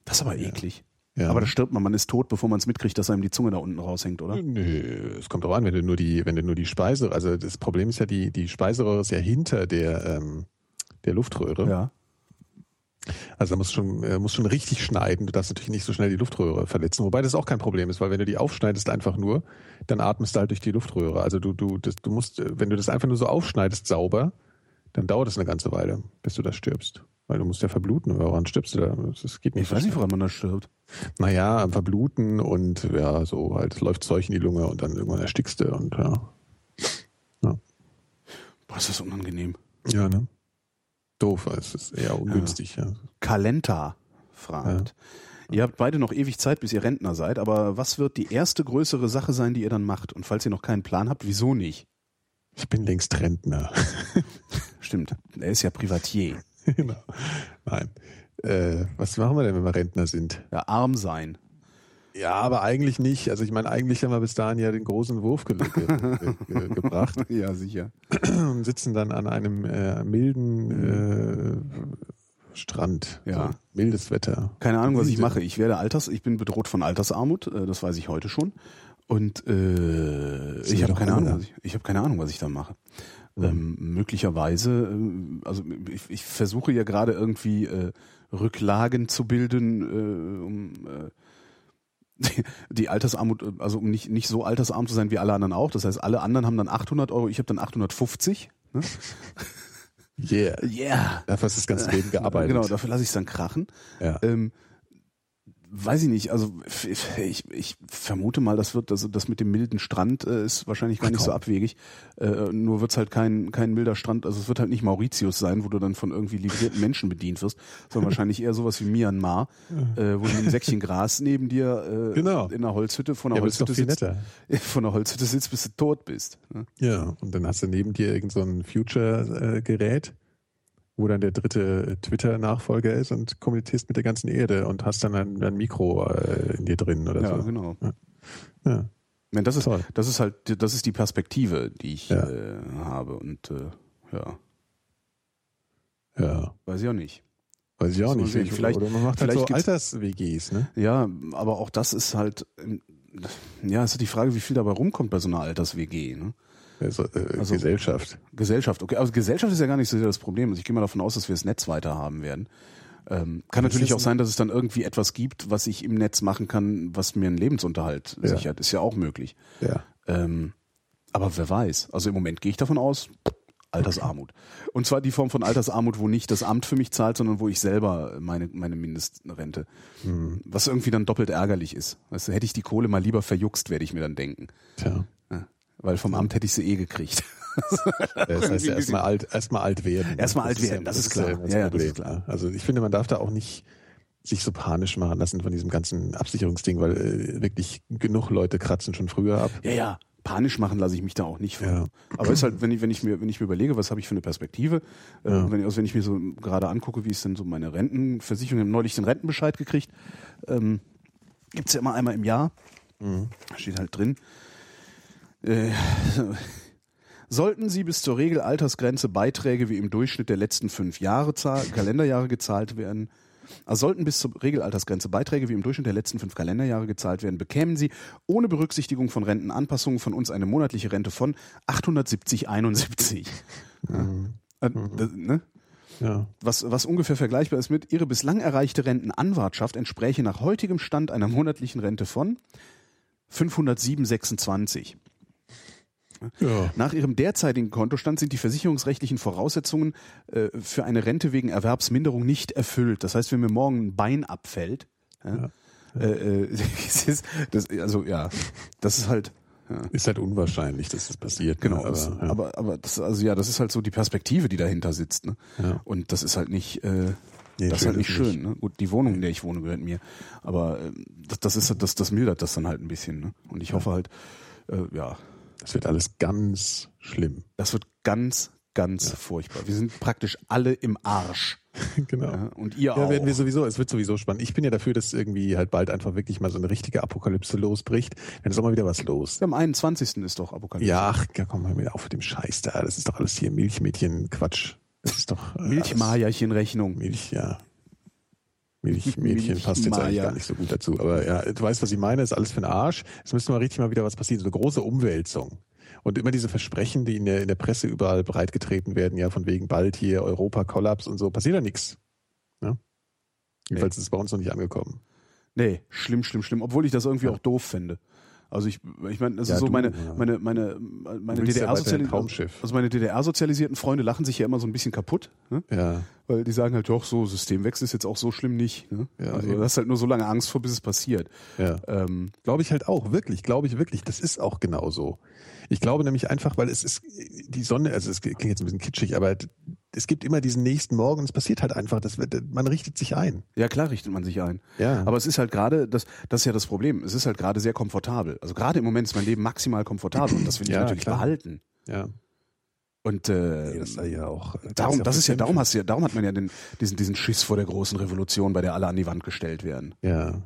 [SPEAKER 1] Das ist aber eklig.
[SPEAKER 2] Ja.
[SPEAKER 1] Aber da stirbt man, man ist tot, bevor man es mitkriegt, dass einem die Zunge da unten raushängt, oder?
[SPEAKER 2] Nö, es kommt drauf an, wenn du nur die, wenn du nur die Speise, also das Problem ist ja, die, die Speiseröhre ist ja hinter der, ähm, der Luftröhre.
[SPEAKER 1] Ja.
[SPEAKER 2] Also da musst du schon, äh, musst schon richtig schneiden. Du darfst natürlich nicht so schnell die Luftröhre verletzen, wobei das auch kein Problem ist, weil wenn du die aufschneidest einfach nur, dann atmest du halt durch die Luftröhre. Also du, du, das, du musst, äh, wenn du das einfach nur so aufschneidest, sauber, dann dauert das eine ganze Weile, bis du da stirbst. Weil du musst ja verbluten, woran stirbst du da? Das- Das geht nicht.
[SPEAKER 1] Ich
[SPEAKER 2] so
[SPEAKER 1] weiß nicht,
[SPEAKER 2] schnell.
[SPEAKER 1] woran man da stirbt.
[SPEAKER 2] Naja, am Verbluten und ja, so halt es läuft Zeug in die Lunge und dann irgendwann erstickst du und ja.
[SPEAKER 1] Boah, ist das unangenehm.
[SPEAKER 2] Ja, ne? Doof, also es ist eher ungünstig, ja.
[SPEAKER 1] Kalenta fragt. Ihr habt beide noch ewig Zeit, bis ihr Rentner seid, aber was wird die erste größere Sache sein, die ihr dann macht? Und falls ihr noch keinen Plan habt, wieso nicht?
[SPEAKER 2] Ich bin längst Rentner. [LAUGHS]
[SPEAKER 1] Stimmt, er ist ja Privatier.
[SPEAKER 2] genau. Nein. Äh, was machen wir denn, wenn wir Rentner sind?
[SPEAKER 1] Ja, arm sein.
[SPEAKER 2] Ja, aber eigentlich nicht. Also ich meine, eigentlich haben wir bis dahin ja den großen Wurf ge ge ge gebracht
[SPEAKER 1] [LAUGHS] Ja, sicher.
[SPEAKER 2] und sitzen dann an einem äh, milden äh, Strand.
[SPEAKER 1] Ja.
[SPEAKER 2] So, mildes Wetter.
[SPEAKER 1] Keine Ahnung, was ich
[SPEAKER 2] Wiese.
[SPEAKER 1] mache. Ich werde Alters, ich bin bedroht von Altersarmut, äh, das weiß ich heute schon. Und äh, ich
[SPEAKER 2] mir
[SPEAKER 1] habe
[SPEAKER 2] doch
[SPEAKER 1] keine Ahnung,
[SPEAKER 2] alle.
[SPEAKER 1] was ich, ich habe keine Ahnung, was ich da mache. Ähm, möglicherweise, ähm, also ich, ich versuche ja gerade irgendwie äh, Rücklagen zu bilden, äh, um äh, [LAUGHS] die, die Altersarmut, äh, also um nicht, nicht so altersarm zu sein wie alle anderen auch. Das heißt, alle anderen haben dann 800 Euro, ich habe dann 850. Ne?
[SPEAKER 2] Yeah.
[SPEAKER 1] Yeah.
[SPEAKER 2] Dafür hast du das ganze
[SPEAKER 1] [LAUGHS]
[SPEAKER 2] Leben gearbeitet.
[SPEAKER 1] Genau, dafür lasse ich es dann krachen.
[SPEAKER 2] ja.
[SPEAKER 1] Ähm, weiß ich nicht, also f- f- ich, ich vermute mal, das wird, also das mit dem milden Strand äh, ist wahrscheinlich gar nicht so abwegig. Äh, nur wird's halt kein, kein milder Strand, also es wird halt nicht Mauritius sein, wo du dann von irgendwie livrierten Menschen bedient wirst,
[SPEAKER 2] [LAUGHS]
[SPEAKER 1] sondern wahrscheinlich eher sowas wie Myanmar, äh, wo du mit einem Säckchen Gras neben dir äh,
[SPEAKER 2] Genau.
[SPEAKER 1] in einer Holzhütte, von einer
[SPEAKER 2] Ja, aber ist doch
[SPEAKER 1] Holzhütte
[SPEAKER 2] viel
[SPEAKER 1] sitzt,
[SPEAKER 2] netter.
[SPEAKER 1] [LAUGHS] von einer Holzhütte sitzt, bis du tot bist. ne?
[SPEAKER 2] Ja, und dann hast du neben dir irgend so ein Future-Gerät, wo dann der dritte äh, Twitter-Nachfolger ist und kommunizierst mit der ganzen Erde und hast dann ein, ein Mikro äh, in dir drin oder
[SPEAKER 1] Ja,
[SPEAKER 2] so.
[SPEAKER 1] genau.
[SPEAKER 2] Ja.
[SPEAKER 1] Nein, das ist,
[SPEAKER 2] Toll.
[SPEAKER 1] das ist halt, das ist die Perspektive, die ich
[SPEAKER 2] Ja.
[SPEAKER 1] äh, habe und äh, ja,
[SPEAKER 2] ja,
[SPEAKER 1] weiß ich auch nicht.
[SPEAKER 2] weiß ich auch
[SPEAKER 1] Muss man
[SPEAKER 2] nicht.
[SPEAKER 1] sehen. Vielleicht-
[SPEAKER 2] oder man macht halt
[SPEAKER 1] vielleicht
[SPEAKER 2] so
[SPEAKER 1] gibt's-
[SPEAKER 2] Alters-WGs, ne?
[SPEAKER 1] Ja, aber auch das ist halt, ähm, ja, es ist die Frage, wie viel dabei rumkommt bei so einer Alters-WG. Ne?
[SPEAKER 2] Also, äh,
[SPEAKER 1] Also-
[SPEAKER 2] Gesellschaft.
[SPEAKER 1] Gesellschaft, okay, also Gesellschaft ist ja gar nicht so sehr das Problem. Also ich gehe mal davon aus, dass wir das Netz weiter haben werden. Ähm, kann
[SPEAKER 2] Das
[SPEAKER 1] natürlich
[SPEAKER 2] ist
[SPEAKER 1] auch
[SPEAKER 2] ein-
[SPEAKER 1] sein, dass es dann irgendwie etwas gibt, was ich im Netz machen kann, was mir einen Lebensunterhalt
[SPEAKER 2] Ja.
[SPEAKER 1] sichert. Ist ja auch möglich.
[SPEAKER 2] Ja.
[SPEAKER 1] Ähm, aber wer weiß. Also im Moment gehe ich davon aus, Altersarmut. Und zwar die Form von Altersarmut, wo nicht das Amt für mich zahlt, sondern wo ich selber meine, meine Mindestrente. Was irgendwie dann doppelt ärgerlich ist. Weißt du, hätte ich die Kohle mal lieber verjuckst, werde ich mir dann denken.
[SPEAKER 2] Tja.
[SPEAKER 1] Weil vom Amt hätte ich sie eh gekriegt.
[SPEAKER 2] Das heißt
[SPEAKER 1] Irgendwie
[SPEAKER 2] ja erstmal alt, erstmal alt werden. ne?
[SPEAKER 1] Erstmal alt
[SPEAKER 2] ist
[SPEAKER 1] werden, das ist
[SPEAKER 2] ja
[SPEAKER 1] klar.
[SPEAKER 2] immer das
[SPEAKER 1] Ja, ja, das
[SPEAKER 2] Problem,
[SPEAKER 1] ist klar.
[SPEAKER 2] ne? Also ich finde, man darf da auch nicht sich so panisch machen lassen von diesem ganzen Absicherungsding, weil äh, wirklich genug Leute kratzen schon früher ab.
[SPEAKER 1] Ja, ja. Panisch machen lasse ich mich da auch nicht von.
[SPEAKER 2] Ja.
[SPEAKER 1] Aber ist halt, wenn ich, wenn ich mir, wenn ich mir überlege, was habe ich für eine Perspektive, äh,
[SPEAKER 2] Ja.
[SPEAKER 1] wenn, ich, also wenn ich mir so gerade angucke, wie ist denn so meine Rentenversicherung, ich habe neulich den Rentenbescheid gekriegt, ähm, Gibt es ja immer einmal im Jahr.
[SPEAKER 2] Mhm.
[SPEAKER 1] Steht halt drin. Äh, [LAUGHS] Sollten Sie bis zur Regelaltersgrenze Beiträge wie im Durchschnitt der letzten fünf Jahre zahl- Kalenderjahre gezahlt werden, also sollten bis zur Regelaltersgrenze Beiträge wie im Durchschnitt der letzten fünf Kalenderjahre gezahlt werden, bekämen Sie ohne Berücksichtigung von Rentenanpassungen von uns eine monatliche Rente von 870,71. Äh, das, ne?
[SPEAKER 2] Ja.
[SPEAKER 1] was, was ungefähr vergleichbar ist mit, ihre bislang erreichte Rentenanwartschaft entspräche nach heutigem Stand einer monatlichen Rente von 507,26.
[SPEAKER 2] ja.
[SPEAKER 1] Nach ihrem derzeitigen Kontostand sind die versicherungsrechtlichen Voraussetzungen äh, für eine Rente wegen Erwerbsminderung nicht erfüllt. Das heißt, wenn mir morgen ein Bein abfällt, ja, Äh, äh, [LAUGHS] es ist, das, also ja, das ist halt
[SPEAKER 2] Ist halt unwahrscheinlich, dass das passiert. ne?
[SPEAKER 1] Genau, aber, das,
[SPEAKER 2] ja.
[SPEAKER 1] aber, aber das, also ja, das ist halt so die Perspektive, die dahinter sitzt. Ne?
[SPEAKER 2] Ja.
[SPEAKER 1] Und das ist halt nicht, äh,
[SPEAKER 2] Nee,
[SPEAKER 1] das ist
[SPEAKER 2] schön
[SPEAKER 1] halt nicht
[SPEAKER 2] ist
[SPEAKER 1] schön.
[SPEAKER 2] nicht.
[SPEAKER 1] Ne? Gut, die Wohnung, in der ich wohne, gehört mir. Aber ähm, das, das ist halt- das, das mildert das dann halt ein bisschen. Ne? Und ich hoffe halt, äh, ja,
[SPEAKER 2] das wird alles ganz schlimm.
[SPEAKER 1] das wird ganz, ganz furchtbar. Wir sind praktisch alle im Arsch.
[SPEAKER 2] [LAUGHS] genau.
[SPEAKER 1] Ja? Und ihr
[SPEAKER 2] Ja,
[SPEAKER 1] auch.
[SPEAKER 2] werden wir sowieso, es wird sowieso spannend. Ich bin ja dafür, dass irgendwie halt bald einfach wirklich mal so eine richtige Apokalypse losbricht. Dann ist auch mal wieder was los.
[SPEAKER 1] Am 21. ist doch Apokalypse.
[SPEAKER 2] Ja, ach, ja, komm mal mit auf mit dem Scheiß da. Das ist doch alles hier Milchmädchen-Quatsch. Das ist doch. äh, alles-
[SPEAKER 1] Milchmajerchen-Rechnung.
[SPEAKER 2] Milch, ja. Milch, Mädchen
[SPEAKER 1] Milch,
[SPEAKER 2] passt jetzt eigentlich
[SPEAKER 1] Maja.
[SPEAKER 2] gar nicht so gut dazu. Aber ja, du weißt, was ich meine, ist alles für den Arsch. Es müsste mal richtig mal wieder was passieren. So eine große Umwälzung. Und immer diese Versprechen, die in der, in der Presse überall breitgetreten werden, ja, von wegen bald hier Europa-Kollaps und so, passiert ja nichts. Ne? Jedenfalls ist es bei uns noch nicht angekommen.
[SPEAKER 1] Nee, schlimm, schlimm, schlimm. Obwohl ich das irgendwie auch doof finde. Also ich, ich meine, das
[SPEAKER 2] Ja,
[SPEAKER 1] ist so
[SPEAKER 2] du,
[SPEAKER 1] meine,
[SPEAKER 2] ja.
[SPEAKER 1] meine, meine, meine
[SPEAKER 2] Du willst ja weiter
[SPEAKER 1] DDR-Soziali-
[SPEAKER 2] ein Traumschiff.
[SPEAKER 1] also meine DDR-sozialisierten Freunde lachen sich ja immer so ein bisschen kaputt, ne?
[SPEAKER 2] Ja,
[SPEAKER 1] weil die sagen halt, doch, so Systemwechsel ist jetzt auch so schlimm nicht. Ne?
[SPEAKER 2] Ja,
[SPEAKER 1] also
[SPEAKER 2] eben.
[SPEAKER 1] du hast halt nur so lange Angst vor, bis es passiert.
[SPEAKER 2] ja.
[SPEAKER 1] Ähm,
[SPEAKER 2] Glaube ich halt auch, wirklich, glaube ich wirklich. Das ist auch genauso. Ich glaube nämlich einfach, weil es ist die Sonne, also es klingt jetzt ein bisschen kitschig, aber es gibt immer diesen nächsten Morgen und es passiert halt einfach, das wird, man richtet sich ein.
[SPEAKER 1] ja, klar richtet man sich ein.
[SPEAKER 2] Ja.
[SPEAKER 1] Aber es ist halt gerade, das, das ist ja das Problem, es ist halt gerade sehr komfortabel. Also gerade im Moment ist mein Leben maximal komfortabel und das will ich
[SPEAKER 2] Ja,
[SPEAKER 1] natürlich
[SPEAKER 2] klar.
[SPEAKER 1] behalten.
[SPEAKER 2] Ja.
[SPEAKER 1] Und äh,
[SPEAKER 2] ja auch.
[SPEAKER 1] Darum, das ist ja, darum hast du ja, darum hat man ja den, diesen, diesen Schiss vor der großen Revolution, bei der alle an die Wand gestellt werden.
[SPEAKER 2] Ja.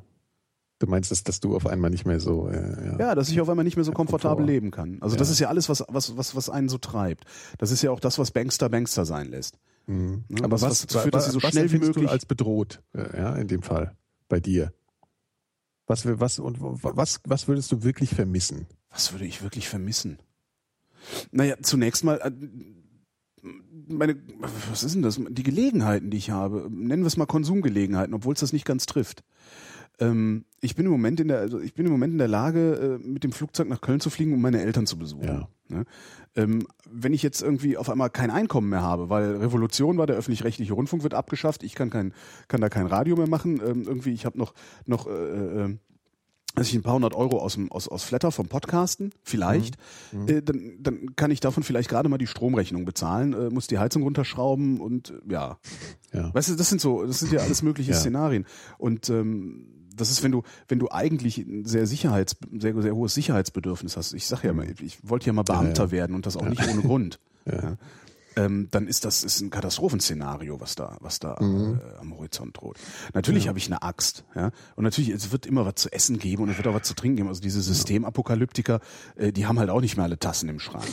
[SPEAKER 2] Du meinst, dass, dass du auf einmal nicht mehr so. Äh, ja.
[SPEAKER 1] Ja, dass ich auf einmal nicht mehr so komfortabel
[SPEAKER 2] Komfort.
[SPEAKER 1] leben kann. Also das ist ja alles, was, was, was, was einen so treibt. Das ist ja auch das, was Bankster Bankster sein lässt.
[SPEAKER 2] Mhm.
[SPEAKER 1] Ne, was- was dazu führt, dass sie so
[SPEAKER 2] was
[SPEAKER 1] schnell wie
[SPEAKER 2] empfindest
[SPEAKER 1] möglich-
[SPEAKER 2] du als bedroht, äh, ja, in dem Fall bei dir. Was wir, was und w- was, was würdest du wirklich vermissen?
[SPEAKER 1] Was würde ich wirklich vermissen? Naja, zunächst mal, äh, meine, was ist denn das? Die Gelegenheiten, die ich habe. Nennen wir es mal Konsumgelegenheiten, obwohl es das nicht ganz trifft. Ähm, ich bin im Moment in der, also ich bin im Moment in der Lage, äh, mit dem Flugzeug nach Köln zu fliegen, um meine Eltern zu besuchen.
[SPEAKER 2] Ja.
[SPEAKER 1] Ne? Ähm, wenn ich jetzt irgendwie auf einmal kein Einkommen mehr habe, weil Revolution war, der öffentlich-rechtliche Rundfunk wird abgeschafft, ich kann kein, kann da kein Radio mehr machen, ähm, irgendwie, ich habe noch, noch, äh, äh, dass ich ein paar hundert Euro aus, dem, aus, aus Flatter vom Podcasten, vielleicht, Äh, dann, dann kann ich davon vielleicht gerade mal die Stromrechnung bezahlen, äh, muss die Heizung runterschrauben und äh, ja.
[SPEAKER 2] Ja.
[SPEAKER 1] Weißt du, das sind so, das sind ja alles mögliche
[SPEAKER 2] Ja.
[SPEAKER 1] Szenarien. Und ähm, das ist, wenn du, wenn du eigentlich ein sehr Sicherheits, sehr, sehr hohes Sicherheitsbedürfnis hast, ich sag ja mal, ich wollte ja mal Beamter
[SPEAKER 2] Ja, ja.
[SPEAKER 1] werden und das auch nicht ohne
[SPEAKER 2] [LAUGHS]
[SPEAKER 1] Grund. Ja. Ähm, dann ist das ist ein Katastrophenszenario, was da, was da
[SPEAKER 2] Mhm.
[SPEAKER 1] äh, am Horizont droht. Natürlich habe ich eine Axt, ja. Und natürlich, es wird immer was zu essen geben und es wird auch was zu trinken geben. Also diese Systemapokalyptiker, äh, die haben halt auch nicht mehr alle Tassen im Schrank.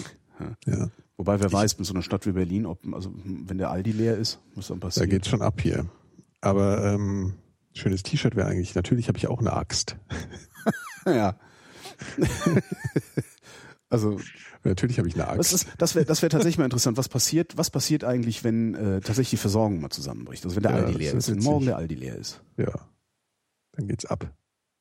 [SPEAKER 1] Ja.
[SPEAKER 2] ja.
[SPEAKER 1] Wobei, wer weiß, in so einer Stadt wie Berlin, ob, also wenn der Aldi leer ist, muss dann
[SPEAKER 2] Da
[SPEAKER 1] passieren.
[SPEAKER 2] geht's schon ab hier. Aber ähm, schönes T-Shirt wäre eigentlich, natürlich habe ich auch eine Axt. [LAUGHS]
[SPEAKER 1] Ja. also,
[SPEAKER 2] Natürlich habe ich eine Axt.
[SPEAKER 1] das, ist- das wäre das wär tatsächlich mal interessant. Was passiert, was passiert eigentlich, wenn äh, tatsächlich die Versorgung mal zusammenbricht? Also wenn der
[SPEAKER 2] Ja,
[SPEAKER 1] Aldi
[SPEAKER 2] das
[SPEAKER 1] leer
[SPEAKER 2] ist
[SPEAKER 1] ist, wenn
[SPEAKER 2] witzig.
[SPEAKER 1] morgen der Aldi leer ist.
[SPEAKER 2] Ja. Dann geht's ab.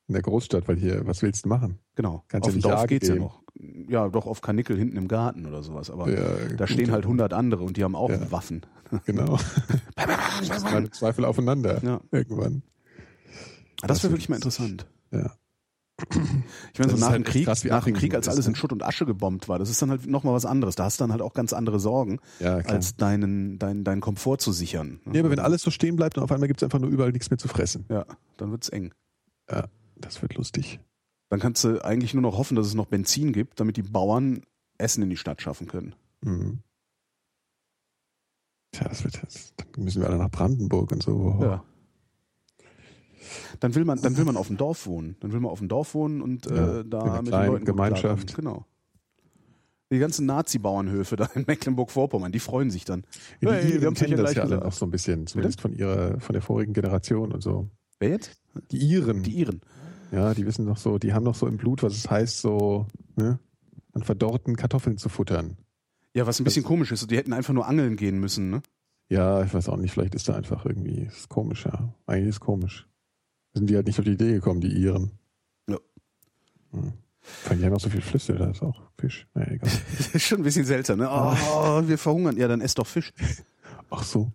[SPEAKER 2] In der Großstadt, weil hier, was willst du machen?
[SPEAKER 1] Genau.
[SPEAKER 2] Kannst ja
[SPEAKER 1] auf dem
[SPEAKER 2] nicht
[SPEAKER 1] Dorf
[SPEAKER 2] jagen
[SPEAKER 1] geht's ja
[SPEAKER 2] gehen.
[SPEAKER 1] noch. Ja, doch auf Karnickel hinten im Garten oder sowas. Aber
[SPEAKER 2] Ja,
[SPEAKER 1] da
[SPEAKER 2] gut.
[SPEAKER 1] stehen halt 100 andere und die haben auch
[SPEAKER 2] Ja.
[SPEAKER 1] Waffen.
[SPEAKER 2] Genau. Schießen mal im Zweifel aufeinander.
[SPEAKER 1] Ja.
[SPEAKER 2] Irgendwann.
[SPEAKER 1] Ah, Das
[SPEAKER 2] wird
[SPEAKER 1] wäre wirklich mal
[SPEAKER 2] witzig.
[SPEAKER 1] interessant.
[SPEAKER 2] Ja.
[SPEAKER 1] Ich meine, so
[SPEAKER 2] Das ist
[SPEAKER 1] nach
[SPEAKER 2] halt
[SPEAKER 1] dem Krieg,
[SPEAKER 2] krass, wie
[SPEAKER 1] nach dem
[SPEAKER 2] abhängig
[SPEAKER 1] Krieg,
[SPEAKER 2] man
[SPEAKER 1] als
[SPEAKER 2] ist,
[SPEAKER 1] alles in
[SPEAKER 2] ne?
[SPEAKER 1] Schutt und Asche gebombt war, das ist dann halt nochmal was anderes. Da hast du dann halt auch ganz andere Sorgen,
[SPEAKER 2] Ja, klar.
[SPEAKER 1] als deinen, deinen, deinen Komfort zu sichern. ne? Also
[SPEAKER 2] Nee, aber wenn alles so stehen bleibt und auf einmal gibt's einfach nur überall nichts mehr zu fressen.
[SPEAKER 1] Ja, dann wird's eng.
[SPEAKER 2] Ja, das wird lustig.
[SPEAKER 1] Dann kannst du eigentlich nur noch hoffen, dass es noch Benzin gibt, damit die Bauern Essen in die Stadt schaffen können.
[SPEAKER 2] Mhm. Tja, das wird das. Dann müssen wir alle nach Brandenburg und so.
[SPEAKER 1] Ja. Dann will man, dann will man auf dem Dorf wohnen. Dann will man auf dem Dorf wohnen und
[SPEAKER 2] Ja,
[SPEAKER 1] äh, da
[SPEAKER 2] in einer
[SPEAKER 1] mit den
[SPEAKER 2] kleinen
[SPEAKER 1] Leuten gut
[SPEAKER 2] Gemeinschaft.
[SPEAKER 1] klarkommen. Genau. Die ganzen Nazi-Bauernhöfe [LAUGHS] da in Mecklenburg-Vorpommern, die freuen sich dann.
[SPEAKER 2] Ja, die Iren
[SPEAKER 1] haben's euch
[SPEAKER 2] kennen das ja alle
[SPEAKER 1] wieder.
[SPEAKER 2] noch so ein bisschen, zumindest von ihrer, von der vorigen Generation und so.
[SPEAKER 1] Wer jetzt?
[SPEAKER 2] Die Iren,
[SPEAKER 1] Die Iren.
[SPEAKER 2] ja, die wissen noch so, die haben noch so im Blut, was es heißt, so ne, an verdorrten Kartoffeln zu futtern.
[SPEAKER 1] Ja, was ein bisschen komisch ist, die hätten einfach nur angeln gehen müssen, ne? [LAUGHS]
[SPEAKER 2] Ja, ich weiß auch nicht, vielleicht ist da einfach irgendwie, ist komisch, ja. Eigentlich ist komisch. Sind die halt nicht auf die Idee gekommen, die Iren.
[SPEAKER 1] Ja.
[SPEAKER 2] Hm. Vor allem, Die haben auch so viel Flüsse, da ist auch Fisch. Naja,
[SPEAKER 1] [LAUGHS]
[SPEAKER 2] egal.
[SPEAKER 1] Das ist schon ein bisschen seltsam, ne?
[SPEAKER 2] Ah.
[SPEAKER 1] Oh, wir verhungern. Ja, dann ess doch Fisch.
[SPEAKER 2] Ach so.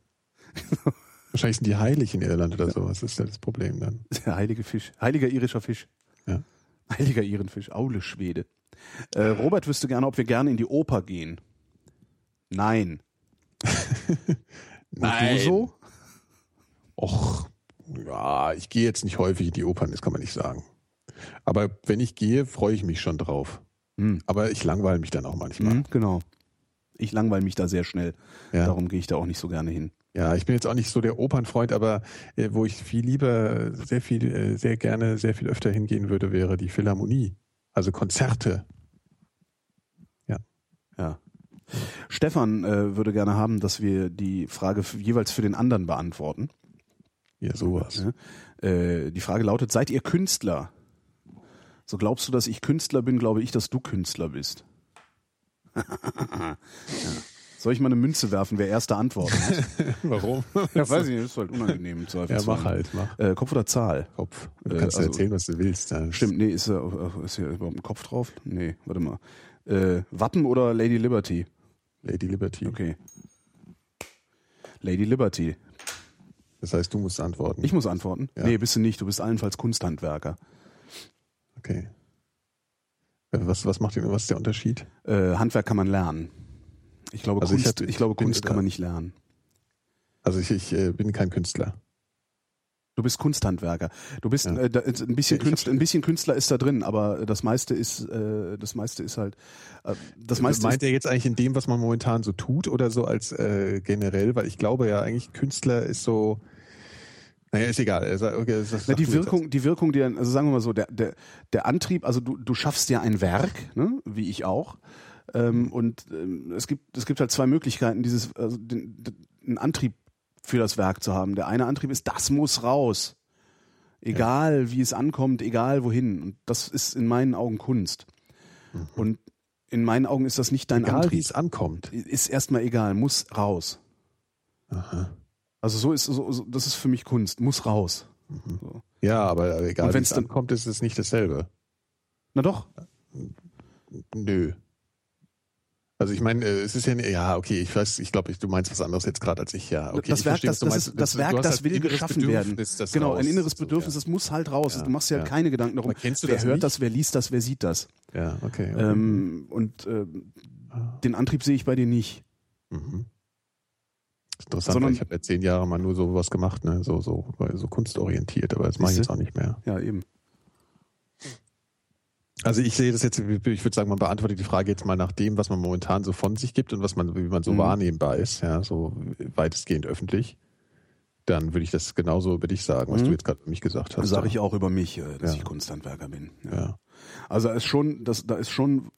[SPEAKER 2] Wahrscheinlich sind die heilig in Irland oder sowas, das ist ja das Problem dann.
[SPEAKER 1] Der heilige Fisch. [LAUGHS] Heiliger irischer Fisch.
[SPEAKER 2] Ja.
[SPEAKER 1] Heiliger Irenfisch. Aule Schwede. Äh, Robert wüsste gerne, ob wir gerne in die Oper gehen. Nein. Und du so?
[SPEAKER 2] Och, ja, ich gehe jetzt nicht häufig in die Opern, das kann man nicht sagen. Aber wenn ich gehe, freue ich mich schon drauf.
[SPEAKER 1] Hm.
[SPEAKER 2] Aber ich langweile mich dann auch manchmal.
[SPEAKER 1] Mhm, genau. Ich langweile mich da sehr schnell.
[SPEAKER 2] Ja.
[SPEAKER 1] Darum gehe ich da auch nicht so gerne hin.
[SPEAKER 2] Ja, ich bin jetzt auch nicht so der Opernfreund, aber äh, wo ich viel lieber, äh, sehr viel, äh, sehr gerne, sehr viel öfter hingehen würde, wäre die Philharmonie. Also Konzerte.
[SPEAKER 1] Ja. Stefan äh, würde gerne haben, dass wir die Frage f- jeweils für den anderen beantworten.
[SPEAKER 2] Ja, sowas.
[SPEAKER 1] Ja. Äh, die Frage lautet: Seid ihr Künstler? So glaubst du, dass ich Künstler bin, glaube ich, dass du Künstler bist. [LAUGHS] ja. Soll ich mal eine Münze werfen, wer erste Antwort?
[SPEAKER 2] [LAUGHS] Warum?
[SPEAKER 1] ja, weiß ich nicht, ist halt unangenehm. im
[SPEAKER 2] Ja,
[SPEAKER 1] Zweifelsfall.
[SPEAKER 2] mach halt, mach.
[SPEAKER 1] Äh, Kopf oder Zahl?
[SPEAKER 2] Kopf. Du
[SPEAKER 1] Äh,
[SPEAKER 2] kannst
[SPEAKER 1] also-
[SPEAKER 2] dir erzählen, was du willst. ja.
[SPEAKER 1] Stimmt, nee, ist, ja, ist hier überhaupt ein Kopf drauf? Nee, warte mal. Äh, Wappen oder Lady Liberty?
[SPEAKER 2] Lady Liberty.
[SPEAKER 1] Okay. Lady Liberty.
[SPEAKER 2] Das heißt, du musst antworten.
[SPEAKER 1] Ich muss antworten?
[SPEAKER 2] Ja.
[SPEAKER 1] Nee, bist du nicht. Du bist allenfalls Kunsthandwerker.
[SPEAKER 2] okay. Äh, Was, was macht den, was ist der Unterschied?
[SPEAKER 1] Äh, Handwerk kann man lernen. Ich glaube,
[SPEAKER 2] Also ich
[SPEAKER 1] Kunst,
[SPEAKER 2] hab-
[SPEAKER 1] ich glaube,
[SPEAKER 2] bin
[SPEAKER 1] Kunst
[SPEAKER 2] da-
[SPEAKER 1] kann man nicht lernen.
[SPEAKER 2] Also ich, ich äh, bin kein Künstler.
[SPEAKER 1] Du bist Kunsthandwerker. Du bist
[SPEAKER 2] Ja.
[SPEAKER 1] äh, da, ist ein, bisschen
[SPEAKER 2] Ich hab's-
[SPEAKER 1] Künstler, ein bisschen Künstler ist da drin, aber das meiste ist, äh, das meiste ist halt, äh, das meiste
[SPEAKER 2] Meint
[SPEAKER 1] ist,
[SPEAKER 2] er jetzt eigentlich in dem, was man momentan so tut oder so als äh, generell? Weil ich glaube ja eigentlich, Künstler ist so. Naja, ist egal. Er sagt, Okay, das, das
[SPEAKER 1] na,
[SPEAKER 2] sag
[SPEAKER 1] die
[SPEAKER 2] du jetzt
[SPEAKER 1] Wirkung, die Wirkung, die dann, also sagen wir mal so, der, der, der Antrieb, also du, du schaffst ja ein Werk, ne? wie ich auch,
[SPEAKER 2] Mhm.
[SPEAKER 1] ähm, und ähm, es gibt, es gibt halt zwei Möglichkeiten, dieses, also den, den, einen Antrieb für das Werk zu haben. Der eine Antrieb ist, das muss raus. Egal, wie es ankommt, egal wohin. Und das ist in meinen Augen Kunst. Und in meinen Augen ist das nicht dein
[SPEAKER 2] als- Mhm. Egal, wie
[SPEAKER 1] Antrieb.
[SPEAKER 2] es ankommt.
[SPEAKER 1] Ist erstmal egal, muss raus.
[SPEAKER 2] Aha.
[SPEAKER 1] Also so ist, so, so, das ist für mich Kunst, muss raus.
[SPEAKER 2] Ja, aber egal,
[SPEAKER 1] Und
[SPEAKER 2] wie
[SPEAKER 1] wenn's
[SPEAKER 2] es
[SPEAKER 1] dann-
[SPEAKER 2] ankommt, ist es nicht dasselbe.
[SPEAKER 1] Na doch,
[SPEAKER 2] Nö. Also ich meine, äh, es ist ja, ja, okay, ich weiß, ich glaube, ich- du meinst was anderes jetzt gerade als ich, ja. Okay,
[SPEAKER 1] das
[SPEAKER 2] ich
[SPEAKER 1] Werk,
[SPEAKER 2] verstehe,
[SPEAKER 1] das,
[SPEAKER 2] was du
[SPEAKER 1] das,
[SPEAKER 2] meinst.
[SPEAKER 1] ist, das,
[SPEAKER 2] Du-
[SPEAKER 1] Werk,
[SPEAKER 2] du hast
[SPEAKER 1] das
[SPEAKER 2] halt
[SPEAKER 1] will
[SPEAKER 2] inneres
[SPEAKER 1] geschaffen werden.
[SPEAKER 2] Bedürfnis, das
[SPEAKER 1] genau, ein
[SPEAKER 2] raus-
[SPEAKER 1] inneres
[SPEAKER 2] so, ja.
[SPEAKER 1] Bedürfnis, das muss halt raus.
[SPEAKER 2] Ja,
[SPEAKER 1] du machst dir halt
[SPEAKER 2] ja.
[SPEAKER 1] keine Gedanken darum,
[SPEAKER 2] Aber kennst du
[SPEAKER 1] wer
[SPEAKER 2] das
[SPEAKER 1] hört
[SPEAKER 2] nicht?
[SPEAKER 1] das, wer liest das, wer sieht das.
[SPEAKER 2] Ja, okay. okay.
[SPEAKER 1] Ähm, und ähm, den Antrieb sehe ich bei dir nicht.
[SPEAKER 2] Mhm. Ist Interessant,
[SPEAKER 1] Sondern-
[SPEAKER 2] weil ich habe ja zehn Jahre mal nur sowas gemacht, ne? so, so, so kunstorientiert, aber das mache ich
[SPEAKER 1] Siehste?
[SPEAKER 2] jetzt auch nicht mehr.
[SPEAKER 1] Ja, eben.
[SPEAKER 2] Also ich sehe das jetzt, ich würde sagen, man beantwortet die Frage jetzt mal nach dem, was man momentan so von sich gibt und was man, wie man so
[SPEAKER 1] Mhm.
[SPEAKER 2] wahrnehmbar ist, ja, so weitestgehend öffentlich. Dann würde ich das genauso über dich sagen, was
[SPEAKER 1] Mhm.
[SPEAKER 2] du jetzt gerade über mich gesagt hast.
[SPEAKER 1] Das sage ich auch über mich, äh, dass
[SPEAKER 2] Ja.
[SPEAKER 1] ich Kunsthandwerker bin. Ja.
[SPEAKER 2] Ja.
[SPEAKER 1] Also da ist schon, das, da ist schon,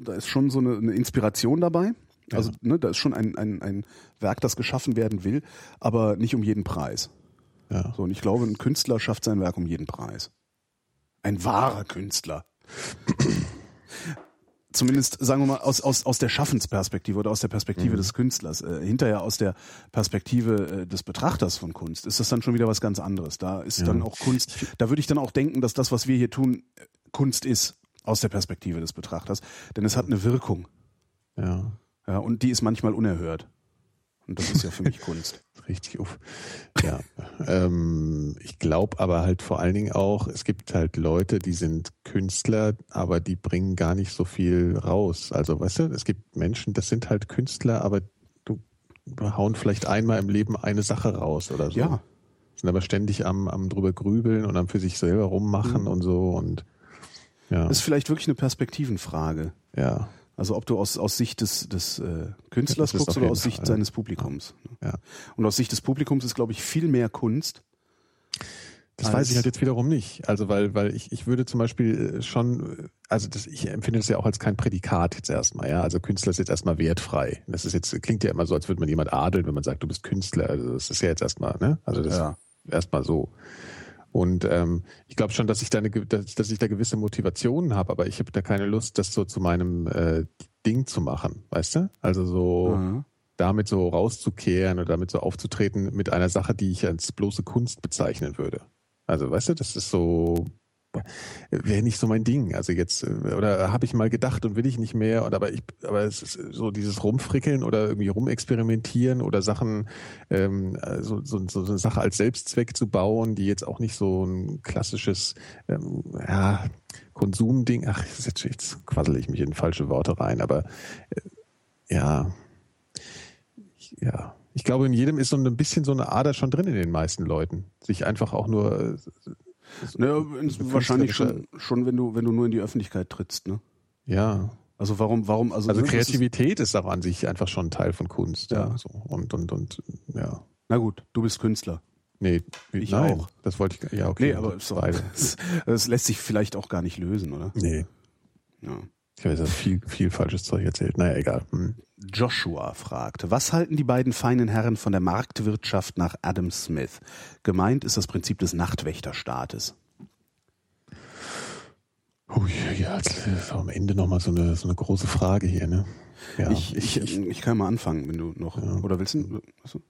[SPEAKER 1] da ist schon so eine, eine Inspiration dabei. Also ne, da ist schon ein, ein, ein Werk, das geschaffen werden will, aber nicht um jeden Preis.
[SPEAKER 2] Ja.
[SPEAKER 1] So, und ich glaube, ein Künstler schafft sein Werk um jeden Preis. Ein wahrer Künstler. Zumindest, sagen wir mal, aus, aus, aus der Schaffensperspektive oder aus der Perspektive des Künstlers. Äh, hinterher aus der Perspektive äh, des Betrachters von Kunst ist das dann schon wieder was ganz anderes. Da ist dann auch Kunst, da würde ich dann auch denken, dass das, was wir hier tun, äh, Kunst ist aus der Perspektive des Betrachters. Denn es hat eine Wirkung.
[SPEAKER 2] ja.
[SPEAKER 1] Ja, und die ist manchmal unerhört. Und das ist ja
[SPEAKER 2] [LAUGHS]
[SPEAKER 1] für mich Kunst.
[SPEAKER 2] Richtig uff. Ja. [LAUGHS] ähm, ich glaube aber halt vor allen Dingen auch, es gibt halt Leute, die sind Künstler, aber die bringen gar nicht so viel raus. Also weißt du, es gibt Menschen, das sind halt Künstler, aber du hauen vielleicht einmal im Leben eine Sache raus oder so.
[SPEAKER 1] Ja.
[SPEAKER 2] Sind aber ständig am, am drüber grübeln und am für sich selber rummachen und so und ja.
[SPEAKER 1] Das ist vielleicht wirklich eine Perspektivenfrage.
[SPEAKER 2] ja.
[SPEAKER 1] Also ob du aus, aus Sicht des, des äh, Künstlers
[SPEAKER 2] Das ist
[SPEAKER 1] guckst
[SPEAKER 2] auf
[SPEAKER 1] oder
[SPEAKER 2] jeden
[SPEAKER 1] aus Sicht
[SPEAKER 2] Fall, ja.
[SPEAKER 1] seines Publikums. ne?
[SPEAKER 2] Ja.
[SPEAKER 1] Und aus Sicht des Publikums ist, glaube ich, viel mehr Kunst
[SPEAKER 2] Das
[SPEAKER 1] als-
[SPEAKER 2] weiß ich halt jetzt wiederum nicht. Also weil, weil ich, ich würde zum Beispiel äh, schon, äh, also das, ich empfinde das ja auch als kein Prädikat jetzt erstmal, ja. Also Künstler ist jetzt erstmal wertfrei. Das ist jetzt, klingt ja immer so, als würde man jemand adeln, wenn man sagt, du bist Künstler. Also das ist ja jetzt erstmal, ne? Also das
[SPEAKER 1] Ja.
[SPEAKER 2] erstmal so. Und ähm, ich glaube schon, dass ich da eine, ge- dass, dass ich da gewisse Motivationen habe, aber ich habe da keine Lust, das so zu meinem äh, Ding zu machen, weißt du? Also so
[SPEAKER 1] Mhm.
[SPEAKER 2] damit so rauszukehren oder damit so aufzutreten mit einer Sache, die ich als bloße Kunst bezeichnen würde. Also, weißt du, das ist so, wäre nicht so mein Ding. Also jetzt, äh, oder habe ich mal gedacht und will ich nicht mehr, und aber ich, aber es ist so dieses Rumfrickeln oder irgendwie rumexperimentieren oder Sachen, ähm, äh, so, so, so eine Sache als Selbstzweck zu bauen, die jetzt auch nicht so ein klassisches, ähm, ja, Konsumding, ach, jetzt, jetzt quassel ich mich in falsche Worte rein, aber äh, ja, ja, ich glaube, in jedem ist so ein bisschen so eine Ader schon drin in den meisten Leuten. Sich einfach auch nur. äh, so-
[SPEAKER 1] Naja,
[SPEAKER 2] so
[SPEAKER 1] Ne, wahrscheinlich
[SPEAKER 2] künstlerische-
[SPEAKER 1] schon, schon wenn, du, wenn du nur in die Öffentlichkeit trittst. Ne?
[SPEAKER 2] Ja.
[SPEAKER 1] Also warum, warum, also,
[SPEAKER 2] Also
[SPEAKER 1] ne, das Ist,
[SPEAKER 2] Kreativität ist auch an sich einfach schon ein Teil von Kunst. Ja.
[SPEAKER 1] Ja.
[SPEAKER 2] so. Und, und, und, ja.
[SPEAKER 1] na gut, du bist Künstler.
[SPEAKER 2] Nee,
[SPEAKER 1] Ich
[SPEAKER 2] nein,
[SPEAKER 1] auch.
[SPEAKER 2] Das wollte ich. Ja, okay.
[SPEAKER 1] Nee, aber [LAUGHS] so,
[SPEAKER 2] beide.
[SPEAKER 1] das, das lässt sich vielleicht auch gar nicht lösen, oder?
[SPEAKER 2] Nee.
[SPEAKER 1] Ja.
[SPEAKER 2] Ich habe jetzt viel, viel falsches Zeug erzählt. Naja, egal. Hm.
[SPEAKER 1] Joshua fragt, was halten die beiden feinen Herren von der Marktwirtschaft nach Adam Smith? Gemeint ist das Prinzip des Nachtwächterstaates.
[SPEAKER 2] Ui, ja, jetzt ist am Ende nochmal so eine, so eine große Frage hier, ne? Ja,
[SPEAKER 1] ich, ich, ich, kann mal anfangen, wenn du noch. Oder willst du? Achso.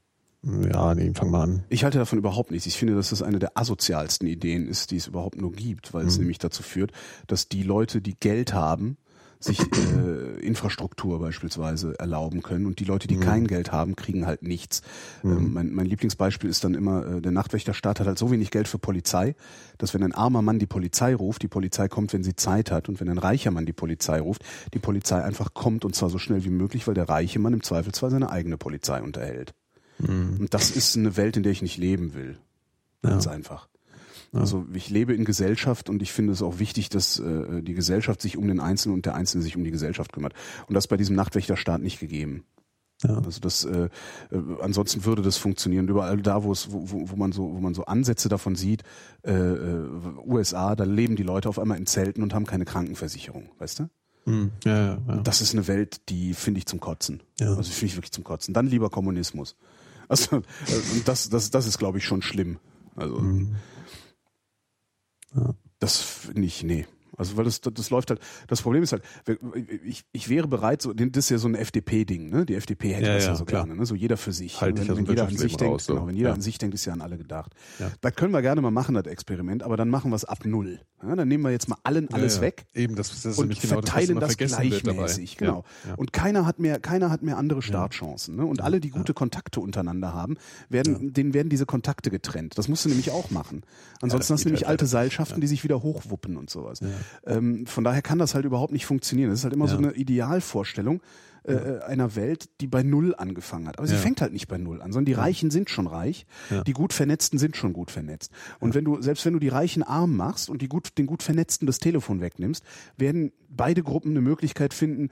[SPEAKER 2] ja nee, fang mal an.
[SPEAKER 1] Ich halte davon überhaupt nichts. Ich finde, dass das eine der asozialsten Ideen ist, die es überhaupt nur gibt, weil es nämlich dazu führt, dass die Leute, die Geld haben, sich äh, Infrastruktur beispielsweise erlauben können und die Leute, die kein Geld haben, kriegen halt nichts. Ähm, mein, mein Lieblingsbeispiel ist dann immer, äh, der Nachtwächterstaat hat halt so wenig Geld für Polizei, dass wenn ein armer Mann die Polizei ruft, die Polizei kommt, wenn sie Zeit hat und wenn ein reicher Mann die Polizei ruft, die Polizei einfach kommt und zwar so schnell wie möglich, weil der reiche Mann im Zweifelsfall seine eigene Polizei unterhält. Und das ist eine Welt, in der ich nicht leben will. Ganz einfach. Also ich lebe in Gesellschaft und ich finde es auch wichtig, dass äh, die Gesellschaft sich um den Einzelnen und der Einzelne sich um die Gesellschaft kümmert. Und das ist bei diesem Nachtwächterstaat nicht gegeben.
[SPEAKER 2] Ja.
[SPEAKER 1] Also das, äh, äh, ansonsten würde das funktionieren. Und Überall da, wo es, wo, wo wo man so, wo man so Ansätze davon sieht, äh, äh, USA, da leben die Leute auf einmal in Zelten und haben keine Krankenversicherung, weißt du?
[SPEAKER 2] Hm. Ja, ja, ja.
[SPEAKER 1] Das ist eine Welt, die finde ich zum Kotzen.
[SPEAKER 2] Ja.
[SPEAKER 1] Also finde ich wirklich zum Kotzen. Dann lieber Kommunismus. Also äh, und das, das, das ist, glaube ich, schon schlimm. Also
[SPEAKER 2] Mhm. Ja.
[SPEAKER 1] das finde ich, nee. Also weil das, das, das läuft halt, das Problem ist halt, wir- ich, ich wäre bereit, so, das ist ja so ein FDP-Ding, ne? Die FDP hätte
[SPEAKER 2] Ja,
[SPEAKER 1] das ja,
[SPEAKER 2] ja,
[SPEAKER 1] so
[SPEAKER 2] klar.
[SPEAKER 1] gerne, ne? So jeder für sich.
[SPEAKER 2] Halte
[SPEAKER 1] wenn,
[SPEAKER 2] ich ja so
[SPEAKER 1] wenn
[SPEAKER 2] ein
[SPEAKER 1] jeder an sich
[SPEAKER 2] Wirtschaftsleben
[SPEAKER 1] denkt,
[SPEAKER 2] raus, so.
[SPEAKER 1] genau, wenn jeder
[SPEAKER 2] Ja.
[SPEAKER 1] an sich denkt, ist ja an alle gedacht.
[SPEAKER 2] Ja.
[SPEAKER 1] Da können wir gerne mal machen, das Experiment, aber dann machen wir es ab null. Ja, dann nehmen wir jetzt mal allen alles
[SPEAKER 2] ja, ja.
[SPEAKER 1] weg
[SPEAKER 2] Eben, das, das ist
[SPEAKER 1] und
[SPEAKER 2] nämlich genau das, was
[SPEAKER 1] verteilen
[SPEAKER 2] immer
[SPEAKER 1] das,
[SPEAKER 2] vergessen wird dabei.
[SPEAKER 1] gleichmäßig, genau.
[SPEAKER 2] Ja, ja.
[SPEAKER 1] Und keiner hat mehr, keiner hat mehr andere Startchancen. Ne? Und alle, die gute Kontakte untereinander haben, werden, denen werden diese Kontakte getrennt. Das musst du nämlich auch machen. Ansonsten hast
[SPEAKER 2] geht
[SPEAKER 1] du nämlich
[SPEAKER 2] halt
[SPEAKER 1] alte
[SPEAKER 2] leider.
[SPEAKER 1] Seilschaften, die sich wieder hochwuppen und sowas. Ähm, von daher kann das halt überhaupt nicht funktionieren. Das ist halt immer so
[SPEAKER 2] Ja.
[SPEAKER 1] eine Idealvorstellung äh, einer Welt, die bei Null angefangen hat. Aber sie
[SPEAKER 2] Ja.
[SPEAKER 1] fängt halt nicht bei Null an, sondern die Reichen sind schon reich,
[SPEAKER 2] Ja.
[SPEAKER 1] die gut Vernetzten sind schon gut vernetzt. Und wenn du, selbst wenn du die Reichen arm machst und die gut, den gut Vernetzten das Telefon wegnimmst, werden beide Gruppen eine Möglichkeit finden,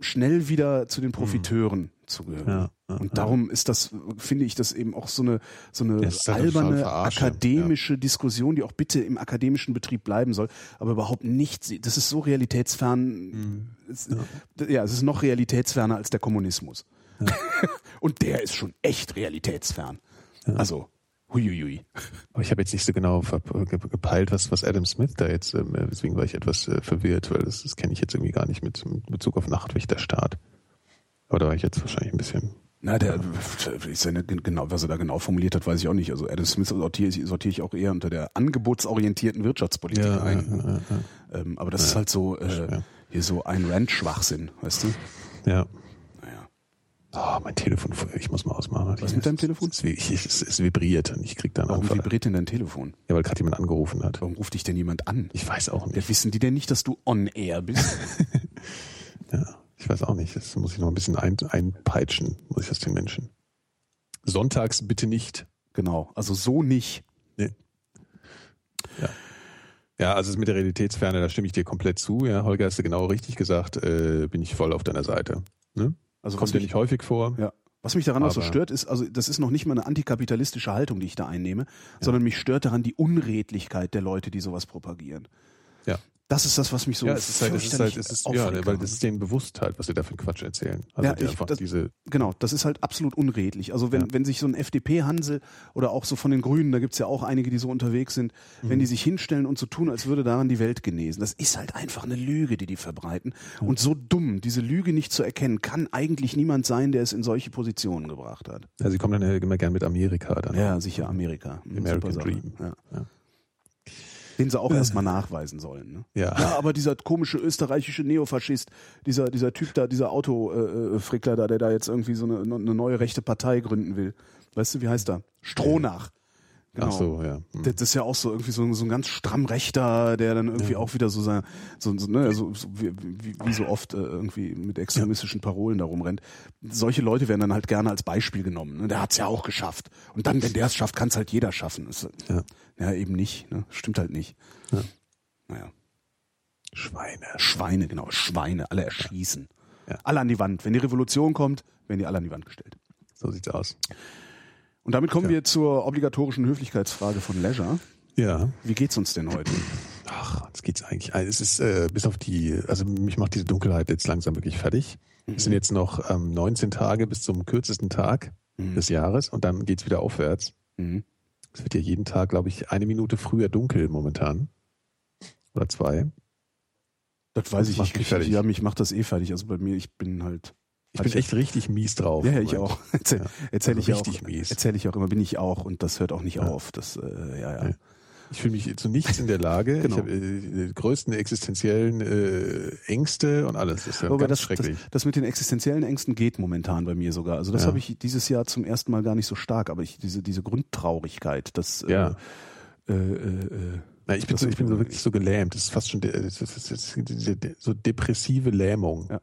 [SPEAKER 1] schnell wieder zu den Profiteuren zu gehören.
[SPEAKER 2] Mhm. Ja, ja,
[SPEAKER 1] und darum ist das, finde ich, das eben auch so eine, so eine
[SPEAKER 2] Ja, es ist halt eine
[SPEAKER 1] alberne,
[SPEAKER 2] Verarsche,
[SPEAKER 1] akademische Diskussion, die auch bitte im akademischen Betrieb bleiben soll, aber überhaupt nicht, sie- das ist so realitätsfern,
[SPEAKER 2] Mhm.
[SPEAKER 1] es, ja. es ist noch realitätsferner als der Kommunismus. [LAUGHS] Und der ist schon echt realitätsfern. Also, huiuiui.
[SPEAKER 2] Aber ich habe jetzt nicht so genau ver- ge- gepeilt, was, was Adam Smith da jetzt, ähm, äh, deswegen war ich etwas äh, verwirrt, weil das, das kenne ich jetzt irgendwie gar nicht mit, mit Bezug auf Nachtwächterstaat. Aber da war ich jetzt wahrscheinlich ein bisschen.
[SPEAKER 1] Na, der, ist ja nicht gen- genau, was er da genau formuliert hat, weiß ich auch nicht. Also Adam Smith sortiere ich, sortiere ich auch eher unter der angebotsorientierten Wirtschaftspolitik
[SPEAKER 2] äh,
[SPEAKER 1] ein.
[SPEAKER 2] ja,
[SPEAKER 1] Ähm, aber das ist halt so, äh, hier so ein Rent-Schwachsinn, weißt du?
[SPEAKER 2] ja.
[SPEAKER 1] Naja.
[SPEAKER 2] Oh, mein Telefon, ich muss mal ausmachen.
[SPEAKER 1] Was mit deinem Telefon?
[SPEAKER 2] Es, es, es, es vibriert und ich krieg da einen
[SPEAKER 1] Warum
[SPEAKER 2] Anfall.
[SPEAKER 1] vibriert denn dein Telefon?
[SPEAKER 2] Ja, weil gerade jemand angerufen hat.
[SPEAKER 1] Warum ruft dich denn jemand an?
[SPEAKER 2] Ich weiß auch nicht.
[SPEAKER 1] Ja, wissen die denn nicht, dass du
[SPEAKER 2] [LAUGHS]
[SPEAKER 1] on-air bist?
[SPEAKER 2] Ja, ich weiß auch nicht. Das muss ich noch ein bisschen ein, einpeitschen, muss ich das den Menschen. Sonntags bitte nicht.
[SPEAKER 1] genau, also so nicht.
[SPEAKER 2] Ja, also es mit der Realitätsferne, da stimme ich dir komplett zu. Ja, Holger, hast du genau richtig gesagt, äh, bin ich voll auf deiner Seite. Ne?
[SPEAKER 1] Also was
[SPEAKER 2] Kommt dir
[SPEAKER 1] mich,
[SPEAKER 2] nicht häufig vor.
[SPEAKER 1] Ja. Was mich daran auch so
[SPEAKER 2] Aber-
[SPEAKER 1] stört, ist, also das ist noch nicht mal eine antikapitalistische Haltung, die ich da einnehme, sondern mich stört daran die Unredlichkeit der Leute, die sowas propagieren.
[SPEAKER 2] Ja.
[SPEAKER 1] Das ist das, was mich so
[SPEAKER 2] ja, es ist halt, es ist halt,
[SPEAKER 1] fürchterlich
[SPEAKER 2] es ist,
[SPEAKER 1] aufregt
[SPEAKER 2] ja, weil
[SPEAKER 1] daran.
[SPEAKER 2] das ist denen bewusst halt, was sie da für einen Quatsch erzählen. Also
[SPEAKER 1] Ja,
[SPEAKER 2] die
[SPEAKER 1] ich-
[SPEAKER 2] einfach
[SPEAKER 1] das-
[SPEAKER 2] diese,
[SPEAKER 1] Genau, das ist halt absolut unredlich. Also wenn,
[SPEAKER 2] Ja.
[SPEAKER 1] wenn sich so ein FDP-Hansel oder auch so von den Grünen, da gibt's ja auch einige, die so unterwegs sind, wenn die sich hinstellen und so tun, als würde daran die Welt genesen. Das ist halt einfach eine Lüge, die die verbreiten. Und so dumm, diese Lüge nicht zu erkennen, kann eigentlich niemand sein, der es in solche Positionen gebracht hat.
[SPEAKER 2] also sie kommen dann ja immer gern mit Amerika dann.
[SPEAKER 1] Ja, sicher Amerika. Mhm,
[SPEAKER 2] American
[SPEAKER 1] super Sache.
[SPEAKER 2] Dream.
[SPEAKER 1] Ja.
[SPEAKER 2] Ja. [LAUGHS]
[SPEAKER 1] Den sie auch erstmal nachweisen sollen. Ne?
[SPEAKER 2] Ja.
[SPEAKER 1] ja, aber dieser komische österreichische Neofaschist, dieser, dieser Typ da, dieser Autofrickler da, der da jetzt irgendwie so eine, eine neue rechte Partei gründen will. Weißt du, wie heißt er? Strohnach. Genau.
[SPEAKER 2] Ach so, ja. Hm.
[SPEAKER 1] Das ist ja auch so irgendwie so, ein- so ein ganz stramm Rechter, der dann irgendwie auch wieder so sein, so, so, ne, so, so wie, wie, wie so oft äh, irgendwie mit extremistischen Parolen darum rennt. Solche Leute werden dann halt gerne als Beispiel genommen. Ne? Der hat's ja auch geschafft. Und dann, wenn der es schafft, kann's halt jeder schaffen. Ist,
[SPEAKER 2] Ja.
[SPEAKER 1] ja, eben nicht. Ne? Stimmt halt nicht.
[SPEAKER 2] Ja.
[SPEAKER 1] Naja.
[SPEAKER 2] Schweine.
[SPEAKER 1] Schweine, genau. Schweine, alle erschießen.
[SPEAKER 2] Ja.
[SPEAKER 1] Alle an die Wand. Wenn die Revolution kommt, werden die alle an die Wand gestellt.
[SPEAKER 2] So sieht's aus.
[SPEAKER 1] Und damit kommen
[SPEAKER 2] Ja.
[SPEAKER 1] wir zur obligatorischen Höflichkeitsfrage von Leisure.
[SPEAKER 2] Ja.
[SPEAKER 1] Wie geht's uns denn heute?
[SPEAKER 2] Ach, jetzt geht's eigentlich. Also es ist äh, bis auf die, also mich macht diese Dunkelheit jetzt langsam wirklich fertig. Es sind
[SPEAKER 1] Mhm.
[SPEAKER 2] jetzt noch ähm, 19 Tage bis zum kürzesten Tag des Jahres und dann geht's wieder aufwärts.
[SPEAKER 1] Mhm.
[SPEAKER 2] Es wird ja jeden Tag, glaube ich, eine Minute früher dunkel momentan. Oder zwei.
[SPEAKER 1] Das weiß ich
[SPEAKER 2] Macht
[SPEAKER 1] nicht.
[SPEAKER 2] mich
[SPEAKER 1] Ich,
[SPEAKER 2] fertig.
[SPEAKER 1] ja, mich macht das eh fertig. Also bei mir, ich bin halt.
[SPEAKER 2] Ich bin echt richtig mies drauf.
[SPEAKER 1] Ja,
[SPEAKER 2] im
[SPEAKER 1] ja, ich
[SPEAKER 2] Moment.
[SPEAKER 1] auch. [LAUGHS] Erzähl,
[SPEAKER 2] Ja.
[SPEAKER 1] erzähl
[SPEAKER 2] Also
[SPEAKER 1] ich
[SPEAKER 2] richtig
[SPEAKER 1] auch.
[SPEAKER 2] mies.
[SPEAKER 1] Erzähl ich auch immer, bin ich auch. Und das hört auch nicht
[SPEAKER 2] Ja.
[SPEAKER 1] auf. Das, äh, ja, ja.
[SPEAKER 2] Ja. Ich fühle mich zu nichts in der
[SPEAKER 1] [LAUGHS]
[SPEAKER 2] Lage.
[SPEAKER 1] Genau.
[SPEAKER 2] Ich habe äh, die größten existenziellen äh, Ängste und alles. Das ist ja
[SPEAKER 1] Wobei
[SPEAKER 2] ganz
[SPEAKER 1] das, das,
[SPEAKER 2] schrecklich.
[SPEAKER 1] das mit den existenziellen Ängsten geht momentan bei mir sogar. Also das
[SPEAKER 2] Ja.
[SPEAKER 1] habe ich dieses Jahr zum ersten Mal gar nicht so stark, aber ich, diese, diese Grundtraurigkeit, das
[SPEAKER 2] Ja.
[SPEAKER 1] äh, äh, äh,
[SPEAKER 2] Na, ich, bin
[SPEAKER 1] das-
[SPEAKER 2] so, ich bin so wirklich so gelähmt. Das ist fast schon de das ist, das ist, das ist so depressive Lähmung.
[SPEAKER 1] Ja.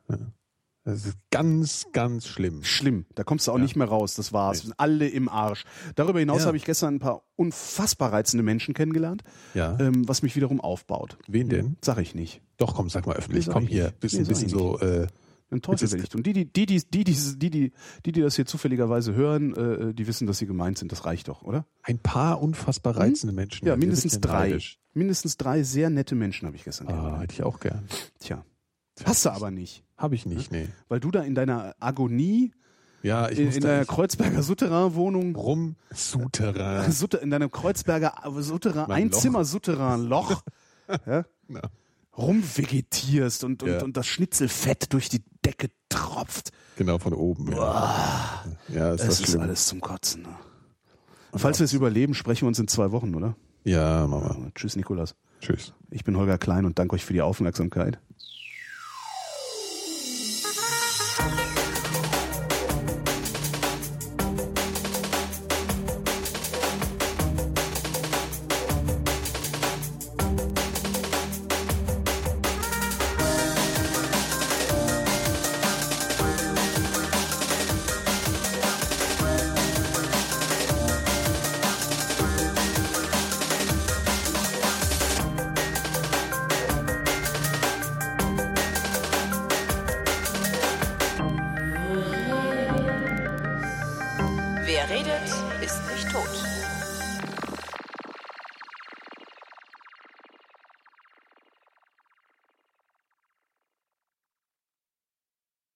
[SPEAKER 2] Das ist ganz, ganz schlimm.
[SPEAKER 1] schlimm. Da kommst du auch
[SPEAKER 2] Ja.
[SPEAKER 1] nicht mehr raus. Das war's.
[SPEAKER 2] Nee.
[SPEAKER 1] Wir sind alle im Arsch. Darüber hinaus
[SPEAKER 2] Ja.
[SPEAKER 1] habe ich gestern ein paar unfassbar reizende Menschen kennengelernt,
[SPEAKER 2] Ja.
[SPEAKER 1] ähm, was mich wiederum aufbaut.
[SPEAKER 2] Wen denn?
[SPEAKER 1] Sag ich nicht.
[SPEAKER 2] Doch, komm, sag mal öffentlich.
[SPEAKER 1] Nee, sag
[SPEAKER 2] komm
[SPEAKER 1] ich
[SPEAKER 2] hier.
[SPEAKER 1] nicht.
[SPEAKER 2] Bist
[SPEAKER 1] Nee,
[SPEAKER 2] ein
[SPEAKER 1] sag
[SPEAKER 2] bisschen
[SPEAKER 1] ich
[SPEAKER 2] so. Äh,
[SPEAKER 1] Ein Teufel
[SPEAKER 2] Jetzt
[SPEAKER 1] will
[SPEAKER 2] ist-
[SPEAKER 1] ich tun. Die, die, die, die, die, die, die, die, die, die das hier zufälligerweise hören, äh, die wissen, dass sie gemeint sind. Das reicht doch, oder?
[SPEAKER 2] ein paar unfassbar reizende Menschen.
[SPEAKER 1] Hm? Ja,
[SPEAKER 2] Wir
[SPEAKER 1] mindestens
[SPEAKER 2] sind ja
[SPEAKER 1] drei.
[SPEAKER 2] neidisch.
[SPEAKER 1] Mindestens drei sehr nette Menschen habe ich gestern
[SPEAKER 2] Ah,
[SPEAKER 1] kennengelernt.
[SPEAKER 2] hätte ich auch gern.
[SPEAKER 1] Tja. Hast du aber nicht.
[SPEAKER 2] Habe ich nicht, nee.
[SPEAKER 1] Weil du da in deiner Agonie,
[SPEAKER 2] Ja, ich
[SPEAKER 1] Hm? in,
[SPEAKER 2] muss
[SPEAKER 1] in
[SPEAKER 2] da
[SPEAKER 1] deiner
[SPEAKER 2] echt
[SPEAKER 1] Kreuzberger Souterrain-Wohnung,
[SPEAKER 2] rum. Souterrain.
[SPEAKER 1] Sutter- in deinem Kreuzberger äh, Souterrain,
[SPEAKER 2] Mein
[SPEAKER 1] ein
[SPEAKER 2] Loch. [LAUGHS]
[SPEAKER 1] Zimmer Souterrain-Loch ja,
[SPEAKER 2] Ja.
[SPEAKER 1] rumvegetierst und, und,
[SPEAKER 2] Ja.
[SPEAKER 1] und das Schnitzelfett durch die Decke tropft.
[SPEAKER 2] Genau, von oben. Ja, ja ist
[SPEAKER 1] Es
[SPEAKER 2] das
[SPEAKER 1] ist
[SPEAKER 2] schlimm.
[SPEAKER 1] alles zum Kotzen. Ne? Falls wir es überleben, sprechen wir uns in zwei Wochen, oder?
[SPEAKER 2] Ja, Mama.
[SPEAKER 1] Tschüss, Nikolas.
[SPEAKER 2] Tschüss.
[SPEAKER 1] Ich bin Holger Klein und danke euch für die Aufmerksamkeit.
[SPEAKER 3] Wer redet, ist nicht tot.